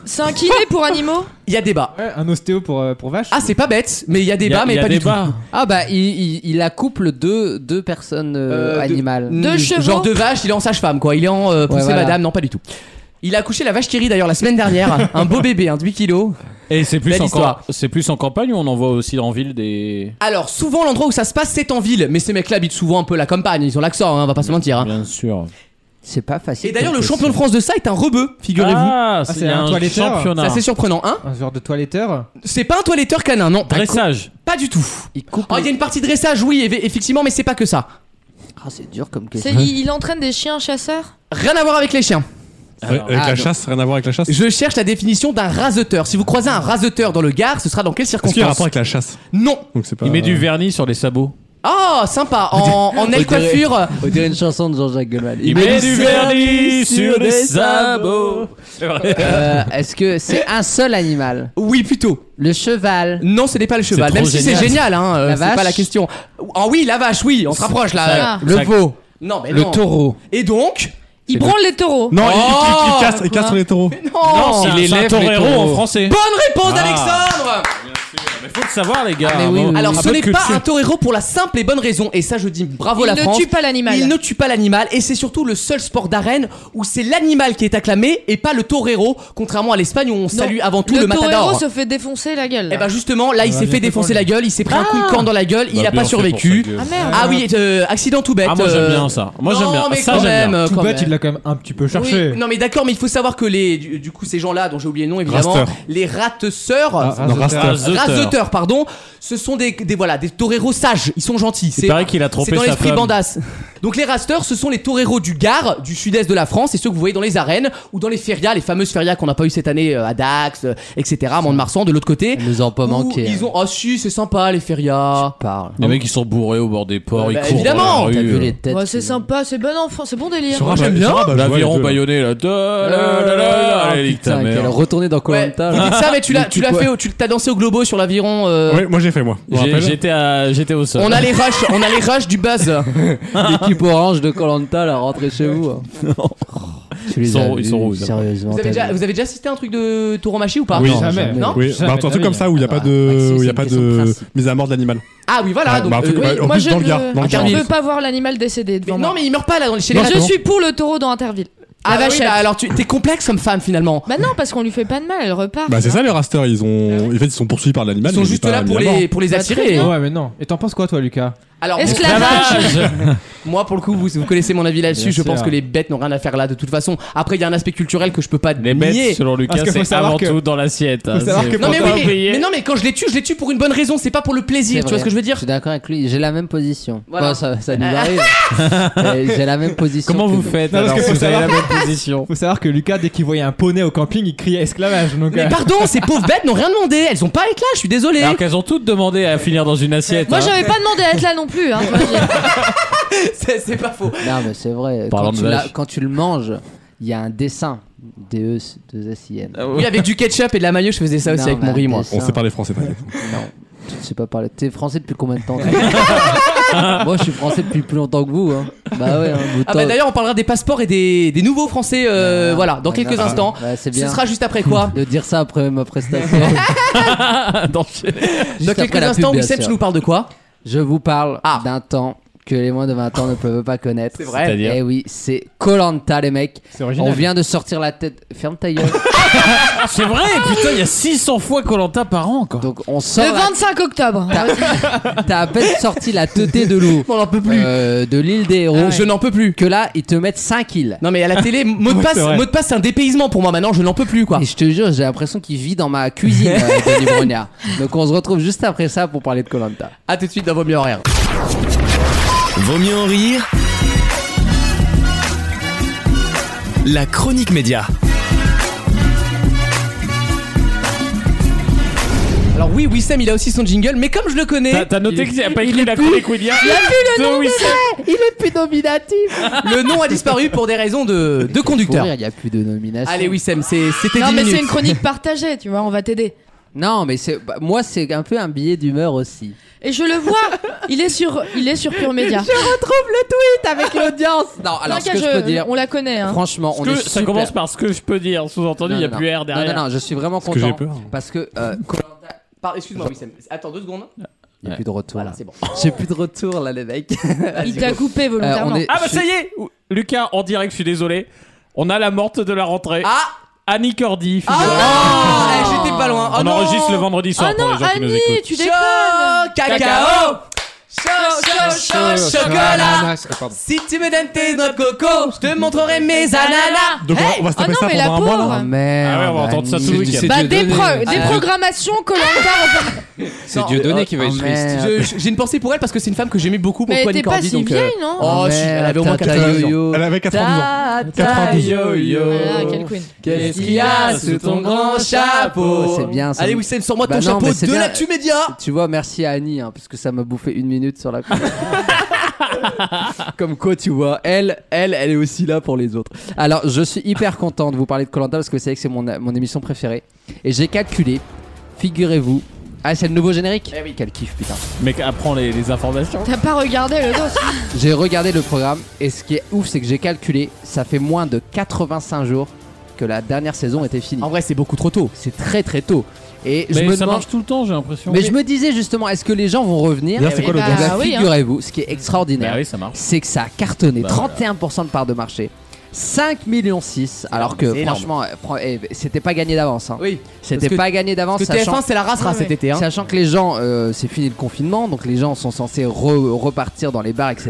Speaker 4: C'est un kiné pour animaux
Speaker 2: Il y a débat.
Speaker 8: Un ostéo pour, euh, pour vache
Speaker 2: Ah, c'est pas bête, mais il y a débat, mais pas du tout.
Speaker 7: Ah bah il, il, il accouple deux, deux personnes euh,
Speaker 2: Euh, de-
Speaker 7: animales.
Speaker 2: Mm, Genre de vache, il est en sage-femme, quoi. Il est en euh, poussée
Speaker 7: voilà.
Speaker 2: madame, non, pas du tout. Il a accouché la vache qui rit d'ailleurs la semaine dernière. un beau bébé, hein, de 8 kilos.
Speaker 3: Et c'est plus,
Speaker 2: Belle
Speaker 3: en
Speaker 2: histoire.
Speaker 3: camp- c'est plus en campagne ou on en voit aussi en ville des.
Speaker 2: Alors, souvent, l'endroit où ça se passe, c'est en ville. Mais ces mecs-là habitent souvent un peu la campagne. Ils ont l'accent, hein, on va pas se mentir. hein.
Speaker 3: Bien sûr.
Speaker 7: C'est pas facile.
Speaker 2: Et d'ailleurs, le
Speaker 7: comme
Speaker 2: champion de France de ça est un rebeu, figurez-vous.
Speaker 3: Ah,
Speaker 8: Ah,
Speaker 3: c'est,
Speaker 8: c'est un
Speaker 3: un,
Speaker 8: toiletteur.
Speaker 3: championnat.
Speaker 2: C'est assez surprenant, hein
Speaker 8: Un genre de toiletteur
Speaker 2: C'est pas un toiletteur canin, non.
Speaker 3: Dressage.
Speaker 2: Pas du tout. Oh, il y a une partie dressage, oui, eff- effectivement, mais c'est pas que ça.
Speaker 7: question. Ah c'est dur comme
Speaker 4: C'est-
Speaker 7: question.
Speaker 5: Hein
Speaker 4: il, il entraîne des chiens chasseurs
Speaker 2: Rien à voir avec les chiens.
Speaker 5: Avec
Speaker 7: Ah,
Speaker 5: la
Speaker 7: non.
Speaker 5: chasse, rien à voir avec la chasse
Speaker 2: Je cherche la définition d'un raseteur. Si vous croisez un raseteur dans le Gard, ce sera dans quelles
Speaker 5: Est-ce qu'il y a un
Speaker 2: circonstances
Speaker 5: rapport avec la chasse
Speaker 2: Non.
Speaker 5: Donc c'est pas.
Speaker 3: Il met du vernis sur les sabots.
Speaker 2: Oh, sympa. En, en aile coiffure. euh,
Speaker 7: On dirait une chanson de Jean-Jacques Goldman.
Speaker 3: Il met du vernis sur les sabots.
Speaker 7: Euh, Est-ce que c'est un seul animal
Speaker 2: Oui, plutôt.
Speaker 7: Le cheval.
Speaker 2: Non, ce n'est pas le cheval.
Speaker 3: trop
Speaker 2: Même si c'est
Speaker 3: génial.
Speaker 2: génial, hein, euh,
Speaker 7: La
Speaker 2: c'est pas
Speaker 7: vache.
Speaker 2: la question. Ah oui, la vache, oui, on se rapproche là.
Speaker 4: Ah.
Speaker 2: Le
Speaker 3: Ça-
Speaker 2: veau. Non, mais non.
Speaker 13: taureau.
Speaker 2: Et donc
Speaker 4: Il branle les taureaux
Speaker 5: Non, il, il- il- il
Speaker 2: Oh
Speaker 5: casse, il casse les taureaux.
Speaker 2: Non.
Speaker 3: c'est un-
Speaker 13: il
Speaker 3: c'est un
Speaker 13: élève les
Speaker 3: torero en
Speaker 13: taureaux.
Speaker 3: français.
Speaker 2: Bonne réponse,
Speaker 3: Ah.
Speaker 2: Alexandre
Speaker 3: Mais faut le savoir, les gars.
Speaker 7: mais oui,
Speaker 3: un-
Speaker 7: oui,
Speaker 2: Alors,
Speaker 3: un
Speaker 2: ce
Speaker 3: peu de
Speaker 2: n'est pas
Speaker 3: culture.
Speaker 2: un torero pour la simple et bonne raison, et ça je dis bravo
Speaker 4: Il
Speaker 2: la
Speaker 4: ne
Speaker 2: France.
Speaker 4: tue pas l'animal.
Speaker 2: Il ne tue pas l'animal, et c'est surtout le seul sport d'arène où c'est l'animal qui est acclamé et pas le torero, contrairement à l'Espagne où on salue avant tout le,
Speaker 4: le taureau
Speaker 2: matador.
Speaker 4: se fait défoncer la gueule.
Speaker 2: Et bah justement,
Speaker 5: Ah,
Speaker 2: là il
Speaker 3: Ah,
Speaker 2: s'est fait défoncer la gueule, il s'est pris un coup de camp dans la gueule, il
Speaker 13: Bah,
Speaker 2: a
Speaker 13: bien
Speaker 2: pas
Speaker 13: fait
Speaker 2: survécu.
Speaker 13: pour sa gueule.
Speaker 4: Ah merde
Speaker 2: Ah oui, euh, accident tout bête.
Speaker 3: Ah, moi j'aime
Speaker 2: euh,
Speaker 3: bien ça. Moi
Speaker 2: non,
Speaker 3: j'aime bien.
Speaker 2: mais
Speaker 3: ça,
Speaker 2: quand
Speaker 3: j'aime bien.
Speaker 2: même, euh,
Speaker 8: Tout
Speaker 2: quand
Speaker 8: bête,
Speaker 2: même.
Speaker 8: il l'a quand même un petit peu cherché.
Speaker 2: Oui, non mais d'accord, mais il faut savoir que les du, du coup ces gens-là dont j'ai oublié le nom évidemment,
Speaker 5: Rasteurs.
Speaker 2: les ratesseurs,
Speaker 5: Ah, non, raster.
Speaker 3: Raseteurs.
Speaker 2: raseteurs pardon, ce sont des, des voilà des toreros sages, ils sont gentils.
Speaker 3: Il paraît qu'il a trompé
Speaker 2: c'est dans
Speaker 3: sa
Speaker 2: l'esprit
Speaker 3: femme.
Speaker 2: bandas. Donc les rasteurs, ce sont les toreros du Gard, du sud-est de la France, et ceux que vous voyez dans les arènes ou dans les ferias, les fameuses ferias qu'on n'a pas eu cette année euh, à Dax, euh, etc. à Mont-de-Marsan, de l'autre côté.
Speaker 7: Ils nous ont pas
Speaker 2: où
Speaker 7: manqué.
Speaker 2: Ils ont ah si c'est sympa les ferias.
Speaker 7: Parle.
Speaker 3: Les mecs, ils sont bourrés au bord des ports,
Speaker 2: Bah,
Speaker 3: ils
Speaker 2: bah,
Speaker 3: courent. dans
Speaker 2: évidemment,
Speaker 3: la
Speaker 7: T'as
Speaker 3: rue,
Speaker 7: vu
Speaker 3: euh.
Speaker 7: les têtes
Speaker 4: Ouais, c'est sympa, c'est bon enfant, c'est bon délire.
Speaker 5: Sur un- j'aime bien. Ah, bah, je vois
Speaker 3: L'aviron
Speaker 5: les deux.
Speaker 3: baïonné là. Da, la, la, la, la, Allez, nique ta
Speaker 7: Putain, quelle
Speaker 3: mère.
Speaker 7: retournée dans
Speaker 2: Ouais,
Speaker 7: Colanta.
Speaker 2: vous dites ça, mais tu l'as,
Speaker 7: Le
Speaker 2: tu
Speaker 7: petit
Speaker 2: l'as
Speaker 7: pois-
Speaker 2: fait, au- tu t'as dansé au globo sur l'aviron. euh,
Speaker 5: Oui, moi j'ai fait moi. Je vous
Speaker 3: J'ai-
Speaker 5: rappelle.
Speaker 3: J'étais à- j'étais au sol.
Speaker 2: On a les rushs, on a les rushs du buzz.
Speaker 7: L'équipe orange de Colanta, la rentrée chez vous. Tu les
Speaker 3: Ils sont-
Speaker 7: as
Speaker 3: ils sont
Speaker 7: vus,
Speaker 3: rouges, d'abord.
Speaker 7: Sérieusement.
Speaker 2: Vous avez, déjà, vous avez déjà assisté à un truc de Tauromachi ou pas
Speaker 5: oui,
Speaker 2: Non
Speaker 5: Oui, bah, un truc comme ça où il n'y a pas de, où il y a pas de mise à mort de l'animal.
Speaker 2: Ah oui, voilà.
Speaker 5: Ah,
Speaker 2: donc,
Speaker 5: bah, un truc,
Speaker 2: euh,
Speaker 5: bah,
Speaker 2: oui,
Speaker 5: en
Speaker 4: Moi,
Speaker 5: plus,
Speaker 4: je
Speaker 5: dans
Speaker 4: ne
Speaker 5: le Gard, dans le Gard.
Speaker 4: je veux pas voir l'animal décédé devant
Speaker 2: non, mais il meurt pas là dans les chez
Speaker 4: moi.
Speaker 2: les
Speaker 4: Je
Speaker 2: rats.
Speaker 4: suis pour le taureau dans Interville.
Speaker 2: Ah bah oui,
Speaker 4: Vachette.
Speaker 2: là, alors tu t'es complexe comme femme finalement.
Speaker 4: Bah non, parce qu'on lui fait pas de mal, elle repart.
Speaker 5: Bah c'est ça les rasters, ils ont, en fait ils sont poursuivis par l'animal.
Speaker 2: Ils sont
Speaker 5: mais
Speaker 2: juste
Speaker 5: pas
Speaker 2: là
Speaker 5: mis
Speaker 2: pour
Speaker 5: à mort.
Speaker 2: les- pour les Bah, attirer. très bien.
Speaker 8: Ouais, mais non. Et t'en penses quoi, toi, Lucas
Speaker 2: Alors,
Speaker 8: Esclavage
Speaker 2: bon, Moi, pour le coup, vous, vous connaissez mon avis là-dessus.
Speaker 8: Bien
Speaker 2: Je
Speaker 8: sûr.
Speaker 2: pense que les bêtes n'ont rien à faire là de toute façon. Après, il y a un aspect culturel que je peux pas
Speaker 3: Les
Speaker 2: nier.
Speaker 3: bêtes, selon Lucas,
Speaker 2: Parce que faut
Speaker 3: c'est
Speaker 2: savoir
Speaker 3: avant
Speaker 2: que-
Speaker 3: tout dans l'assiette. hein. C'est-
Speaker 2: non mais,
Speaker 3: faut pas
Speaker 2: oui, mais,
Speaker 3: oublier.
Speaker 2: mais non mais quand je les tue, je les tue pour une bonne raison, c'est pas pour le plaisir, tu vois ce que je veux dire
Speaker 7: Je suis d'accord avec lui, j'ai la même position.
Speaker 2: Voilà.
Speaker 7: Bon, ça, ça nous
Speaker 2: Ah.
Speaker 7: arrive. Mais j'ai la même position.
Speaker 8: Comment
Speaker 7: que
Speaker 8: vous
Speaker 7: lui.
Speaker 8: faites
Speaker 3: Non, parce alors, que si faut vous avez la savoir-
Speaker 8: Faut savoir que Lucas, dès qu'il voyait un poney au camping, il criait esclavage. Donc,
Speaker 2: Mais
Speaker 8: euh,
Speaker 2: pardon, ces pauvres bêtes n'ont rien demandé, elles ont pas à être là, je suis désolé.
Speaker 3: Alors qu'elles ont toutes demandé à finir dans une assiette.
Speaker 4: Moi,
Speaker 3: hein.
Speaker 4: j'avais pas demandé à être là non plus. Hein,
Speaker 2: c'est, c'est pas faux.
Speaker 7: Non, mais c'est vrai.
Speaker 3: Parlant
Speaker 7: Quand
Speaker 3: de
Speaker 7: tu, l'as-
Speaker 3: vache.
Speaker 7: quand tu le manges, il y a un dessin. E DE, 2SIN.
Speaker 2: Ah Oui, avec du ketchup et de la mayo, je faisais ça aussi
Speaker 7: Non,
Speaker 2: avec
Speaker 7: mais
Speaker 2: mon riz,
Speaker 7: un
Speaker 2: moi.
Speaker 7: dessin. On sait parler français, t'inquiète.
Speaker 2: Non.
Speaker 7: Tu ne sais pas parler. T'es français depuis combien de temps toi Moi, je suis français depuis plus longtemps que vous. hein. Bah ouais, hein, vous
Speaker 2: Ah
Speaker 7: t'en-
Speaker 2: bah d'ailleurs on parlera des passeports et des, des nouveaux français euh, voilà dans quelques
Speaker 7: Ah,
Speaker 2: instants.
Speaker 7: ouais, c'est
Speaker 2: Ce
Speaker 7: bien.
Speaker 2: sera juste après quoi
Speaker 7: De dire ça après ma prestation.
Speaker 3: hein,
Speaker 2: Dans quelques instants Wissem tu nous parles de quoi Ah.
Speaker 7: Je vous parle d'un temps que les moins de 20 ans ne peuvent pas connaître. C'est
Speaker 2: vrai. C'est-à-dire
Speaker 7: Eh oui, c'est Colanta les mecs.
Speaker 8: original.
Speaker 7: On vient de sortir la tête. Ferme ta gueule.
Speaker 3: C'est vrai, putain, il y a 600 fois Colanta par an, quoi.
Speaker 7: Donc on sort.
Speaker 4: Le
Speaker 7: la-
Speaker 4: 25 octobre.
Speaker 7: T'as à peine sorti la teuté de l'eau. Euh,
Speaker 2: On n'en peut plus.
Speaker 7: de l'île des héros.
Speaker 2: Ah ouais. Je n'en peux plus.
Speaker 7: Que là, ils te mettent 5 îles.
Speaker 2: Non mais à la télé mot de
Speaker 7: Ouais,
Speaker 2: passe
Speaker 7: c'est vrai.
Speaker 2: mot de passe c'est un dépaysement pour moi maintenant je n'en peux plus quoi.
Speaker 7: Et je te jure, j'ai l'impression qu'il vit dans ma cuisine, euh, Denis Brognard. Donc on se retrouve juste après ça pour parler de Colanta.
Speaker 2: À tout de suite dans vos mieux horaires.
Speaker 1: Vaut mieux en rire. La chronique média.
Speaker 2: Alors oui Wissem il a aussi son jingle mais comme je le connais
Speaker 3: T'as- t'as noté
Speaker 2: il-
Speaker 3: qu'il a pas
Speaker 2: il
Speaker 3: écrit
Speaker 2: est
Speaker 3: la
Speaker 2: plus-
Speaker 3: chronique William.
Speaker 2: Il a plus le
Speaker 3: De
Speaker 2: nom de-
Speaker 3: Wissem.
Speaker 7: Il est plus nominatif.
Speaker 2: Le nom a disparu pour des raisons de, de conducteur.
Speaker 7: Il n'y a plus de nomination.
Speaker 2: Allez Wissem c'est- c'était
Speaker 4: Non,
Speaker 2: 10
Speaker 4: mais c'est
Speaker 2: minutes.
Speaker 4: une chronique partagée, tu vois, on va t'aider.
Speaker 7: Non, mais c'est bah, moi, c'est un peu un billet d'humeur aussi.
Speaker 4: Et je le vois, il est sur, il est sur Pure Média.
Speaker 7: Je retrouve le tweet avec l'audience. Non, alors ce que
Speaker 4: T'inquiète,
Speaker 7: je peux dire,
Speaker 4: on la connaît. Hein.
Speaker 7: franchement,
Speaker 3: Ce
Speaker 7: on
Speaker 3: que-
Speaker 7: est
Speaker 3: ça
Speaker 7: super-
Speaker 3: commence par ce que je peux dire, sous-entendu,
Speaker 7: Non,
Speaker 3: il n'y a
Speaker 7: non,
Speaker 3: plus
Speaker 7: non.
Speaker 3: R derrière.
Speaker 7: Non, non, non, je suis vraiment
Speaker 2: que
Speaker 7: content.
Speaker 2: j'ai peur.
Speaker 7: Parce que euh,
Speaker 2: Par- Excuse-moi Wissem attends deux secondes.
Speaker 7: il n'y a plus de retour.
Speaker 2: Voilà c'est bon.
Speaker 7: J'ai plus de retour là, les mecs.
Speaker 4: Il t'a coupé volontairement.
Speaker 7: Euh, on est-
Speaker 3: Ah bah
Speaker 7: je-
Speaker 3: ça y est Ouh, Lucas, en direct, je suis désolé. On a la morte de la rentrée.
Speaker 2: Ah
Speaker 3: Annie Cordy,
Speaker 2: Ah
Speaker 3: figurez-vous.
Speaker 2: Eh, J'étais pas loin. Oh
Speaker 3: On
Speaker 2: non
Speaker 3: enregistre le vendredi soir
Speaker 4: Oh
Speaker 3: pour
Speaker 4: non,
Speaker 3: les gens qui nous
Speaker 4: Annie,
Speaker 3: écoutent.
Speaker 4: tu déconnes
Speaker 2: Cacao Chaud, chaud, chaud,
Speaker 13: Ah,
Speaker 2: chocolat Si tu me donnes tes noix de coco, je te montrerai mes ananas Ah
Speaker 5: Donc on va- on va se
Speaker 4: Oh
Speaker 5: taper
Speaker 4: non,
Speaker 5: ça
Speaker 4: mais la
Speaker 5: pendant un mois là.
Speaker 4: pauvre
Speaker 7: Merde,
Speaker 3: Ah ouais, on va entendre ça
Speaker 7: Annie.
Speaker 3: tout le week-end.
Speaker 4: Bah,
Speaker 13: Dieu
Speaker 4: des,
Speaker 13: donné.
Speaker 4: pro- des
Speaker 7: Ah.
Speaker 4: programmations Colanta.
Speaker 13: C'est Dieudonné qui va être
Speaker 7: Oh,
Speaker 13: triste.
Speaker 7: merde.
Speaker 2: Je- je- J'ai une pensée pour elle parce que c'est une femme que j'aimais beaucoup, mon
Speaker 4: Mais
Speaker 2: Annie
Speaker 4: t'es pas
Speaker 2: Cordy.
Speaker 4: si
Speaker 2: donc, euh,
Speaker 4: vieille, non
Speaker 2: Oh, si, elle avait au moins 90 ans.
Speaker 5: Elle avait 92 ans.
Speaker 4: Ah, quelle queen.
Speaker 2: Qu'est-ce qu'il y a sous ton grand chapeau
Speaker 7: C'est bien, ça.
Speaker 2: Allez, Wissem, sors-moi
Speaker 7: Bah
Speaker 2: ton
Speaker 7: non,
Speaker 2: chapeau
Speaker 7: mais c'est
Speaker 2: de
Speaker 7: bien.
Speaker 2: l'actu média
Speaker 7: Tu vois, merci à Annie, hein, parce que ça m'a bouffé une minute sur la con- Comme quoi, tu vois, elle, elle, elle est aussi là pour les autres. Alors, je suis hyper content de vous parler de Colanta parce que vous savez que c'est mon, mon émission préférée. Et j'ai calculé, figurez-vous. Ah, c'est le nouveau générique
Speaker 2: Eh
Speaker 7: Quel kiff, putain.
Speaker 3: Mec, apprends les, les informations.
Speaker 4: T'as pas regardé le dos
Speaker 7: J'ai regardé le programme et ce qui est ouf, c'est que j'ai calculé, ça fait moins de 85 jours que la dernière saison était finie.
Speaker 2: En vrai, c'est beaucoup trop tôt.
Speaker 7: C'est très très tôt. Et je
Speaker 3: Mais
Speaker 7: me
Speaker 3: ça
Speaker 7: demande.
Speaker 3: marche tout le temps, j'ai l'impression.
Speaker 7: Mais je me disais justement, est-ce que les gens vont revenir
Speaker 5: D'ailleurs, c'est quoi
Speaker 7: Eh
Speaker 5: le
Speaker 7: ben,
Speaker 3: Ah
Speaker 4: gain oui, hein.
Speaker 7: Figurez-vous, ce qui est extraordinaire,
Speaker 3: Bah oui, ça marche.
Speaker 7: c'est que ça a cartonné
Speaker 3: Bah
Speaker 7: 31% de part de marché. 5 millions 6 alors que
Speaker 2: C'est énorme.
Speaker 7: franchement euh, fran- eh, c'était pas gagné d'avance hein.
Speaker 2: Oui.
Speaker 7: c'était
Speaker 2: parce que-
Speaker 7: pas gagné d'avance
Speaker 2: Parce que
Speaker 7: sachant,
Speaker 2: TF1, c'est la race race cet été. hein.
Speaker 7: sachant que les gens euh, c'est fini le confinement donc les gens sont censés re- repartir dans les bars etc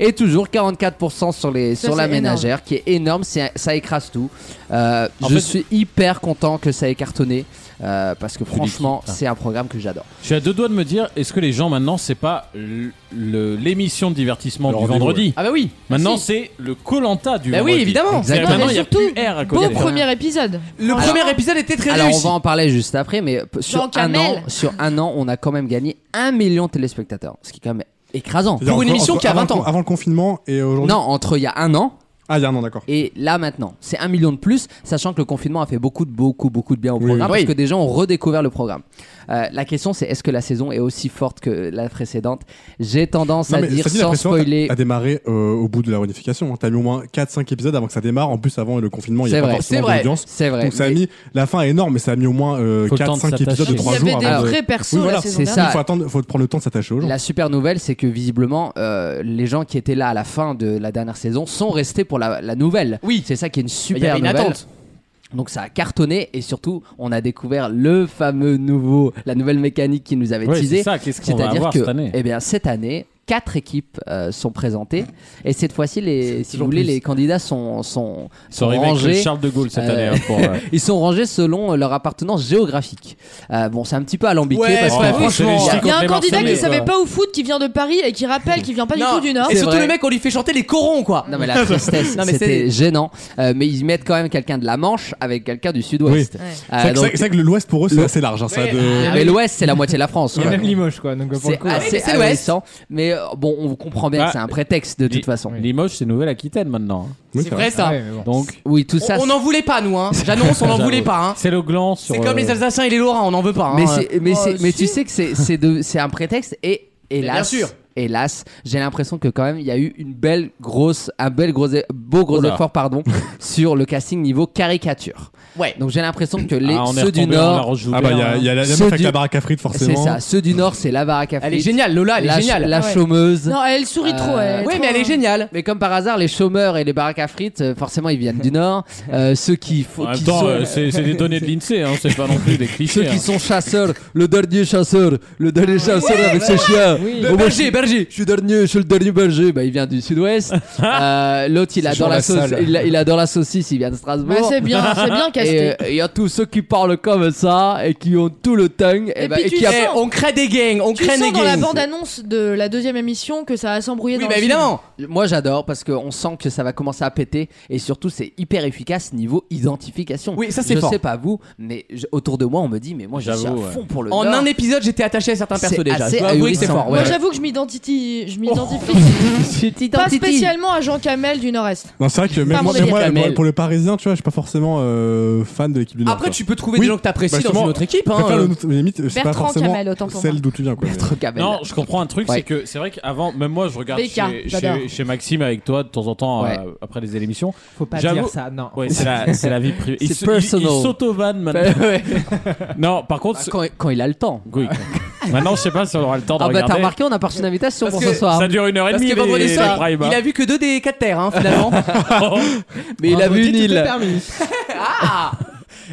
Speaker 7: et toujours 44% sur, les,
Speaker 4: Ça,
Speaker 7: sur la
Speaker 4: c'est énorme.
Speaker 7: ménagère qui est énorme c'est- ça écrase tout Euh,
Speaker 3: En
Speaker 7: je
Speaker 3: fait-
Speaker 7: suis hyper content que ça ait cartonné euh, parce que franchement
Speaker 2: hein.
Speaker 7: c'est un programme que j'adore
Speaker 3: Je suis à deux doigts de me dire, est-ce que les gens maintenant, c'est pas l- le- l'émission de divertissement
Speaker 5: Le
Speaker 3: du
Speaker 5: rendez-vous,
Speaker 3: vendredi
Speaker 2: Ah bah oui
Speaker 3: Maintenant,
Speaker 4: Si.
Speaker 3: c'est le Colanta du
Speaker 2: Bah oui,
Speaker 3: vendredi.
Speaker 2: évidemment.
Speaker 3: C'est-à-dire
Speaker 7: Exactement.
Speaker 3: Maintenant, il y a
Speaker 4: Mais surtout,
Speaker 3: plus R à
Speaker 4: Beau
Speaker 3: côté.
Speaker 4: premier épisode.
Speaker 2: Le
Speaker 4: Alors-
Speaker 2: premier épisode était très
Speaker 7: Alors on
Speaker 2: réussi.
Speaker 7: va en parler juste après, mais p- sur
Speaker 4: Jean
Speaker 7: un,
Speaker 4: Camel.
Speaker 7: an, sur un an, on a quand même gagné 1 million de téléspectateurs, ce qui est quand même écrasant.
Speaker 5: C'est-à-dire
Speaker 2: Pour une
Speaker 5: entre-
Speaker 2: émission
Speaker 5: entre-
Speaker 2: qui a
Speaker 5: avant
Speaker 2: 20 ans.
Speaker 5: le con- Avant le confinement et aujourd'hui.
Speaker 7: Non, entre il y a un an
Speaker 5: Ah, il y a un an, d'accord.
Speaker 7: Et là maintenant, c'est un million de plus, sachant que le confinement a fait beaucoup, de- beaucoup, beaucoup de bien au
Speaker 5: Oui,
Speaker 7: programme
Speaker 5: oui.
Speaker 7: parce que des gens ont redécouvert le programme. Euh, la question, c'est est-ce que la saison est aussi forte que la précédente J'ai tendance
Speaker 5: Non,
Speaker 7: à
Speaker 5: mais
Speaker 7: dire
Speaker 5: ça dit, la
Speaker 7: sans
Speaker 5: précédente
Speaker 7: spoiler.
Speaker 5: A a démarré euh, au bout de la réunification. hein. T'as mis au moins 4-5 épisodes avant que ça démarre. En plus, avant le confinement, il y
Speaker 7: C'est
Speaker 5: a pas
Speaker 7: vrai, c'est
Speaker 5: forcément
Speaker 7: vrai,
Speaker 5: d'audience.
Speaker 7: c'est vrai.
Speaker 5: Donc ça a mis la fin est énorme, mais ça a mis au moins euh,
Speaker 7: Faut le temps de
Speaker 5: 4-5 épisodes
Speaker 7: s'attacher.
Speaker 5: de 3
Speaker 7: Il y avait
Speaker 5: jours.
Speaker 7: des
Speaker 5: avant de-
Speaker 7: vrais persos
Speaker 5: Oui,
Speaker 7: la
Speaker 5: voilà.
Speaker 7: saison
Speaker 5: C'est ça. Il faut
Speaker 7: dernière.
Speaker 5: attendre, faut prendre le temps de s'attacher aux gens.
Speaker 7: La super nouvelle, c'est que visiblement, euh, les gens qui étaient là à la fin de la dernière saison sont restés pour la, la nouvelle. Oui, c'est ça qui est une super
Speaker 2: Il y avait une
Speaker 7: nouvelle.
Speaker 2: attente.
Speaker 7: Donc ça a cartonné et surtout on a découvert le fameux nouveau, la nouvelle mécanique qui nous avait
Speaker 3: Oui,
Speaker 7: teasé.
Speaker 3: c'est ça, qu'est-ce qu'on va
Speaker 7: C'est-à-dire
Speaker 3: avoir
Speaker 7: que,
Speaker 3: cette année
Speaker 7: eh bien cette année, quatre équipes euh, sont présentées et cette fois-ci les, si vous
Speaker 3: toujours
Speaker 7: voulez,
Speaker 3: plus.
Speaker 7: les candidats sont sont, sont
Speaker 3: arrivés avec le
Speaker 7: rangés.
Speaker 3: Charles de Gaulle cette année, hein, pour, euh,
Speaker 7: Ils sont rangés selon euh, leur appartenance géographique. Euh, bon, c'est un petit peu alambiqué
Speaker 2: Ouais,
Speaker 7: parce que
Speaker 2: ouais,
Speaker 7: franchement,
Speaker 2: c'est les
Speaker 4: Il y a un candidat qui savait pas au foot qui vient de Paris et qui rappelle qu'il vient pas du tout du Nord.
Speaker 2: Et surtout le mec, on lui fait chanter les corons, quoi.
Speaker 7: Non mais la tristesse,
Speaker 2: Non, mais c'est-
Speaker 7: c'était gênant. Euh, mais ils mettent quand même quelqu'un de la Manche avec quelqu'un du Sud-Ouest.
Speaker 5: Oui.
Speaker 7: Euh,
Speaker 5: C'est vrai que-
Speaker 7: donc-
Speaker 5: c'est vrai que l'Ouest pour eux c'est
Speaker 7: Le-
Speaker 5: assez large. hein, ça, de-
Speaker 7: Ah, mais l'Ouest c'est la moitié de la France.
Speaker 8: Il y a
Speaker 7: ouais.
Speaker 8: même Limoges, quoi. Donc, pour le
Speaker 7: C'est
Speaker 8: coup, Ah,
Speaker 7: assez
Speaker 8: c'est
Speaker 7: ahurissant, mais euh, bon, on comprend bien
Speaker 3: Ah,
Speaker 7: que c'est un prétexte de toute façon.
Speaker 3: Limoges, c'est Nouvelle-Aquitaine maintenant. hein.
Speaker 7: Oui, C'est c'est vrai, vrai. ça.
Speaker 3: Ah ouais, mais bon. Donc,
Speaker 7: oui, tout ça.
Speaker 2: On n'en voulait pas, nous, hein. J'annonce, on n'en voulait pas, hein.
Speaker 3: C'est le gland sur.
Speaker 2: C'est comme
Speaker 3: euh,
Speaker 2: les Alsaciens et les Lorrains, on n'en veut pas. hein.
Speaker 7: Mais, c'est- mais,
Speaker 2: Oh,
Speaker 7: c'est- mais tu
Speaker 2: si.
Speaker 7: sais que c'est- c'est de- c'est un prétexte et hélas,
Speaker 2: bien sûr.
Speaker 7: hélas, j'ai l'impression que quand même il y a eu une belle grosse, un bel gros, e- beau gros
Speaker 2: Oula.
Speaker 7: effort pardon sur le casting niveau caricature.
Speaker 2: Ouais.
Speaker 7: Donc j'ai l'impression que les
Speaker 3: Ah, on est
Speaker 7: ceux du
Speaker 3: retombé, on la
Speaker 7: Nord,
Speaker 3: rejoue Ah bah, bien, il y a- hein. il y a la- la
Speaker 7: Ceux
Speaker 3: meuf avec
Speaker 7: du-
Speaker 3: la baraque à frites, forcément.
Speaker 7: C'est ça. Ceux du Nord, c'est la baraque à frites.
Speaker 2: Elle est géniale, Lola, elle est
Speaker 7: La ch-
Speaker 2: géniale.
Speaker 7: La
Speaker 2: Ouais.
Speaker 7: chômeuse.
Speaker 2: Non, elle sourit trop, elle est Ouais, trop-
Speaker 4: hein.
Speaker 2: mais elle est
Speaker 7: géniale. Mais comme par hasard, les chômeurs et les baraques à frites, euh, forcément, ils viennent du Nord. Euh, ceux qui font.
Speaker 3: En même temps, euh, c'est c'est des données de l'INSEE, hein, c'est pas non plus des clichés. hein.
Speaker 7: Ceux qui sont chasseurs, le dernier chasseur, le dernier chasseur avec ses chiens.
Speaker 3: Oui. Le
Speaker 7: Bon, moi,
Speaker 3: berger,
Speaker 7: je- Je suis dernier, je suis le dernier berger. Bah, il vient du sud-ouest. Euh, L'autre, il
Speaker 2: C'est
Speaker 7: adore
Speaker 2: toujours
Speaker 7: la
Speaker 2: la
Speaker 7: sauce.
Speaker 2: salle.
Speaker 7: Il, il adore la saucisse. Il vient de Strasbourg.
Speaker 4: Bah, c'est bien, c'est bien casté.
Speaker 7: Et, euh, Il y a tous ceux qui parlent comme ça et qui ont tout le tongue. Et, bah,
Speaker 4: puis
Speaker 7: et
Speaker 4: tu
Speaker 7: qui a-
Speaker 4: sens-
Speaker 2: Eh, On crée des gangs, on
Speaker 4: Tu
Speaker 2: crée des
Speaker 4: sens dans la
Speaker 2: gangs.
Speaker 4: bande-annonce de la deuxième émission que ça va s'embrouiller dans le
Speaker 7: bah, Moi j'adore parce qu'on sent que ça va commencer à péter et surtout c'est hyper efficace niveau identification.
Speaker 2: Oui, ça, c'est
Speaker 7: Je
Speaker 2: fort.
Speaker 7: sais pas vous, mais je- autour de moi on me dit mais moi je suis à
Speaker 2: J'avoue,
Speaker 7: fond
Speaker 2: ouais.
Speaker 7: pour le
Speaker 2: En
Speaker 7: Nord.
Speaker 2: un épisode, j'étais attaché à certains
Speaker 7: C'est
Speaker 2: persos déjà.
Speaker 7: assez
Speaker 2: Je dois avouer que c'est
Speaker 7: ahurissant.
Speaker 2: fort.
Speaker 4: Moi
Speaker 2: ouais.
Speaker 4: j'avoue que je m'identifie, je m'identifie
Speaker 5: Oh.
Speaker 4: pas
Speaker 7: titi.
Speaker 4: spécialement à Jean Camel du Nord-Est.
Speaker 5: Non, c'est vrai que
Speaker 4: Enfin,
Speaker 5: même
Speaker 4: mon
Speaker 5: moi, même
Speaker 4: délire.
Speaker 5: moi,
Speaker 4: Camel.
Speaker 5: moi, pour le parisien, tu vois, je suis pas forcément euh, fan de l'équipe du Nord.
Speaker 2: Après,
Speaker 5: quoi.
Speaker 2: tu peux trouver des gens que t'apprécies dans
Speaker 5: Bah, justement,
Speaker 2: une autre équipe, hein.
Speaker 5: je
Speaker 7: euh.
Speaker 5: préfère le nôtre, mais limite, c'est pas
Speaker 2: Bertrand
Speaker 5: forcément
Speaker 2: Camel, autant pour
Speaker 5: celle
Speaker 2: moi.
Speaker 5: d'où tu viens, quoi. mais-
Speaker 3: Non, je comprends un truc,
Speaker 5: Ouais.
Speaker 3: c'est que c'est vrai qu'avant, même moi, je regarde
Speaker 8: Becca,
Speaker 3: chez,
Speaker 8: j'adore.
Speaker 3: chez- chez Maxime avec toi de temps en temps euh,
Speaker 8: Ouais.
Speaker 3: après les émissions.
Speaker 8: Faut pas
Speaker 3: J'avoue-
Speaker 8: dire ça, non.
Speaker 3: Ouais, c'est la, c'est la vie privée. Il
Speaker 8: C'est
Speaker 3: se- il-
Speaker 8: personal.
Speaker 3: Il s'auto-vanne maintenant.
Speaker 7: Bah, Ah,
Speaker 3: Non, par contre.
Speaker 7: quand, il a le temps.
Speaker 3: Oui. quand- Maintenant, je sais pas si on aura le temps de
Speaker 7: Ah bah
Speaker 3: regarder.
Speaker 7: t'as remarqué on a parti une invitation pour
Speaker 2: que
Speaker 7: ce soir.
Speaker 3: ça dure une heure et
Speaker 2: Parce
Speaker 3: demie,
Speaker 2: que vendredi
Speaker 3: les-
Speaker 2: soir,
Speaker 3: les primes, hein.
Speaker 2: il a vu que deux des quatre terres, hein, finalement.
Speaker 3: Ah,
Speaker 7: Mais il a vu une île.
Speaker 2: Ah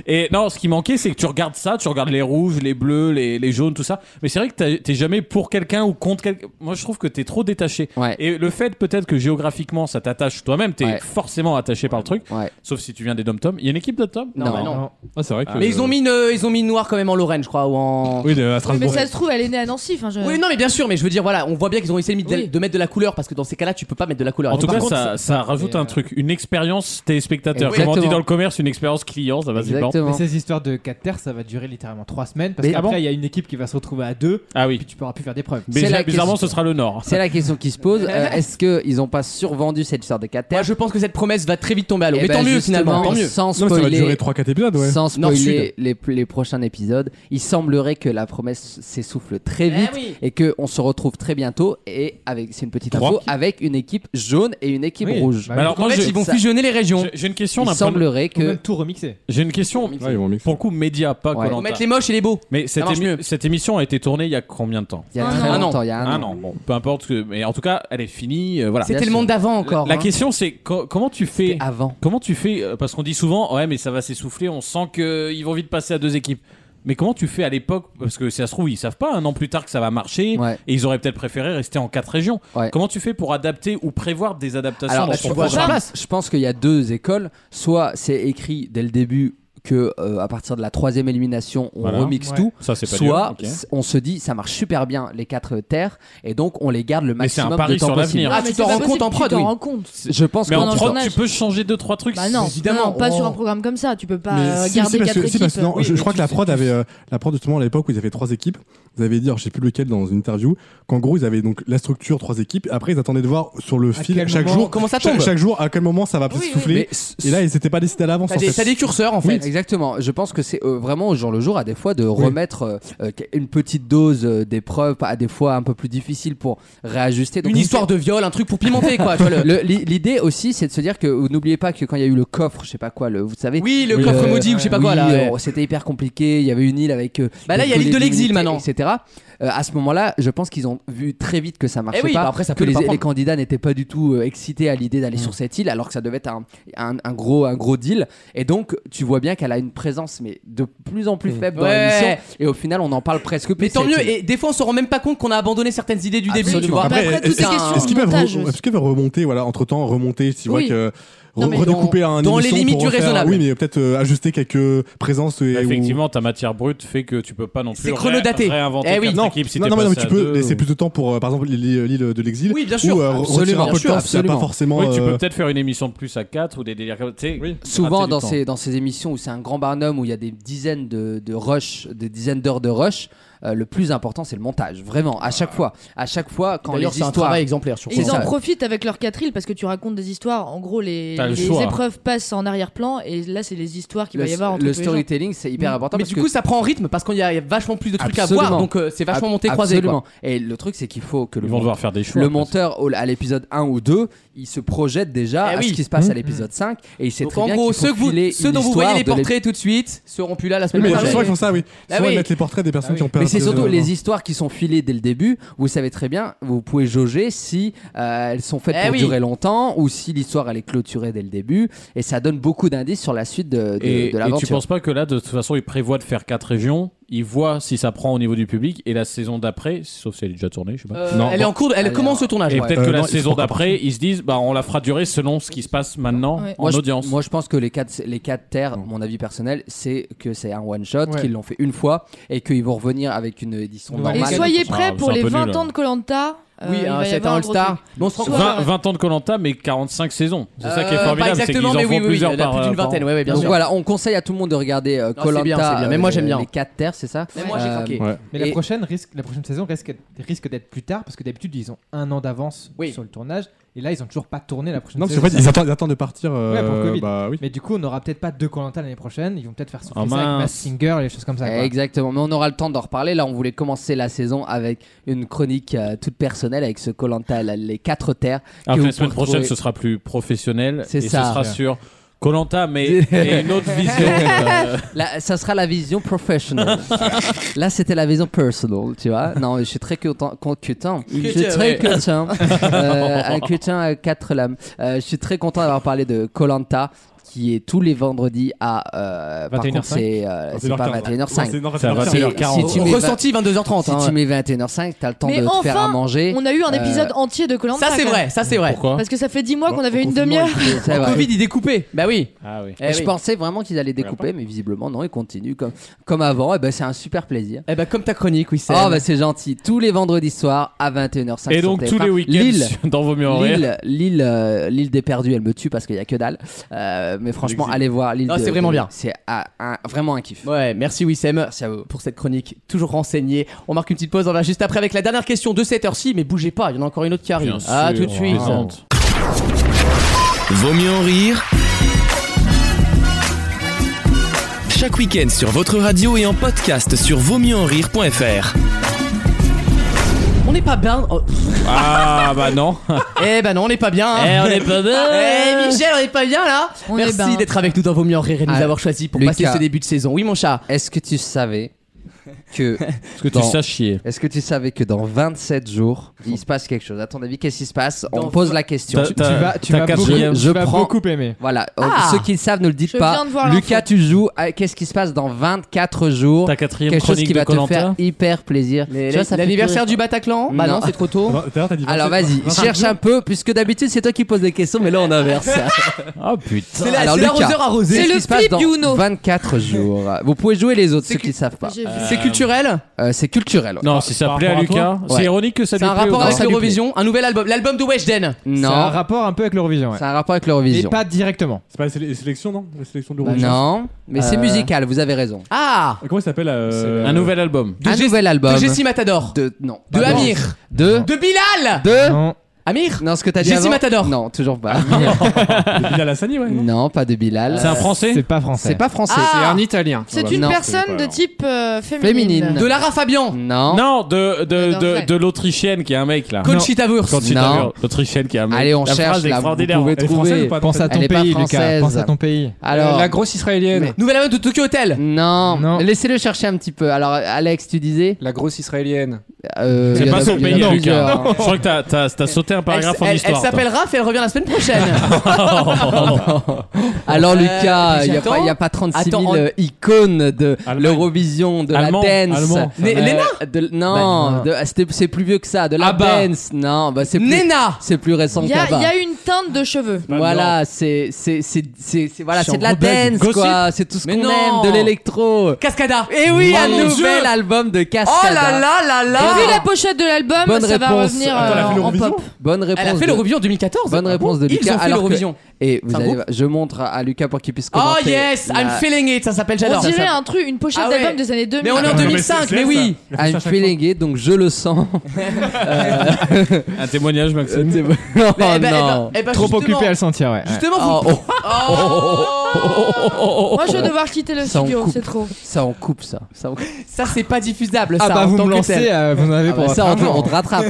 Speaker 3: Et non, ce qui manquait, c'est que tu regardes ça, tu regardes les rouges, les bleus, les, les jaunes, tout ça. Mais c'est vrai que t'as- t'es jamais pour quelqu'un ou contre quelqu'un. Moi, je trouve que t'es trop détaché. Et le fait, peut-être que géographiquement, ça t'attache toi-même, t'es forcément attaché par le truc. Sauf si tu viens des dom-toms. Il y a une équipe de dom
Speaker 2: Non, bah non.
Speaker 3: Ah, c'est vrai
Speaker 2: Mais ils ont mis une, euh, ils ont mis une noire quand même en Lorraine, je crois, ou en.
Speaker 3: Oui, à
Speaker 5: Ah
Speaker 4: Oui, mais ça se trouve elle est née à Nancy. Enfin, je...
Speaker 2: Oui, non, mais bien sûr, mais je veux dire, voilà, on voit bien qu'ils ont essayé de, de mettre de la couleur parce que dans ces cas-là, tu peux pas mettre de la couleur.
Speaker 3: En tout
Speaker 2: Par
Speaker 3: cas,
Speaker 2: contre,
Speaker 3: ça,
Speaker 2: c'est- euh,
Speaker 3: ça rajoute un truc, une expérience téléspectateur. Comme on dit
Speaker 8: Exactement.
Speaker 3: dans le commerce, une expérience client, ça va c'est bon.
Speaker 8: Mais ces histoires de 4 terres, ça va durer littéralement 3 semaines parce
Speaker 3: Mais-
Speaker 8: qu'après,
Speaker 3: Ah bon
Speaker 8: il y a une équipe qui va se retrouver à 2.
Speaker 3: Ah oui.
Speaker 8: Puis tu pourras plus faire des preuves.
Speaker 3: Mais bizarre- bizarrement, ce sera le Nord.
Speaker 7: C'est la question qui se pose. Euh, Est-ce qu'ils ont pas survendu cette histoire de 4 terres
Speaker 2: je pense que cette promesse va très vite tomber à l'eau.
Speaker 7: Eh
Speaker 2: Mais
Speaker 7: ben,
Speaker 2: tant mieux
Speaker 7: justement,
Speaker 2: finalement, tant mieux.
Speaker 7: Sans spoiler, Sans spoiler
Speaker 2: Nord-Sud.
Speaker 7: les, les prochains épisodes, il semblerait que la promesse s'essouffle très
Speaker 2: Eh
Speaker 7: vite
Speaker 2: oui.
Speaker 7: et que on se retrouve très bientôt et avec c'est une petite
Speaker 3: Trois.
Speaker 7: info avec une équipe jaune et une équipe
Speaker 3: Oui.
Speaker 7: rouge.
Speaker 3: Bah, Alors, en moi, fait, je- ils vont
Speaker 7: Ça-
Speaker 3: fusionner les régions. J'ai- j'ai une question d'un
Speaker 7: Il
Speaker 3: point de-
Speaker 7: semblerait
Speaker 8: Ou même
Speaker 7: que
Speaker 8: tout remixer.
Speaker 3: J'ai une question. pour le coup, média, pas
Speaker 7: Ouais.
Speaker 3: Koh-Lanta.
Speaker 7: Ils vont mettre
Speaker 2: les moches et les beaux.
Speaker 3: Mais cette,
Speaker 2: Ça marche
Speaker 3: émi- cette émission a été tournée il y a combien de temps
Speaker 7: Il y a Un très an. longtemps, il y a un an.
Speaker 3: Bon, peu importe. Que, mais en tout cas, elle est finie. euh, voilà.
Speaker 2: C'était Bien le monde sûr. d'avant encore,
Speaker 3: La, la
Speaker 2: hein.
Speaker 3: question, c'est co- comment tu fais
Speaker 7: avant
Speaker 3: Comment tu fais euh, Parce qu'on dit souvent, ouais, mais ça va s'essouffler. On sent qu'ils vont vite passer à deux équipes. Mais comment tu fais à l'époque Parce que si ça se trouve, ils savent pas un an plus tard que ça va marcher et ils auraient peut-être préféré rester en quatre régions. Comment tu fais pour adapter ou prévoir des adaptations
Speaker 7: Alors,
Speaker 3: dans
Speaker 7: là,
Speaker 3: ton
Speaker 7: tu vois, je
Speaker 3: programme
Speaker 7: pense, je pense qu'il y a deux écoles. Soit c'est écrit dès le début que euh, à partir de la troisième élimination, on
Speaker 3: Voilà.
Speaker 7: remixe
Speaker 3: Ouais.
Speaker 7: tout.
Speaker 3: Ça, c'est pas
Speaker 7: soit
Speaker 3: dur, ok.
Speaker 7: s- on se dit ça marche super bien les quatre terres et donc on les garde le
Speaker 3: Mais c'est un
Speaker 7: maximum
Speaker 3: pari
Speaker 7: de temps
Speaker 3: sur
Speaker 7: possible.
Speaker 3: l'avenir. Ah, mais
Speaker 7: tu
Speaker 4: c'est
Speaker 7: t'en
Speaker 4: pas
Speaker 7: rends compte
Speaker 4: possible,
Speaker 7: en
Speaker 4: tu
Speaker 7: prod,
Speaker 4: t'en
Speaker 7: oui.
Speaker 4: rends compte.
Speaker 7: Je pense
Speaker 3: Mais
Speaker 7: que
Speaker 3: en
Speaker 7: dans le
Speaker 3: prod,
Speaker 7: tournage-
Speaker 3: tu peux changer deux trois trucs. Oh.
Speaker 4: Bah non, non, pas sur un programme comme ça. Tu peux pas
Speaker 5: Oh. Mais
Speaker 4: euh,
Speaker 5: si,
Speaker 4: garder
Speaker 5: si, parce
Speaker 4: quatre
Speaker 5: que- si,
Speaker 4: équipes.
Speaker 5: parce que
Speaker 2: euh,
Speaker 5: non, je, je crois que la prod avait euh, la prod justement à l'époque où ils avaient trois équipes. Ils avaient dit, alors, je sais plus lequel dans une interview, qu'en gros ils avaient donc la structure trois équipes. Après ils attendaient de voir sur le fil
Speaker 2: quel
Speaker 5: chaque
Speaker 2: moment-
Speaker 5: jour
Speaker 2: comment ça
Speaker 5: chaque,
Speaker 2: tombe
Speaker 5: chaque jour à quel moment ça va peut-être souffler. Et là ils s'étaient pas décidés à l'avance.
Speaker 7: T'as
Speaker 5: en
Speaker 7: des,
Speaker 5: fait.
Speaker 7: t'as des curseurs en fait.
Speaker 5: Oui.
Speaker 7: Exactement. Je pense que c'est euh, vraiment au jour le jour à des fois de remettre euh, euh, une petite dose euh, d'épreuves, à des fois un peu plus difficile pour réajuster.
Speaker 2: Une histoire de viol, un truc pour pimenter quoi. tu vois, le-
Speaker 7: Le- l'i- L'idée aussi, c'est de se dire que vous n'oubliez pas que quand il y a eu le coffre, je sais pas quoi, le, vous savez. euh,
Speaker 2: Oui, le coffre maudit ou je sais pas quoi, là, ouais.
Speaker 7: oh, C'était hyper compliqué. Il y avait une île avec. euh,
Speaker 2: Bah là, il y a
Speaker 7: tous
Speaker 2: l'île
Speaker 7: les
Speaker 2: de l'exil,
Speaker 7: divinités,
Speaker 2: maintenant.
Speaker 7: etc. Euh, à ce moment-là, je pense qu'ils ont vu très vite que ça marchait
Speaker 2: oui,
Speaker 7: pas.
Speaker 2: bah après, ça
Speaker 7: que
Speaker 2: peut Mm.
Speaker 7: les,
Speaker 2: les
Speaker 7: les
Speaker 2: apprendre.
Speaker 7: candidats n'étaient pas du tout euh, excités à l'idée d'aller sur cette île, alors que ça devait être un, un- un gros, un gros deal. Et donc, tu vois bien qu'elle a une présence, mais de plus en plus faible dans
Speaker 2: Mm. Ouais.
Speaker 7: l'émission. Et au final, on en parle presque plus.
Speaker 2: Mais tant
Speaker 7: cette
Speaker 2: mieux,
Speaker 7: île.
Speaker 2: et des fois on se rend même pas compte qu'on a abandonné certaines idées du début, tu
Speaker 7: Absolument.
Speaker 2: vois.
Speaker 7: Après, Après,
Speaker 5: Est-ce est-ce qu'ils peuvent, re- est-ce qu'ils peuvent remonter, voilà, entre temps, remonter, si tu vois
Speaker 2: Oui.
Speaker 5: que.
Speaker 2: Non, mais
Speaker 5: re- redécouper
Speaker 2: dans-
Speaker 5: un
Speaker 2: dans
Speaker 5: émission
Speaker 2: les limites
Speaker 5: pour
Speaker 2: du
Speaker 5: refaire-
Speaker 2: raisonnable.
Speaker 5: Oui, mais peut-être euh, ajuster quelques présences. Et,
Speaker 7: Bah,
Speaker 3: Effectivement, ta matière brute fait que tu peux pas non plus
Speaker 5: C'est
Speaker 3: ré-
Speaker 5: chronodaté.
Speaker 3: réinventer
Speaker 5: Eh oui.
Speaker 3: quatre
Speaker 5: Non,
Speaker 3: équipes si
Speaker 5: non,
Speaker 3: t'es
Speaker 5: non, mais non, mais
Speaker 3: passé
Speaker 5: tu
Speaker 3: à
Speaker 5: peux
Speaker 3: deux
Speaker 5: laisser
Speaker 3: ou-
Speaker 5: plus de temps pour, euh, par exemple, l'île l'île de l'exil.
Speaker 3: Oui, bien
Speaker 5: Ou, euh, re- retirer un peu de temps s'il n'y a pas forcément.
Speaker 3: Oui, tu peux
Speaker 5: euh,
Speaker 3: peut-être faire une émission de plus à 4 ou des délires comme ça.
Speaker 7: Souvent dans ces, dans ces émissions où c'est un grand barnum où il y a des dizaines de, de rush, des dizaines d'heures de rush, euh, le plus important c'est le montage, vraiment à chaque fois, à chaque fois quand
Speaker 2: D'ailleurs,
Speaker 7: les
Speaker 2: c'est un
Speaker 7: histoires
Speaker 2: travail exemplaire, surtout.
Speaker 7: C'est
Speaker 2: Ils
Speaker 4: Ils en
Speaker 7: ça.
Speaker 4: profitent avec leur quatre îles parce que tu racontes des histoires. En gros, les,
Speaker 7: T'as le
Speaker 4: les
Speaker 7: choix.
Speaker 4: épreuves passent en arrière-plan et là, c'est les histoires qu'il va y avoir entre
Speaker 7: le
Speaker 4: tous les gens.
Speaker 7: storytelling c'est hyper important
Speaker 2: Mais
Speaker 7: parce
Speaker 2: du
Speaker 7: que-
Speaker 2: coup, ça prend en rythme parce qu'il y, a il y a vachement plus de trucs à voir,
Speaker 7: Absolument.
Speaker 2: donc euh, c'est vachement
Speaker 7: Ab-
Speaker 2: monté croisé.
Speaker 7: absolument.
Speaker 2: quoi.
Speaker 7: Et le truc, c'est qu'il faut que le,
Speaker 3: Ils vont
Speaker 7: mon-
Speaker 3: devoir faire des choix,
Speaker 7: le
Speaker 3: après.
Speaker 7: monteur, au- à l'épisode 1 ou 2, il se projette déjà
Speaker 2: Eh
Speaker 7: à
Speaker 2: oui.
Speaker 7: ce qui se passe à
Speaker 2: Mmh.
Speaker 7: l'épisode 5 et il sait
Speaker 2: Donc
Speaker 7: très
Speaker 2: en
Speaker 7: bien
Speaker 2: gros,
Speaker 7: qu'il faut
Speaker 2: ceux, que vous-
Speaker 7: filer
Speaker 2: ceux
Speaker 7: une
Speaker 2: dont vous
Speaker 7: histoire
Speaker 2: voyez les
Speaker 7: de l'ép-
Speaker 2: portraits tout de suite seront plus là la
Speaker 5: Oui,
Speaker 2: semaine
Speaker 5: mais
Speaker 2: prochaine.
Speaker 5: souvent ils font ça, oui.
Speaker 2: Bah
Speaker 5: Souvent
Speaker 2: oui.
Speaker 5: ils mettent les portraits des personnes qui ont perdu.
Speaker 7: Mais c'est surtout
Speaker 5: euh,
Speaker 7: les histoires qui sont filées dès le début. Vous savez très bien, vous pouvez jauger si euh, elles sont faites
Speaker 2: Eh
Speaker 7: pour
Speaker 2: oui.
Speaker 7: durer longtemps ou si l'histoire elle est clôturée dès le début. Et ça donne beaucoup d'indices sur la suite de, de,
Speaker 3: Et,
Speaker 7: de
Speaker 3: et tu
Speaker 7: l'aventure.
Speaker 3: penses pas que là, de toute façon, ils prévoient de faire 4 régions, ils voient si ça prend au niveau du public, et la saison d'après, sauf si elle est déjà tournée, je sais pas.
Speaker 2: Euh, elle est en cours de- elle commence le tournage,
Speaker 3: Et
Speaker 2: ouais.
Speaker 3: peut-être
Speaker 2: Euh,
Speaker 3: que
Speaker 2: non,
Speaker 3: la
Speaker 2: il
Speaker 3: saison
Speaker 2: faut pas
Speaker 3: d'après, ils se disent, bah on la fera durer selon ce qui se passe maintenant en
Speaker 7: je-
Speaker 3: audience.
Speaker 7: moi, je pense que les quatre, les quatre terres, mon avis personnel, c'est que c'est un one shot,
Speaker 3: Ouais.
Speaker 7: qu'ils l'ont fait une fois et qu'ils vont revenir avec une édition
Speaker 3: Ouais.
Speaker 7: normale.
Speaker 4: Et soyez prêts pour les
Speaker 3: hein.
Speaker 4: 20 ans de euh, Colanta.
Speaker 7: Oui, hein, c'est un All-Star.
Speaker 2: Bon, on se retrouve-
Speaker 3: 20, 20 ans de Colanta, mais 45 saisons. C'est ça qui est
Speaker 2: Euh,
Speaker 3: formidable.
Speaker 2: pas
Speaker 3: c'est
Speaker 2: exactement,
Speaker 3: qu'ils en
Speaker 2: mais
Speaker 3: font
Speaker 2: oui, oui, oui,
Speaker 3: plusieurs
Speaker 2: il y en a
Speaker 3: par- euh,
Speaker 2: plus d'une
Speaker 3: par
Speaker 2: vingtaine,
Speaker 3: an.
Speaker 2: ouais, ouais, bien
Speaker 7: Donc
Speaker 2: sûr.
Speaker 7: voilà, on conseille à tout le monde de regarder euh,
Speaker 2: Non, c'est bien, c'est
Speaker 7: Koh-Lanta,
Speaker 2: bien. Mais moi,
Speaker 7: euh,
Speaker 2: j'aime bien.
Speaker 7: Les 4 terres, c'est ça
Speaker 2: Mais moi, j'ai craqué. Ouais.
Speaker 8: Euh, Mais la
Speaker 7: Et-
Speaker 8: prochaine risque, la prochaine saison risque, risque d'être plus tard parce que d'habitude ils ont un an d'avance sur le tournage et là ils ont toujours pas tourné la prochaine
Speaker 5: Non, parce
Speaker 8: saison.
Speaker 5: qu'en fait, ils attendent, ils attendent de partir. euh,
Speaker 8: Ouais, pour le Covid.
Speaker 5: bah, oui.
Speaker 8: Mais du coup, on aura peut-être pas deux Colanta l'année prochaine. Ils vont peut-être faire son
Speaker 7: Oh,
Speaker 8: ça avec
Speaker 7: mince.
Speaker 8: Mass Singer et des choses comme ça. quoi.
Speaker 7: Exactement, mais on aura le temps d'en reparler. Là, on voulait commencer la saison avec une chronique euh, toute personnelle avec ce Colanta, les quatre terres. que
Speaker 3: Après,
Speaker 7: vous
Speaker 3: Ah, la semaine
Speaker 7: pouvez
Speaker 3: prochaine,
Speaker 7: retrouver.
Speaker 3: ce sera plus professionnel.
Speaker 7: C'est
Speaker 3: et
Speaker 7: ça.
Speaker 3: ce sera sur Colanta, mais et une autre vision. euh,
Speaker 7: Là, ça sera la vision professional. Là, c'était la vision personal, tu vois. Non, je suis très content. con- content. Je suis
Speaker 2: Content, ouais.
Speaker 7: très content. Euh, un content à quatre lames. Euh, je suis très content d'avoir parlé de Colanta qui est tous les vendredis à euh, par
Speaker 2: 21h05.
Speaker 7: contre c'est euh, c'est pas
Speaker 2: 21h15.
Speaker 7: 21h05
Speaker 2: C'est- non, c'est à 21h40. Au ressenti,
Speaker 7: 22h30 si
Speaker 2: hein,
Speaker 7: tu
Speaker 2: ouais.
Speaker 7: mets 21h05 t'as le temps
Speaker 4: Mais
Speaker 7: de te
Speaker 4: enfin,
Speaker 7: faire à manger
Speaker 4: on a eu un
Speaker 7: Euh,
Speaker 4: épisode entier de Colanta.
Speaker 2: Ça, c'est vrai, ça, c'est vrai. Pourquoi
Speaker 4: Parce que ça fait 10 mois
Speaker 2: Bon,
Speaker 4: qu'on avait
Speaker 2: au
Speaker 4: une
Speaker 2: confinement,
Speaker 4: demi-heure.
Speaker 2: il
Speaker 7: C'est vrai. Eh
Speaker 2: Covid, il découpait. Bah oui.
Speaker 3: Ah oui.
Speaker 7: Et je pensais vraiment qu'ils allaient découper, mais visiblement non, ils continuent comme, comme avant. Et ben c'est un super plaisir.
Speaker 2: Et ben comme ta chronique, oui,
Speaker 7: Oh bah c'est gentil. Tous les vendredis soirs à 21h05.
Speaker 3: Et
Speaker 7: sur
Speaker 3: donc, tous
Speaker 7: TF1.
Speaker 3: les week-ends
Speaker 7: Lille,
Speaker 3: dans Vaut mieux en rire.
Speaker 7: Lille, Lille, euh, Lille des perdus, elle me tue parce qu'il y a que dalle. Euh, mais franchement,
Speaker 2: L'exil.
Speaker 7: allez voir Lille.
Speaker 2: Non,
Speaker 7: de-
Speaker 2: c'est vraiment
Speaker 7: de-
Speaker 2: bien.
Speaker 7: C'est ah, un- vraiment un kiff.
Speaker 2: Ouais, merci Wissem pour cette chronique toujours renseignée. On marque une petite pause, on va juste après avec la dernière question de cette heure-ci, mais bougez pas, il y en a encore une autre qui arrive.
Speaker 1: Bien
Speaker 2: ah,
Speaker 1: sûr,
Speaker 2: tout de suite.
Speaker 1: présente. Vaut mieux en rire. Chaque week-end sur votre radio et en podcast sur vaumieuxenrire.fr.
Speaker 2: On n'est pas bien. oh.
Speaker 3: Ah bah non.
Speaker 2: eh ben non, on n'est pas bien.
Speaker 7: hein.
Speaker 3: Eh, on n'est pas bien.
Speaker 2: Eh Michel, on n'est pas bien là.
Speaker 4: On est
Speaker 2: merci
Speaker 4: bien.
Speaker 2: d'être avec nous dans Vos mieux en rire et de nous
Speaker 7: Ah,
Speaker 2: avoir choisi pour
Speaker 7: Lucas.
Speaker 2: passer ce début de saison. Oui, mon chat.
Speaker 7: Est-ce que tu savais que.
Speaker 3: que tu saches chier.
Speaker 7: Est-ce que tu savais que dans 27 jours, il se passe quelque chose À ton avis, qu'est-ce qui se passe On
Speaker 8: Dans
Speaker 7: pose
Speaker 8: vingt-
Speaker 7: la question.
Speaker 8: T'as- Tu- tu t'as- vas- tu t'as vas quatre-
Speaker 7: Je-
Speaker 8: tu
Speaker 7: je
Speaker 8: vas
Speaker 7: prends-
Speaker 8: beaucoup aimer.
Speaker 7: Voilà. Oh,
Speaker 8: Ah
Speaker 7: Ceux qui le savent, ne le dites
Speaker 8: Je
Speaker 7: pas.
Speaker 8: viens de voir l'info.
Speaker 7: Lucas, tu joues. à- Qu'est-ce qui se passe dans 24 jours
Speaker 3: Ta quatrième
Speaker 7: Quelque chose
Speaker 3: chronique
Speaker 7: qui
Speaker 3: de
Speaker 7: va te
Speaker 3: Koh-Lanta
Speaker 7: faire hyper plaisir. Tu vois, ça fait
Speaker 2: L'anniversaire
Speaker 7: toujours-
Speaker 2: du Bataclan Bah non, c'est trop tôt.
Speaker 7: Alors vas-y, cherche un peu, puisque d'habitude c'est toi qui poses les questions, mais là on inverse ça.
Speaker 3: Oh putain.
Speaker 2: C'est la- c'est l'arroseur arrosé. C'est
Speaker 7: C'est
Speaker 2: le
Speaker 7: le se passe
Speaker 2: flip
Speaker 7: dans
Speaker 2: du Uno.
Speaker 7: 24 jours. Vous pouvez jouer les autres, ceux qui ne savent pas.
Speaker 2: J'ai vu. C'est culturel
Speaker 7: Euh, C'est culturel. ouais.
Speaker 3: Non, si ça plaît à Lucas, hein c'est ironique que ça
Speaker 2: C'est
Speaker 3: lui
Speaker 2: un
Speaker 3: plaît ou
Speaker 2: rapport
Speaker 3: pas
Speaker 2: avec
Speaker 3: Ça lui plaît.
Speaker 2: l'Eurovision, un nouvel album, l'album de Weshden.
Speaker 7: Non.
Speaker 8: Ça a un rapport un peu avec l'Eurovision. Ouais.
Speaker 7: Ça a un rapport avec l'Eurovision.
Speaker 8: Mais pas directement.
Speaker 5: C'est pas la séle- sélection, non La sélection de
Speaker 7: Bah,
Speaker 5: l'Eurovision
Speaker 7: non, mais
Speaker 8: Euh,
Speaker 7: c'est musical, vous avez raison.
Speaker 2: Ah
Speaker 5: Comment ça s'appelle euh,
Speaker 3: Un nouvel album.
Speaker 7: Un nouvel album.
Speaker 2: De Jessie Matador.
Speaker 7: De, non.
Speaker 2: De
Speaker 7: Pardon.
Speaker 2: Amir.
Speaker 7: De.
Speaker 2: De Bilal.
Speaker 7: De.
Speaker 2: Amir
Speaker 7: Non, ce que t'as dit.
Speaker 2: Jessie
Speaker 7: avant-
Speaker 2: Matador.
Speaker 7: Non, toujours pas.
Speaker 5: de Bilal Hassani, ouais.
Speaker 7: non, pas de Bilal.
Speaker 3: C'est un Français
Speaker 8: C'est pas français.
Speaker 7: C'est pas français.
Speaker 18: Ah. C'est un
Speaker 7: Italien.
Speaker 18: C'est une personne de type euh, féminine.
Speaker 7: Féminine.
Speaker 2: De Lara Fabian.
Speaker 7: Non.
Speaker 3: Non, de, de,
Speaker 18: Non,
Speaker 3: de,
Speaker 18: vrai.
Speaker 3: de l'Autrichienne qui est un mec là.
Speaker 2: Conchita Wurst.
Speaker 3: Conchita
Speaker 7: Non.
Speaker 3: Wurst, L'Autrichienne qui est un mec.
Speaker 7: Allez, on
Speaker 3: La
Speaker 7: cherche
Speaker 3: phrase
Speaker 7: là. Vous
Speaker 3: extraordinaire.
Speaker 7: pouvez
Speaker 3: Elle est française
Speaker 7: trouver.
Speaker 3: ou pas,
Speaker 8: Pense à
Speaker 7: Elle
Speaker 8: ton
Speaker 7: est pas
Speaker 8: pays, Lucas.
Speaker 7: française.
Speaker 8: Pense à ton pays.
Speaker 7: Alors.
Speaker 13: La grosse israélienne.
Speaker 2: Nouvel album de Tokyo Hotel.
Speaker 7: Non.
Speaker 8: Non.
Speaker 7: Laissez-le chercher un petit peu. Alors, Alex, tu disais.
Speaker 13: La grosse israélienne.
Speaker 7: Euh, il
Speaker 3: C'est
Speaker 7: y en
Speaker 3: pas
Speaker 7: a-
Speaker 3: son
Speaker 7: il y en a
Speaker 3: pays,
Speaker 7: plusieurs,
Speaker 3: Lucas.
Speaker 7: hein.
Speaker 3: Je crois que t'as- t'as t'as sauté un
Speaker 2: Elle,
Speaker 3: paragraphe en
Speaker 2: elle- elle
Speaker 3: histoire. toi.
Speaker 2: s'appelle Raph et elle revient la semaine prochaine.
Speaker 7: Alors
Speaker 3: hein.
Speaker 2: Euh,
Speaker 7: Lucas, il n'y a,
Speaker 2: attends.
Speaker 7: pas- y a pas 36 000
Speaker 2: Attends, on-
Speaker 7: euh, icônes de l'Eurovision, de
Speaker 3: Allemand,
Speaker 7: la dance. Euh,
Speaker 3: allemand.
Speaker 2: Né- Bah, Léna
Speaker 7: de- Non, de- ah, c'était- c'est plus vieux que ça, de la
Speaker 3: Abba.
Speaker 7: dance. Non, bah, c'est plus,
Speaker 2: Nena.
Speaker 7: c'est plus récent
Speaker 18: Il y,
Speaker 7: qu'Abba.
Speaker 18: a- il y a une teinte de cheveux.
Speaker 2: Bah,
Speaker 7: Voilà, c'est c'est- c'est- c'est- c'est- voilà,
Speaker 2: Je suis
Speaker 7: c'est de
Speaker 2: en
Speaker 7: la
Speaker 2: rebelle.
Speaker 7: dance,
Speaker 2: Gossip.
Speaker 7: quoi. C'est tout ce
Speaker 2: Mais
Speaker 7: qu'on aime,
Speaker 2: non.
Speaker 7: de l'électro.
Speaker 2: Cascada.
Speaker 7: Et oui,
Speaker 2: Oh
Speaker 7: un
Speaker 2: mon
Speaker 7: nouvel
Speaker 2: Dieu.
Speaker 7: album de Cascada.
Speaker 2: Oh là là là là.
Speaker 18: J'ai vu la pochette de l'album,
Speaker 7: Bonne
Speaker 18: ça va
Speaker 7: réponse.
Speaker 18: revenir
Speaker 7: Attends,
Speaker 18: euh,
Speaker 7: elle a fait
Speaker 18: en
Speaker 7: l'Eurovision
Speaker 18: pop.
Speaker 7: Bonne réponse.
Speaker 2: Elle a fait
Speaker 7: de-
Speaker 2: l'Eurovision 2014.
Speaker 7: Bonne
Speaker 2: Ah bon
Speaker 7: réponse de
Speaker 2: Ils
Speaker 7: Lucas.
Speaker 2: ont fait
Speaker 7: alors que-
Speaker 2: l'Eurovision.
Speaker 7: Et vous
Speaker 2: C'est un
Speaker 7: allez-
Speaker 2: groupe
Speaker 7: je montre à- à Lucas pour qu'il puisse
Speaker 2: Oh
Speaker 7: commenter.
Speaker 2: yes, I'm
Speaker 7: la-
Speaker 2: feeling it, ça s'appelle
Speaker 18: On
Speaker 2: j'adore.
Speaker 18: dirait un truc, une pochette
Speaker 2: Ah ouais.
Speaker 18: d'album des années 2000.
Speaker 2: Mais on est en 2005, mais oui.
Speaker 7: I'm feeling it, donc je le sens.
Speaker 3: Un témoignage, Maxime.
Speaker 7: C'est bon. Oh
Speaker 2: ben, eh ben,
Speaker 7: non. Ah, oh.
Speaker 2: eh ben,
Speaker 8: Trop
Speaker 2: justement-
Speaker 8: occupé à le sentir, ouais. ouais.
Speaker 2: Justement, vous. Oh.
Speaker 18: Moi, je vais devoir quitter le
Speaker 7: Ça, on
Speaker 18: studio,
Speaker 7: coupe.
Speaker 18: c'est trop.
Speaker 7: Ça, on coupe ça. ça on-
Speaker 2: Ça, c'est pas diffusable. Ça,
Speaker 8: Ah bah
Speaker 2: en
Speaker 8: vous
Speaker 2: tant
Speaker 8: me
Speaker 2: que
Speaker 8: lancez,
Speaker 2: tel.
Speaker 8: euh, vous en avez
Speaker 7: Ah
Speaker 8: pour
Speaker 7: bah,
Speaker 8: votre
Speaker 7: ça, on, te-
Speaker 8: argent.
Speaker 7: on te rattrape.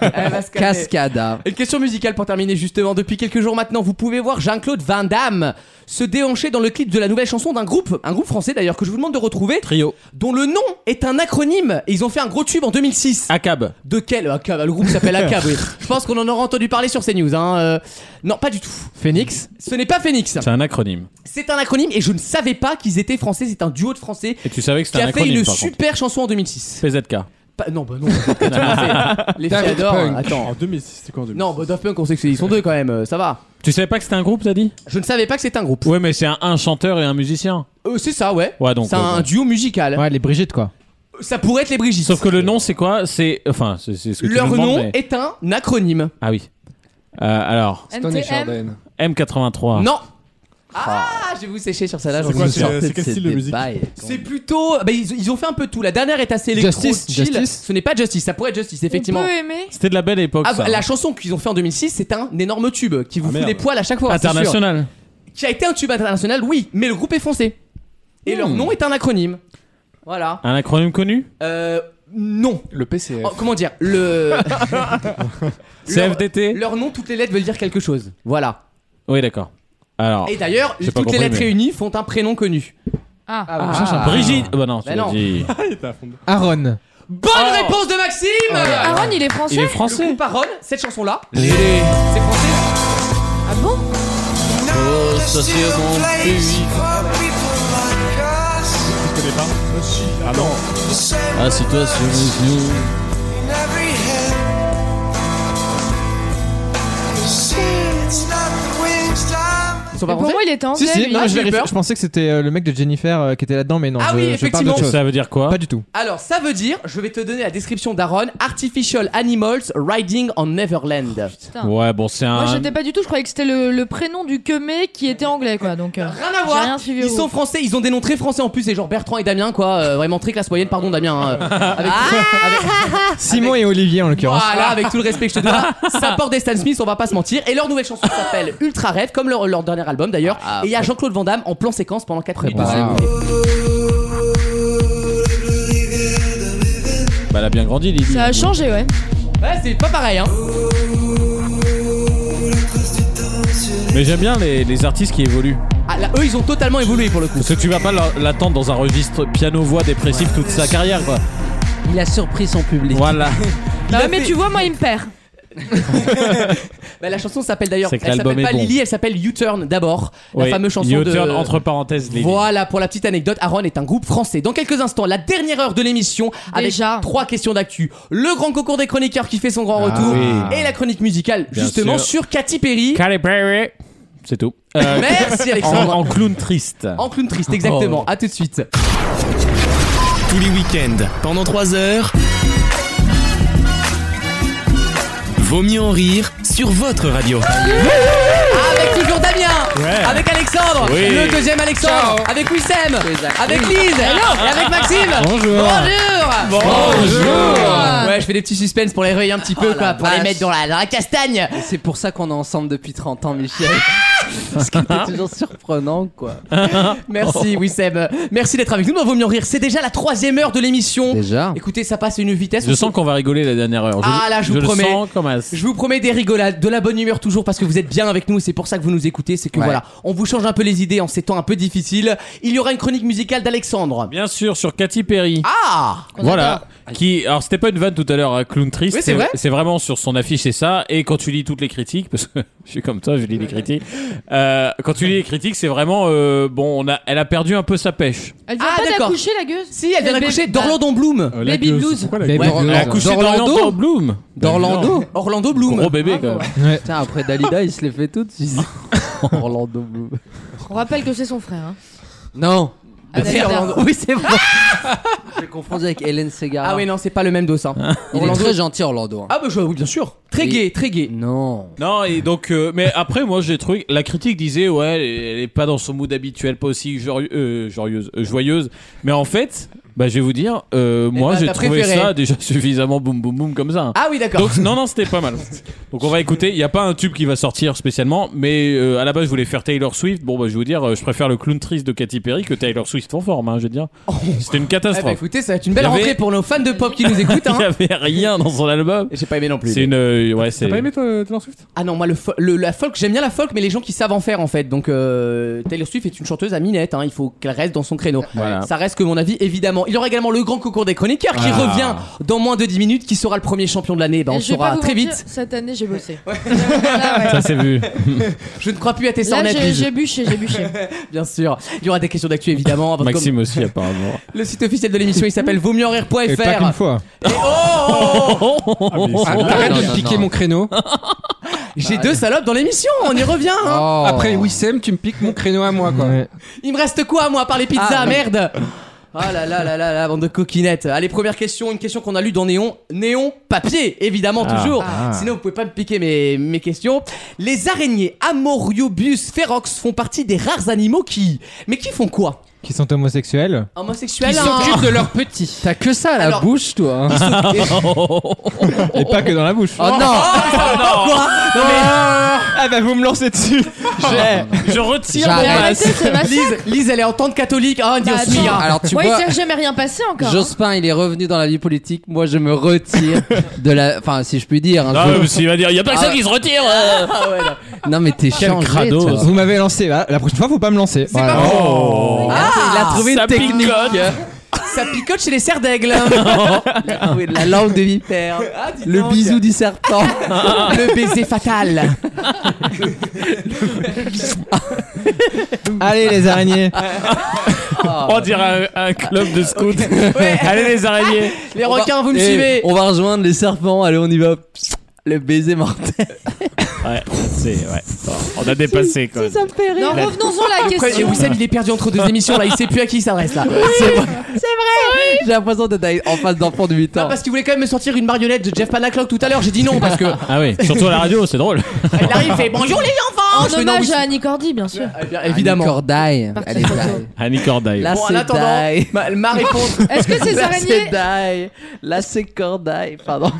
Speaker 7: Ah,
Speaker 2: Elle va se calmer.
Speaker 7: Cascada.
Speaker 2: Une question musicale pour terminer justement. Depuis quelques jours maintenant, vous pouvez voir Jean-Claude Van Damme se déhancher dans le clip de la nouvelle chanson d'un groupe, un groupe français d'ailleurs que je vous demande de retrouver,
Speaker 3: Trio.
Speaker 2: dont le nom est un acronyme. Et ils ont fait un gros tube en 2006.
Speaker 3: ACAB.
Speaker 2: De quel Ah, ACAB Le groupe s'appelle ACAB. oui. Je pense qu'on en aura entendu parler sur CNews. Hein. euh, Non, pas du tout.
Speaker 8: Phoenix
Speaker 2: Ce n'est pas Phoenix.
Speaker 3: C'est un acronyme.
Speaker 2: C'est un acronyme et je ne savais pas qu'ils étaient français. C'est un duo de français
Speaker 3: Et tu savais que
Speaker 2: qui
Speaker 3: c'était un
Speaker 2: a fait
Speaker 3: acronyme.
Speaker 2: une
Speaker 3: par contre.
Speaker 2: super chanson en 2006.
Speaker 3: PZK.
Speaker 2: Pas- non, bah non. tout à fait. Les filles
Speaker 13: Daft
Speaker 2: adorent.
Speaker 13: Punk.
Speaker 2: Attends.
Speaker 5: En 2006, c'est quoi en 2006
Speaker 2: Non, bah Daft Punk, on sait que c'est- ils sont deux quand même. euh, Ça va.
Speaker 3: Tu savais pas que c'était un groupe, t'as dit
Speaker 2: Je ne savais pas que c'était un groupe.
Speaker 3: Ouais, mais c'est un, un chanteur et un musicien.
Speaker 2: Euh, c'est ça, ouais.
Speaker 3: Ouais, donc.
Speaker 2: C'est
Speaker 3: euh,
Speaker 2: un
Speaker 3: bon.
Speaker 2: duo musical.
Speaker 8: Ouais, les Brigitte, quoi.
Speaker 2: Ça pourrait être les Brigitte.
Speaker 3: Sauf que le nom, c'est quoi C'est. Enfin, c'est c'est ce que tu
Speaker 2: Leur
Speaker 3: nous demandes,
Speaker 2: nom
Speaker 3: mais-
Speaker 2: est un acronyme.
Speaker 3: Ah oui. Euh, alors,
Speaker 13: Stone et
Speaker 18: NTM.
Speaker 13: Chardin.
Speaker 3: M83.
Speaker 2: Non. Ah, je vais vous sécher sur celle-là.
Speaker 5: C'est
Speaker 2: j'en
Speaker 5: quoi, c'est-
Speaker 2: suis sûr.
Speaker 5: euh, quel style de musique
Speaker 2: C'est plutôt. bah, ils, ils ont fait un peu tout. La dernière est assez électro
Speaker 8: Justice,
Speaker 2: chill.
Speaker 8: Justice.
Speaker 2: Ce n'est pas Justice. Ça pourrait être Justice, effectivement.
Speaker 18: On peut aimer.
Speaker 3: C'était de la belle époque,
Speaker 2: Ah,
Speaker 3: ça.
Speaker 2: la chanson qu'ils ont fait en 2006, c'est un énorme tube qui
Speaker 5: Ah,
Speaker 2: vous fout
Speaker 5: merde.
Speaker 2: les poils à chaque fois. c'est sûr.
Speaker 3: International.
Speaker 2: Qui a été un tube international, oui, mais le groupe est français. Et leur nom est un acronyme. Voilà.
Speaker 3: Un acronyme connu
Speaker 2: Euh. Non.
Speaker 13: Le PCF.
Speaker 2: Oh, comment dire Le. leur,
Speaker 3: CFDT
Speaker 2: leur nom, toutes les lettres veulent dire quelque chose. Voilà.
Speaker 3: Oui, d'accord. Alors.
Speaker 2: Et d'ailleurs,
Speaker 3: j'ai
Speaker 2: toutes
Speaker 3: pas compris,
Speaker 2: les lettres
Speaker 3: mais-
Speaker 2: réunies font un prénom connu.
Speaker 18: Ah,
Speaker 8: Ah, je cherche un-
Speaker 3: Brigitte. Bah non, tu
Speaker 2: Bah
Speaker 3: l'as
Speaker 2: non.
Speaker 3: dit.
Speaker 8: Aaron.
Speaker 2: Bonne
Speaker 3: Oh.
Speaker 2: réponse de Maxime
Speaker 18: Aaron, il est
Speaker 3: Il
Speaker 18: français
Speaker 3: est
Speaker 2: Le
Speaker 3: français.
Speaker 2: groupe Aaron, cette chanson-là, c'est français.
Speaker 18: Ah bon
Speaker 3: Oh,
Speaker 5: Je connais pas. Ah non.
Speaker 3: Assis-toi sur mes genoux.
Speaker 2: Ils sont
Speaker 18: Mais
Speaker 2: pas
Speaker 18: Pour
Speaker 2: français
Speaker 18: moi, il était
Speaker 8: Si,
Speaker 18: anglais.
Speaker 8: si,
Speaker 18: lui.
Speaker 8: non,
Speaker 2: Ah,
Speaker 8: je,
Speaker 2: j'ai eu
Speaker 8: vérifie.
Speaker 2: peur.
Speaker 8: je pensais que c'était euh, le mec de Jennifer euh, qui était là-dedans, mais non.
Speaker 2: Ah
Speaker 8: je,
Speaker 2: oui,
Speaker 8: je parle
Speaker 2: effectivement.
Speaker 8: d'autre chose.
Speaker 3: Ça veut dire quoi
Speaker 8: Pas du tout.
Speaker 2: Alors, ça veut dire, je vais te donner la description d'Aaron, Artificial Animals Riding on Neverland.
Speaker 18: Oh, Putain.
Speaker 3: Ouais, bon, c'est
Speaker 18: Moi,
Speaker 3: un.
Speaker 18: j'étais pas du tout. Je croyais que c'était le, le prénom du keumé qui était anglais, quoi. Donc, euh,
Speaker 2: Rien à
Speaker 18: j'ai rien
Speaker 2: voir
Speaker 18: suivi.
Speaker 2: Ils
Speaker 18: au-
Speaker 2: sont français, ils ont des noms très français en plus, c'est genre Bertrand et Damien quoi, euh, vraiment très classe moyenne, pardon Damien. hein, euh, avec, Ah, avec-
Speaker 8: Simon et Olivier, en l'occurrence.
Speaker 3: Ah.
Speaker 2: Voilà, avec tout le respect que je te dois, ça porte des Stan Smith, on va pas se mentir. Et leur nouvelle chanson s'appelle Ultra Rêve, comme leur, leur dernier album d'ailleurs. et il y a Jean-Claude Van Damme en plan séquence pendant Bah, 4 minutes.
Speaker 8: Préparé.
Speaker 2: de série.
Speaker 3: Bah, elle a bien grandi, Lily.
Speaker 18: Ça a changé, ouais.
Speaker 2: Ouais, c'est pas pareil hein.
Speaker 3: Mais j'aime bien les, les artistes qui évoluent.
Speaker 2: Ah, là, eux, ils ont totalement évolué pour le coup.
Speaker 3: Parce que tu vas pas la- l'attendre dans un registre piano-voix dépressif toute sa carrière, quoi.
Speaker 2: Il a surpris son public.
Speaker 3: Voilà.
Speaker 18: Non, mais tu vois, moi, il me perd.
Speaker 2: Bah, la chanson s'appelle d'ailleurs.
Speaker 3: C'est que
Speaker 2: Elle
Speaker 3: l'album
Speaker 2: s'appelle
Speaker 3: est
Speaker 2: pas
Speaker 3: bon.
Speaker 2: Lily, elle s'appelle U-Turn d'abord.
Speaker 3: Oui,
Speaker 2: La fameuse chanson
Speaker 3: You
Speaker 2: de.
Speaker 3: Turn, entre parenthèses, Lily.
Speaker 2: Voilà, pour la petite anecdote, Aaron est un groupe français. Dans quelques instants, la dernière heure de l'émission avec trois questions d'actu. Le grand concours des chroniqueurs qui fait son grand
Speaker 3: Ah
Speaker 2: retour
Speaker 3: oui.
Speaker 2: et la chronique musicale
Speaker 3: Bien
Speaker 2: justement
Speaker 3: sûr.
Speaker 2: sur Katy Perry.
Speaker 3: Katy Perry. C'est tout. Euh,
Speaker 2: Merci, Alexandre.
Speaker 3: En, en clown triste.
Speaker 2: En clown triste, exactement.
Speaker 3: Oh.
Speaker 2: À tout de suite.
Speaker 1: Tous les week-ends, pendant 3 heures. Vaut mieux en rire sur votre radio.
Speaker 2: Avec toujours Damien,
Speaker 1: Ouais.
Speaker 2: avec Alexandre,
Speaker 1: Oui.
Speaker 2: le deuxième Alexandre, avec Wissem, avec Lise,
Speaker 14: Hello.
Speaker 2: et avec Maxime.
Speaker 14: Bonjour.
Speaker 2: Bonjour.
Speaker 14: Bonjour.
Speaker 2: Ouais, je fais des petits suspens pour les réveiller un petit peu, quoi, pour les mettre dans la, dans la castagne.
Speaker 7: Oh Et C'est pour ça qu'on est ensemble depuis 30 ans, Michel. Parce que t'es toujours surprenant, quoi.
Speaker 2: Merci Wissem, merci d'être avec nous dans Vaut mieux en rire. C'est déjà la troisième heure de l'émission.
Speaker 7: Déjà.
Speaker 2: Écoutez, ça passe à une vitesse.
Speaker 3: Je sens qu'on va rigoler la dernière heure. Je-
Speaker 2: Ah là, je vous
Speaker 3: le
Speaker 2: promets.
Speaker 3: sens comme un-
Speaker 2: Je vous promets des rigolades, de la bonne humeur toujours parce que vous êtes bien avec nous, c'est pour ça que vous nous écoutez, c'est que
Speaker 3: Ouais.
Speaker 2: voilà, on vous change un peu les idées en ces temps un peu difficiles. Il y aura une chronique musicale d'Alexandre.
Speaker 3: Bien sûr, sur Katy Perry.
Speaker 2: Ah
Speaker 3: Voilà. Qui, alors c'était pas une vanne tout à l'heure, hein, clown triste.
Speaker 2: Oui, c'est vrai.
Speaker 3: C'est vraiment sur son affiche, c'est ça. Et quand tu lis toutes les critiques, parce que je suis comme toi, je lis les critiques. euh, quand tu lis les critiques, c'est vraiment euh, bon. On a, elle a perdu un peu sa pêche.
Speaker 18: Elle vient
Speaker 2: Ah,
Speaker 18: pas
Speaker 2: d'accord.
Speaker 18: d'accoucher, la gueuse bah,
Speaker 2: Si, elle vient d'accoucher d'Orlando Bloom.
Speaker 3: la Baby gueuse. Blues. Pourquoi la Baby gueuse Blues.
Speaker 2: Ouais,
Speaker 3: Elle a couché
Speaker 2: d'Orlando.
Speaker 3: d'Orlando Bloom. Ah,
Speaker 2: D'Orlando. Orlando Bloom.
Speaker 3: Gros bébé, quand même.
Speaker 7: Putain, après Dalida, il se les fait toutes. ils- Orlando Bloom.
Speaker 18: On rappelle que c'est son frère. hein.
Speaker 7: Non.
Speaker 2: Ah,
Speaker 7: C'est
Speaker 2: d'accord.
Speaker 7: Orlando.
Speaker 2: Oui, c'est vrai.
Speaker 7: Je l'ai confondu avec Hélène Segarra.
Speaker 2: Ah oui, non, c'est pas le même dos. Hein.
Speaker 3: Ah,
Speaker 7: Il
Speaker 2: Orlando-
Speaker 7: est très gentil, Orlando. hein.
Speaker 2: Ah bah je- oui, bien sûr. Très
Speaker 7: Oui.
Speaker 2: gay, très gay.
Speaker 7: Non.
Speaker 3: Non, et donc, euh, mais après, moi, j'ai trouvé. La critique disait, ouais, elle, elle est pas dans son mood habituel, pas aussi jorie- euh, jorieuse, euh, joyeuse. Mais en fait, bah, je vais vous dire, euh, moi,
Speaker 2: ben,
Speaker 3: j'ai
Speaker 2: t'as
Speaker 3: trouvé
Speaker 2: préféré.
Speaker 3: ça déjà suffisamment boum boum boum comme ça. hein.
Speaker 2: Ah oui, d'accord.
Speaker 3: Donc, non, non, c'était pas mal. Donc, on va écouter. Il n'y a pas un tube qui va sortir spécialement, mais euh, à la base, je voulais faire Taylor Swift. Bon, bah, je vais vous dire, euh, je préfère le clown triste de Katy Perry que Taylor Swift en forme, hein, je veux dire. C'était une
Speaker 2: Eh bah,
Speaker 3: catastrophe.
Speaker 2: écoutez, ça va être une belle
Speaker 3: Il y avait-
Speaker 2: rentrée pour nos fans de pop qui nous écoutent.
Speaker 3: Il n'y
Speaker 2: Hein.
Speaker 3: avait rien dans son album.
Speaker 2: J'ai pas aimé non plus.
Speaker 3: C'est une. euh, ouais, c'est.
Speaker 2: toi Taylor Swift Ah non, moi le, fo- le- la folk, j'aime bien la folk, mais les gens qui savent en faire en fait. Donc euh, Taylor Swift est une chanteuse à minette, hein, il faut qu'elle reste dans son créneau.
Speaker 3: Voilà.
Speaker 2: Ça reste que mon avis évidemment. Il y aura également le grand concours des chroniqueurs qui
Speaker 3: Ah.
Speaker 2: revient dans moins de 10 minutes, qui sera le premier champion de l'année. Bah, on
Speaker 18: Et
Speaker 2: le
Speaker 18: je vais pas
Speaker 2: saura
Speaker 18: vous
Speaker 2: très
Speaker 18: mentir,
Speaker 2: vite.
Speaker 18: Cette année, j'ai bossé.
Speaker 3: Ça s'est vu.
Speaker 2: Je ne crois plus à tes
Speaker 18: Là,
Speaker 2: sornettes.
Speaker 18: j'ai
Speaker 2: Lise.
Speaker 18: j'ai bûché, j'ai bûché.
Speaker 2: Bien sûr. Il y aura des questions d'actu évidemment. Votre-
Speaker 3: Maxime aussi, apparemment.
Speaker 2: Le site officiel de l'émission il s'appelle vaut mieux en rire.fr.
Speaker 8: Et pas qu'une fois.
Speaker 2: oh,
Speaker 13: Ah, Arrête de me piquer mon créneau.
Speaker 2: J'ai deux salopes dans l'émission, on y revient. hein.
Speaker 13: Après Wissem, tu me piques mon créneau à moi, quoi.
Speaker 2: Il me reste quoi, moi, à part les pizzas,
Speaker 13: Ah, oui.
Speaker 2: merde Oh là là là là là, bande de coquinettes. Allez, première question, une question qu'on a lue dans Néon. Néon, papier, évidemment,
Speaker 6: Ah.
Speaker 2: toujours.
Speaker 6: Ah.
Speaker 2: Sinon, vous pouvez pas me piquer mes, mes questions. Les araignées Amoriobius ferox font partie des rares animaux qui. Mais qui font quoi
Speaker 8: Qui sont homosexuels
Speaker 2: Homosexuels
Speaker 8: Qui
Speaker 2: hein
Speaker 8: s'occupent de
Speaker 7: leurs petits. T'as que ça à la
Speaker 2: Alors,
Speaker 7: bouche, toi. hein.
Speaker 8: Et pas que dans la bouche.
Speaker 7: Oh non.
Speaker 2: Quoi
Speaker 8: Non, mais- Ah bah vous me lancez dessus.
Speaker 3: Je, retire
Speaker 8: J'arrête.
Speaker 2: mon
Speaker 8: Arrêtez,
Speaker 2: masque.
Speaker 8: c'est ma sœur.
Speaker 2: Lise, Lise, elle est en tente catholique. Oh, Dieu
Speaker 7: Bah,
Speaker 2: mío.
Speaker 7: attends. Alors, tu
Speaker 18: ouais,
Speaker 7: vois-
Speaker 18: il s'est jamais rien passé encore. hein.
Speaker 7: Jospin, il est revenu dans la vie politique. Moi, je me retire de la. Enfin, si je puis dire. hein,
Speaker 3: Ah,
Speaker 7: je- Ah,
Speaker 3: mais s'il va dire, il y a pas que
Speaker 2: Ah.
Speaker 3: ça qui se retire. euh.
Speaker 7: Non, mais t'es
Speaker 8: Quel
Speaker 7: changé.
Speaker 8: crado.
Speaker 7: toi.
Speaker 8: Vous m'avez lancé. Bah, la prochaine fois, faut pas me lancer. Voilà.
Speaker 2: Oh.
Speaker 7: Il a trouvé une
Speaker 2: ça
Speaker 7: technique.
Speaker 2: picote. Ça picote chez les cerfs d'aigle. la, Ah oui,
Speaker 7: La langue de vipère.
Speaker 2: Ah, dis
Speaker 7: Le
Speaker 2: donc.
Speaker 7: bisou du serpent.
Speaker 2: Le baiser fatal.
Speaker 8: Allez les araignées.
Speaker 2: ah,
Speaker 3: On dirait un, un club de scouts. Allez les araignées.
Speaker 2: Les
Speaker 7: On va-
Speaker 2: requins, vous me
Speaker 7: Eh,
Speaker 2: suivez.
Speaker 7: On va rejoindre les serpents. Allez, on y va. Le baiser mortel.
Speaker 3: Ouais, c'est ouais. On a dépassé quoi.
Speaker 7: Ça me fait
Speaker 18: Non, revenons-en à la
Speaker 2: Après,
Speaker 18: question.
Speaker 2: Wissem, il est perdu entre deux émissions là, il sait plus à qui il s'adresse là.
Speaker 7: C'est vrai. J'ai l'impression d'être avec- en face d'enfants de 8 ans.
Speaker 2: Parce qu'il voulait quand même me sortir une marionnette de Jeff Panaclock tout à l'heure, j'ai dit non parce que
Speaker 3: Ah oui, surtout à la radio, c'est drôle.
Speaker 2: il arrive, Ah, il fait bonjour les enfants. Je
Speaker 18: En
Speaker 2: fais, non,
Speaker 18: hommage
Speaker 2: Wissem.
Speaker 18: à Annie Cordy, bien sûr.
Speaker 2: Eh
Speaker 7: Ah,
Speaker 2: bien, évidemment.
Speaker 7: Annie Cordaille. Elle est daille.
Speaker 3: Annie Cordaille.
Speaker 7: Là,
Speaker 2: Bon, en
Speaker 7: c'est
Speaker 2: attendant, Bah,
Speaker 7: daille.
Speaker 2: ma, ma réponse.
Speaker 18: Est-ce que ces
Speaker 7: Là,
Speaker 18: araignées.
Speaker 7: c'est daille. Là, c'est Cordaille. Pardon.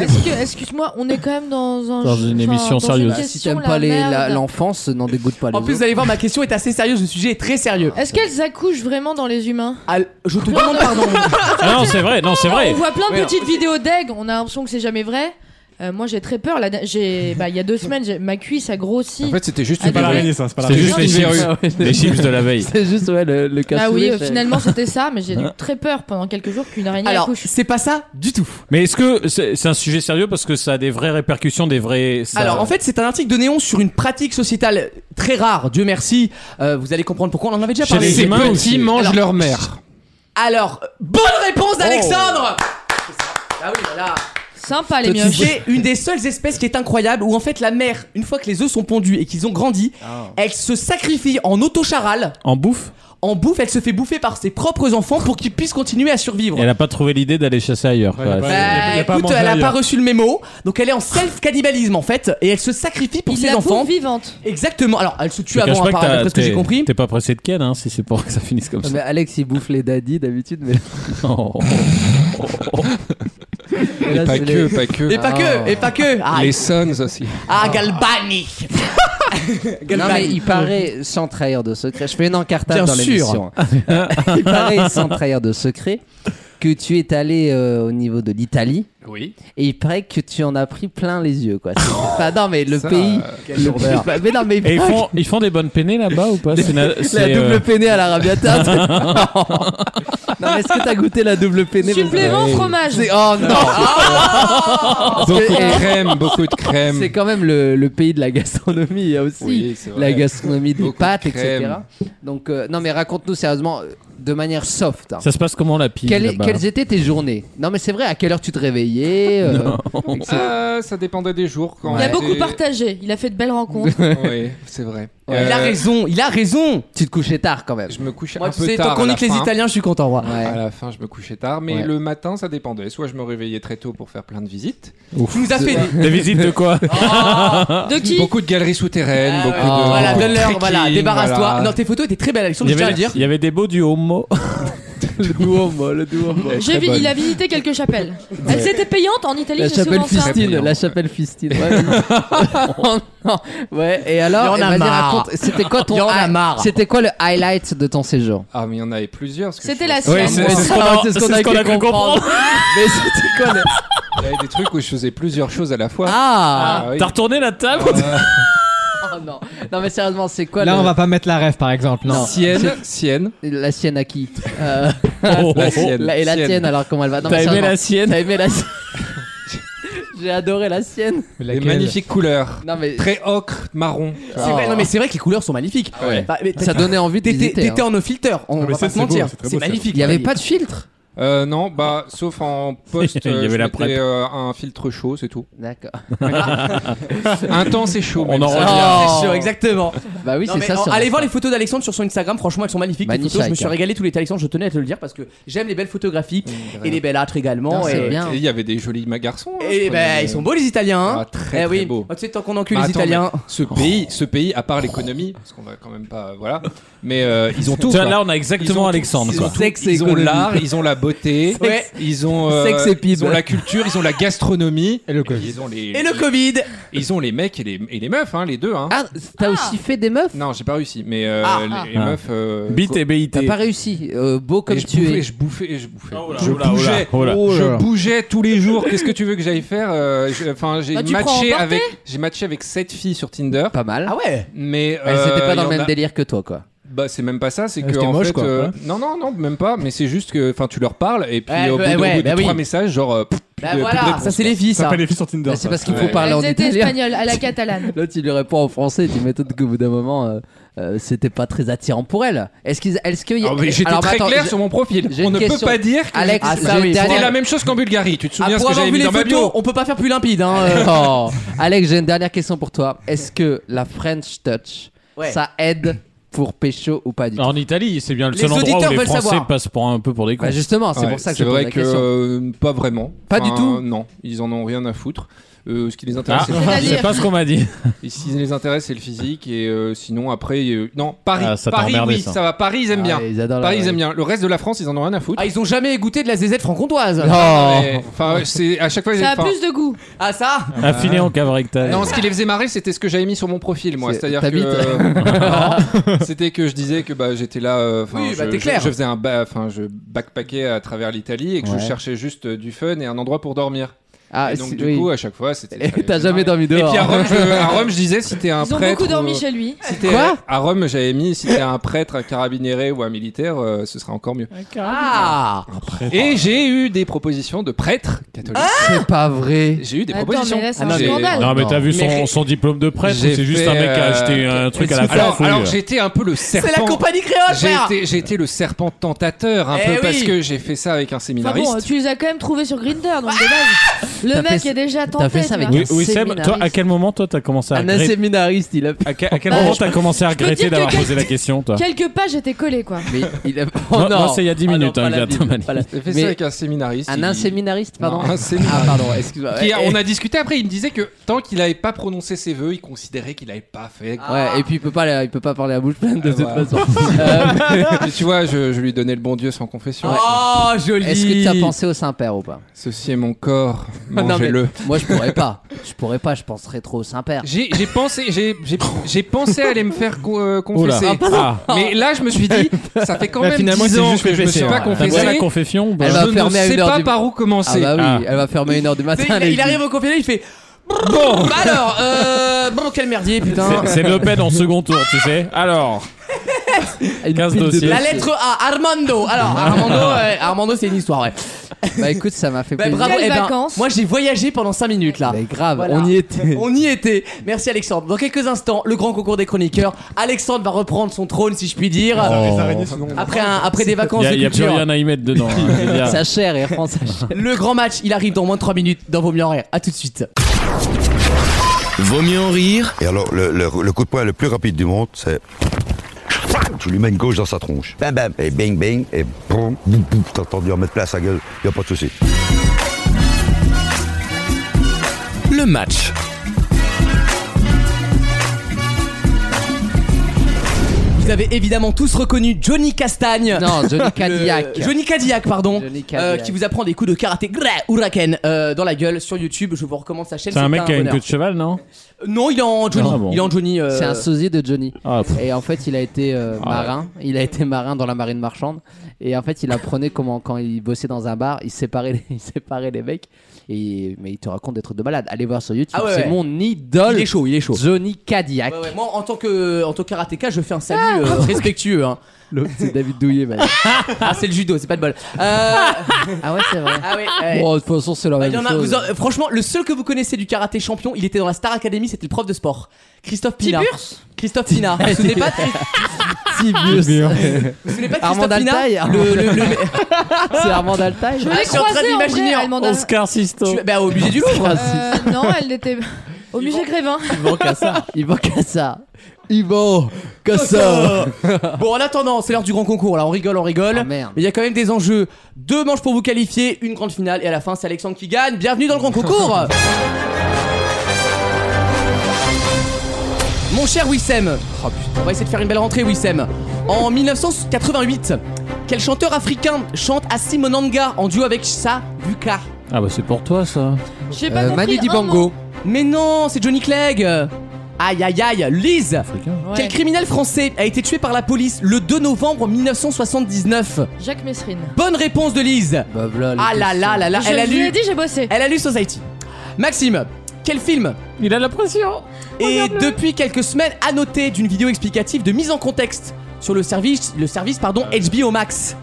Speaker 18: Est-ce que- Excuse-moi, on est quand même dans un.
Speaker 7: Dans une émission
Speaker 18: dans
Speaker 7: sérieuse.
Speaker 2: Ah,
Speaker 18: une
Speaker 7: si
Speaker 18: question,
Speaker 7: t'aimes
Speaker 18: la
Speaker 7: pas les-
Speaker 18: merde.
Speaker 7: la- l'enfance, n'en dégoûte pas les
Speaker 2: En plus, vous allez voir, ma question est assez sérieuse, le sujet est très sérieux.
Speaker 18: Est-ce qu'elles accouchent vraiment dans les humains
Speaker 2: Ah, Je te demande pardon. Oh,
Speaker 3: Ah non, c'est vrai, non, c'est vrai.
Speaker 18: On voit plein de
Speaker 2: Ouais,
Speaker 18: petites vidéos d'aigle, on a l'impression que c'est jamais vrai.
Speaker 4: Euh, moi, j'ai très peur. La da- j'ai- bah, Il y a deux semaines, j'ai- ma cuisse a grossi.
Speaker 13: En fait, c'était juste
Speaker 4: Ah,
Speaker 13: une
Speaker 4: des-
Speaker 13: verrue. C'était juste les
Speaker 3: Ah
Speaker 7: Ah
Speaker 13: chips. Les chips de la veille.
Speaker 7: C'est juste, ouais, le, le
Speaker 4: Ah
Speaker 7: cassoulet,
Speaker 4: oui, euh,
Speaker 7: c'est-
Speaker 4: finalement, c'était ça, mais j'ai eu
Speaker 3: Hein
Speaker 4: très peur pendant quelques jours qu'une araignée
Speaker 2: Alors,
Speaker 4: accouche.
Speaker 2: c'est pas ça du tout.
Speaker 3: Mais est-ce que c'est c'est un sujet sérieux parce que ça a des vraies répercussions, des vrais. ça-
Speaker 2: Alors en fait c'est un article de Néon sur une pratique sociétale très rare, Dieu merci, Euh, vous allez comprendre pourquoi on en avait déjà
Speaker 13: Chez
Speaker 2: parlé.
Speaker 13: les humains, les petits mangent
Speaker 2: Alors-
Speaker 13: leur mère.
Speaker 2: Alors, bonne réponse d'Alexandre Ah oui, voilà
Speaker 4: Sympa les mioches.
Speaker 2: C'est une des seules espèces qui est incroyable où en fait la mère, une fois que les œufs sont pondus et qu'ils ont grandi, elle se sacrifie en auto-charal.
Speaker 3: En bouffe
Speaker 2: En bouffe, elle se fait bouffer par ses propres enfants pour qu'ils puissent continuer à survivre.
Speaker 3: Et Elle a pas trouvé l'idée d'aller chasser ailleurs. quoi.
Speaker 2: Bah,
Speaker 3: C'est-
Speaker 2: écoute, elle a pas reçu le mémo, donc elle est en self-cannibalisme en fait, et elle se sacrifie pour
Speaker 21: Il
Speaker 2: ses
Speaker 21: la bouffe
Speaker 2: enfants.
Speaker 21: vivante.
Speaker 2: Exactement. Alors, elle se
Speaker 3: Je te
Speaker 2: tue
Speaker 3: cache
Speaker 2: avant,
Speaker 3: pas
Speaker 2: hein, par
Speaker 3: t'as-
Speaker 2: d'après ce que j'ai
Speaker 3: t'es-
Speaker 2: compris.
Speaker 3: T'es pas pressé de Ken, hein, si c'est pour que ça finisse comme
Speaker 7: Non,
Speaker 3: ça.
Speaker 7: Ah, mais Alex, il bouffe les daddies d'habitude, mais.
Speaker 3: Oh.
Speaker 7: Et là,
Speaker 13: pas
Speaker 7: c'est
Speaker 13: que,
Speaker 7: les-
Speaker 13: pas que.
Speaker 2: Et pas que, et pas que. Ah,
Speaker 13: Les Sons aussi.
Speaker 2: ah, Galbani.
Speaker 7: Non,
Speaker 2: Galbani.
Speaker 7: mais il paraît sans trahir de secret. Je fais une encartade
Speaker 2: Bien
Speaker 7: dans
Speaker 2: sûr.
Speaker 7: l'émission. il paraît sans trahir de secret que tu es allé euh, au niveau de l'Italie.
Speaker 13: Oui.
Speaker 7: Et il paraît que tu en as pris plein les yeux, quoi. Enfin, non, mais eh, le pays.
Speaker 2: euh,
Speaker 13: quelle
Speaker 7: le
Speaker 13: horreur.
Speaker 7: pays- bah, mais non, mais
Speaker 3: Et ils font, ils font des bonnes peinées là-bas ou pas C'est na-
Speaker 7: La
Speaker 3: c'est,
Speaker 7: double
Speaker 3: euh,
Speaker 7: peinée à l'arabiata. non, mais est-ce que t'as goûté la double E? peinée
Speaker 4: Supplément
Speaker 7: Parce que-
Speaker 4: fromage.
Speaker 7: C'est- Oh non
Speaker 8: Ah
Speaker 7: Parce
Speaker 13: Beaucoup
Speaker 7: que-
Speaker 13: de crème, beaucoup de crème.
Speaker 7: C'est quand même le, le pays de la gastronomie. Il y a aussi
Speaker 13: Oui, c'est vrai.
Speaker 7: la gastronomie des
Speaker 13: Beaucoup de
Speaker 7: pâtes, etc.
Speaker 13: crème.
Speaker 7: Donc, euh, non, mais raconte-nous sérieusement euh, de manière soft. hein.
Speaker 3: Ça se passe comment la pile
Speaker 7: Quelle-
Speaker 3: là-bas
Speaker 7: quelles étaient tes journées Non, mais c'est vrai, à quelle heure tu te réveillais euh, etc.
Speaker 13: Ah, ça dépendait des jours. Quand
Speaker 7: Il
Speaker 2: Ah,
Speaker 7: a
Speaker 13: on
Speaker 7: beaucoup
Speaker 13: était-
Speaker 4: partagé. Il a fait de belles rencontres.
Speaker 13: oui, c'est vrai. Euh,
Speaker 7: Il a
Speaker 2: raison, il a raison.
Speaker 7: Tu te couchais tard quand même.
Speaker 13: Je me couchais
Speaker 2: Moi,
Speaker 13: un
Speaker 2: tu
Speaker 13: peu
Speaker 2: sais,
Speaker 13: tard.
Speaker 2: tant qu'on
Speaker 13: à la
Speaker 2: nique les
Speaker 13: fin.
Speaker 2: Italiens, je suis content, moi.
Speaker 13: Ouais, À la fin, je me couchais tard, mais
Speaker 2: Ouais.
Speaker 13: le matin, ça dépendait. Soit je me réveillais très tôt pour faire plein de visites.
Speaker 2: Tu nous as fait des-
Speaker 3: Des visites de quoi
Speaker 4: De qui
Speaker 13: Beaucoup de galeries souterraines, beaucoup
Speaker 2: Oh. Ah,
Speaker 13: de.
Speaker 2: voilà,
Speaker 13: beaucoup de
Speaker 2: donne-leur,
Speaker 13: trekking,
Speaker 2: voilà, débarrasse-toi.
Speaker 13: voilà.
Speaker 2: Non, tes photos étaient très belles,
Speaker 3: il
Speaker 2: Alexandre,
Speaker 3: y,
Speaker 2: je tiens à
Speaker 3: avait,
Speaker 2: le dire.
Speaker 3: il y avait des beaux du homo.
Speaker 7: le Duomo, le Duomo.
Speaker 4: J'ai vi- il a visité quelques chapelles. Elles étaient payantes en Italie,
Speaker 7: La
Speaker 4: c'est
Speaker 7: chapelle
Speaker 4: souvent ça.
Speaker 7: Fistine, la chapelle Fistine. Ouais, Oh, non. ouais, et
Speaker 2: Il y en
Speaker 7: alors,
Speaker 2: a
Speaker 7: eh, vas-y,
Speaker 2: marre.
Speaker 7: raconte, c'était quoi ton
Speaker 2: Il y en a
Speaker 7: hi-
Speaker 2: marre.
Speaker 7: C'était quoi le highlight de ton séjour
Speaker 13: Ah, mais il y en avait plusieurs. parce que
Speaker 4: C'était
Speaker 13: je
Speaker 4: la
Speaker 13: faisais-
Speaker 4: sienne. Ouais, c'est- c'est ce qu'on a- c'est ce qu'on a cru comprendre.
Speaker 7: Mais c'était quoi le-
Speaker 13: Il y avait des trucs où je faisais plusieurs choses à la fois.
Speaker 7: Ah.
Speaker 13: oui. Euh,
Speaker 3: T'as retourné la table
Speaker 7: Oh non. Non mais sérieusement, c'est quoi
Speaker 8: Là,
Speaker 7: le-
Speaker 8: on va pas mettre la rêve, par exemple. Non.
Speaker 13: Sienne,
Speaker 7: C'est-
Speaker 13: sienne.
Speaker 7: La sienne à qui Euh,
Speaker 13: Oh, la sienne,
Speaker 7: la- Et la
Speaker 13: sienne.
Speaker 7: tienne, alors comment elle va Non,
Speaker 13: T'as
Speaker 7: mais
Speaker 13: aimé
Speaker 7: sérieusement,
Speaker 13: la sienne
Speaker 7: T'as aimé la sienne J'ai adoré la sienne.
Speaker 13: Des magnifiques couleurs.
Speaker 7: Non, mais- Oh.
Speaker 13: Très ocre, marron.
Speaker 2: C'est vrai, non, mais c'est vrai que les couleurs sont magnifiques.
Speaker 13: ouais.
Speaker 2: Bah, mais t'as-
Speaker 7: Ah Ça donnait envie de
Speaker 2: T'étais
Speaker 7: visiter,
Speaker 2: t'étais
Speaker 7: hein.
Speaker 2: en no filter, on va pas se mentir. C'est magnifique.
Speaker 7: Il y avait pas de filtre.
Speaker 13: Euh, non, bah, sauf en poste,
Speaker 3: Il y
Speaker 13: euh,
Speaker 3: avait
Speaker 13: je
Speaker 3: la
Speaker 13: mettais,
Speaker 3: prep.
Speaker 13: euh, un filtre chaud, c'est tout.
Speaker 7: D'accord.
Speaker 13: un temps, c'est chaud.
Speaker 3: On
Speaker 13: mais
Speaker 3: en
Speaker 13: ça-
Speaker 3: revient.
Speaker 2: Oh, c'est chaud, exactement.
Speaker 7: Bah oui,
Speaker 2: Non,
Speaker 7: c'est
Speaker 2: mais
Speaker 7: ça,
Speaker 2: non,
Speaker 7: c'est
Speaker 2: allez
Speaker 7: vrai.
Speaker 2: voir les photos d'Alexandre sur son Instagram, franchement elles sont magnifiques. les
Speaker 7: Magnifique,
Speaker 2: photos, je me suis
Speaker 7: hein.
Speaker 2: régalé tous les Alexandre, je tenais à te le dire parce que j'aime les belles photographies et les belles âtres également.
Speaker 7: Non, c'est
Speaker 2: et-
Speaker 7: bien.
Speaker 13: Et Il y avait des jolis ma garçons. hein,
Speaker 2: Et
Speaker 13: je
Speaker 2: ben
Speaker 13: prenais-
Speaker 2: ils sont beaux les Italiens.
Speaker 13: Ah, très, très
Speaker 2: eh oui.
Speaker 13: beau.
Speaker 2: Ah, Tu sais tant qu'on encule
Speaker 13: Bah,
Speaker 2: les
Speaker 13: attends,
Speaker 2: Italiens.
Speaker 13: mais Ce pays, ce pays, à part l'économie, parce qu'on va quand même pas, voilà. Mais euh, ils ont tout.
Speaker 3: Tiens,
Speaker 13: quoi.
Speaker 3: là, on a
Speaker 13: Ils
Speaker 3: exactement
Speaker 13: ont tout.
Speaker 3: Alexandre,
Speaker 13: Ils
Speaker 3: quoi.
Speaker 13: ont, tout.
Speaker 7: Sexe et
Speaker 13: Ils ont
Speaker 7: économie.
Speaker 13: l'art, ils ont la beauté,
Speaker 2: Sexe.
Speaker 13: ils ont, euh,
Speaker 7: Sexe et PIB.
Speaker 13: ils ont la culture, ils ont la gastronomie, et le
Speaker 8: Covid.
Speaker 13: Ils ont les,
Speaker 2: Et le Covid.
Speaker 13: Ils ont les mecs et les, et les meufs, hein, les deux. Hein.
Speaker 7: Ah, t'as aussi fait des meufs
Speaker 13: Non, j'ai pas réussi, mais euh,
Speaker 7: Ah.
Speaker 13: les, les
Speaker 3: Ah.
Speaker 13: meufs. euh,
Speaker 3: Bite et BIT.
Speaker 7: T'as pas réussi, euh, beau comme
Speaker 13: et je
Speaker 7: tu
Speaker 13: bouffais,
Speaker 7: es.
Speaker 13: je bouffais, et je bouffais.
Speaker 3: là,
Speaker 13: je
Speaker 3: oh là, oh là,
Speaker 13: bougeais,
Speaker 3: oh là.
Speaker 13: je
Speaker 8: Oh là.
Speaker 13: bougeais tous les jours. Qu'est-ce que tu veux que j'aille faire Euh, je- Enfin, j'ai
Speaker 4: Bah, tu prends en
Speaker 13: matché
Speaker 4: portée.
Speaker 13: avec, j'ai matché avec sept filles sur Tinder,
Speaker 7: Pas mal.
Speaker 2: Ah ouais.
Speaker 13: mais
Speaker 7: Elles
Speaker 13: euh,
Speaker 7: étaient pas dans
Speaker 13: il y
Speaker 7: le
Speaker 13: en
Speaker 7: même
Speaker 13: a-
Speaker 7: délire que toi, quoi.
Speaker 13: Bah, c'est même pas ça, c'est
Speaker 8: Elles
Speaker 13: que
Speaker 8: étaient
Speaker 13: en
Speaker 8: moches,
Speaker 13: fait,
Speaker 8: quoi,
Speaker 13: euh,
Speaker 8: ouais.
Speaker 13: non, non, non, même pas. Mais c'est juste que, enfin, tu leur parles et puis
Speaker 2: Ouais,
Speaker 13: au bout,
Speaker 2: ouais,
Speaker 13: de- au
Speaker 2: ouais,
Speaker 13: bout de
Speaker 2: bah oui.
Speaker 13: trois messages, genre. euh, plus de-
Speaker 2: Bah
Speaker 13: plus de
Speaker 2: voilà,
Speaker 13: réponse,
Speaker 2: ça c'est
Speaker 13: quoi.
Speaker 2: les filles ça.
Speaker 22: T'as pas les filles sur Tinder.
Speaker 7: Bah, c'est
Speaker 22: ça.
Speaker 7: parce qu'il faut
Speaker 13: Ouais.
Speaker 7: parler en
Speaker 4: Elles étaient
Speaker 7: italien.
Speaker 4: espagnoles, à la catalane.
Speaker 7: L'autre, il lui répond en français, tu m'étonnes qu'au bout d'un moment, euh, euh, c'était pas très attirant pour elle. Est-ce qu'il est-ce qu'il y a-
Speaker 13: Ah, mais J'étais
Speaker 7: Alors, bah,
Speaker 13: très
Speaker 7: attends,
Speaker 13: clair
Speaker 7: j'ai-
Speaker 13: sur mon profil.
Speaker 7: j'ai
Speaker 13: On
Speaker 7: une
Speaker 13: ne peut
Speaker 7: question.
Speaker 13: pas dire que
Speaker 7: Alex,
Speaker 2: Ah, ça,
Speaker 7: j'ai
Speaker 2: oui,
Speaker 7: une
Speaker 2: faut-
Speaker 13: c'était
Speaker 7: dernière-
Speaker 13: la même chose qu'en Bulgarie. Tu te
Speaker 2: Ah,
Speaker 13: souviens ce
Speaker 2: pour
Speaker 13: que
Speaker 2: avoir
Speaker 13: j'avais mis
Speaker 2: vu les
Speaker 13: dans ma
Speaker 2: photos,
Speaker 13: bio
Speaker 2: on peut pas faire plus limpide. Hein, euh.
Speaker 7: Oh. Alex, j'ai une dernière question pour toi. Est-ce que la French Touch,
Speaker 2: Ouais.
Speaker 7: ça aide pour pécho ou pas du tout
Speaker 3: En Italie, c'est bien le
Speaker 2: Les
Speaker 3: seul endroit
Speaker 2: auditeurs
Speaker 3: où les
Speaker 2: veulent
Speaker 3: Français
Speaker 2: savoir.
Speaker 3: passent pour un peu pour des cons.
Speaker 7: Bah, Justement, c'est
Speaker 13: Ouais,
Speaker 7: pour ça que je pose
Speaker 13: vrai
Speaker 7: la
Speaker 13: que
Speaker 7: question.
Speaker 13: euh, pas vraiment.
Speaker 7: Pas du tout
Speaker 13: Non, ils en ont rien à foutre. Euh, ce qui les intéresse,
Speaker 3: Ah.
Speaker 13: c'est le
Speaker 3: C'est
Speaker 13: physique.
Speaker 3: pas ce qu'on m'a dit.
Speaker 13: Et ce qui les intéresse, c'est le physique. Et euh, sinon, après, euh, non, Paris,
Speaker 3: Ah, ça t'a
Speaker 13: Paris,
Speaker 3: emmerdé,
Speaker 13: oui,
Speaker 3: ça.
Speaker 13: ça. va. Paris, ils aiment bien.
Speaker 7: Ah, ils adorent la-
Speaker 13: Paris, ils aiment bien. Le reste de la France, ils en ont rien à foutre.
Speaker 2: Ah ils ont jamais goûté de la ZZ franc-comtoise.
Speaker 13: Ah, mais- Enfin, c'est à chaque fois. ils-
Speaker 4: Ça a
Speaker 13: enfin,
Speaker 4: plus de goût.
Speaker 2: Ah ça
Speaker 3: Affiné en cave rectale.
Speaker 13: Non, ce qui les faisait marrer, c'était ce que j'avais mis sur mon profil, moi.
Speaker 7: C'est-
Speaker 13: C'est-à-dire
Speaker 7: ta
Speaker 13: que
Speaker 7: bite
Speaker 13: Non, c'était que je disais que bah j'étais là. euh, Enfin,
Speaker 2: Oui, bah,
Speaker 13: je,
Speaker 2: t'es
Speaker 13: je-
Speaker 2: clair.
Speaker 13: je faisais un, ba- enfin, je backpackais à travers l'Italie et que
Speaker 7: Ouais.
Speaker 13: je cherchais juste euh, du fun et un endroit pour dormir.
Speaker 2: Ah,
Speaker 13: et donc
Speaker 2: c'est-
Speaker 13: du
Speaker 2: oui.
Speaker 13: coup à chaque fois c'était. ça
Speaker 2: T'as
Speaker 13: allait
Speaker 2: jamais
Speaker 13: bien.
Speaker 2: dormi dehors.
Speaker 13: Et puis à Rome, je, à Rome, je disais si t'es un
Speaker 18: Ils ont
Speaker 13: prêtre.
Speaker 18: beaucoup dormi
Speaker 13: ou-
Speaker 18: chez lui.
Speaker 13: si t'es-
Speaker 18: Quoi
Speaker 13: À Rome j'avais mis si t'es un prêtre, un carabinier ou un militaire, euh, ce serait encore mieux.
Speaker 2: Ah
Speaker 13: Et j'ai eu des propositions de prêtres catholiques.
Speaker 2: C'est pas vrai.
Speaker 13: J'ai eu des
Speaker 18: Attends,
Speaker 13: propositions.
Speaker 18: mais là, c'est
Speaker 13: Ah,
Speaker 18: un
Speaker 13: j'ai-
Speaker 18: scandale.
Speaker 3: Non, mais t'as vu son, son diplôme de prêtre ou
Speaker 13: J'ai
Speaker 3: c'est juste
Speaker 13: fait,
Speaker 3: un mec qui a
Speaker 13: euh,
Speaker 3: acheté un truc à la
Speaker 13: alors,
Speaker 3: farfouille
Speaker 13: alors j'étais un peu le serpent.
Speaker 2: la compagnie créole,
Speaker 13: J'ai
Speaker 2: frère.
Speaker 13: été- J'ai été le serpent tentateur un
Speaker 18: Eh
Speaker 13: peu
Speaker 18: oui.
Speaker 13: parce que j'ai fait ça avec un
Speaker 18: Enfin
Speaker 13: séminariste.
Speaker 18: bon, tu les as quand même trouvés sur Grinder, donc de base,
Speaker 13: T'as
Speaker 18: le mec
Speaker 13: fait-
Speaker 18: est déjà tenté. tu vois.
Speaker 3: Oui, oui, Seb, toi, à quel moment toi t'as commencé à
Speaker 2: Un
Speaker 3: regretter
Speaker 2: séminariste, il a.
Speaker 3: À, que- à quel
Speaker 18: Bah,
Speaker 3: moment
Speaker 18: je
Speaker 3: t'as
Speaker 18: peux-
Speaker 3: commencé à
Speaker 18: je peux
Speaker 3: regretter
Speaker 18: dire que
Speaker 3: d'avoir
Speaker 18: quel-
Speaker 3: posé la question toi
Speaker 18: Quelques pages étaient collées, quoi.
Speaker 2: Mais il a.
Speaker 3: Non, Oh non, c'est il y a 10 minutes, hein, il vient de te manier.
Speaker 13: J'ai fait
Speaker 2: Mais-
Speaker 13: ça avec un séminariste.
Speaker 2: Un inséminariste, pardon. Ah, pardon, excuse-moi.
Speaker 13: Qui a-
Speaker 2: Et-
Speaker 13: on a discuté après, il me disait que tant qu'il n'avait pas prononcé ses vœux, il considérait qu'il n'avait pas fait.
Speaker 2: Ah.
Speaker 7: Ah.
Speaker 2: Ouais, et puis il peut pas, il peut pas parler à bouche pleine de toute façon.
Speaker 13: Ah,
Speaker 2: Euh.
Speaker 13: Mais tu vois, je, je lui donnais le bon Dieu sans confession.
Speaker 2: Oh, joli. Est-ce que tu as pensé au Saint-Père ou pas
Speaker 13: Ceci est mon corps,
Speaker 2: Non, mais
Speaker 13: mangez-le.
Speaker 2: Moi, je pourrais pas. Je pourrais pas, je penserais trop au Saint-Père.
Speaker 13: J'ai j'ai pensé, j'ai- j'ai- j'ai pensé à aller me faire co- euh, confesser.
Speaker 2: Ah, pardon.
Speaker 13: Mais là, je me suis dit, ça fait quand
Speaker 2: Bah,
Speaker 13: même
Speaker 2: finalement,
Speaker 13: 10
Speaker 2: c'est
Speaker 13: ans
Speaker 2: juste
Speaker 13: que je me
Speaker 2: confesser,
Speaker 13: suis
Speaker 2: hein.
Speaker 13: pas
Speaker 2: T'as
Speaker 13: confessé.
Speaker 2: pas la confession, bah. Elle va
Speaker 13: je ne
Speaker 2: fermer à
Speaker 13: sais
Speaker 2: une heure
Speaker 13: pas
Speaker 2: du-
Speaker 13: par où commencer. Ah.
Speaker 2: Ah bah oui, elle va fermer une heure du matin.
Speaker 13: Mais il- il arrive
Speaker 2: au confiné, il fait. Bah, Alors, euh, bon, quel merdier, putain.
Speaker 3: C'est c'est Le Pen en second tour, tu sais. Alors. 15 dossiers.
Speaker 2: La lettre A, Armando. Alors,
Speaker 3: Ah.
Speaker 2: Armando, euh, Armando c'est une histoire, ouais. Bah écoute, ça m'a fait
Speaker 6: plaisir.
Speaker 2: bravo,
Speaker 6: Quelles
Speaker 2: eh ben,
Speaker 6: vacances
Speaker 2: moi j'ai voyagé pendant 5 minutes là. grave,
Speaker 6: on y
Speaker 2: était. On y était. Merci Alexandre. Dans quelques instants, le grand concours des chroniqueurs. Alexandre va reprendre son trône, si je puis dire.
Speaker 3: Oh. Les araignées sont
Speaker 2: Après, un- après des
Speaker 3: Il
Speaker 2: vacances
Speaker 3: y a,
Speaker 2: de
Speaker 3: y a plus
Speaker 2: culture.
Speaker 3: rien à y mettre dedans. hein, je veux dire.
Speaker 2: Sa chère Air France. Le grand match, il arrive dans moins de 3 minutes dans Vos mieux en rire. A tout de suite.
Speaker 23: Vaut mieux en rire. Et alors, le, le- le coup de poing le plus rapide du monde, c'est. Tu lui mets une gauche dans sa tronche. Bam, bam. Et bing, bing. Et boum, boum, boum. T'as entendu en mettre plein sa gueule. Y a pas de souci.
Speaker 1: Le match.
Speaker 2: Vous avez évidemment tous reconnu Johnny Castagne.
Speaker 6: Non, Johnny
Speaker 2: Le-
Speaker 6: Cadillac.
Speaker 2: Johnny Cadillac, pardon.
Speaker 6: Cadillac.
Speaker 2: Euh, qui vous apprend des coups de karaté grrr, huracan euh, dans la gueule sur YouTube. Je vous recommande sa chaîne.
Speaker 3: C'est un mec qui a une
Speaker 2: bonheur.
Speaker 3: queue de cheval, non
Speaker 2: Non, il est en Johnny.
Speaker 3: Ah bon.
Speaker 2: Il est en Johnny. euh,
Speaker 6: C'est un sosie de Johnny.
Speaker 3: pff.
Speaker 6: et en fait, il a été euh,
Speaker 2: Ah.
Speaker 6: marin. Il a été marin dans la marine marchande. Et en fait, il apprenait comment, quand il bossait dans un bar, il séparait les, il séparait les mecs. Et, mais il te raconte des trucs de malade. Allez voir sur YouTube.
Speaker 2: Ah ouais,
Speaker 6: c'est
Speaker 2: ouais.
Speaker 6: mon idole.
Speaker 2: Il est chaud, il est chaud.
Speaker 6: Johnny Cadillac. Ah,
Speaker 2: Ouais, ouais, Moi, en tant que euh, en tant que karatéka, je fais un salut euh, respectueux. Hein.
Speaker 6: C'est David Douillet, mec.
Speaker 2: Ah, c'est le judo, c'est pas de bol.
Speaker 6: ah ouais, c'est vrai.
Speaker 2: Euh. Ah ouais, ouais.
Speaker 6: Bon, de toute façon, c'est la
Speaker 2: Bah,
Speaker 6: même
Speaker 2: il y en a-
Speaker 6: chose.
Speaker 2: vous en- franchement, le seul que vous connaissez du karaté champion, il était dans la Star Academy, c'était le prof de sport. Christophe Pina. Christophe Pina. Vous vous souvenez pas de
Speaker 6: Tibius.
Speaker 2: Vous vous souvenez pas de
Speaker 6: Armand
Speaker 2: Christophe
Speaker 6: Altaï.
Speaker 2: Pina Le- le- le-
Speaker 6: C'est Armand Altaï.
Speaker 18: Je l'ai
Speaker 2: suis en train
Speaker 18: croisé en vrai,
Speaker 2: d'imaginer
Speaker 18: Armand Altaï. Oscar
Speaker 2: Sisto. Bah, au musée du Louvre.
Speaker 18: Euh, non, elle était au musée Grévin.
Speaker 2: Yvan Cassa. Yvan Cassa. Yvan
Speaker 6: Cassa.
Speaker 2: Bon, en attendant, c'est l'heure du grand concours. Là, on rigole, on rigole. Mais il y a quand même des enjeux. Deux manches pour vous qualifier, une grande finale. Et à la fin, c'est Alexandre qui gagne. Bienvenue dans le grand concours. Mon cher Wissem, Oh, on va essayer de faire une belle rentrée, Wissem. En 1988, quel chanteur africain chante Asimonanga en duo avec Sabuka
Speaker 3: Ah bah c'est pour toi ça.
Speaker 2: J'ai Oh
Speaker 3: pas Euh, compris Manu Dibango. un mot.
Speaker 2: Mais non, c'est Johnny Clegg. Aïe aïe aïe, Lise. Quel criminel français a été tué par la police le 2 novembre 1979
Speaker 18: Jacques Messrine.
Speaker 2: Bonne réponse de Lise.
Speaker 3: Bah,
Speaker 2: ah là là là là,
Speaker 18: Je
Speaker 2: elle a
Speaker 18: vous
Speaker 2: lu.
Speaker 18: ai dit, j'ai bossé.
Speaker 2: Elle a lu Society. Maxime, quel film
Speaker 3: Il a la pression.
Speaker 2: Et depuis quelques semaines, annoté d'une vidéo explicative de mise en contexte sur le service, le service pardon
Speaker 3: Ah.
Speaker 2: HBO Max.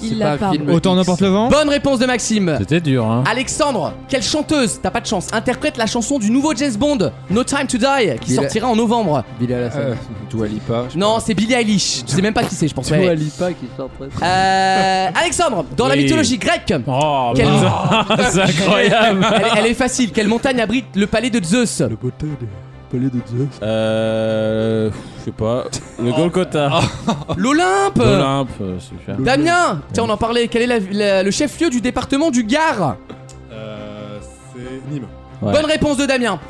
Speaker 18: Il l'a pas.
Speaker 8: Autant n'importe le vent.
Speaker 2: Bonne réponse de Maxime. Ah,
Speaker 3: C'était dur hein.
Speaker 2: Alexandre, quelle chanteuse, t'as pas de chance, interprète la chanson du nouveau James Bond, No Time to Die, qui
Speaker 13: Billie-
Speaker 2: sortira en novembre.
Speaker 6: Billy
Speaker 13: Euh, Dua Lipa.
Speaker 2: Non, c'est Billie Eilish. Je sais même pas qui c'est, je pense. Ouais.
Speaker 6: Lipa qui sort après.
Speaker 2: Euh, Alexandre, dans la
Speaker 6: Oui.
Speaker 2: mythologie grecque.
Speaker 3: Oh,
Speaker 2: quelle-
Speaker 3: putain, c'est incroyable.
Speaker 2: elle, elle est facile. Quelle montagne abrite le palais de Zeus Le
Speaker 5: Palais de Dieu.
Speaker 3: Euh. Je sais pas. Le Golgotha.
Speaker 2: L'Olympe.
Speaker 3: L'Olympe, euh, super.
Speaker 2: Damien, tiens, on en parlait. Quel est la- la- le chef-lieu du département du Gard
Speaker 5: Euh, c'est Nîmes.
Speaker 3: Ouais.
Speaker 2: Bonne réponse de Damien.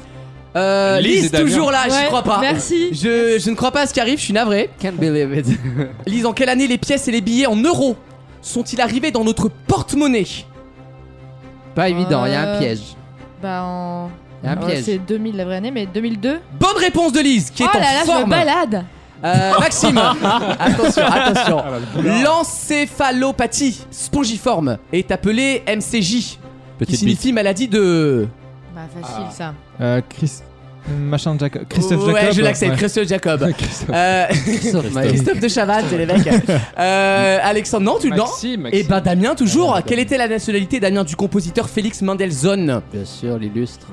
Speaker 2: Euh,
Speaker 5: Lise
Speaker 2: Lise,
Speaker 5: et Damien.
Speaker 2: toujours là,
Speaker 5: Ouais,
Speaker 2: j'y crois pas.
Speaker 5: merci.
Speaker 2: Je, je ne crois pas à ce qui arrive, je suis navré.
Speaker 6: Can't believe it.
Speaker 2: Lise, en quelle année les pièces et les billets en euros sont-ils arrivés dans notre porte-monnaie
Speaker 6: Pas évident, il y a un
Speaker 18: Euh,
Speaker 6: piège.
Speaker 18: Bah en.
Speaker 6: Il y a un
Speaker 18: Euh,
Speaker 6: piège.
Speaker 18: C'est 2000 la vraie année, mais 2002.
Speaker 2: Bonne réponse de Lise, qui est
Speaker 18: oh
Speaker 2: en
Speaker 18: là là, je me
Speaker 2: forme.
Speaker 18: balade.
Speaker 2: Euh, Maxime, attention, attention.
Speaker 14: Ah là, le boulard.
Speaker 2: L'encéphalopathie spongiforme est appelée MCJ, qui
Speaker 8: Petite
Speaker 2: signifie maladie de.
Speaker 18: Bah, facile ça.
Speaker 8: Euh, Chris... Machin de Jaco- Christophe
Speaker 2: ouais,
Speaker 8: Jacob.
Speaker 2: je l'accepte, Christophe Jacob. Euh, Christophe,
Speaker 8: Maé.
Speaker 2: de Chavannes, c'est les mecs. Euh, Alexandre, non, tu
Speaker 13: Maxime,
Speaker 2: non
Speaker 13: Maxime.
Speaker 2: Et ben Damien, toujours. Quelle était la nationalité, Damien, du compositeur Félix Mendelssohn
Speaker 7: Bien sûr, l'illustre.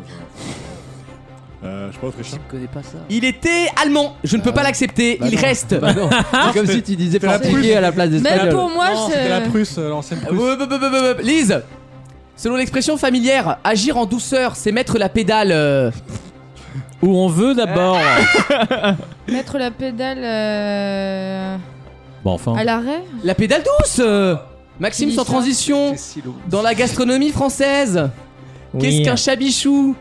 Speaker 5: Euh, je sais pas, autrichien.
Speaker 7: Je connais pas ça.
Speaker 2: Il Ah. était allemand, je ne peux pas l'accepter,
Speaker 7: Bah
Speaker 2: il
Speaker 7: non.
Speaker 2: reste.
Speaker 7: Bah non. C'est comme si tu disais
Speaker 2: C'est la
Speaker 7: portugais
Speaker 2: Prusse.
Speaker 7: à la place d'espagnol.
Speaker 2: Même pour moi,
Speaker 5: Non,
Speaker 2: c'est-
Speaker 5: c'était la Prusse, euh, l'ancienne Prusse.
Speaker 2: Ouais, bah, bah, bah, bah, bah. Lise, selon l'expression familière, agir en douceur, c'est mettre la pédale. euh,
Speaker 3: Où on veut d'abord.
Speaker 18: Mettre la pédale euh,
Speaker 3: Bon, enfin.
Speaker 18: à l'arrêt
Speaker 2: La pédale douce euh, Maxime,
Speaker 18: Qui
Speaker 2: sans
Speaker 18: dit ça
Speaker 2: transition, dans la gastronomie française.
Speaker 8: Oui.
Speaker 2: Qu'est-ce qu'un chabichou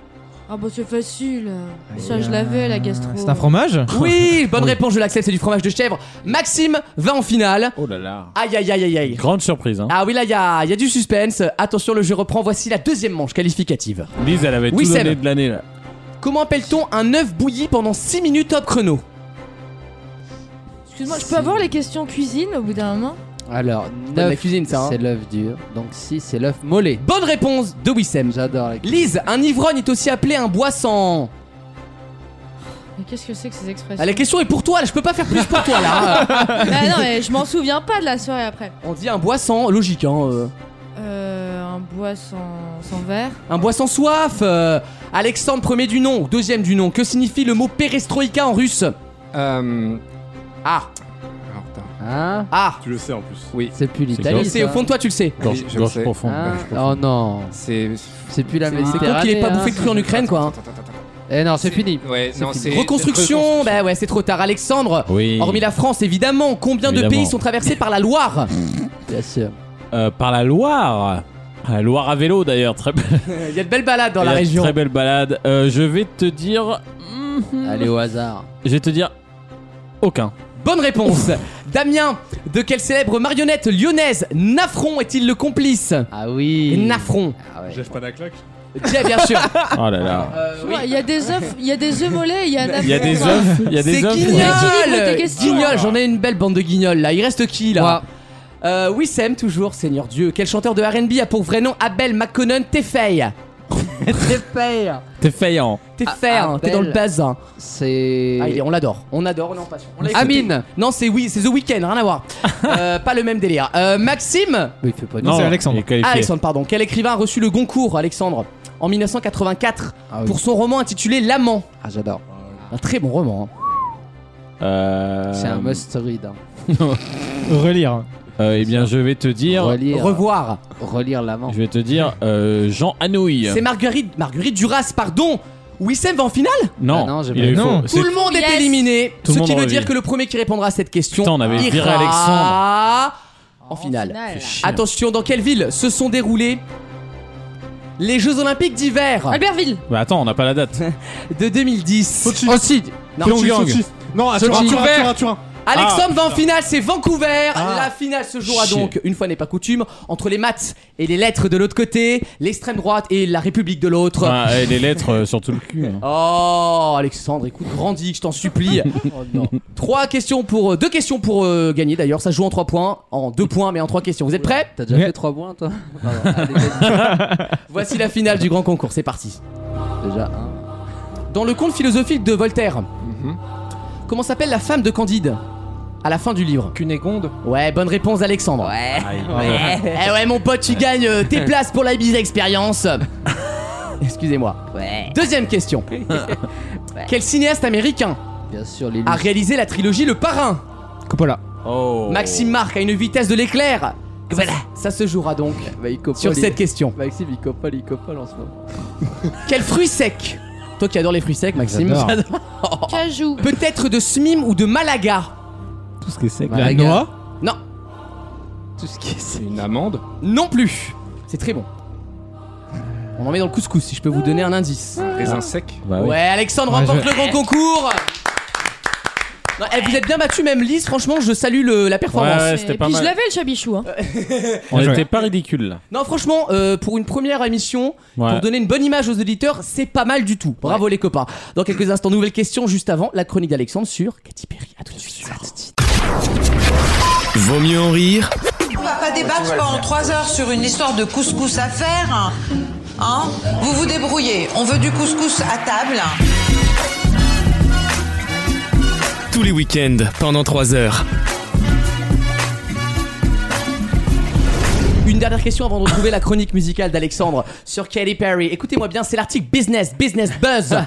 Speaker 18: Ah bah c'est facile. Ça je l'avais la gastro.
Speaker 8: C'est un fromage
Speaker 2: Oui, bonne réponse, je l'accepte, c'est du fromage de chèvre. Maxime va en finale.
Speaker 3: Oh là là.
Speaker 2: Aïe aïe aïe aïe aïe.
Speaker 3: Grande surprise, hein.
Speaker 2: Ah oui, là, il y a, il y a du suspense. Attention, le jeu reprend. Voici la deuxième manche qualificative.
Speaker 3: Lise, elle avait
Speaker 2: Oui,
Speaker 3: tout
Speaker 2: Seb.
Speaker 3: donné de l'année, là.
Speaker 2: Comment appelle-t-on un œuf bouilli pendant 6 minutes top chrono
Speaker 18: Excuse-moi, je peux avoir les questions cuisine au bout d'un moment
Speaker 7: Alors,
Speaker 2: de la
Speaker 7: neuf,
Speaker 2: cuisine, ça, hein.
Speaker 7: C'est l'œuf dur. Donc, si, c'est l'œuf mollet.
Speaker 2: Bonne réponse de Wissem.
Speaker 7: J'adore la
Speaker 2: Lise, un ivrogne est aussi appelé un boisson.
Speaker 18: Mais qu'est-ce que c'est que ces expressions
Speaker 2: Ah, la question est pour toi, là, je peux pas faire plus pour toi là.
Speaker 18: Ah non mais je m'en souviens pas de la soirée après.
Speaker 2: On dit un boisson, logique hein. euh.
Speaker 18: Euh, un bois sans, sans verre.
Speaker 2: Un boisson soif. euh. Alexandre, premier du nom, deuxième du nom. Que signifie le mot perestroïka en russe Ah.
Speaker 3: Hein
Speaker 7: Ah.
Speaker 5: Euh, Tu le sais en plus.
Speaker 13: Oui.
Speaker 7: C'est plus
Speaker 2: Tu le
Speaker 7: l'Italie.
Speaker 2: sais, au fond de toi, tu le sais.
Speaker 13: Gorge- Oui, je gorge le sais. profonde,
Speaker 7: Ah,
Speaker 13: gorge profonde.
Speaker 7: Oh non.
Speaker 13: C'est.
Speaker 7: C'est plus la
Speaker 2: C'est con
Speaker 7: Méditerranée.
Speaker 2: qu'il ait pas
Speaker 7: hein.
Speaker 2: bouffé cru en Ukraine, quoi. hein.
Speaker 7: Eh non, c'est fini.
Speaker 13: Ouais, non,
Speaker 7: fini.
Speaker 13: c'est.
Speaker 2: Reconstruction, bah ouais, c'est trop tard. Alexandre,
Speaker 3: Oui.
Speaker 2: hormis la France, évidemment, combien de
Speaker 3: Évidemment.
Speaker 2: pays sont traversés par la Loire
Speaker 7: Bien sûr.
Speaker 3: Euh, par la Loire. Ah, La Loire à vélo, d'ailleurs. Très belle.
Speaker 2: Il y a de belles balades dans
Speaker 3: Il y
Speaker 2: la
Speaker 3: a de
Speaker 2: région.
Speaker 3: Très belle balade. Euh, je vais te dire. Mhm.
Speaker 7: Allez au hasard.
Speaker 3: Je vais te dire. Aucun.
Speaker 2: Bonne réponse. Damien, de quelle célèbre marionnette lyonnaise Nafron est-il le complice
Speaker 7: Ah oui.
Speaker 2: Nafron.
Speaker 5: Jeff Panaclac
Speaker 2: Tiens, Ah bien sûr.
Speaker 3: Oh là là.
Speaker 2: Euh,
Speaker 18: Tu vois, Il y a des œufs, il y a des œufs mollets, il y a
Speaker 3: Il y a des œufs. Il y a
Speaker 2: C'est
Speaker 3: des œufs.
Speaker 18: Équilibre
Speaker 2: Guignol
Speaker 18: tes questions.
Speaker 2: Guignol, j'en ai une belle bande de guignols là. Il reste qui là euh, Wissem, toujours, Seigneur Dieu. Quel chanteur de RB a pour vrai nom Abel McConnon Tefei Tefei
Speaker 3: T'es faillant.
Speaker 2: Tefei, hein, t'es dans le bazin.
Speaker 7: C'est.
Speaker 2: Ah, il est- on l'adore, on adore, on est en passion. On l'a écouté.
Speaker 7: Amine.
Speaker 2: Non, c'est oui, c'est The Weeknd, rien à voir. Euh, pas le même délire. Euh, Maxime
Speaker 7: Oui, il fait pas de-
Speaker 3: Non,
Speaker 8: c'est Alexandre.
Speaker 3: il est qualifié.
Speaker 2: Ah, Alexandre, pardon. Quel écrivain a reçu le Goncourt, Alexandre, en 1984
Speaker 7: Ah oui.
Speaker 2: pour son roman intitulé L'amant
Speaker 7: Ah, j'adore.
Speaker 2: Un très bon roman. hein.
Speaker 3: Euh,
Speaker 7: C'est un must read. hein.
Speaker 8: Relire.
Speaker 3: euh, eh bien, je vais te dire.
Speaker 7: Relire.
Speaker 2: Revoir.
Speaker 7: Relire l'amant.
Speaker 3: Je vais te dire euh, Jean Anouilh.
Speaker 2: C'est Marguerite, Marguerite Duras, pardon. Wissem va en finale
Speaker 3: Non,
Speaker 7: Ah non, j'ai
Speaker 3: il
Speaker 7: pas-
Speaker 3: a eu
Speaker 8: Non.
Speaker 3: faux. C'est-
Speaker 2: Tout le monde est
Speaker 18: Yes.
Speaker 2: éliminé.
Speaker 3: Tout le
Speaker 2: ce
Speaker 3: monde
Speaker 2: qui veut
Speaker 3: revit.
Speaker 2: dire que le premier qui répondra à cette question
Speaker 3: Putain, on avait viré
Speaker 2: ira
Speaker 3: Alexandre.
Speaker 2: en finale.
Speaker 18: Finale.
Speaker 3: Chier.
Speaker 2: Attention, dans quelle ville se sont déroulés les Jeux Olympiques d'hiver
Speaker 18: Albertville.
Speaker 3: Bah attends, on n'a pas la date.
Speaker 2: de 2010
Speaker 7: Aussi.
Speaker 2: Non.
Speaker 3: Pyongyang.
Speaker 5: Sochi. Non, à Turin,
Speaker 2: Sochi.
Speaker 5: Turin,
Speaker 2: Vert.
Speaker 5: Turin, Turin.
Speaker 2: Alexandre va en
Speaker 5: putain.
Speaker 2: finale, c'est Vancouver.
Speaker 5: Ah.
Speaker 2: La finale se jouera
Speaker 3: Ah. Chier.
Speaker 2: donc, une fois n'est pas coutume, entre les maths et les lettres de l'autre côté, l'extrême droite et la République de l'autre.
Speaker 3: Ah, et les lettres euh, sur tout le cul. hein.
Speaker 2: Oh, Alexandre, écoute, grandis, je t'en supplie. Oh, Trois questions pour. euh, deux questions pour euh, gagner d'ailleurs. Ça se joue en trois points. En deux points, mais en trois questions. Vous êtes prêts
Speaker 7: T'as déjà fait 3 points, toi Pardon, allez, vas-y.
Speaker 2: Voici la finale du grand concours. C'est parti.
Speaker 7: Déjà un. Mhm.
Speaker 2: Dans le conte philosophique de Voltaire, comment s'appelle la femme de Candide À la fin du livre.
Speaker 13: Cunégonde.
Speaker 2: Ouais, bonne réponse, Alexandre. Ouais. Eh ouais, mon pote, tu gagnes euh, tes places pour la Ibiza Experience. Excusez-moi.
Speaker 7: Ouais.
Speaker 2: Deuxième question. Quel cinéaste américain
Speaker 7: Bien sûr, les
Speaker 2: a réalisé la trilogie Le Parrain
Speaker 8: Coppola.
Speaker 3: Oh.
Speaker 2: Maxime marque à une vitesse de l'éclair. Voilà. Ça se jouera donc
Speaker 7: Bah, il copole,
Speaker 2: sur
Speaker 7: il-
Speaker 2: cette question.
Speaker 7: Maxime, il copole, il copole en ce moment.
Speaker 2: Quel fruit sec Toi qui adore les fruits secs, Maxime.
Speaker 8: J'adore.
Speaker 18: Cajou.
Speaker 2: Peut-être de Smim ou de Malaga.
Speaker 8: Tout ce qui est sec.
Speaker 7: Malaga.
Speaker 8: La noix.
Speaker 2: Non,
Speaker 7: Tout ce qui est.
Speaker 13: C'est une amende.
Speaker 2: non plus. C'est très bon. On en met dans le couscous si je peux vous donner un indice.
Speaker 13: Raisin sec.
Speaker 3: Bah oui.
Speaker 2: Ouais, Alexandre
Speaker 8: Ouais,
Speaker 2: remporte
Speaker 8: je-
Speaker 2: le grand concours. Non, eh, vous êtes bien battu, même Lise. Franchement, je salue le- la performance.
Speaker 3: Ouais, ouais,
Speaker 18: Et
Speaker 3: c'était pas
Speaker 18: puis je
Speaker 3: mal.
Speaker 18: l'avais le chabichou. Hein.
Speaker 3: On
Speaker 8: Bien joué.
Speaker 3: était pas ridicule là.
Speaker 2: Non, franchement, euh, pour une première émission,
Speaker 3: Ouais.
Speaker 2: pour donner une bonne image aux auditeurs, c'est pas mal du tout. Bravo les copains. Dans quelques instants, nouvelle question juste avant la chronique d'Alexandre sur Katy Perry. À tout de suite.
Speaker 1: Vaut mieux en rire
Speaker 15: On va pas débattre pendant trois heures sur une histoire de couscous à faire. Hein Vous vous débrouillez. On veut du couscous à table.
Speaker 1: tous les week-ends pendant 3 heures.
Speaker 2: Une dernière question avant de retrouver la chronique musicale d'Alexandre sur Katy Perry. Écoutez-moi bien, c'est l'article Business, Business Buzz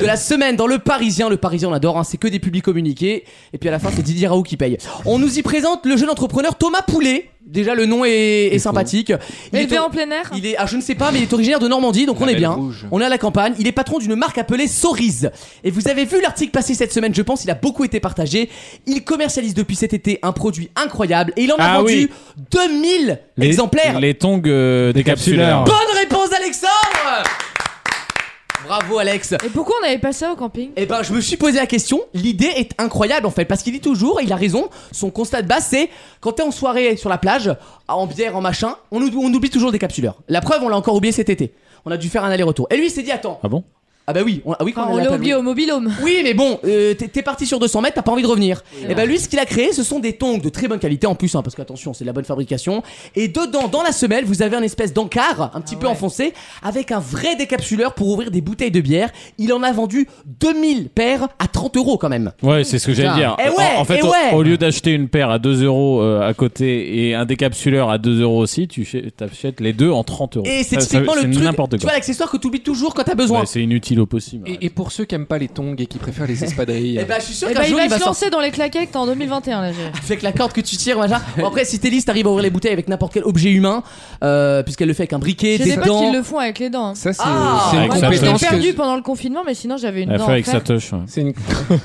Speaker 2: de la semaine dans Le Parisien. Le Parisien, on adore, hein, c'est que des publics communiqués. Et puis à la fin, c'est Didier Raoult qui paye. On nous y présente le jeune entrepreneur Thomas Poulet. Déjà, le nom est, est sympathique.
Speaker 18: Élevé
Speaker 2: au-
Speaker 18: en plein air
Speaker 2: il est, ah, je ne sais pas, mais il est originaire de Normandie, donc on est
Speaker 18: Belle
Speaker 2: bien.
Speaker 18: Rouge.
Speaker 2: On est à la campagne. Il est patron d'une marque appelée Cerise. Et vous avez vu l'article passer cette semaine, je pense, il a beaucoup été partagé. Il commercialise depuis cet été un produit incroyable et il en a
Speaker 3: Ah
Speaker 2: vendu
Speaker 3: oui.
Speaker 2: 2000 exemplaires.
Speaker 3: Les tongs euh, décapsuleurs.
Speaker 2: Bonne réponse, Alexandre Bravo Alex
Speaker 18: Et pourquoi on n'avait pas ça au camping
Speaker 2: Eh ben je me suis posé la question, l'idée est incroyable en fait, parce qu'il dit toujours, et il a raison, son constat de base c'est, quand t'es en soirée sur la plage, en bière, en machin, on, ou- on oublie toujours des capsuleurs. La preuve, on l'a encore oublié cet été. On a dû faire un aller-retour. Et lui il s'est dit, attends...
Speaker 3: Ah bon
Speaker 2: Ah bah oui, on, ah oui quand
Speaker 18: Enfin,
Speaker 2: on
Speaker 18: on
Speaker 2: l'a
Speaker 18: l'a
Speaker 2: pas
Speaker 18: oublié
Speaker 2: joué.
Speaker 18: au mobilhome.
Speaker 2: Oui, mais bon, euh, t'es t'es parti sur 200 mètres, t'as pas envie de revenir. et ben lui, ce qu'il a créé, ce sont des tongs de très bonne qualité en plus, hein, parce que attention, c'est de la bonne fabrication. Et dedans, dans la semelle, vous avez un espèce d'encart, un
Speaker 18: Ah
Speaker 2: petit peu enfoncé, avec un vrai décapsuleur pour ouvrir des bouteilles de bière. Il en a vendu 2000 paires à 30 euros quand même.
Speaker 3: Ouais, c'est ce que j'allais dire.
Speaker 2: Putain. Eh
Speaker 3: En-
Speaker 2: ouais,
Speaker 3: en fait,
Speaker 2: eh
Speaker 3: au-
Speaker 2: ouais.
Speaker 3: au lieu d'acheter une paire à 2 euros euh, à côté et un décapsuleur à 2 euros aussi, tu ch- t'achètes les deux en 30 euros.
Speaker 2: Et c'est
Speaker 3: Ça- ça-
Speaker 2: typiquement
Speaker 3: c'est
Speaker 2: le truc,
Speaker 3: n'importe
Speaker 2: tu
Speaker 3: quoi.
Speaker 2: vois, l'accessoire que t'oublies toujours quand t'as besoin.
Speaker 3: Ouais, c'est inutile au possible.
Speaker 13: Et, et pour ceux qui aiment pas les tongs et qui préfèrent les espadrilles. euh,
Speaker 2: Eh ben, je suis sûr
Speaker 18: Eh
Speaker 2: qu'un
Speaker 18: ben, il
Speaker 2: jour,
Speaker 18: va
Speaker 2: il va
Speaker 18: se lancer
Speaker 2: sortir.
Speaker 18: dans les claquettes en 2021 là. j'ai-
Speaker 2: Avec la corde que tu tires, machin. Bon, après, si t'es lisse, t'arrives à ouvrir les bouteilles avec n'importe quel objet humain, euh, puisqu'elle le fait avec un briquet,
Speaker 18: J'ai
Speaker 2: des
Speaker 18: des potes
Speaker 2: dents.
Speaker 18: qui le font avec les dents. hein.
Speaker 13: Ça, c'est
Speaker 2: Ah.
Speaker 13: c'est une
Speaker 2: Avec sa
Speaker 18: Je l'ai
Speaker 13: compétence.
Speaker 18: perdu
Speaker 13: que-
Speaker 18: pendant le confinement, mais sinon j'avais une
Speaker 3: Elle
Speaker 18: dent.
Speaker 3: fait avec
Speaker 18: en
Speaker 3: sa
Speaker 18: fer.
Speaker 3: touche. ouais.
Speaker 13: C'est une.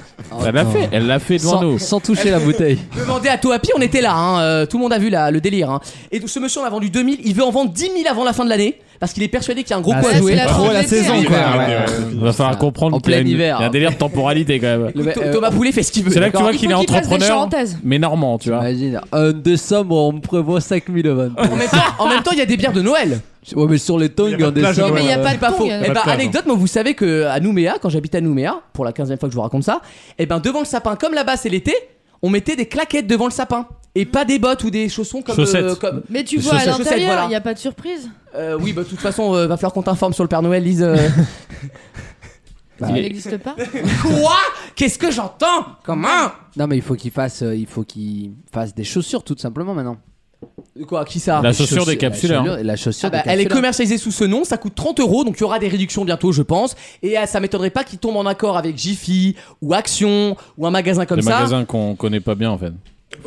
Speaker 3: Elle l'a fait, elle l'a fait devant
Speaker 2: Sans-
Speaker 3: nous.
Speaker 2: sans toucher la bouteille. Demandez à Toapi, on était là, hein, euh, tout le monde a vu la- le délire. hein. Et donc, ce monsieur, on a vendu 2000, il veut en vendre 10 000 avant la fin de l'année, parce qu'il est persuadé qu'il y a un gros
Speaker 3: Ah,
Speaker 2: coup à
Speaker 3: ça,
Speaker 2: jouer.
Speaker 3: c'est la Trop fin de la l'été, saison, hein. quoi.
Speaker 13: Ouais, ouais,
Speaker 3: Il va falloir comprendre
Speaker 2: En
Speaker 3: qu'il y a
Speaker 2: plein
Speaker 3: une-
Speaker 2: hiver.
Speaker 3: il y a un délire de temporalité quand même.
Speaker 2: Th- Thomas Poulet fait ce qu'il veut.
Speaker 3: C'est là que tu
Speaker 2: d'accord
Speaker 3: vois qu'il est
Speaker 2: Il faut fasse des
Speaker 3: entrepreneur,
Speaker 2: charentaises.
Speaker 3: mais normand, tu vois.
Speaker 7: Imagine, un décembre, on prévoit 5000 events.
Speaker 2: En même, temps, en même temps, il y a des bières de Noël.
Speaker 7: Ouais, mais sur les tongs, en décembre.
Speaker 2: il y a
Speaker 7: euh,
Speaker 2: pas de pas faux. Eh
Speaker 7: Pas de
Speaker 2: ben,
Speaker 7: table.
Speaker 2: anecdote, moi, vous savez que euh, à Nouméa, quand j'habitais à Nouméa, pour la 15 fois que je vous raconte ça, et ben devant le sapin, comme là-bas c'est l'été, on mettait des claquettes devant le sapin et pas des bottes ou des chaussons comme. euh,
Speaker 3: Chaussettes.
Speaker 2: comme-
Speaker 18: Mais tu
Speaker 2: Des
Speaker 18: vois à
Speaker 2: chaussettes,
Speaker 18: l'intérieur, il
Speaker 2: voilà.
Speaker 18: n'y a pas de surprise.
Speaker 2: Euh, oui, bah de toute façon, euh, va falloir qu'on t'informe sur le Père Noël, Lise. euh. Bah,
Speaker 18: Il n'existe pas.
Speaker 2: Quoi Qu'est-ce que j'entends Comment
Speaker 7: Non, mais il faut qu'il fasse, euh, il faut qu'il fasse des chaussures, tout simplement, maintenant.
Speaker 2: Quoi Qui ça
Speaker 3: La chaussure des capsuleurs.
Speaker 7: La chaussure, la chaussure
Speaker 2: Ah bah,
Speaker 7: des
Speaker 2: elle est
Speaker 7: capsuleurs.
Speaker 2: commercialisée sous ce nom, ça coûte 30 euros, donc il y aura des réductions bientôt, je pense. Et euh, ça m'étonnerait pas qu'ils tombent en accord avec Jiffy ou Action ou un magasin comme
Speaker 3: Des
Speaker 2: ça.
Speaker 3: magasins qu'on connaît pas bien en fait.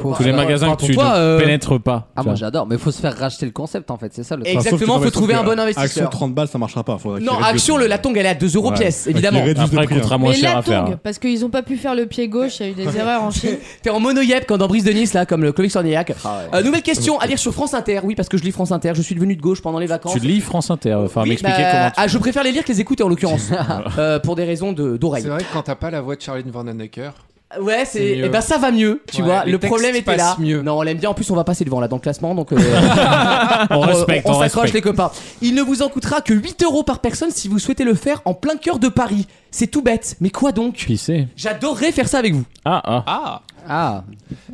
Speaker 7: Faut-
Speaker 3: Tous les
Speaker 7: euh,
Speaker 3: magasins que
Speaker 7: pardon,
Speaker 3: tu
Speaker 7: toi,
Speaker 3: ne
Speaker 7: euh,
Speaker 3: pénètres pas. tu
Speaker 7: Ah, moi
Speaker 3: vois.
Speaker 7: j'adore, mais faut se faire racheter le concept en fait, c'est ça le truc.
Speaker 2: Exact. Exactement, faut trouver un bon investisseur.
Speaker 5: Action 30 balles, ça marchera pas. faudrait
Speaker 3: Bah,
Speaker 2: Non,
Speaker 5: qu'il réduise
Speaker 2: Action,
Speaker 5: le-
Speaker 2: le, la tongue, elle est à 2 euros
Speaker 5: Ouais.
Speaker 2: pièce,
Speaker 5: Bah,
Speaker 2: évidemment.
Speaker 5: qu'il réduise le
Speaker 3: Après,
Speaker 5: prix, hein.
Speaker 3: coûtera moins
Speaker 18: Mais
Speaker 3: cher
Speaker 18: la
Speaker 3: à
Speaker 18: tongue,
Speaker 3: faire.
Speaker 18: parce qu'ils n'ont pas pu faire le pied gauche, il y a eu des erreurs en Chine.
Speaker 2: T'es en mono-yep quand dans Brice de Nice, là, comme le Clovis Cornillac.
Speaker 7: Ah
Speaker 2: Euh, nouvelle question à lire sur France Inter. Oui, parce que je lis France Inter, je suis devenu de gauche pendant les vacances.
Speaker 3: Tu lis France Inter, euh, il va falloir
Speaker 2: Oui,
Speaker 3: m'expliquer
Speaker 2: bah,
Speaker 3: comment
Speaker 2: ah, je préfère les lire que les écouter en l'occurrence, Euh, pour des raisons de- d'oreille.
Speaker 13: C'est vrai que quand t'as pas la voix de Charlene Vanhoenacker.
Speaker 2: Ouais, c'est.
Speaker 13: C'est mieux.
Speaker 2: Eh ben ça va mieux, tu
Speaker 13: Ouais,
Speaker 2: vois.
Speaker 13: les
Speaker 2: Le
Speaker 13: textes
Speaker 2: problème était là.
Speaker 13: passent mieux. Ah,
Speaker 2: Non, on l'aime bien. En plus, on va passer devant là dans le classement, donc. euh,
Speaker 3: On respecte,
Speaker 2: On,
Speaker 3: on
Speaker 2: s'accroche
Speaker 3: respecte.
Speaker 2: les copains. Il ne vous en coûtera que 8 euros par personne si vous souhaitez le faire en plein cœur de Paris. C'est tout bête, mais quoi donc
Speaker 3: Qui c'est
Speaker 2: J'adorerais faire ça avec vous.
Speaker 3: Ah ah.
Speaker 13: Ah
Speaker 7: Ah,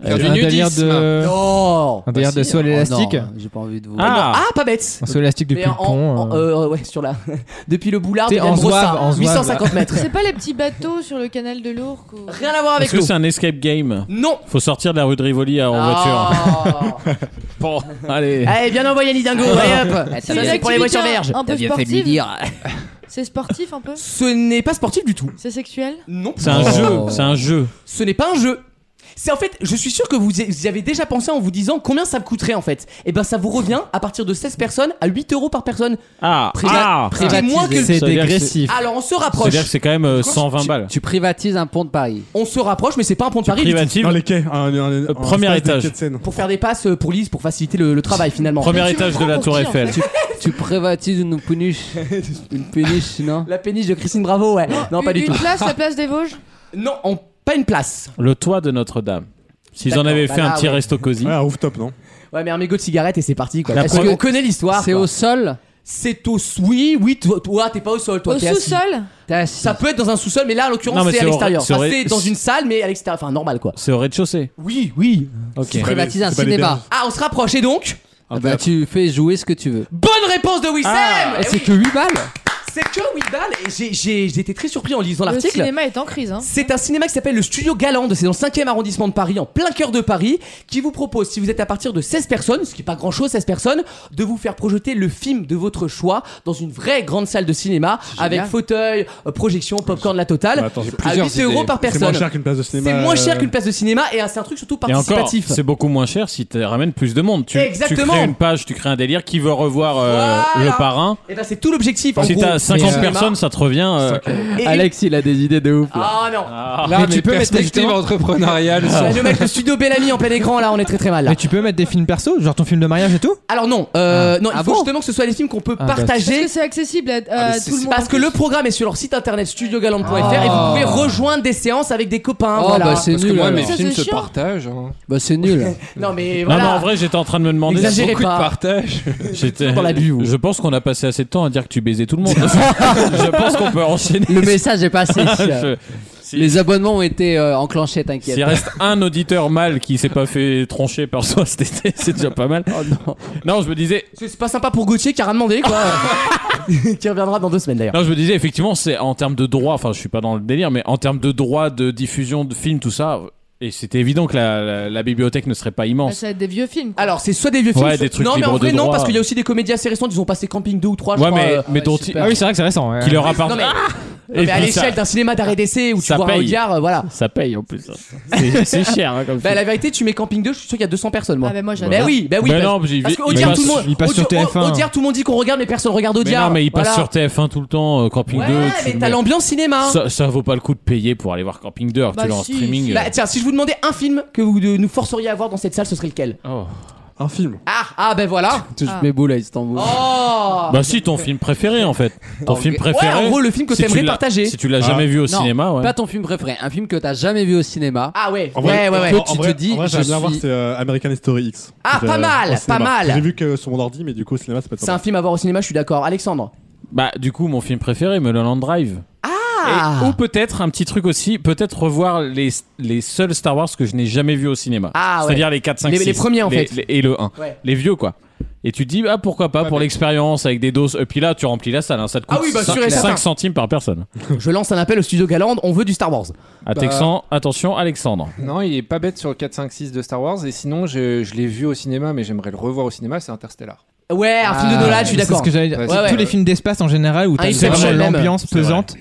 Speaker 8: Faire
Speaker 2: Euh,
Speaker 8: du Euh, Un délire nudisme. de-
Speaker 2: Non.
Speaker 8: un délire de saut à l'élastique.
Speaker 7: bah Oh, non, J'ai pas envie de vous.
Speaker 2: Ah, non.
Speaker 8: Ah.
Speaker 2: Ah, pas bête.
Speaker 8: Un saut à l'élastique
Speaker 2: Mais
Speaker 8: depuis le
Speaker 2: en-
Speaker 8: pont,
Speaker 2: en-
Speaker 8: euh.
Speaker 2: euh, ouais, sur la. Depuis le boulevard,
Speaker 8: T'es
Speaker 2: de
Speaker 8: en
Speaker 2: Brossard,
Speaker 8: zouave, en zouave, là.
Speaker 2: 850 mètres.
Speaker 18: C'est pas les petits bateaux sur le canal de l'Ourcq ou-
Speaker 2: Rien à voir avec
Speaker 3: Est-ce que
Speaker 2: nous.
Speaker 3: c'est un escape game
Speaker 2: Non.
Speaker 3: Faut sortir de la rue de Rivoli euh, en voiture. bon, allez.
Speaker 2: Allez, Eh, bien envoyé les dingos.
Speaker 8: Ah.
Speaker 2: Allez
Speaker 18: Ah,
Speaker 2: hop. Ça,
Speaker 18: une
Speaker 2: c'est pour les
Speaker 18: activité
Speaker 2: voitures vierges.
Speaker 18: hein, un peu hein. T'as bien fait de lui sportive. dire. C'est sportif un peu
Speaker 2: Ce n'est pas sportif du tout.
Speaker 18: C'est sexuel
Speaker 2: Non. Oh.
Speaker 3: C'est un jeu, c'est un jeu.
Speaker 2: Ce n'est pas un jeu. C'est en fait, je suis sûr que vous y- vous y avez déjà pensé en vous disant combien ça me coûterait en fait. Et ben ça vous revient à partir de 16 personnes à 8 euros par personne.
Speaker 3: Ah,
Speaker 2: Priva-
Speaker 3: ah.
Speaker 2: privatisé. C'est moins que-
Speaker 8: C'est
Speaker 3: Ça veut dire que
Speaker 8: dégressif.
Speaker 2: Alors on se rapproche.
Speaker 3: C'est-à-dire que c'est quand même euh, 120 balles.
Speaker 7: Tu privatises un pont de Paris.
Speaker 2: On se rapproche, mais c'est pas un pont de Paris. du tout.
Speaker 3: Privatives.
Speaker 5: Dans les quais, un,
Speaker 2: hein,
Speaker 5: un- un
Speaker 3: premier
Speaker 5: espace des
Speaker 3: étage.
Speaker 5: quais Euh, de Seine.
Speaker 2: Pour faire des passes euh, pour Lise, pour faciliter le, le travail finalement.
Speaker 3: Premier étage de la Tour Eiffel.
Speaker 7: Tu privatises une péniche. une péniche, non
Speaker 2: La péniche de Christine Bravo, ouais. Non, pas du
Speaker 18: Une
Speaker 2: tout.
Speaker 18: place, la place des Vosges
Speaker 2: Non, on- pas une place.
Speaker 3: Le toit de Notre-Dame. S'ils en
Speaker 2: D'accord,
Speaker 3: avaient
Speaker 2: bah
Speaker 3: fait un
Speaker 2: là,
Speaker 3: petit
Speaker 2: ouais.
Speaker 3: resto cosy.
Speaker 5: Ouais, un Ah, rooftop, non
Speaker 2: Ouais, mais un mégot de cigarette et c'est parti quoi.
Speaker 3: La
Speaker 2: Parce
Speaker 3: première-
Speaker 2: qu'on connaît l'histoire.
Speaker 7: C'est
Speaker 2: quoi.
Speaker 7: au sol
Speaker 2: c'est tous oui, oui, toi, toi, t'es pas au sol, toi.
Speaker 18: Au
Speaker 2: t'es assis.
Speaker 18: sous-sol
Speaker 2: T'es assis. Ça peut être dans un sous-sol, mais là, en
Speaker 3: Non,
Speaker 2: l'occurrence,
Speaker 3: mais
Speaker 2: c'est à
Speaker 3: c'est au-
Speaker 2: l'extérieur.
Speaker 3: c'est au
Speaker 2: Enfin,
Speaker 3: ré-
Speaker 2: c'est dans une salle, mais à l'extérieur. Enfin, normal, quoi.
Speaker 3: C'est au rez-de-chaussée.
Speaker 2: Oui, oui.
Speaker 3: Ok.
Speaker 2: C'est privatisé un cinéma. Ah, on se rapproche et donc
Speaker 7: Bah, tu fais jouer ce que tu veux.
Speaker 2: Bonne réponse de Wissem
Speaker 7: Et
Speaker 2: Eh
Speaker 7: c'est
Speaker 2: oui,
Speaker 7: que 8 balles
Speaker 2: C'est que 8 balles et j'ai- j'ai j'ai été très surpris en lisant
Speaker 18: Le
Speaker 2: l'article.
Speaker 18: cinéma est en crise. Hein.
Speaker 2: C'est un cinéma qui s'appelle le Studio Galande, c'est dans le 5e arrondissement de Paris, en plein cœur de Paris, qui vous propose, si vous êtes à partir de 16 personnes, ce qui n'est pas grand chose, 16 personnes, de vous faire projeter le film de votre choix dans une vraie grande salle de cinéma, avec fauteuil, euh, projection, popcorn, la totale,
Speaker 5: Bah, attends, j'ai
Speaker 2: à
Speaker 5: plusieurs
Speaker 2: 8 euros
Speaker 5: idées.
Speaker 2: par
Speaker 5: C'est moins
Speaker 2: personne.
Speaker 5: cher qu'une place de cinéma,
Speaker 2: C'est moins
Speaker 5: euh,
Speaker 2: cher qu'une place de cinéma et euh, c'est un truc surtout
Speaker 3: Et encore,
Speaker 2: participatif.
Speaker 3: c'est beaucoup moins cher si tu ramènes plus de monde. Tu, tu
Speaker 2: Exactement.
Speaker 3: crées une page, tu crées un délire qui veut revoir euh, le parrain.
Speaker 2: Et ben c'est tout l'objectif. en
Speaker 3: Si
Speaker 2: gros.
Speaker 3: t'as 50
Speaker 2: Mais, euh,
Speaker 3: personnes, ça te revient. euh,
Speaker 2: Et-
Speaker 7: Alex, il a des idées de ouf. là.
Speaker 2: Ah non.
Speaker 7: Là, mais
Speaker 8: perspective
Speaker 13: entrepreneuriale.
Speaker 2: Ça nous mettre le studio Bellamy en plein écran là, on est très très mal. là.
Speaker 8: Ah. Mais tu peux mettre des films perso, genre ton film de mariage et tout
Speaker 2: Alors non, euh,
Speaker 8: Ah.
Speaker 2: non, il
Speaker 8: Ah
Speaker 2: faut
Speaker 8: bon
Speaker 2: justement que ce soit les films qu'on peut
Speaker 8: Ah, bah, Ah,
Speaker 2: partager.
Speaker 18: Parce que c'est accessible à, à tout le monde.
Speaker 2: Parce que le programme est sur leur site internet studiogalante.fr et vous
Speaker 7: Ah.
Speaker 2: pouvez rejoindre des séances avec des copains.
Speaker 7: Oh,
Speaker 2: Hein, voilà.
Speaker 7: bah, c'est
Speaker 13: Parce que
Speaker 7: nul,
Speaker 13: moi,
Speaker 7: alors.
Speaker 13: mes
Speaker 7: Ça,
Speaker 13: films
Speaker 7: c'est
Speaker 13: se
Speaker 7: chiant.
Speaker 13: partagent. hein.
Speaker 7: Bah, c'est nul.
Speaker 2: Non mais
Speaker 3: Non,
Speaker 2: voilà.
Speaker 3: mais en vrai, j'étais en train de me demander.
Speaker 2: Exagérez
Speaker 3: Beaucoup de
Speaker 2: pas.
Speaker 13: partage.
Speaker 3: J'étais
Speaker 2: Dans la bu,
Speaker 3: Je pense qu'on a passé assez de temps à dire que tu baisais tout le monde. je pense qu'on peut enchaîner.
Speaker 7: Le message est passé.
Speaker 3: Je-
Speaker 7: Les abonnements ont été euh, enclenchés, t'inquiète.
Speaker 3: S'il reste un auditeur mâle qui s'est pas fait trancher par soi cet été, c'est déjà pas mal.
Speaker 2: Oh
Speaker 7: non.
Speaker 3: je me disais.
Speaker 2: C'est c'est pas sympa pour Gauthier qui a rien demandé quoi. qui reviendra dans deux semaines d'ailleurs.
Speaker 3: Non, je me disais, effectivement, c'est en termes de droit, enfin, je suis pas dans le délire, mais en termes de droit de diffusion de films, tout ça, et c'était évident que la, la- la bibliothèque ne serait pas
Speaker 18: Bah,
Speaker 3: immense.
Speaker 18: ça va être des vieux films. quoi.
Speaker 2: Alors c'est soit des vieux films,
Speaker 3: Ouais,
Speaker 2: soit-
Speaker 3: des trucs
Speaker 2: non mais en
Speaker 3: libres de
Speaker 2: vrai non
Speaker 3: droit.
Speaker 2: parce qu'il y a aussi des comédies assez récentes, ils ont passé Camping 2 ou 3 je
Speaker 3: ouais,
Speaker 2: crois.
Speaker 3: mais,
Speaker 2: euh,
Speaker 3: mais dont il-
Speaker 8: Ah oui, c'est vrai que c'est récent. ouais.
Speaker 3: qui leur appartient.
Speaker 2: Ah,
Speaker 3: Ah
Speaker 2: Non, mais-
Speaker 3: Et
Speaker 2: non, mais à
Speaker 3: puis ça-
Speaker 2: l'échelle d'un cinéma d'arrêt d'essai où tu
Speaker 3: ça
Speaker 2: vois un
Speaker 3: paye.
Speaker 2: regard, euh, voilà.
Speaker 3: Ça paye en plus. C'est- C'est cher hein, comme
Speaker 2: Bah
Speaker 3: film.
Speaker 2: la vérité, tu mets Camping 2, je suis sûr qu'il y a 200 personnes moi.
Speaker 18: Ah, bah, moi,
Speaker 2: Bah
Speaker 18: j'adore.
Speaker 2: oui, bah oui.
Speaker 3: Mais
Speaker 2: parce-
Speaker 3: non, j'y
Speaker 2: parce
Speaker 3: vais-
Speaker 2: qu'au
Speaker 3: il
Speaker 2: dire,
Speaker 3: passe-
Speaker 2: tout le monde,
Speaker 8: il passe
Speaker 2: au
Speaker 8: sur
Speaker 2: dire- au-
Speaker 8: TF1.
Speaker 2: au dire, tout le monde dit qu'on regarde, mais personne regarde au
Speaker 3: Mais non, mais il passe
Speaker 2: voilà.
Speaker 3: sur TF1 tout le temps, euh, Camping 2.
Speaker 2: Ouais,
Speaker 3: tu
Speaker 2: mais
Speaker 3: le
Speaker 2: t'as
Speaker 3: mets-
Speaker 2: l'ambiance cinéma. hein.
Speaker 3: Ça, ça vaut pas le coup de payer pour aller voir Camping 2, alors
Speaker 18: Bah
Speaker 3: tu l'as en
Speaker 18: si,
Speaker 3: streaming.
Speaker 18: si.
Speaker 3: euh.
Speaker 2: Bah tiens, si je vous demandais un film que vous de- nous forceriez à voir dans cette salle, ce serait lequel
Speaker 3: Oh.
Speaker 5: Un film.
Speaker 2: Ah, ah ben voilà
Speaker 7: Touche
Speaker 18: Ah.
Speaker 7: mes boules à Istanbul.
Speaker 2: Oh
Speaker 3: Bah si, ton film préféré en fait. Ton film préféré.
Speaker 2: Ouais, en gros, le film que
Speaker 3: si tu
Speaker 2: t'aimerais
Speaker 3: l'as-
Speaker 2: partager.
Speaker 3: Si tu l'as
Speaker 5: Ah.
Speaker 3: jamais vu au
Speaker 7: Non,
Speaker 3: cinéma, ouais.
Speaker 7: Pas ton film préféré, un film que t'as jamais vu au cinéma.
Speaker 2: Ah ouais,
Speaker 5: En vrai,
Speaker 2: ouais, ouais, ouais.
Speaker 5: en-
Speaker 7: Tu
Speaker 5: en
Speaker 7: te
Speaker 5: vrai-
Speaker 7: dis,
Speaker 5: en vrai,
Speaker 7: je
Speaker 5: j'aimerais bien voir,
Speaker 7: suis-
Speaker 5: c'est euh, American History X.
Speaker 2: Ah,
Speaker 5: Que,
Speaker 2: pas mal,
Speaker 5: au cinéma.
Speaker 2: pas mal.
Speaker 5: J'ai vu que sur mon ordi, mais du coup, au cinéma, c'est pas
Speaker 2: C'est
Speaker 5: top.
Speaker 2: un film à voir au cinéma, je suis d'accord. Alexandre
Speaker 3: Bah du coup, mon film préféré, Mulholland Drive.
Speaker 2: Ah
Speaker 3: Ou peut-être un petit truc aussi, peut-être revoir les, les seuls Star Wars que je n'ai jamais vus au cinéma.
Speaker 2: Ah, ouais.
Speaker 3: C'est-à-dire les 4, 5,
Speaker 2: Les-
Speaker 3: 6.
Speaker 2: les premiers, en fait.
Speaker 3: les- et le 1.
Speaker 2: Ouais.
Speaker 3: Les vieux quoi. Et tu te dis, ah pourquoi pas, pour l'expérience, avec des doses. Et puis là, tu remplis la salle, hein, ça te
Speaker 2: Ah
Speaker 3: coûte
Speaker 2: oui, bah,
Speaker 3: 5,
Speaker 2: sûr et certain.
Speaker 3: centimes par personne.
Speaker 2: Ah. Je lance un appel au studio Galande, on veut du Star Wars.
Speaker 3: À
Speaker 2: Bah,
Speaker 3: Texan, attention, Alexandre.
Speaker 13: Non, il est pas bête sur le 4, 5, 6 de Star Wars. Et sinon, je, je l'ai vu au cinéma, mais j'aimerais le revoir au cinéma, c'est Interstellar. Ah,
Speaker 2: Ouais, un film de Nolan, je suis
Speaker 8: C'est
Speaker 2: d'accord.
Speaker 8: ce que j'allais dire.
Speaker 13: Ouais,
Speaker 8: C'est
Speaker 2: ouais.
Speaker 8: Tous les films d'espace en général où
Speaker 2: Ah,
Speaker 8: t'as
Speaker 2: Inception,
Speaker 8: vraiment
Speaker 2: même.
Speaker 8: l'ambiance
Speaker 3: C'est vrai.
Speaker 8: pesante.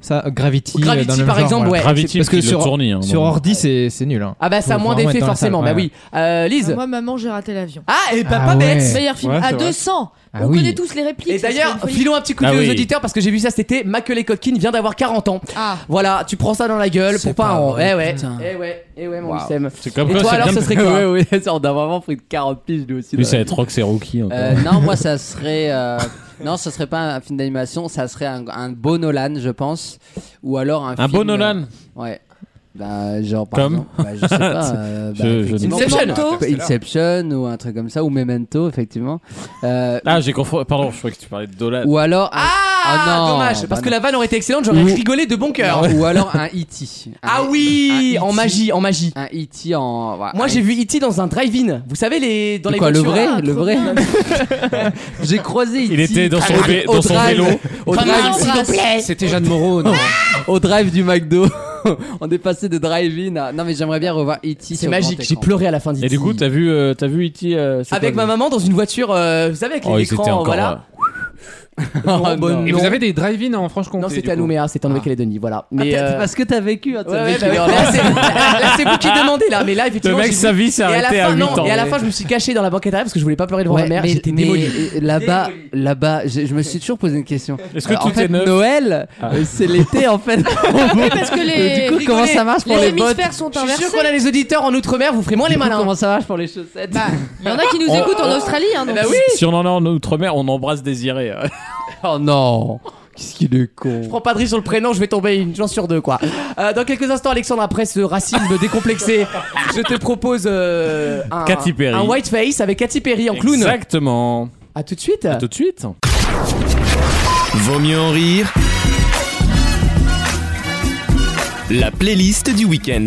Speaker 8: Ça, euh, Gravity,
Speaker 2: Gravity,
Speaker 8: euh, dans le même
Speaker 2: par
Speaker 8: genre,
Speaker 2: exemple, ouais.
Speaker 3: Gravity,
Speaker 8: Parce que
Speaker 3: qui le
Speaker 8: sur,
Speaker 3: tournit, hein,
Speaker 8: sur
Speaker 3: bon.
Speaker 8: ordi, c'est c'est nul. hein.
Speaker 2: Ah bah ça a
Speaker 8: Faut
Speaker 2: moins
Speaker 8: vraiment
Speaker 2: d'effet
Speaker 8: être dans la salle,
Speaker 2: forcément, bah
Speaker 8: ouais.
Speaker 2: oui. Euh, Lise
Speaker 18: Ah, Moi, maman, j'ai raté l'avion.
Speaker 2: Ah, et bah
Speaker 8: Ah
Speaker 2: pas
Speaker 8: ouais.
Speaker 2: bête
Speaker 18: Meilleur film
Speaker 5: Ouais,
Speaker 18: à
Speaker 5: c'est vrai.
Speaker 18: 200.
Speaker 8: Ah
Speaker 18: On
Speaker 8: oui.
Speaker 18: connaît tous les répliques.
Speaker 2: Et
Speaker 18: ça serait
Speaker 2: d'ailleurs,
Speaker 18: une folie.
Speaker 2: filons un petit coup de
Speaker 3: Ah
Speaker 2: gueule aux
Speaker 3: oui.
Speaker 2: auditeurs parce que j'ai vu ça cet été. Macaulay Culkin vient d'avoir 40 ans.
Speaker 18: Ah.
Speaker 2: Voilà, tu prends ça dans la gueule
Speaker 7: C'est
Speaker 2: pour pas.
Speaker 7: pas
Speaker 2: en-
Speaker 7: vrai,
Speaker 2: Eh ouais,
Speaker 7: Oh, putain.
Speaker 2: eh ouais, eh ouais, mon
Speaker 7: Waouh.
Speaker 2: Wissem.
Speaker 3: C'est comme
Speaker 2: Et
Speaker 3: quoi,
Speaker 2: toi
Speaker 3: c'est
Speaker 2: alors,
Speaker 3: bien
Speaker 2: ce
Speaker 3: de-
Speaker 2: serait quoi
Speaker 7: ouais, ouais, ça, on a vraiment pris 40 piges nous aussi.
Speaker 3: Lui,
Speaker 7: là.
Speaker 3: ça va être Rock, c'est Rookie. encore.
Speaker 7: Euh, non, moi, ça serait. euh, non, ça serait pas un film d'animation, ça serait un, un beau Nolan, je pense. Ou alors un,
Speaker 3: Un
Speaker 7: film.
Speaker 3: beau Nolan
Speaker 7: euh, Ouais. Bah, genre, par
Speaker 3: Comme
Speaker 7: exemple, bah, je sais pas. euh, bah,
Speaker 3: Je- je-
Speaker 7: effectivement,
Speaker 2: Inception.
Speaker 7: Memento. Inception ou un truc comme ça, ou Memento, effectivement. Euh,
Speaker 3: Ah, j'ai confondu. Pardon, je croyais que tu parlais de Dolan.
Speaker 7: ou alors. un-
Speaker 2: Ah,
Speaker 7: Ah non,
Speaker 2: dommage,
Speaker 7: bah
Speaker 2: parce que
Speaker 7: non.
Speaker 2: la vanne aurait été excellente, j'aurais
Speaker 7: Ou-
Speaker 2: rigolé de bon cœur.
Speaker 7: Ou alors un E E.T.
Speaker 2: Ah
Speaker 7: Un-
Speaker 2: oui,
Speaker 7: un
Speaker 2: en
Speaker 7: E.T.,
Speaker 2: magie, en magie.
Speaker 7: Un E.T. en. voilà,
Speaker 2: Moi
Speaker 7: un
Speaker 2: j'ai vu E.T. dans un drive-in. Vous savez, les dans
Speaker 7: C'est
Speaker 2: les
Speaker 7: quoi, le
Speaker 2: voitures, hein,
Speaker 7: vrai
Speaker 2: là.
Speaker 7: Le vrai J'ai croisé
Speaker 3: Il était dans son, vé-
Speaker 7: au
Speaker 3: dans son
Speaker 7: drive.
Speaker 3: vélo.
Speaker 7: Au drive,
Speaker 13: C'était Jeanne Moreau, non
Speaker 7: au drive du McDo. On est passé de drive-in à. Non, mais j'aimerais bien revoir E E.T.
Speaker 2: C'est magique, j'ai pleuré à la fin d'E.T.
Speaker 3: Et du coup, t'as vu, euh, t'as vu E.T. euh, c'est
Speaker 2: Avec
Speaker 3: quoi,
Speaker 2: ma
Speaker 3: le-
Speaker 2: maman dans une voiture, euh, vous savez, avec
Speaker 3: Oh, ils étaient
Speaker 2: l'écran,
Speaker 3: encore.
Speaker 2: voilà.
Speaker 7: Oh,
Speaker 2: Bon,
Speaker 7: non.
Speaker 13: Et
Speaker 2: non.
Speaker 13: vous avez des drive-in en Franche-Comté
Speaker 2: Non, hein, c'était
Speaker 13: du
Speaker 2: à
Speaker 13: coup.
Speaker 2: Nouméa, c'était en Nouvelle-Calédonie, voilà.
Speaker 7: Ah,
Speaker 2: Mais
Speaker 7: t'as-
Speaker 2: euh,
Speaker 7: Parce que t'avais cul. hein, t'as
Speaker 2: ouais, ouais,
Speaker 7: vécu
Speaker 2: bah ouais,
Speaker 7: dans-
Speaker 2: là, c'est- là, c'est vous qui demandez là, mais là
Speaker 3: Le
Speaker 2: effectivement.
Speaker 3: mec,
Speaker 2: j'ai vu-
Speaker 3: sa vie s'est
Speaker 2: et à la
Speaker 3: arrêtée à
Speaker 2: fin,
Speaker 3: 8
Speaker 2: non,
Speaker 3: ans.
Speaker 2: Et à la fin, je me suis caché dans la banquette arrière parce que je voulais pas pleurer devant
Speaker 7: Ouais,
Speaker 2: ma mère.
Speaker 7: mais-
Speaker 2: J'étais
Speaker 7: mais
Speaker 2: démoli.
Speaker 7: Là-bas, là-bas, je, je me suis toujours posé une question.
Speaker 3: Est-ce que
Speaker 7: Alors, en
Speaker 3: tout est
Speaker 7: fait,
Speaker 3: neuf Ah.
Speaker 7: Noël, euh, c'est l'été en fait.
Speaker 18: Oui, parce que
Speaker 2: Euh,
Speaker 18: les.
Speaker 7: Du coup, comment ça marche pour les
Speaker 18: les
Speaker 7: bottes
Speaker 18: hémisphères sont
Speaker 2: Je suis
Speaker 18: inversés.
Speaker 2: sûr qu'on a les auditeurs en outre-mer, vous ferez moins les
Speaker 7: Du coup,
Speaker 2: malins.
Speaker 7: Comment ça marche pour les chaussettes
Speaker 8: Bah.
Speaker 18: Il y en a qui nous
Speaker 3: On-
Speaker 18: écoutent en
Speaker 3: on-
Speaker 18: Australie.
Speaker 2: Eh Bah ben
Speaker 18: Hein, donc.
Speaker 3: Si on en a en Outre-mer, on embrasse Désiré. euh.
Speaker 7: Oh non Qu'est-ce qu'il est con
Speaker 2: Je prends pas de risque sur le prénom, je vais tomber une chance sur deux, quoi. Euh, dans quelques instants, Alexandre, après ce racisme décomplexé, je te propose euh, un,
Speaker 3: Katy Perry.
Speaker 2: un white face avec Katy Perry en clown.
Speaker 3: Exactement.
Speaker 2: À tout de suite.
Speaker 3: À tout de suite.
Speaker 1: Vaut mieux en rire. La playlist du week-end.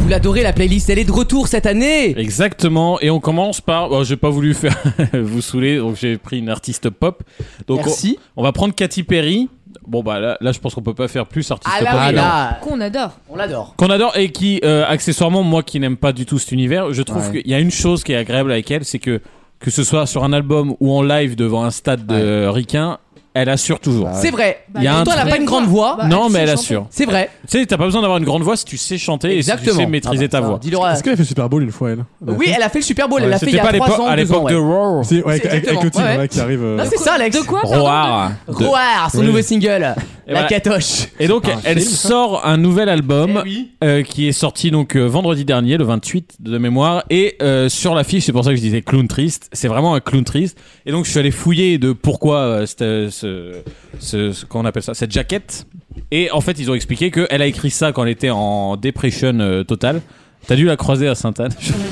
Speaker 2: Vous l'adorez la playlist, elle est de retour cette année.
Speaker 3: Exactement. Et on commence par. bon, j'ai pas voulu faire vous saouler, donc j'ai pris une artiste pop. Donc on-
Speaker 2: Merci.
Speaker 3: On, va prendre Katy Perry. Bon bah là, là, je pense qu'on peut pas faire plus artiste
Speaker 18: Ah
Speaker 3: pop.
Speaker 18: là, oui,
Speaker 3: Non.
Speaker 18: là. Qu'on adore.
Speaker 2: hein. On l'adore.
Speaker 3: Qu'on adore et qui, euh, accessoirement, moi qui n'aime pas du tout cet univers, je trouve
Speaker 2: Ouais.
Speaker 3: qu'il y a une chose qui est agréable avec elle, c'est que que ce soit sur un album ou en live devant un stade de euh, Riquin, elle assure toujours.
Speaker 5: Bah
Speaker 2: C'est vrai.
Speaker 18: Bah,
Speaker 3: Il y a un
Speaker 2: Pourtant, elle a
Speaker 3: truc-
Speaker 2: pas une grande voix.
Speaker 3: non, mais elle assure.
Speaker 2: C'est vrai.
Speaker 3: Tu sais, t'as pas besoin d'avoir une grande voix si tu sais chanter et si
Speaker 2: Exactement.
Speaker 3: tu sais maîtriser
Speaker 2: Ah bah,
Speaker 3: ta
Speaker 2: ça,
Speaker 3: voix.
Speaker 2: dis-leur à- Est-ce
Speaker 3: qu'elle a fait Super Bowl une fois, elle
Speaker 2: Oui, elle a fait le Super Bowl.
Speaker 3: Bah, Ouais,
Speaker 2: elle l'a fait il y
Speaker 3: c'était
Speaker 2: a
Speaker 3: pas à
Speaker 2: 3
Speaker 3: l'époque-
Speaker 2: ans.
Speaker 3: à
Speaker 2: deux
Speaker 3: l'époque
Speaker 2: ans,
Speaker 3: de
Speaker 2: ouais.
Speaker 3: Roar.
Speaker 5: Si, ouais, avec- avec- avec le tigre, là, qui arrive, euh,
Speaker 2: Non, c'est ça, Alex. De quoi
Speaker 3: Roar. De-
Speaker 2: Roar, son
Speaker 3: Oui.
Speaker 2: nouveau single.
Speaker 3: Et
Speaker 2: la
Speaker 3: voilà. Bah,
Speaker 2: catoche.
Speaker 3: Et donc,
Speaker 2: C'est pas un
Speaker 3: elle
Speaker 2: film, ça
Speaker 3: sort un nouvel album euh, qui est sorti donc euh, vendredi dernier, le 28 de mémoire. Et euh, sur l'affiche, c'est pour ça que je disais clown triste. C'est vraiment un clown triste. Et donc, je suis allé fouiller de pourquoi euh, cette, euh, ce, ce, ce- comment on appelle ça, cette jaquette. Et en fait, ils ont expliqué qu'elle a écrit ça quand elle était en dépression euh, totale. T'as dû la croiser à Sainte-Anne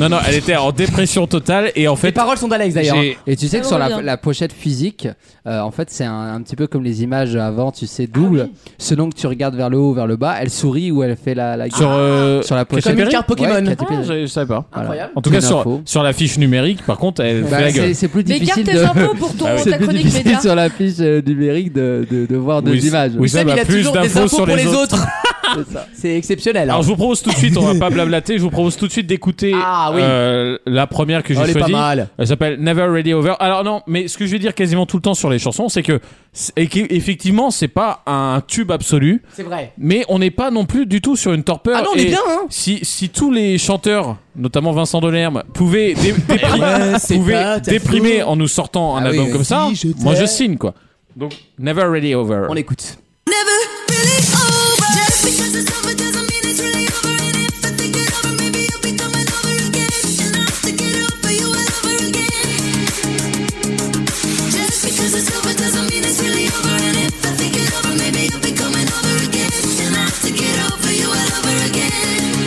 Speaker 3: Non, non, elle était en dépression totale. Et en fait.
Speaker 2: Les paroles sont d'Alex d'ailleurs. hein.
Speaker 3: j'ai-
Speaker 7: Et tu sais
Speaker 18: Ah,
Speaker 7: que
Speaker 2: Ça
Speaker 7: sur
Speaker 2: me
Speaker 7: la,
Speaker 2: revient.
Speaker 7: la pochette physique, euh, en fait, c'est un, un petit peu comme les images avant, tu sais,
Speaker 18: Ah
Speaker 7: double. Selon que tu regardes vers le haut, vers le bas, elle sourit ou elle fait la, la
Speaker 3: Sur, euh,
Speaker 7: Ah, sur la
Speaker 3: Katy
Speaker 7: pochette.
Speaker 3: Perry
Speaker 7: Ouais,
Speaker 3: Ah,
Speaker 7: Katy Perry.
Speaker 3: je, je savais pas.
Speaker 7: Incroyable.
Speaker 3: En tout cas,
Speaker 7: Bonne
Speaker 3: sur,
Speaker 7: info.
Speaker 3: sur la fiche numérique, par contre, elle
Speaker 7: Bah,
Speaker 3: fait la
Speaker 7: c'est-
Speaker 3: gueule.
Speaker 7: c'est plus
Speaker 18: Mais garde
Speaker 7: difficile
Speaker 18: tes
Speaker 7: de...
Speaker 18: infos pour ton-
Speaker 3: Ah oui.
Speaker 7: C'est
Speaker 18: ta
Speaker 7: plus
Speaker 18: chronique
Speaker 7: difficile
Speaker 18: média.
Speaker 7: sur la fiche euh, numérique de, de, de voir
Speaker 3: Oui,
Speaker 7: deux images.
Speaker 3: oui, ça,
Speaker 2: Sam,
Speaker 3: bah,
Speaker 2: il a
Speaker 3: plus
Speaker 2: toujours des
Speaker 3: d'infos
Speaker 2: infos
Speaker 3: sur
Speaker 2: pour
Speaker 3: les
Speaker 2: les
Speaker 3: autres.
Speaker 2: autres. C'est exceptionnel. hein.
Speaker 3: Alors je vous propose tout de suite, on va pas blablater, je vous propose tout de suite d'écouter
Speaker 2: Ah, oui.
Speaker 3: euh, la première que j'ai
Speaker 2: Elle est pas
Speaker 3: choisie.
Speaker 2: mal.
Speaker 3: Elle s'appelle Never Ready Over. Alors non, mais ce que je vais dire quasiment tout le temps sur les chansons, c'est que c'est- et qu'effectivement, c'est pas un tube absolu.
Speaker 2: C'est vrai.
Speaker 3: Mais on n'est pas non plus du tout sur une torpeur.
Speaker 2: Ah non, on est
Speaker 3: Et
Speaker 2: bien, hein.
Speaker 3: si, si tous les chanteurs, notamment Vincent Delerme, pouvaient, dé- dépri-
Speaker 2: Eh ouais, c'est
Speaker 3: pouvaient
Speaker 2: pas ta
Speaker 3: déprimer
Speaker 2: faute.
Speaker 3: en nous sortant un
Speaker 2: Ah oui,
Speaker 3: album
Speaker 2: euh,
Speaker 3: comme
Speaker 2: si,
Speaker 3: ça,
Speaker 2: je
Speaker 3: moi je
Speaker 2: t'aime.
Speaker 3: signe quoi. Donc Never Ready Over. On
Speaker 2: écoute.
Speaker 14: Just because it's over doesn't mean it's really over. And if I think it over, maybe you'll be coming over again. And I have to get over you all over again.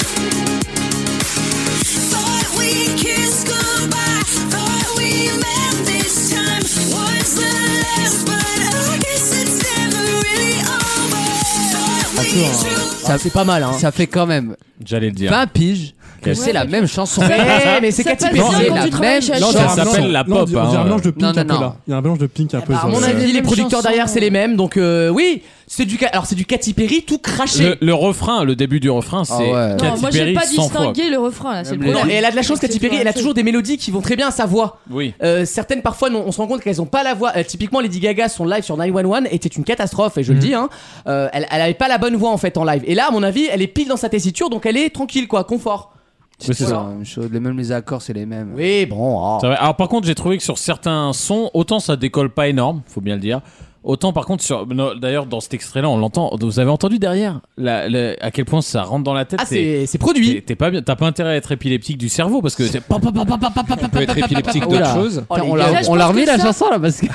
Speaker 14: Thought we kissed goodbye. Thought we met this time. Was the last, but I guess it's never really over. Thought we
Speaker 18: hein.
Speaker 7: Ça
Speaker 2: c'est pas mal. Hein.
Speaker 7: Ça fait quand même
Speaker 3: J'allais le dire.
Speaker 7: 20 piges que
Speaker 3: Ouais,
Speaker 7: c'est la
Speaker 3: mais-
Speaker 7: même chanson.
Speaker 2: Ouais, mais c'est Ça Katy passe Perry. bien
Speaker 7: C'est
Speaker 2: quand tu
Speaker 7: la
Speaker 2: travailles
Speaker 7: même
Speaker 2: chez
Speaker 7: chanson.
Speaker 3: Ça s'appelle la
Speaker 5: Non, on
Speaker 3: pop.
Speaker 5: dirait- on dirait
Speaker 3: hein.
Speaker 5: un mélange de pink
Speaker 7: Non,
Speaker 5: un
Speaker 7: non,
Speaker 5: peu
Speaker 7: non.
Speaker 5: là. Il y a un mélange de pink un peu.
Speaker 2: Bah, À
Speaker 5: sur
Speaker 2: mon
Speaker 5: le-
Speaker 2: avis, les producteurs
Speaker 18: chanson.
Speaker 2: derrière, c'est les mêmes. Donc euh, oui, c'est du ca- alors c'est du Katy Perry tout craché.
Speaker 3: Le, le refrain, le début du refrain,
Speaker 5: Ah
Speaker 2: Ah
Speaker 3: c'est
Speaker 18: ouais. Non,
Speaker 3: Katy
Speaker 18: moi, j'ai
Speaker 3: Perry
Speaker 18: pas
Speaker 3: 100 fois.
Speaker 18: distingué le refrain, là, Ah, c'est le
Speaker 2: Non,
Speaker 18: problème.
Speaker 2: et elle a de la chance, Katy Perry. Elle a toujours des mélodies qui vont très bien à sa voix.
Speaker 3: Oui.
Speaker 2: Euh, certaines, parfois, non, on se rend compte qu'elles ont pas la voix. Euh, typiquement, Lady Gaga, son live sur 911 était une catastrophe, et
Speaker 18: Mm.
Speaker 2: je le dis. Hein. Euh, elle, elle avait pas la bonne voix en fait en live. Et là, à mon avis, elle est pile dans sa tessiture, donc elle est tranquille, quoi, confort.
Speaker 7: C'est toujours la même chose. Les mêmes les accords, c'est les mêmes.
Speaker 2: Oui,
Speaker 18: Ah.
Speaker 2: bon.
Speaker 3: C'est vrai. Alors par contre, j'ai trouvé que sur certains sons, autant ça décolle pas énorme, faut bien le dire. Autant par contre, sur... non, d'ailleurs dans cet extrait-là, on l'entend. Vous avez entendu derrière la- la- à quel point ça rentre dans la tête.
Speaker 2: Ah,
Speaker 3: t'es-
Speaker 2: c'est- c'est produit.
Speaker 3: t'es- T'es pas bien. T'as pas intérêt à être épileptique du cerveau parce que c'est pas
Speaker 2: On
Speaker 3: peut être épileptique
Speaker 7: Oula.
Speaker 3: d'autre chose.
Speaker 7: Putain,
Speaker 18: Oh, les
Speaker 7: on
Speaker 18: gars, là,
Speaker 7: l'a,
Speaker 18: je
Speaker 7: on l'a
Speaker 18: pense
Speaker 7: remis
Speaker 18: que
Speaker 7: la
Speaker 18: ça-
Speaker 7: chanson là parce que.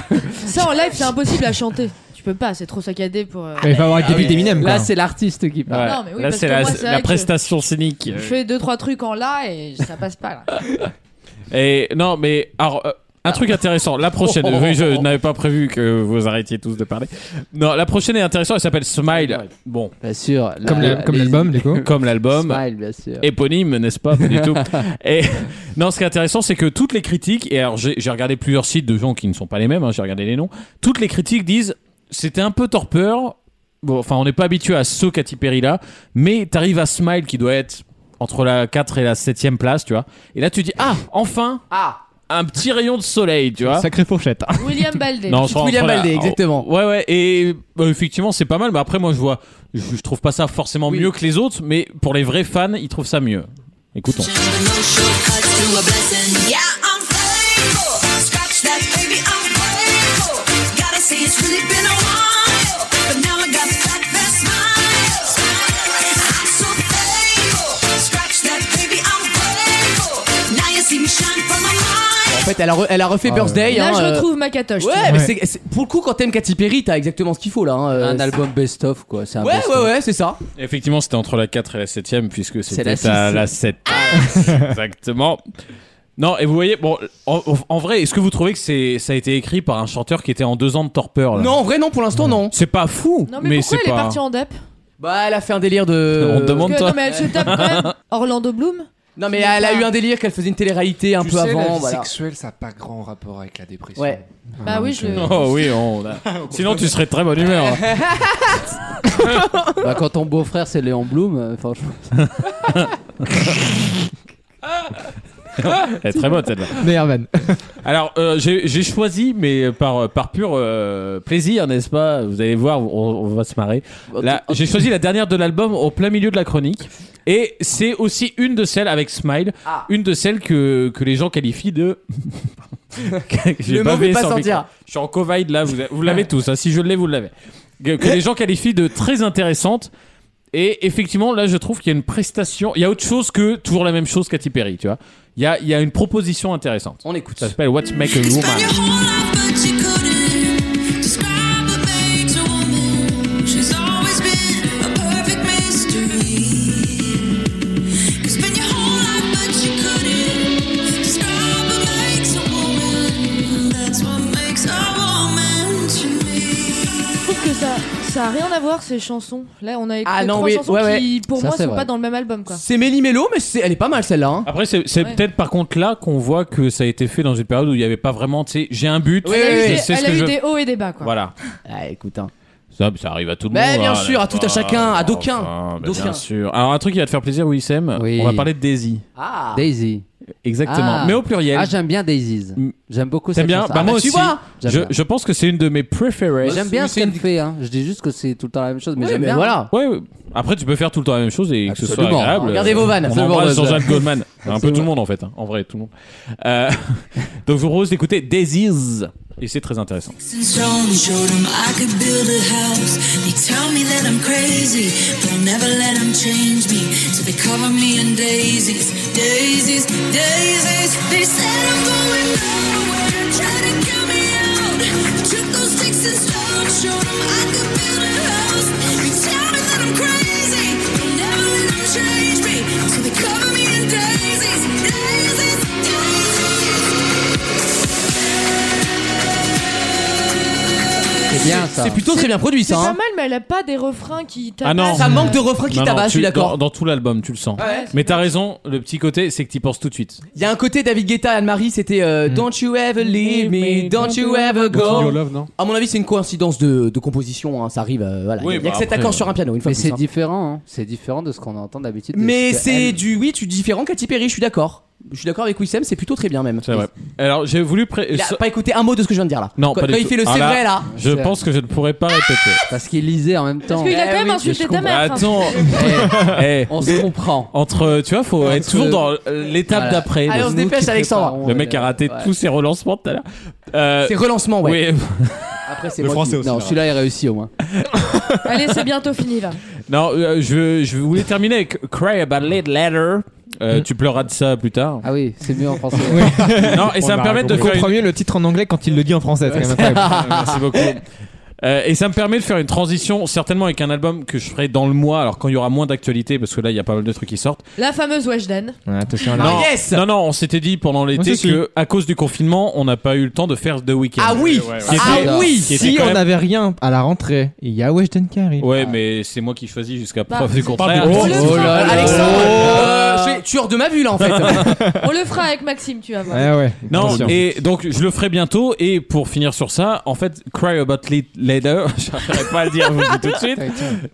Speaker 18: Ça, en live, c'est impossible à chanter. Tu peux pas, c'est trop saccadé pour. euh,
Speaker 8: Ah, Il faut
Speaker 3: Ah
Speaker 8: avoir le début d'Eminem.
Speaker 7: Là,
Speaker 8: quoi.
Speaker 7: c'est l'artiste qui parle.
Speaker 18: Non, mais oui,
Speaker 3: Là,
Speaker 18: parce
Speaker 3: c'est
Speaker 18: que
Speaker 3: la,
Speaker 18: moi, c'est
Speaker 3: la
Speaker 18: vrai que-
Speaker 3: prestation scénique.
Speaker 18: Je fais deux trois trucs en là et ça passe pas là.
Speaker 3: Et non, mais alors, euh, un truc intéressant. La prochaine,
Speaker 18: Oh.
Speaker 3: oui, je n'avais pas prévu que vous arrêtiez tous de parler. Non, la prochaine est intéressante. Elle s'appelle Smile. Bon,
Speaker 18: Bah,
Speaker 7: Bien sûr.
Speaker 8: Comme
Speaker 7: la-
Speaker 8: le- comme l'album, du coup.
Speaker 3: comme l'album.
Speaker 7: Smile, bien sûr.
Speaker 3: Éponyme, n'est-ce pas Pas du tout. Et non, ce qui est intéressant, c'est que toutes les critiques. Et alors, j'ai j'ai regardé plusieurs sites de gens qui ne sont pas les mêmes. hein, j'ai regardé les noms. Toutes les critiques disent c'était un peu torpeur. Bon, enfin, on n'est pas habitué à ce Katy Perry là, mais t'arrives à Smile qui doit être entre la 4 et la 7 place, tu vois. Et là, tu dis ah, enfin,
Speaker 2: Ah.
Speaker 3: un petit rayon de soleil, tu vois.
Speaker 8: Sacrée fourchette.
Speaker 18: William Baldé.
Speaker 3: Non, je crois
Speaker 2: William
Speaker 3: entre la-
Speaker 2: Baldé,
Speaker 3: oh,
Speaker 2: exactement.
Speaker 3: Ouais, ouais, et bah, effectivement, c'est pas mal. Mais après, moi, je vois, je, je trouve pas ça forcément mieux que les autres, mais pour les vrais fans, ils trouvent ça mieux. Écoutons.
Speaker 14: No shortcuts to a blessing. Yeah, I'm faithful. Scratch that, baby, I'm faithful. Gotta say it's really been a while, but now I got back that smile. I'm so faithful. Scratch that, baby, I'm faithful.
Speaker 8: Oh.
Speaker 14: Now you see me shine from a mile.
Speaker 2: En fait, elle a, re- elle a
Speaker 3: Ah,
Speaker 2: refait Birthday.
Speaker 18: Là,
Speaker 2: hein,
Speaker 18: je
Speaker 2: euh,
Speaker 18: retrouve ma catoche.
Speaker 2: Ouais, mais c'est- c'est- pour le coup, quand t'aimes Katy Perry, t'as exactement ce qu'il faut là. hein, euh,
Speaker 7: Un
Speaker 2: c'est-
Speaker 7: album best-of quoi. C'est un
Speaker 2: Ouais,
Speaker 7: best-of.
Speaker 2: ouais, ouais, c'est ça.
Speaker 3: Effectivement, c'était entre la 4 et la 7 puisque
Speaker 7: C'est
Speaker 3: c'était
Speaker 7: la
Speaker 3: à la
Speaker 2: Ah.
Speaker 7: six.
Speaker 3: 7. Exactement. Non, et vous voyez, bon, en, en vrai, est-ce que vous trouvez que c'est, ça a été écrit par un chanteur qui était en deux ans de torpeur là
Speaker 2: Non, en vrai, non, pour l'instant, non.
Speaker 3: C'est pas fou,
Speaker 18: Non, mais, pourquoi
Speaker 3: c'est
Speaker 18: elle
Speaker 3: pas.
Speaker 18: est partie en DEP
Speaker 2: Bah, elle a fait un délire de.
Speaker 3: On te demande,
Speaker 18: Parce que-
Speaker 3: toi.
Speaker 18: Non, mais elle se tape quand même Orlando Bloom
Speaker 2: Non, mais elle a eu un délire qu'elle faisait une télé-réalité un
Speaker 13: Tu
Speaker 2: peu
Speaker 13: sais, la
Speaker 2: avant.
Speaker 13: vie
Speaker 2: voilà.
Speaker 13: sexuelle, ça n'a pas grand rapport avec la dépression.
Speaker 2: Ouais.
Speaker 18: Bah oui,
Speaker 7: euh,
Speaker 18: je le-
Speaker 3: Oh oui, on
Speaker 8: Ah,
Speaker 3: a- sinon tu serais de très bonne humeur. hein.
Speaker 7: bah, quand ton beau-frère c'est Léon Blum, euh, franchement.
Speaker 3: Elle est très bonne celle-là.
Speaker 8: Merman.
Speaker 3: Alors, euh, j'ai j'ai choisi, mais par, par pur euh, plaisir, n'est-ce pas Vous allez voir, on, on va se marrer. Là, J'ai choisi la dernière de l'album au plein milieu de la chronique. Et c'est aussi une de celles avec Smile, une de celles que, que les gens qualifient de. J'ai
Speaker 2: Le mot
Speaker 3: bavé
Speaker 2: fait pas
Speaker 3: sans
Speaker 2: sortir.
Speaker 3: micro. Je suis en covid là, vous, vous l'avez tous. hein. Si je l'ai, vous l'avez. Que, que les gens qualifient de très intéressante. Et effectivement, là, je trouve qu'il y a une prestation. Il y a autre chose que toujours la même chose qu'à Perry, tu vois. Il y a, il y a une proposition intéressante. On écoute. Ça s'appelle What Make a Woman.
Speaker 14: She's always been a perfect mystery. You spend your whole life, but you couldn't describe what makes a woman. That's what makes a woman to me.
Speaker 18: Je trouve que ça, ça a rien à voir ces chansons. Là, on a écouté
Speaker 2: Ah non,
Speaker 18: trois
Speaker 2: oui,
Speaker 18: chansons
Speaker 2: ouais,
Speaker 18: qui,
Speaker 2: ouais.
Speaker 18: pour
Speaker 2: Ça,
Speaker 18: moi,
Speaker 2: c'est
Speaker 18: sont
Speaker 2: vrai.
Speaker 18: pas dans le même album, quoi.
Speaker 2: C'est Mélie Mélo, mais c'est- elle est pas mal celle-là. hein.
Speaker 3: Après, c'est c'est
Speaker 18: Ouais.
Speaker 3: peut-être par contre là qu'on voit que ça a été fait dans une période où il n'y avait pas vraiment, tu sais, j'ai un but,
Speaker 18: elle a eu,
Speaker 3: je
Speaker 18: des,
Speaker 3: sais
Speaker 18: elle
Speaker 3: ce
Speaker 18: a
Speaker 3: que
Speaker 18: eu
Speaker 3: je.
Speaker 18: des hauts et des bas, quoi.
Speaker 3: Voilà.
Speaker 2: Ah, écoute, hein.
Speaker 3: Ça, ça arrive à tout le
Speaker 2: Mais
Speaker 3: monde.
Speaker 2: bien
Speaker 3: hein,
Speaker 2: sûr, à tout à
Speaker 3: n'est-ce pas
Speaker 2: chacun, à d'aucuns.
Speaker 3: Enfin, ben,
Speaker 2: D'aucuns.
Speaker 3: Bien sûr. Alors, un truc qui va te faire plaisir, Wissem, on va parler de Daisy.
Speaker 2: Ah.
Speaker 7: Daisy.
Speaker 3: Exactement.
Speaker 7: Ah.
Speaker 3: Mais au pluriel. Mm.
Speaker 7: Ah, j'aime bien Daisies. J'aime beaucoup
Speaker 3: T'aimes
Speaker 7: cette
Speaker 3: bien
Speaker 7: chanson.
Speaker 3: Bah,
Speaker 7: Ah,
Speaker 3: moi
Speaker 7: tu
Speaker 3: aussi.
Speaker 7: vois J'aime
Speaker 3: je,
Speaker 7: bien.
Speaker 3: je pense que c'est une de mes
Speaker 7: Mais
Speaker 3: préférées.
Speaker 7: J'aime
Speaker 2: Bah,
Speaker 7: bien ce qu'elle fait. Hein. Je dis juste que c'est tout le temps la même chose, mais
Speaker 3: Ouais,
Speaker 7: j'aime
Speaker 3: mais
Speaker 7: bien.
Speaker 3: voilà. Après, tu peux faire tout le temps la même chose et que ce soit
Speaker 7: Absolument.
Speaker 3: agréable.
Speaker 7: Regardez vos vannes.
Speaker 3: On
Speaker 7: Absolument,
Speaker 3: embrasse
Speaker 7: Rose.
Speaker 3: Jean-Jacques Goldman. Un peu
Speaker 7: Absolument.
Speaker 3: tout le monde en fait. hein. En vrai, tout le monde. Euh, donc, je vous propose d'écouter Daisies. Et c'est très intéressant.
Speaker 14: And strong showed them I could build a house. They tell me that I'm crazy, but I never let them change me. So they cover me in daisies, daisies, daisies. They said I'm going nowhere, try to get me out. Took those sticks and stones, showed them I could build a house. They tell me that I'm crazy, but I never let them change me. So they cover me in daisies, daisies,
Speaker 7: C'est bien ça.
Speaker 2: C'est plutôt très bien produit
Speaker 18: C'est
Speaker 2: ça.
Speaker 18: pas
Speaker 2: hein.
Speaker 18: mal, mais elle a pas des refrains qui tabassent.
Speaker 2: Ça manque de refrains qui
Speaker 3: Ah Non, non,
Speaker 2: tabassent, je
Speaker 3: tu-
Speaker 2: suis d'accord.
Speaker 3: Dans, dans tout l'album, tu le sens.
Speaker 2: Ouais.
Speaker 3: Mais t'as raison, le petit côté, c'est que t'y penses tout de suite.
Speaker 2: Il y a un côté David Guetta, Anne-Marie, c'était euh, Don't you ever leave me, don't you ever go. À mon avis, c'est une coïncidence de, de composition, hein, ça arrive. euh, voilà.
Speaker 7: Oui,
Speaker 2: il y a
Speaker 7: bah,
Speaker 2: que cet
Speaker 7: après,
Speaker 2: accord
Speaker 7: euh,
Speaker 2: sur un piano, une fois
Speaker 7: Mais
Speaker 2: de
Speaker 7: c'est
Speaker 2: plus, hein.
Speaker 7: différent. hein. C'est différent de ce qu'on entend d'habitude. de
Speaker 2: Mais
Speaker 7: ce que
Speaker 2: c'est
Speaker 7: elle-
Speaker 2: du, oui, tu différent qu'à Perry, je suis d'accord. Je suis d'accord avec Wissem, c'est plutôt très bien même.
Speaker 3: C'est vrai. Alors, j'ai voulu. pré-
Speaker 2: Il a
Speaker 3: ça-
Speaker 2: pas écouté un mot de ce que je viens de dire là.
Speaker 3: Non,
Speaker 2: quand,
Speaker 3: pas du
Speaker 2: quand il
Speaker 3: tout.
Speaker 2: fait le
Speaker 3: Ah
Speaker 2: c'est vrai là.
Speaker 3: Je
Speaker 2: C'est-
Speaker 3: pense que je ne pourrais pas répéter.
Speaker 7: Parce qu'il lisait en même temps. Eh
Speaker 18: Parce qu'il a quand même insulté ta
Speaker 7: Bah,
Speaker 18: mère. enfin.
Speaker 3: Attends, on se comprend. Entre, tu vois, faut être toujours dans l'étape
Speaker 2: Voilà.
Speaker 3: d'après.
Speaker 2: Allez,
Speaker 3: Le-
Speaker 2: on se dépêche,
Speaker 3: Nous qui
Speaker 2: Alexandre.
Speaker 3: préparons, Le mec a raté
Speaker 2: Ouais.
Speaker 3: tous ses relancements tout à l'heure. Euh,
Speaker 2: Ses relancements, ouais.
Speaker 3: oui.
Speaker 2: Après, c'est
Speaker 7: Le
Speaker 2: moi
Speaker 7: français
Speaker 2: qui-
Speaker 7: aussi, hein.
Speaker 2: Non,
Speaker 7: là.
Speaker 2: celui-là est réussi au moins.
Speaker 18: Allez, c'est bientôt fini, là.
Speaker 3: Non, euh, je, je voulais terminer avec Cry About It Later. Euh, Tu pleuras de ça plus tard.
Speaker 7: Ah oui, c'est mieux en français.
Speaker 3: Non, et ça me permet de
Speaker 8: Vous
Speaker 3: faire une-
Speaker 8: comprenez le titre en anglais quand il le dit en français. c'est quand même incroyable.
Speaker 3: Merci beaucoup. Euh, et ça me permet de faire une transition, certainement avec un album que je ferai dans le mois, alors quand il y aura moins d'actualité, parce que là il y a pas mal de trucs qui sortent.
Speaker 18: La fameuse Weshden.
Speaker 3: non, non, non, on s'était dit pendant l'été
Speaker 8: si, si.
Speaker 3: que à cause du confinement, on n'a pas eu le temps de faire The Weeknd.
Speaker 2: Ah oui
Speaker 3: Qui
Speaker 2: Ah
Speaker 3: était-
Speaker 2: oui
Speaker 3: qui était
Speaker 8: Si
Speaker 3: quand
Speaker 8: on
Speaker 3: même-
Speaker 8: n'avait rien à la rentrée, il y a Weshden qui arrive.
Speaker 2: Ah.
Speaker 3: Ouais, mais c'est moi qui choisis jusqu'à
Speaker 18: Bah,
Speaker 3: preuve du
Speaker 18: c'est
Speaker 3: contraire.
Speaker 8: pas du tout. Oh là Oh là là.
Speaker 2: Alexandre,
Speaker 3: Oh.
Speaker 2: euh, je suis tueur de ma vue là en fait.
Speaker 18: On le fera avec Maxime, tu
Speaker 8: Eh
Speaker 18: vas voir.
Speaker 3: Non,
Speaker 8: Attention.
Speaker 3: et donc je le ferai bientôt. Et pour finir sur ça, en fait, Cry About It Later, j'arriverai pas à le dire je vous le dis tout de suite.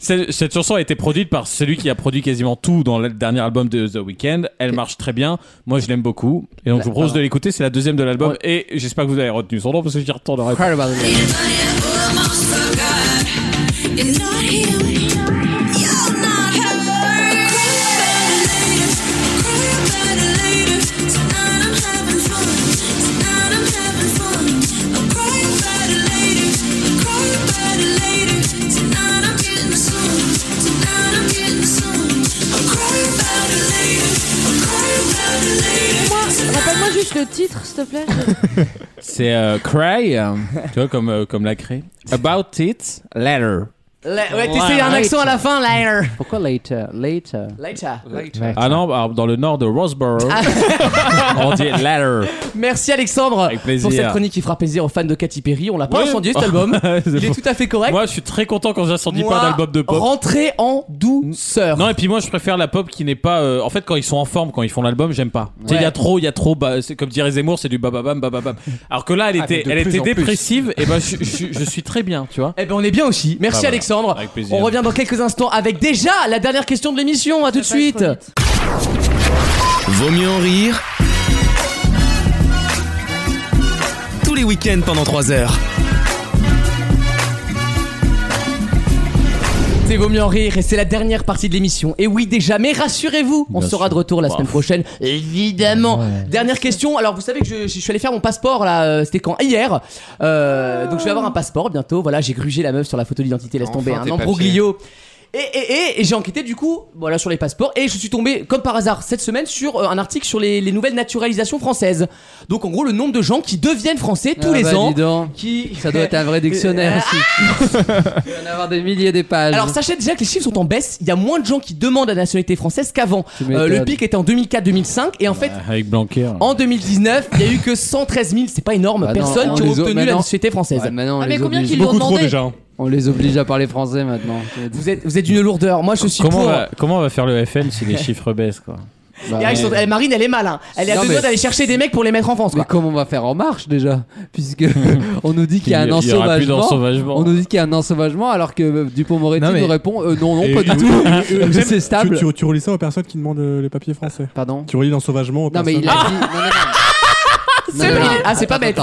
Speaker 3: Cette, cette chanson a été produite par celui qui a produit quasiment tout dans le dernier album de The Weeknd. Elle marche très bien. Moi, je l'aime beaucoup. Et donc, je vous propose de l'écouter. C'est la deuxième de l'album. Et j'espère que vous avez retenu son nom parce que j'y retournerai. pas.
Speaker 14: Almost forgot. You're not him. You're not her. Cry about it later. Tonight I'm having fun. Tonight I'm having fun. I'll cry about it later. I'll cry about it later. Tonight I'm getting the sun. Tonight I'm getting the sun. I'll cry about it later. I'll cry about it later.
Speaker 18: Rappelle-moi juste le titre, s'il te plaît.
Speaker 3: C'est euh, Cry, euh, tu vois, comme, euh, comme la craie. About It Later.
Speaker 2: La- ouais, t'essayes un accent à la fin, liner.
Speaker 7: Pourquoi later Later.
Speaker 2: Later.
Speaker 3: Ah non, bah, dans le nord de Roseboro, on dit ladder.
Speaker 2: Ah. Merci Alexandre
Speaker 3: plaisir.
Speaker 2: pour cette chronique qui fera plaisir aux fans de Katy Perry. On l'a pas
Speaker 3: Ouais.
Speaker 2: incendié cet album. Il est
Speaker 3: bon.
Speaker 2: tout à fait correct.
Speaker 3: Moi, je suis très content quand j'incendie
Speaker 2: Moi,
Speaker 3: pas d'album de pop.
Speaker 2: Rentrez en douceur.
Speaker 3: Non, et puis moi, je préfère la pop qui n'est pas. euh, en fait, quand ils sont en forme, quand ils font l'album, j'aime pas. Tu sais, il y a trop, il y a trop. bah, c'est comme dirait Zemmour, c'est du bababam, bababam. Alors que là, elle
Speaker 2: Ah, mais
Speaker 3: était,
Speaker 2: de
Speaker 3: elle
Speaker 2: plus
Speaker 3: était
Speaker 2: en plus.
Speaker 3: dépressive, et ben, je, je- je suis très bien, tu vois.
Speaker 2: Eh ben, on est bien aussi. Merci
Speaker 3: Ah, voilà.
Speaker 2: Alexandre.
Speaker 3: Avec plaisir.
Speaker 2: On revient dans quelques instants avec déjà la dernière question de l'émission. À tout de suite.
Speaker 1: Vaut mieux en rire. Tous les week-ends pendant 3 heures.
Speaker 2: C'est vaut mieux en rire et c'est la dernière partie de l'émission. Et oui, déjà, mais rassurez-vous, on sera de retour
Speaker 3: Bah.
Speaker 2: la semaine prochaine, évidemment. Dernière question. Alors, vous savez que je, je suis allé faire mon passeport là, euh, c'était quand Hier. Euh, donc, je vais avoir un passeport bientôt. Voilà, j'ai grugé la meuf sur la photo d'identité, laisse
Speaker 7: Enfin,
Speaker 2: tomber, hein. un
Speaker 7: tes
Speaker 2: embroglio. Et, et, et, et j'ai enquêté du coup voilà sur les passeports et je suis tombé comme par hasard cette semaine sur euh, un article sur les, les nouvelles naturalisations françaises. Donc en gros le nombre de gens qui deviennent français tous
Speaker 7: Ah
Speaker 2: les
Speaker 7: bah,
Speaker 2: ans.
Speaker 7: dis donc.
Speaker 2: Qui...
Speaker 7: Ça doit être un vrai dictionnaire aussi. Il va y en avoir des milliers des pages.
Speaker 2: Alors sachez déjà que les chiffres sont en baisse, il y a moins de gens qui demandent la nationalité française qu'avant.
Speaker 7: Tu
Speaker 2: Euh, le
Speaker 7: m'étonnes.
Speaker 2: pic était en 2004-2005 et en fait
Speaker 3: Avec Blanquer.
Speaker 2: en 2019 il y a eu que 113 000, c'est pas énorme,
Speaker 7: Bah non,
Speaker 2: personnes
Speaker 7: on
Speaker 2: qui ont
Speaker 7: les
Speaker 2: obtenu la
Speaker 7: maintenant-
Speaker 2: nationalité française.
Speaker 7: Ouais, maintenant, on
Speaker 2: Ah,
Speaker 7: les
Speaker 2: mais combien
Speaker 7: oblige.
Speaker 2: qu'ils l'ont Beaucoup trop demandé déjà, hein.
Speaker 7: On les oblige à parler français maintenant.
Speaker 2: Vous êtes, vous êtes une lourdeur, moi je suis
Speaker 3: Comment on,
Speaker 2: pour...
Speaker 3: va, comment on va faire le FN si les chiffres baissent, quoi
Speaker 2: Et là, ils sont- eh, Marine elle est mal, hein. elle a
Speaker 7: Bah Non,
Speaker 2: deux
Speaker 7: mais-
Speaker 2: doigts d'aller chercher des mecs pour les mettre en France.
Speaker 7: Mais comment on va faire en marche déjà Puisque on nous dit qu'il y a
Speaker 3: Il
Speaker 7: un
Speaker 3: y aura plus
Speaker 7: ensauvagement.
Speaker 3: d'ensauvagement.
Speaker 7: On nous dit qu'il y a un ensauvagement alors que euh, Dupont-Moretti
Speaker 5: Non, mais-
Speaker 7: nous répond euh, non, non,
Speaker 5: Et-
Speaker 7: pas du
Speaker 5: et-
Speaker 7: tout.
Speaker 5: et- et- j'aime-
Speaker 7: C'est stable.
Speaker 5: Tu, tu- tu relis ça aux personnes qui demandent euh, les papiers français.
Speaker 7: Pardon.
Speaker 5: Tu relis l'ensauvagement aux
Speaker 7: Non, mais
Speaker 5: personnes.
Speaker 7: il a dit. non, non, non. Non, non, non.
Speaker 2: Ah, c'est pas bête.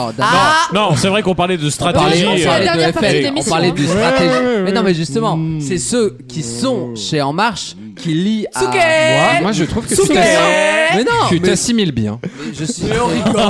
Speaker 3: Non, c'est vrai qu'on parlait de
Speaker 7: On parlait,
Speaker 3: stratégie.
Speaker 7: on
Speaker 3: euh,
Speaker 7: parlait de FN,
Speaker 3: et-
Speaker 7: on parlait du stratégie. Mais non, mais justement,
Speaker 3: Hmm.
Speaker 7: c'est ceux qui sont chez En Marche qui lient à.
Speaker 2: Souquet
Speaker 7: Moi,
Speaker 13: Ah, Moi, je trouve que hein.
Speaker 7: Souquet
Speaker 13: tu t'assimiles-
Speaker 7: Mais non,
Speaker 13: tu
Speaker 7: mais-
Speaker 13: t'assimiles bien.
Speaker 7: je suis.
Speaker 13: Mais on
Speaker 2: rigole.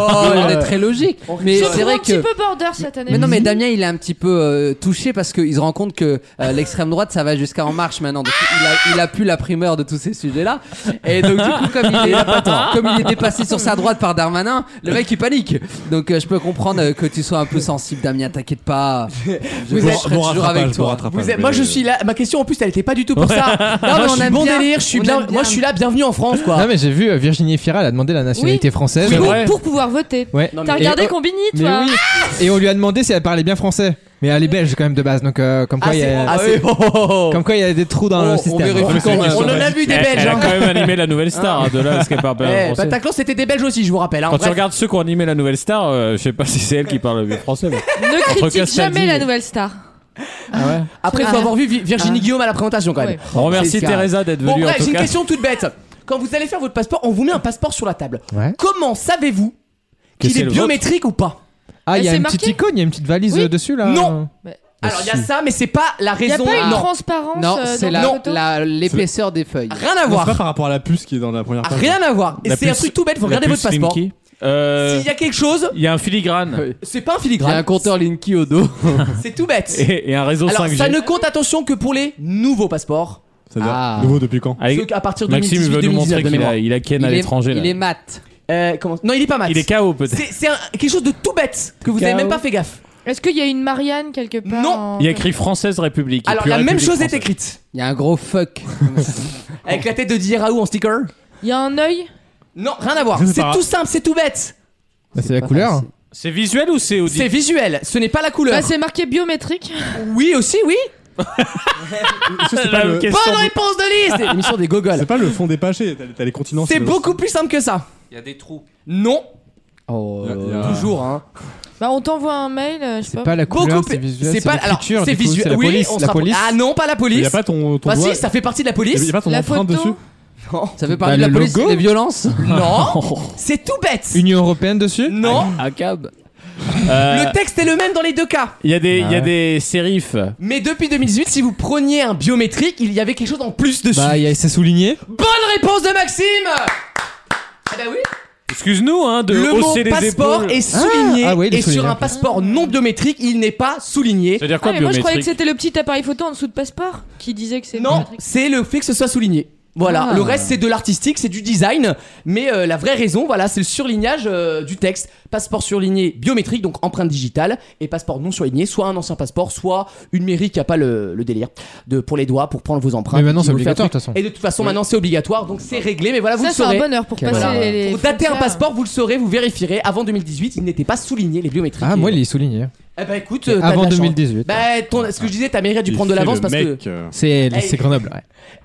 Speaker 7: On est très logique. Mais
Speaker 18: Je
Speaker 7: c'est
Speaker 18: trouve
Speaker 7: vrai
Speaker 18: un petit
Speaker 7: que.
Speaker 18: peu border cette année.
Speaker 7: Mais non, mais Damien, il est un petit peu euh, touché parce qu'il se rend compte que euh, l'extrême droite, ça va jusqu'à En Marche maintenant. Donc, il, a, il a plus la primeur de tous ces sujets-là. Et donc, du coup, comme il
Speaker 6: Il
Speaker 7: est,
Speaker 6: a pas tort.
Speaker 7: comme il est dépassé sur sa droite par Darmanin, le mec, il panique. Donc, euh, je peux comprendre euh, que tu sois un peu sensible, Damien. T'inquiète pas. Je
Speaker 2: Vous
Speaker 7: serai
Speaker 2: êtes-
Speaker 7: toujours avec toi.
Speaker 2: Vous êtes- moi je suis là. Ma question en plus elle était pas du tout pour
Speaker 8: Ouais.
Speaker 2: ça.
Speaker 8: Moi,
Speaker 2: Non, mais
Speaker 8: je
Speaker 2: on
Speaker 8: suis
Speaker 2: aime
Speaker 8: bon
Speaker 2: bien,
Speaker 8: délire,
Speaker 2: Je suis
Speaker 8: on
Speaker 2: bien-
Speaker 8: aime
Speaker 2: Moi
Speaker 8: bien.
Speaker 2: je suis là. Bienvenue en France quoi.
Speaker 8: Non mais j'ai vu euh, Virginie Efira elle a demandé la nationalité française.
Speaker 18: Oui, pour pouvoir voter.
Speaker 8: Ouais.
Speaker 18: T'as regardé
Speaker 8: Et-
Speaker 18: Combini,
Speaker 8: mais
Speaker 18: toi Ah,
Speaker 8: oui. Et on lui a demandé si elle parlait bien français. Mais elle est belge quand même de base, donc euh, comme quoi
Speaker 2: Ah,
Speaker 8: il y a,
Speaker 2: c'est- ah, c'est- Oh,
Speaker 8: comme quoi il y a des trous dans le système.
Speaker 3: Elle- Elle
Speaker 8: hein.
Speaker 2: hein.
Speaker 3: a quand même animé la nouvelle star, hein, de là, parce qu'elle parle
Speaker 8: Ben,
Speaker 3: pas
Speaker 2: Eh,
Speaker 3: français.
Speaker 2: Bataclan c'était des Belges aussi je vous rappelle. hein.
Speaker 3: Quand tu
Speaker 2: Bref.
Speaker 3: regardes ceux qui ont animé la nouvelle star, euh, je sais pas si c'est elle qui parle le mieux français. mais-
Speaker 18: Ne
Speaker 3: Entre
Speaker 18: critique
Speaker 3: Castaldi
Speaker 18: jamais
Speaker 3: et-
Speaker 18: la nouvelle star.
Speaker 3: Ah ouais
Speaker 2: Après il faut
Speaker 18: Ah.
Speaker 2: avoir vu Vi- Virginie Guillaume à la présentation quand même.
Speaker 3: On remercie
Speaker 2: C'est- c'est-
Speaker 3: Teresa d'être
Speaker 2: Bon,
Speaker 3: venue,
Speaker 2: bref,
Speaker 3: en tout
Speaker 2: j'ai une
Speaker 3: cas.
Speaker 2: question toute bête. Quand vous allez faire votre passeport, on vous met un passeport sur la table.
Speaker 8: Ouais.
Speaker 2: Comment savez-vous
Speaker 8: Que
Speaker 2: qu'il
Speaker 8: c'est
Speaker 2: est
Speaker 8: le vôtre
Speaker 2: biométrique ou pas
Speaker 8: Ah, il y a
Speaker 2: C'est
Speaker 8: une
Speaker 2: marqué
Speaker 8: petite icône, il y a une petite valise
Speaker 2: Oui.
Speaker 8: euh, dessus là.
Speaker 2: Non. Alors il y a
Speaker 8: si.
Speaker 2: ça, mais c'est pas la
Speaker 7: Y a
Speaker 2: raison.
Speaker 7: pas une
Speaker 2: Non.
Speaker 18: transparence,
Speaker 7: Bah,
Speaker 18: euh,
Speaker 7: Non, c'est la- la- l'épaisseur des feuilles.
Speaker 2: Rien à
Speaker 5: Ah Non,
Speaker 2: voir.
Speaker 5: C'est pas par rapport à la puce qui est dans la première page.
Speaker 2: Rien à voir. Et
Speaker 5: La
Speaker 2: c'est un
Speaker 5: puce-
Speaker 2: truc tout bête. Vous
Speaker 5: la
Speaker 2: regardez votre
Speaker 5: puce
Speaker 2: passeport.
Speaker 5: Linky.
Speaker 3: Euh,
Speaker 2: S'il y a quelque chose,
Speaker 3: Il y a un filigrane.
Speaker 2: c'est pas un filigrane.
Speaker 7: Il y a un compteur Linky au dos.
Speaker 2: c'est tout bête.
Speaker 3: Et, et un réseau
Speaker 2: Alors
Speaker 3: 5G.
Speaker 2: ça ne compte attention que pour les nouveaux passeports.
Speaker 5: C'est-à-dire, nouveau depuis quand
Speaker 3: Allez,
Speaker 2: Ceux qu'à partir de
Speaker 3: Maxime veut nous
Speaker 2: 2018,
Speaker 3: montrer
Speaker 2: 2019,
Speaker 3: qu'il
Speaker 2: de
Speaker 3: a, il a Ken à
Speaker 2: Il est-
Speaker 3: l'étranger. là.
Speaker 2: il est
Speaker 7: mat.
Speaker 2: Euh, comment... Non, il est pas mat.
Speaker 3: Il est KO peut-être.
Speaker 2: C'est c'est un- quelque chose de tout bête que vous avez
Speaker 3: KO.
Speaker 2: même pas fait gaffe.
Speaker 18: Est-ce qu'il y a une Marianne quelque part en-
Speaker 3: Il y a écrit Française République. et
Speaker 2: Alors
Speaker 3: puis
Speaker 2: la même
Speaker 3: République
Speaker 2: chose est
Speaker 3: française.
Speaker 2: écrite.
Speaker 7: Il y a un gros fuck.
Speaker 2: Avec la tête de Didier Raoult en sticker.
Speaker 18: Il y a un œil
Speaker 2: Non, rien à voir.
Speaker 3: C'est
Speaker 2: C'est
Speaker 3: pas-
Speaker 2: tout simple, c'est tout bête.
Speaker 8: Bah, c'est la couleur.
Speaker 3: C'est visuel ou c'est auditif
Speaker 2: C'est visuel, ce n'est pas la couleur.
Speaker 18: Bah, c'est marqué biométrique.
Speaker 2: Oui aussi, oui.
Speaker 5: c'est pas
Speaker 3: La
Speaker 5: le-
Speaker 3: question
Speaker 2: Bonne
Speaker 3: du-
Speaker 2: réponse de liste. L'émission des gogoles.
Speaker 5: C'est pas le fond des pagés, t'as- t'as les continents.
Speaker 2: C'est beaucoup plus simple que ça.
Speaker 13: Il y a des trous.
Speaker 2: Non.
Speaker 5: toujours,
Speaker 2: hein.
Speaker 18: Bah, on t'envoie un mail, euh, je sais pas.
Speaker 8: pas la couleur,
Speaker 2: Beaucoup
Speaker 8: c'est
Speaker 2: plus-
Speaker 8: visuel,
Speaker 2: C'est
Speaker 8: c'est
Speaker 2: pas.
Speaker 8: la
Speaker 2: Alors,
Speaker 8: culture,
Speaker 2: c'est
Speaker 8: du coup,
Speaker 2: visuel.
Speaker 8: c'est la
Speaker 2: oui,
Speaker 8: police,
Speaker 2: on se
Speaker 8: la
Speaker 2: rapproche.
Speaker 8: police.
Speaker 2: Ah non, pas la police.
Speaker 8: Y a pas ton- ton
Speaker 2: Bah
Speaker 8: doigt-
Speaker 2: si, ça fait partie de la police.
Speaker 8: Y a pas ton La empreinte photo. dessus Bah,
Speaker 2: Non.
Speaker 7: Ça fait partie de la police et des violences
Speaker 2: Non. C'est tout bête.
Speaker 8: Union européenne dessus Ah,
Speaker 2: Non.
Speaker 8: Un cab.
Speaker 2: Le texte est le même dans les deux cas.
Speaker 3: Euh, Il y a des, il y
Speaker 8: Ouais.
Speaker 3: a des sérifs.
Speaker 2: Mais depuis 2018, si vous preniez un biométrique, il y avait quelque chose en plus dessus.
Speaker 8: Bah, il y a- c'est souligné.
Speaker 2: Bonne réponse de Maxime Ah bah oui
Speaker 3: Excuse-nous hein, de
Speaker 2: Le mot
Speaker 3: hausser les
Speaker 2: passeport
Speaker 3: épaules.
Speaker 2: est souligné
Speaker 8: Ah, ah oui, il est
Speaker 2: et sur
Speaker 8: souligné,
Speaker 2: un
Speaker 8: en plus.
Speaker 2: passeport non biométrique, il n'est pas souligné.
Speaker 3: C'est-à-dire
Speaker 8: Ah,
Speaker 18: Ah, mais moi je croyais que c'était le petit appareil photo en dessous de passeport qui disait que c'est
Speaker 2: Non, c'est le fait que ce soit souligné. Voilà,
Speaker 6: Ah.
Speaker 2: le reste c'est de l'artistique, c'est du design, mais euh, la vraie raison, voilà, c'est le surlignage euh, du texte. Passeport surligné biométrique, donc empreinte digitale, et passeport non surligné, soit un ancien passeport, soit une mairie qui a pas le, le délire de pour les doigts pour prendre vos empreintes.
Speaker 8: Mais maintenant,
Speaker 2: qui
Speaker 8: c'est
Speaker 2: vous fait un
Speaker 8: obligatoire,
Speaker 2: truc.
Speaker 8: de toute façon.
Speaker 2: Et de toute façon, maintenant c'est obligatoire, donc c'est réglé. Mais voilà, vous
Speaker 18: Ça,
Speaker 2: le
Speaker 18: c'est un
Speaker 2: saurez.
Speaker 18: bonheur pour Quel passer bonheur. les
Speaker 2: Pour dater un
Speaker 18: frontières.
Speaker 2: passeport, vous le saurez, vous vérifierez. Avant 2018, il n'était pas souligné les biométriques.
Speaker 8: Ah,
Speaker 2: Et-
Speaker 8: moi, il est souligné.
Speaker 2: eh bah écoute,
Speaker 8: Et
Speaker 2: euh, t'as
Speaker 8: avant
Speaker 2: de la chance.
Speaker 8: 2018.
Speaker 2: Bah, ton- ce que je disais, ta mairie a dû prendre de l'avance parce
Speaker 3: euh,
Speaker 2: que.
Speaker 8: C'est
Speaker 2: Hey,
Speaker 8: c'est Grenoble, ouais.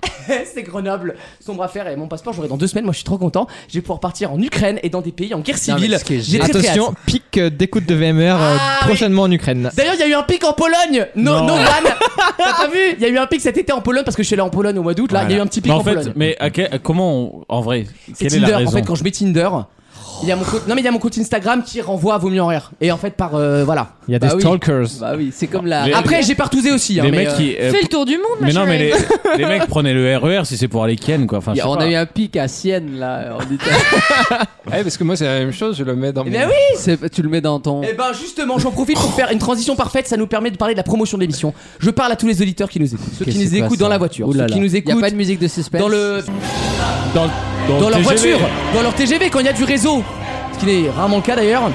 Speaker 2: c'est Grenoble. Sombre affaire et mon passeport, j'aurai dans deux semaines. Moi, je suis trop content. Je vais pouvoir partir en Ukraine et dans des pays en guerre civile. J'ai très, très
Speaker 8: Attention,
Speaker 2: hâte.
Speaker 8: pic euh, d'écoute de VMR euh,
Speaker 2: Ah,
Speaker 8: prochainement en Ukraine.
Speaker 2: D'ailleurs, il y a eu un pic en Pologne. No,
Speaker 8: Non.
Speaker 2: no one. T'as pas vu Il y a eu un pic cet été en Pologne parce que je suis allé en Pologne au mois d'août. Là, Bah, il y a eu un petit pic
Speaker 3: Mais en,
Speaker 2: en
Speaker 3: fait,
Speaker 2: Pologne.
Speaker 3: mais à quel- comment on- en vrai
Speaker 2: C'est
Speaker 3: Quelle est la
Speaker 2: Tinder.
Speaker 3: raison
Speaker 2: En fait, quand je mets Tinder, il y a mon compte. Non, mais il y a mon compte Instagram qui renvoie à Vaut mieux en rire. Et en fait, par euh, voilà.
Speaker 8: Il y a des
Speaker 2: Bah oui.
Speaker 8: stalkers.
Speaker 7: Bah oui, c'est comme la.
Speaker 3: Les-
Speaker 2: euh, Après, j'ai partousé aussi. hein,
Speaker 3: les
Speaker 2: mais,
Speaker 3: mecs
Speaker 2: euh,
Speaker 3: qui euh,
Speaker 18: Fais le tour du monde, ma
Speaker 3: mais non mais
Speaker 18: chérie.
Speaker 3: les, les mecs prenaient le RER si c'est pour aller Ken quoi. Enfin,
Speaker 7: Il y a-
Speaker 3: je sais
Speaker 7: on
Speaker 3: pas.
Speaker 7: a eu un pic à Sienne là en Italie.
Speaker 13: Ouais, parce que moi, c'est la même chose, je le mets dans
Speaker 2: Eh
Speaker 13: mes-
Speaker 2: ben oui
Speaker 7: C'est- Tu le mets dans ton.
Speaker 2: Eh ben justement, j'en profite pour faire une transition parfaite, ça nous permet de parler de la promotion de l'émission. Je parle à tous les auditeurs qui nous écoutent, ceux qui
Speaker 7: Qu'est-ce
Speaker 2: nous
Speaker 7: que c'est
Speaker 2: écoutent
Speaker 7: ça
Speaker 2: dans la voiture,
Speaker 7: hein Ouh là
Speaker 2: ceux qui
Speaker 7: là.
Speaker 2: nous
Speaker 7: Y a
Speaker 2: écoutent
Speaker 7: pas de musique de suspense
Speaker 2: dans le
Speaker 3: dans,
Speaker 2: dans leur
Speaker 3: le TGV.
Speaker 2: voiture, dans leur TGV quand il y a du réseau, ce qui n'est rarement le cas d'ailleurs.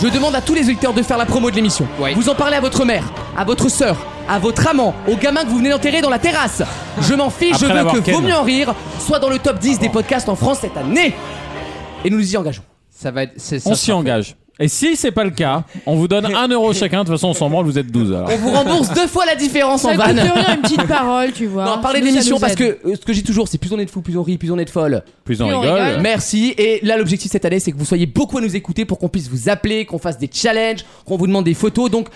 Speaker 2: Je demande à tous les auditeurs de faire la promo de l'émission. Vous en parlez à votre mère, à votre sœur, à votre amant, au gamin que vous venez d'enterrer dans la terrasse. Je m'en fiche,
Speaker 3: Après
Speaker 2: je
Speaker 3: l'avoir
Speaker 2: veux que
Speaker 3: ken.
Speaker 2: Vaut mieux en rire soit dans le top 10 des podcasts en France cette année. Et nous nous y engageons.
Speaker 7: Ça va être. c'est- ça
Speaker 3: On
Speaker 7: sera
Speaker 3: s'y
Speaker 7: fait.
Speaker 3: engage. Et si c'est pas le cas, on vous donne 1 euro chacun. De toute façon, on s'en branle, vous êtes 12 alors.
Speaker 2: On vous rembourse deux fois la différence
Speaker 18: Ça
Speaker 2: en
Speaker 18: coûte
Speaker 2: van.
Speaker 18: rien, une petite parole, tu vois.
Speaker 2: Non, parler
Speaker 18: Nous, ça
Speaker 2: d'émission
Speaker 18: nous
Speaker 2: parce
Speaker 18: aide.
Speaker 2: que euh, ce que j'ai toujours, c'est plus on est de fous, plus on rit, plus on est de folle.
Speaker 3: Plus
Speaker 18: on Plus on rigole. rigole.
Speaker 2: Merci. Et là, l'objectif cette année, c'est que vous soyez beaucoup à nous écouter pour qu'on puisse vous appeler, qu'on fasse des challenges, qu'on vous demande des photos. Donc,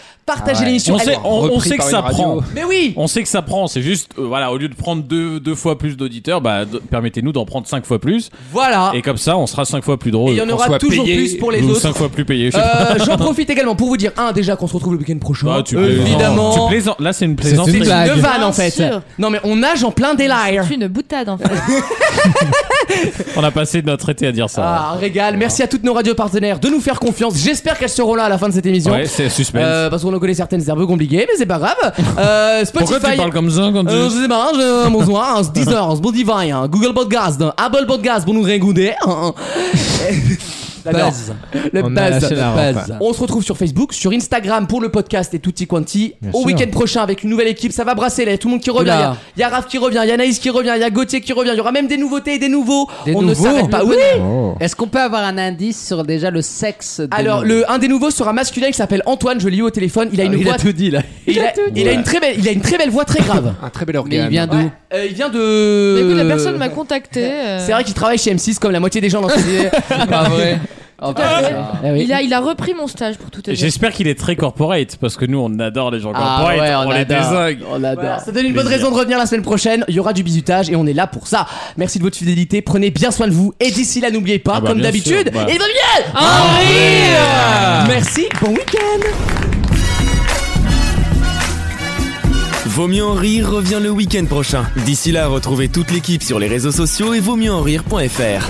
Speaker 3: Ah
Speaker 2: partagez
Speaker 3: ouais.
Speaker 2: l'émission.
Speaker 3: On
Speaker 2: Elle
Speaker 3: sait,
Speaker 2: est
Speaker 3: on- on
Speaker 2: reprise
Speaker 3: sait que
Speaker 2: par
Speaker 3: ça
Speaker 2: une radio.
Speaker 3: prend.
Speaker 2: Mais oui.
Speaker 3: On sait que ça prend. C'est juste, euh, voilà, au lieu de prendre deux, deux fois plus d'auditeurs, bah, de- permettez-nous d'en prendre cinq fois plus.
Speaker 2: Voilà.
Speaker 3: Et comme ça, on sera cinq fois plus drôle.
Speaker 2: Et il y en
Speaker 3: Qu'on
Speaker 2: aura
Speaker 3: soit
Speaker 2: toujours
Speaker 3: payé
Speaker 2: plus pour les
Speaker 3: ou
Speaker 2: autres.
Speaker 3: Cinq fois plus payé. je sais
Speaker 2: Euh,
Speaker 3: pas.
Speaker 2: J'en profite également pour vous dire un déjà qu'on se retrouve le week-end prochain.
Speaker 3: Ah, tu plaisantes.
Speaker 2: euh, évidemment.
Speaker 3: Tu plaisantes. Là, c'est une
Speaker 2: C'est
Speaker 3: plaisanterie.
Speaker 2: une vanne en
Speaker 18: Bien
Speaker 2: fait.
Speaker 18: sûr.
Speaker 2: Non mais on nage en plein délire.
Speaker 18: C'est une boutade en fait.
Speaker 3: On a passé notre été à dire ça.
Speaker 2: Ah, un régal. Merci à toutes nos radios partenaires de nous faire confiance. J'espère qu'elles seront là à la fin de cette émission.
Speaker 3: Ouais, c'est suspense.
Speaker 2: Euh, parce qu'on en connaît certaines herbes compliquées, mais c'est pas grave. Euh, Spotify.
Speaker 3: Pourquoi tu parles comme ça quand tu-
Speaker 2: Euh, je sais pas, je- bonsoir, hein, Deezer, hein, Spotify, hein, Google Podcast, hein, Apple Podcast pour nous régouder. hein, hein. La
Speaker 7: base.
Speaker 2: Le
Speaker 7: On a
Speaker 2: base.
Speaker 7: lâché la
Speaker 2: Le base.
Speaker 7: rampe.
Speaker 2: On se retrouve sur Facebook, sur Instagram pour le podcast et tutti quanti.
Speaker 7: Bien
Speaker 2: Au
Speaker 7: sûr.
Speaker 2: week-end prochain avec une nouvelle équipe, ça va brasser là, il y a tout le monde qui revient.
Speaker 7: Oula.
Speaker 2: Il y a- il y, a Raph qui revient, il y a Naïs qui revient, il y a Gauthier qui revient, il y aura même des nouveautés et des nouveaux.
Speaker 7: Des
Speaker 2: On ne
Speaker 7: nouveaux
Speaker 2: s'arrête pas. Oui.
Speaker 7: Est-ce qu'on peut avoir un indice sur déjà le sexe de
Speaker 2: Alors,
Speaker 7: nos-
Speaker 2: le, un des nouveaux sera masculin, il s'appelle Antoine, je l'ai eu au téléphone,
Speaker 13: Ah,
Speaker 2: il a une
Speaker 7: il
Speaker 2: voix...
Speaker 7: a tout dit là.
Speaker 2: Il a, il a une très belle, il a une très belle voix très grave.
Speaker 13: Un très bel
Speaker 7: Mais
Speaker 13: organe.
Speaker 7: il vient d'où
Speaker 2: Ouais. Euh, il vient de.
Speaker 18: Mais écoute, la personne m'a contacté. euh,
Speaker 2: euh, C'est vrai qu'il travaille chez M6 comme la moitié des gens dans ce
Speaker 7: Pas vrai. Oh,
Speaker 18: tout à fait.
Speaker 7: putain.
Speaker 2: Eh oui.
Speaker 18: Il a, il a repris mon stage pour tout te
Speaker 3: Et
Speaker 18: dire.
Speaker 3: J'espère qu'il est très corporate parce que nous, on adore les gens corporate. on, les désingue.
Speaker 2: Ah On adore. Voilà, ça donne une bonne raison de revenir la semaine prochaine. Il y aura du bisutage et on est là pour ça. Merci de votre fidélité. Prenez bien soin de vous. Et d'ici là, n'oubliez pas,
Speaker 3: Ah bah,
Speaker 2: comme
Speaker 3: bien
Speaker 2: d'habitude,
Speaker 3: sûr, bah.
Speaker 2: il vaut mieux en rire. Merci. Bon week-end.
Speaker 1: Vaut mieux en rire revient le week-end prochain. D'ici là, retrouvez toute l'équipe sur les réseaux sociaux et vaut mieux en rire.fr.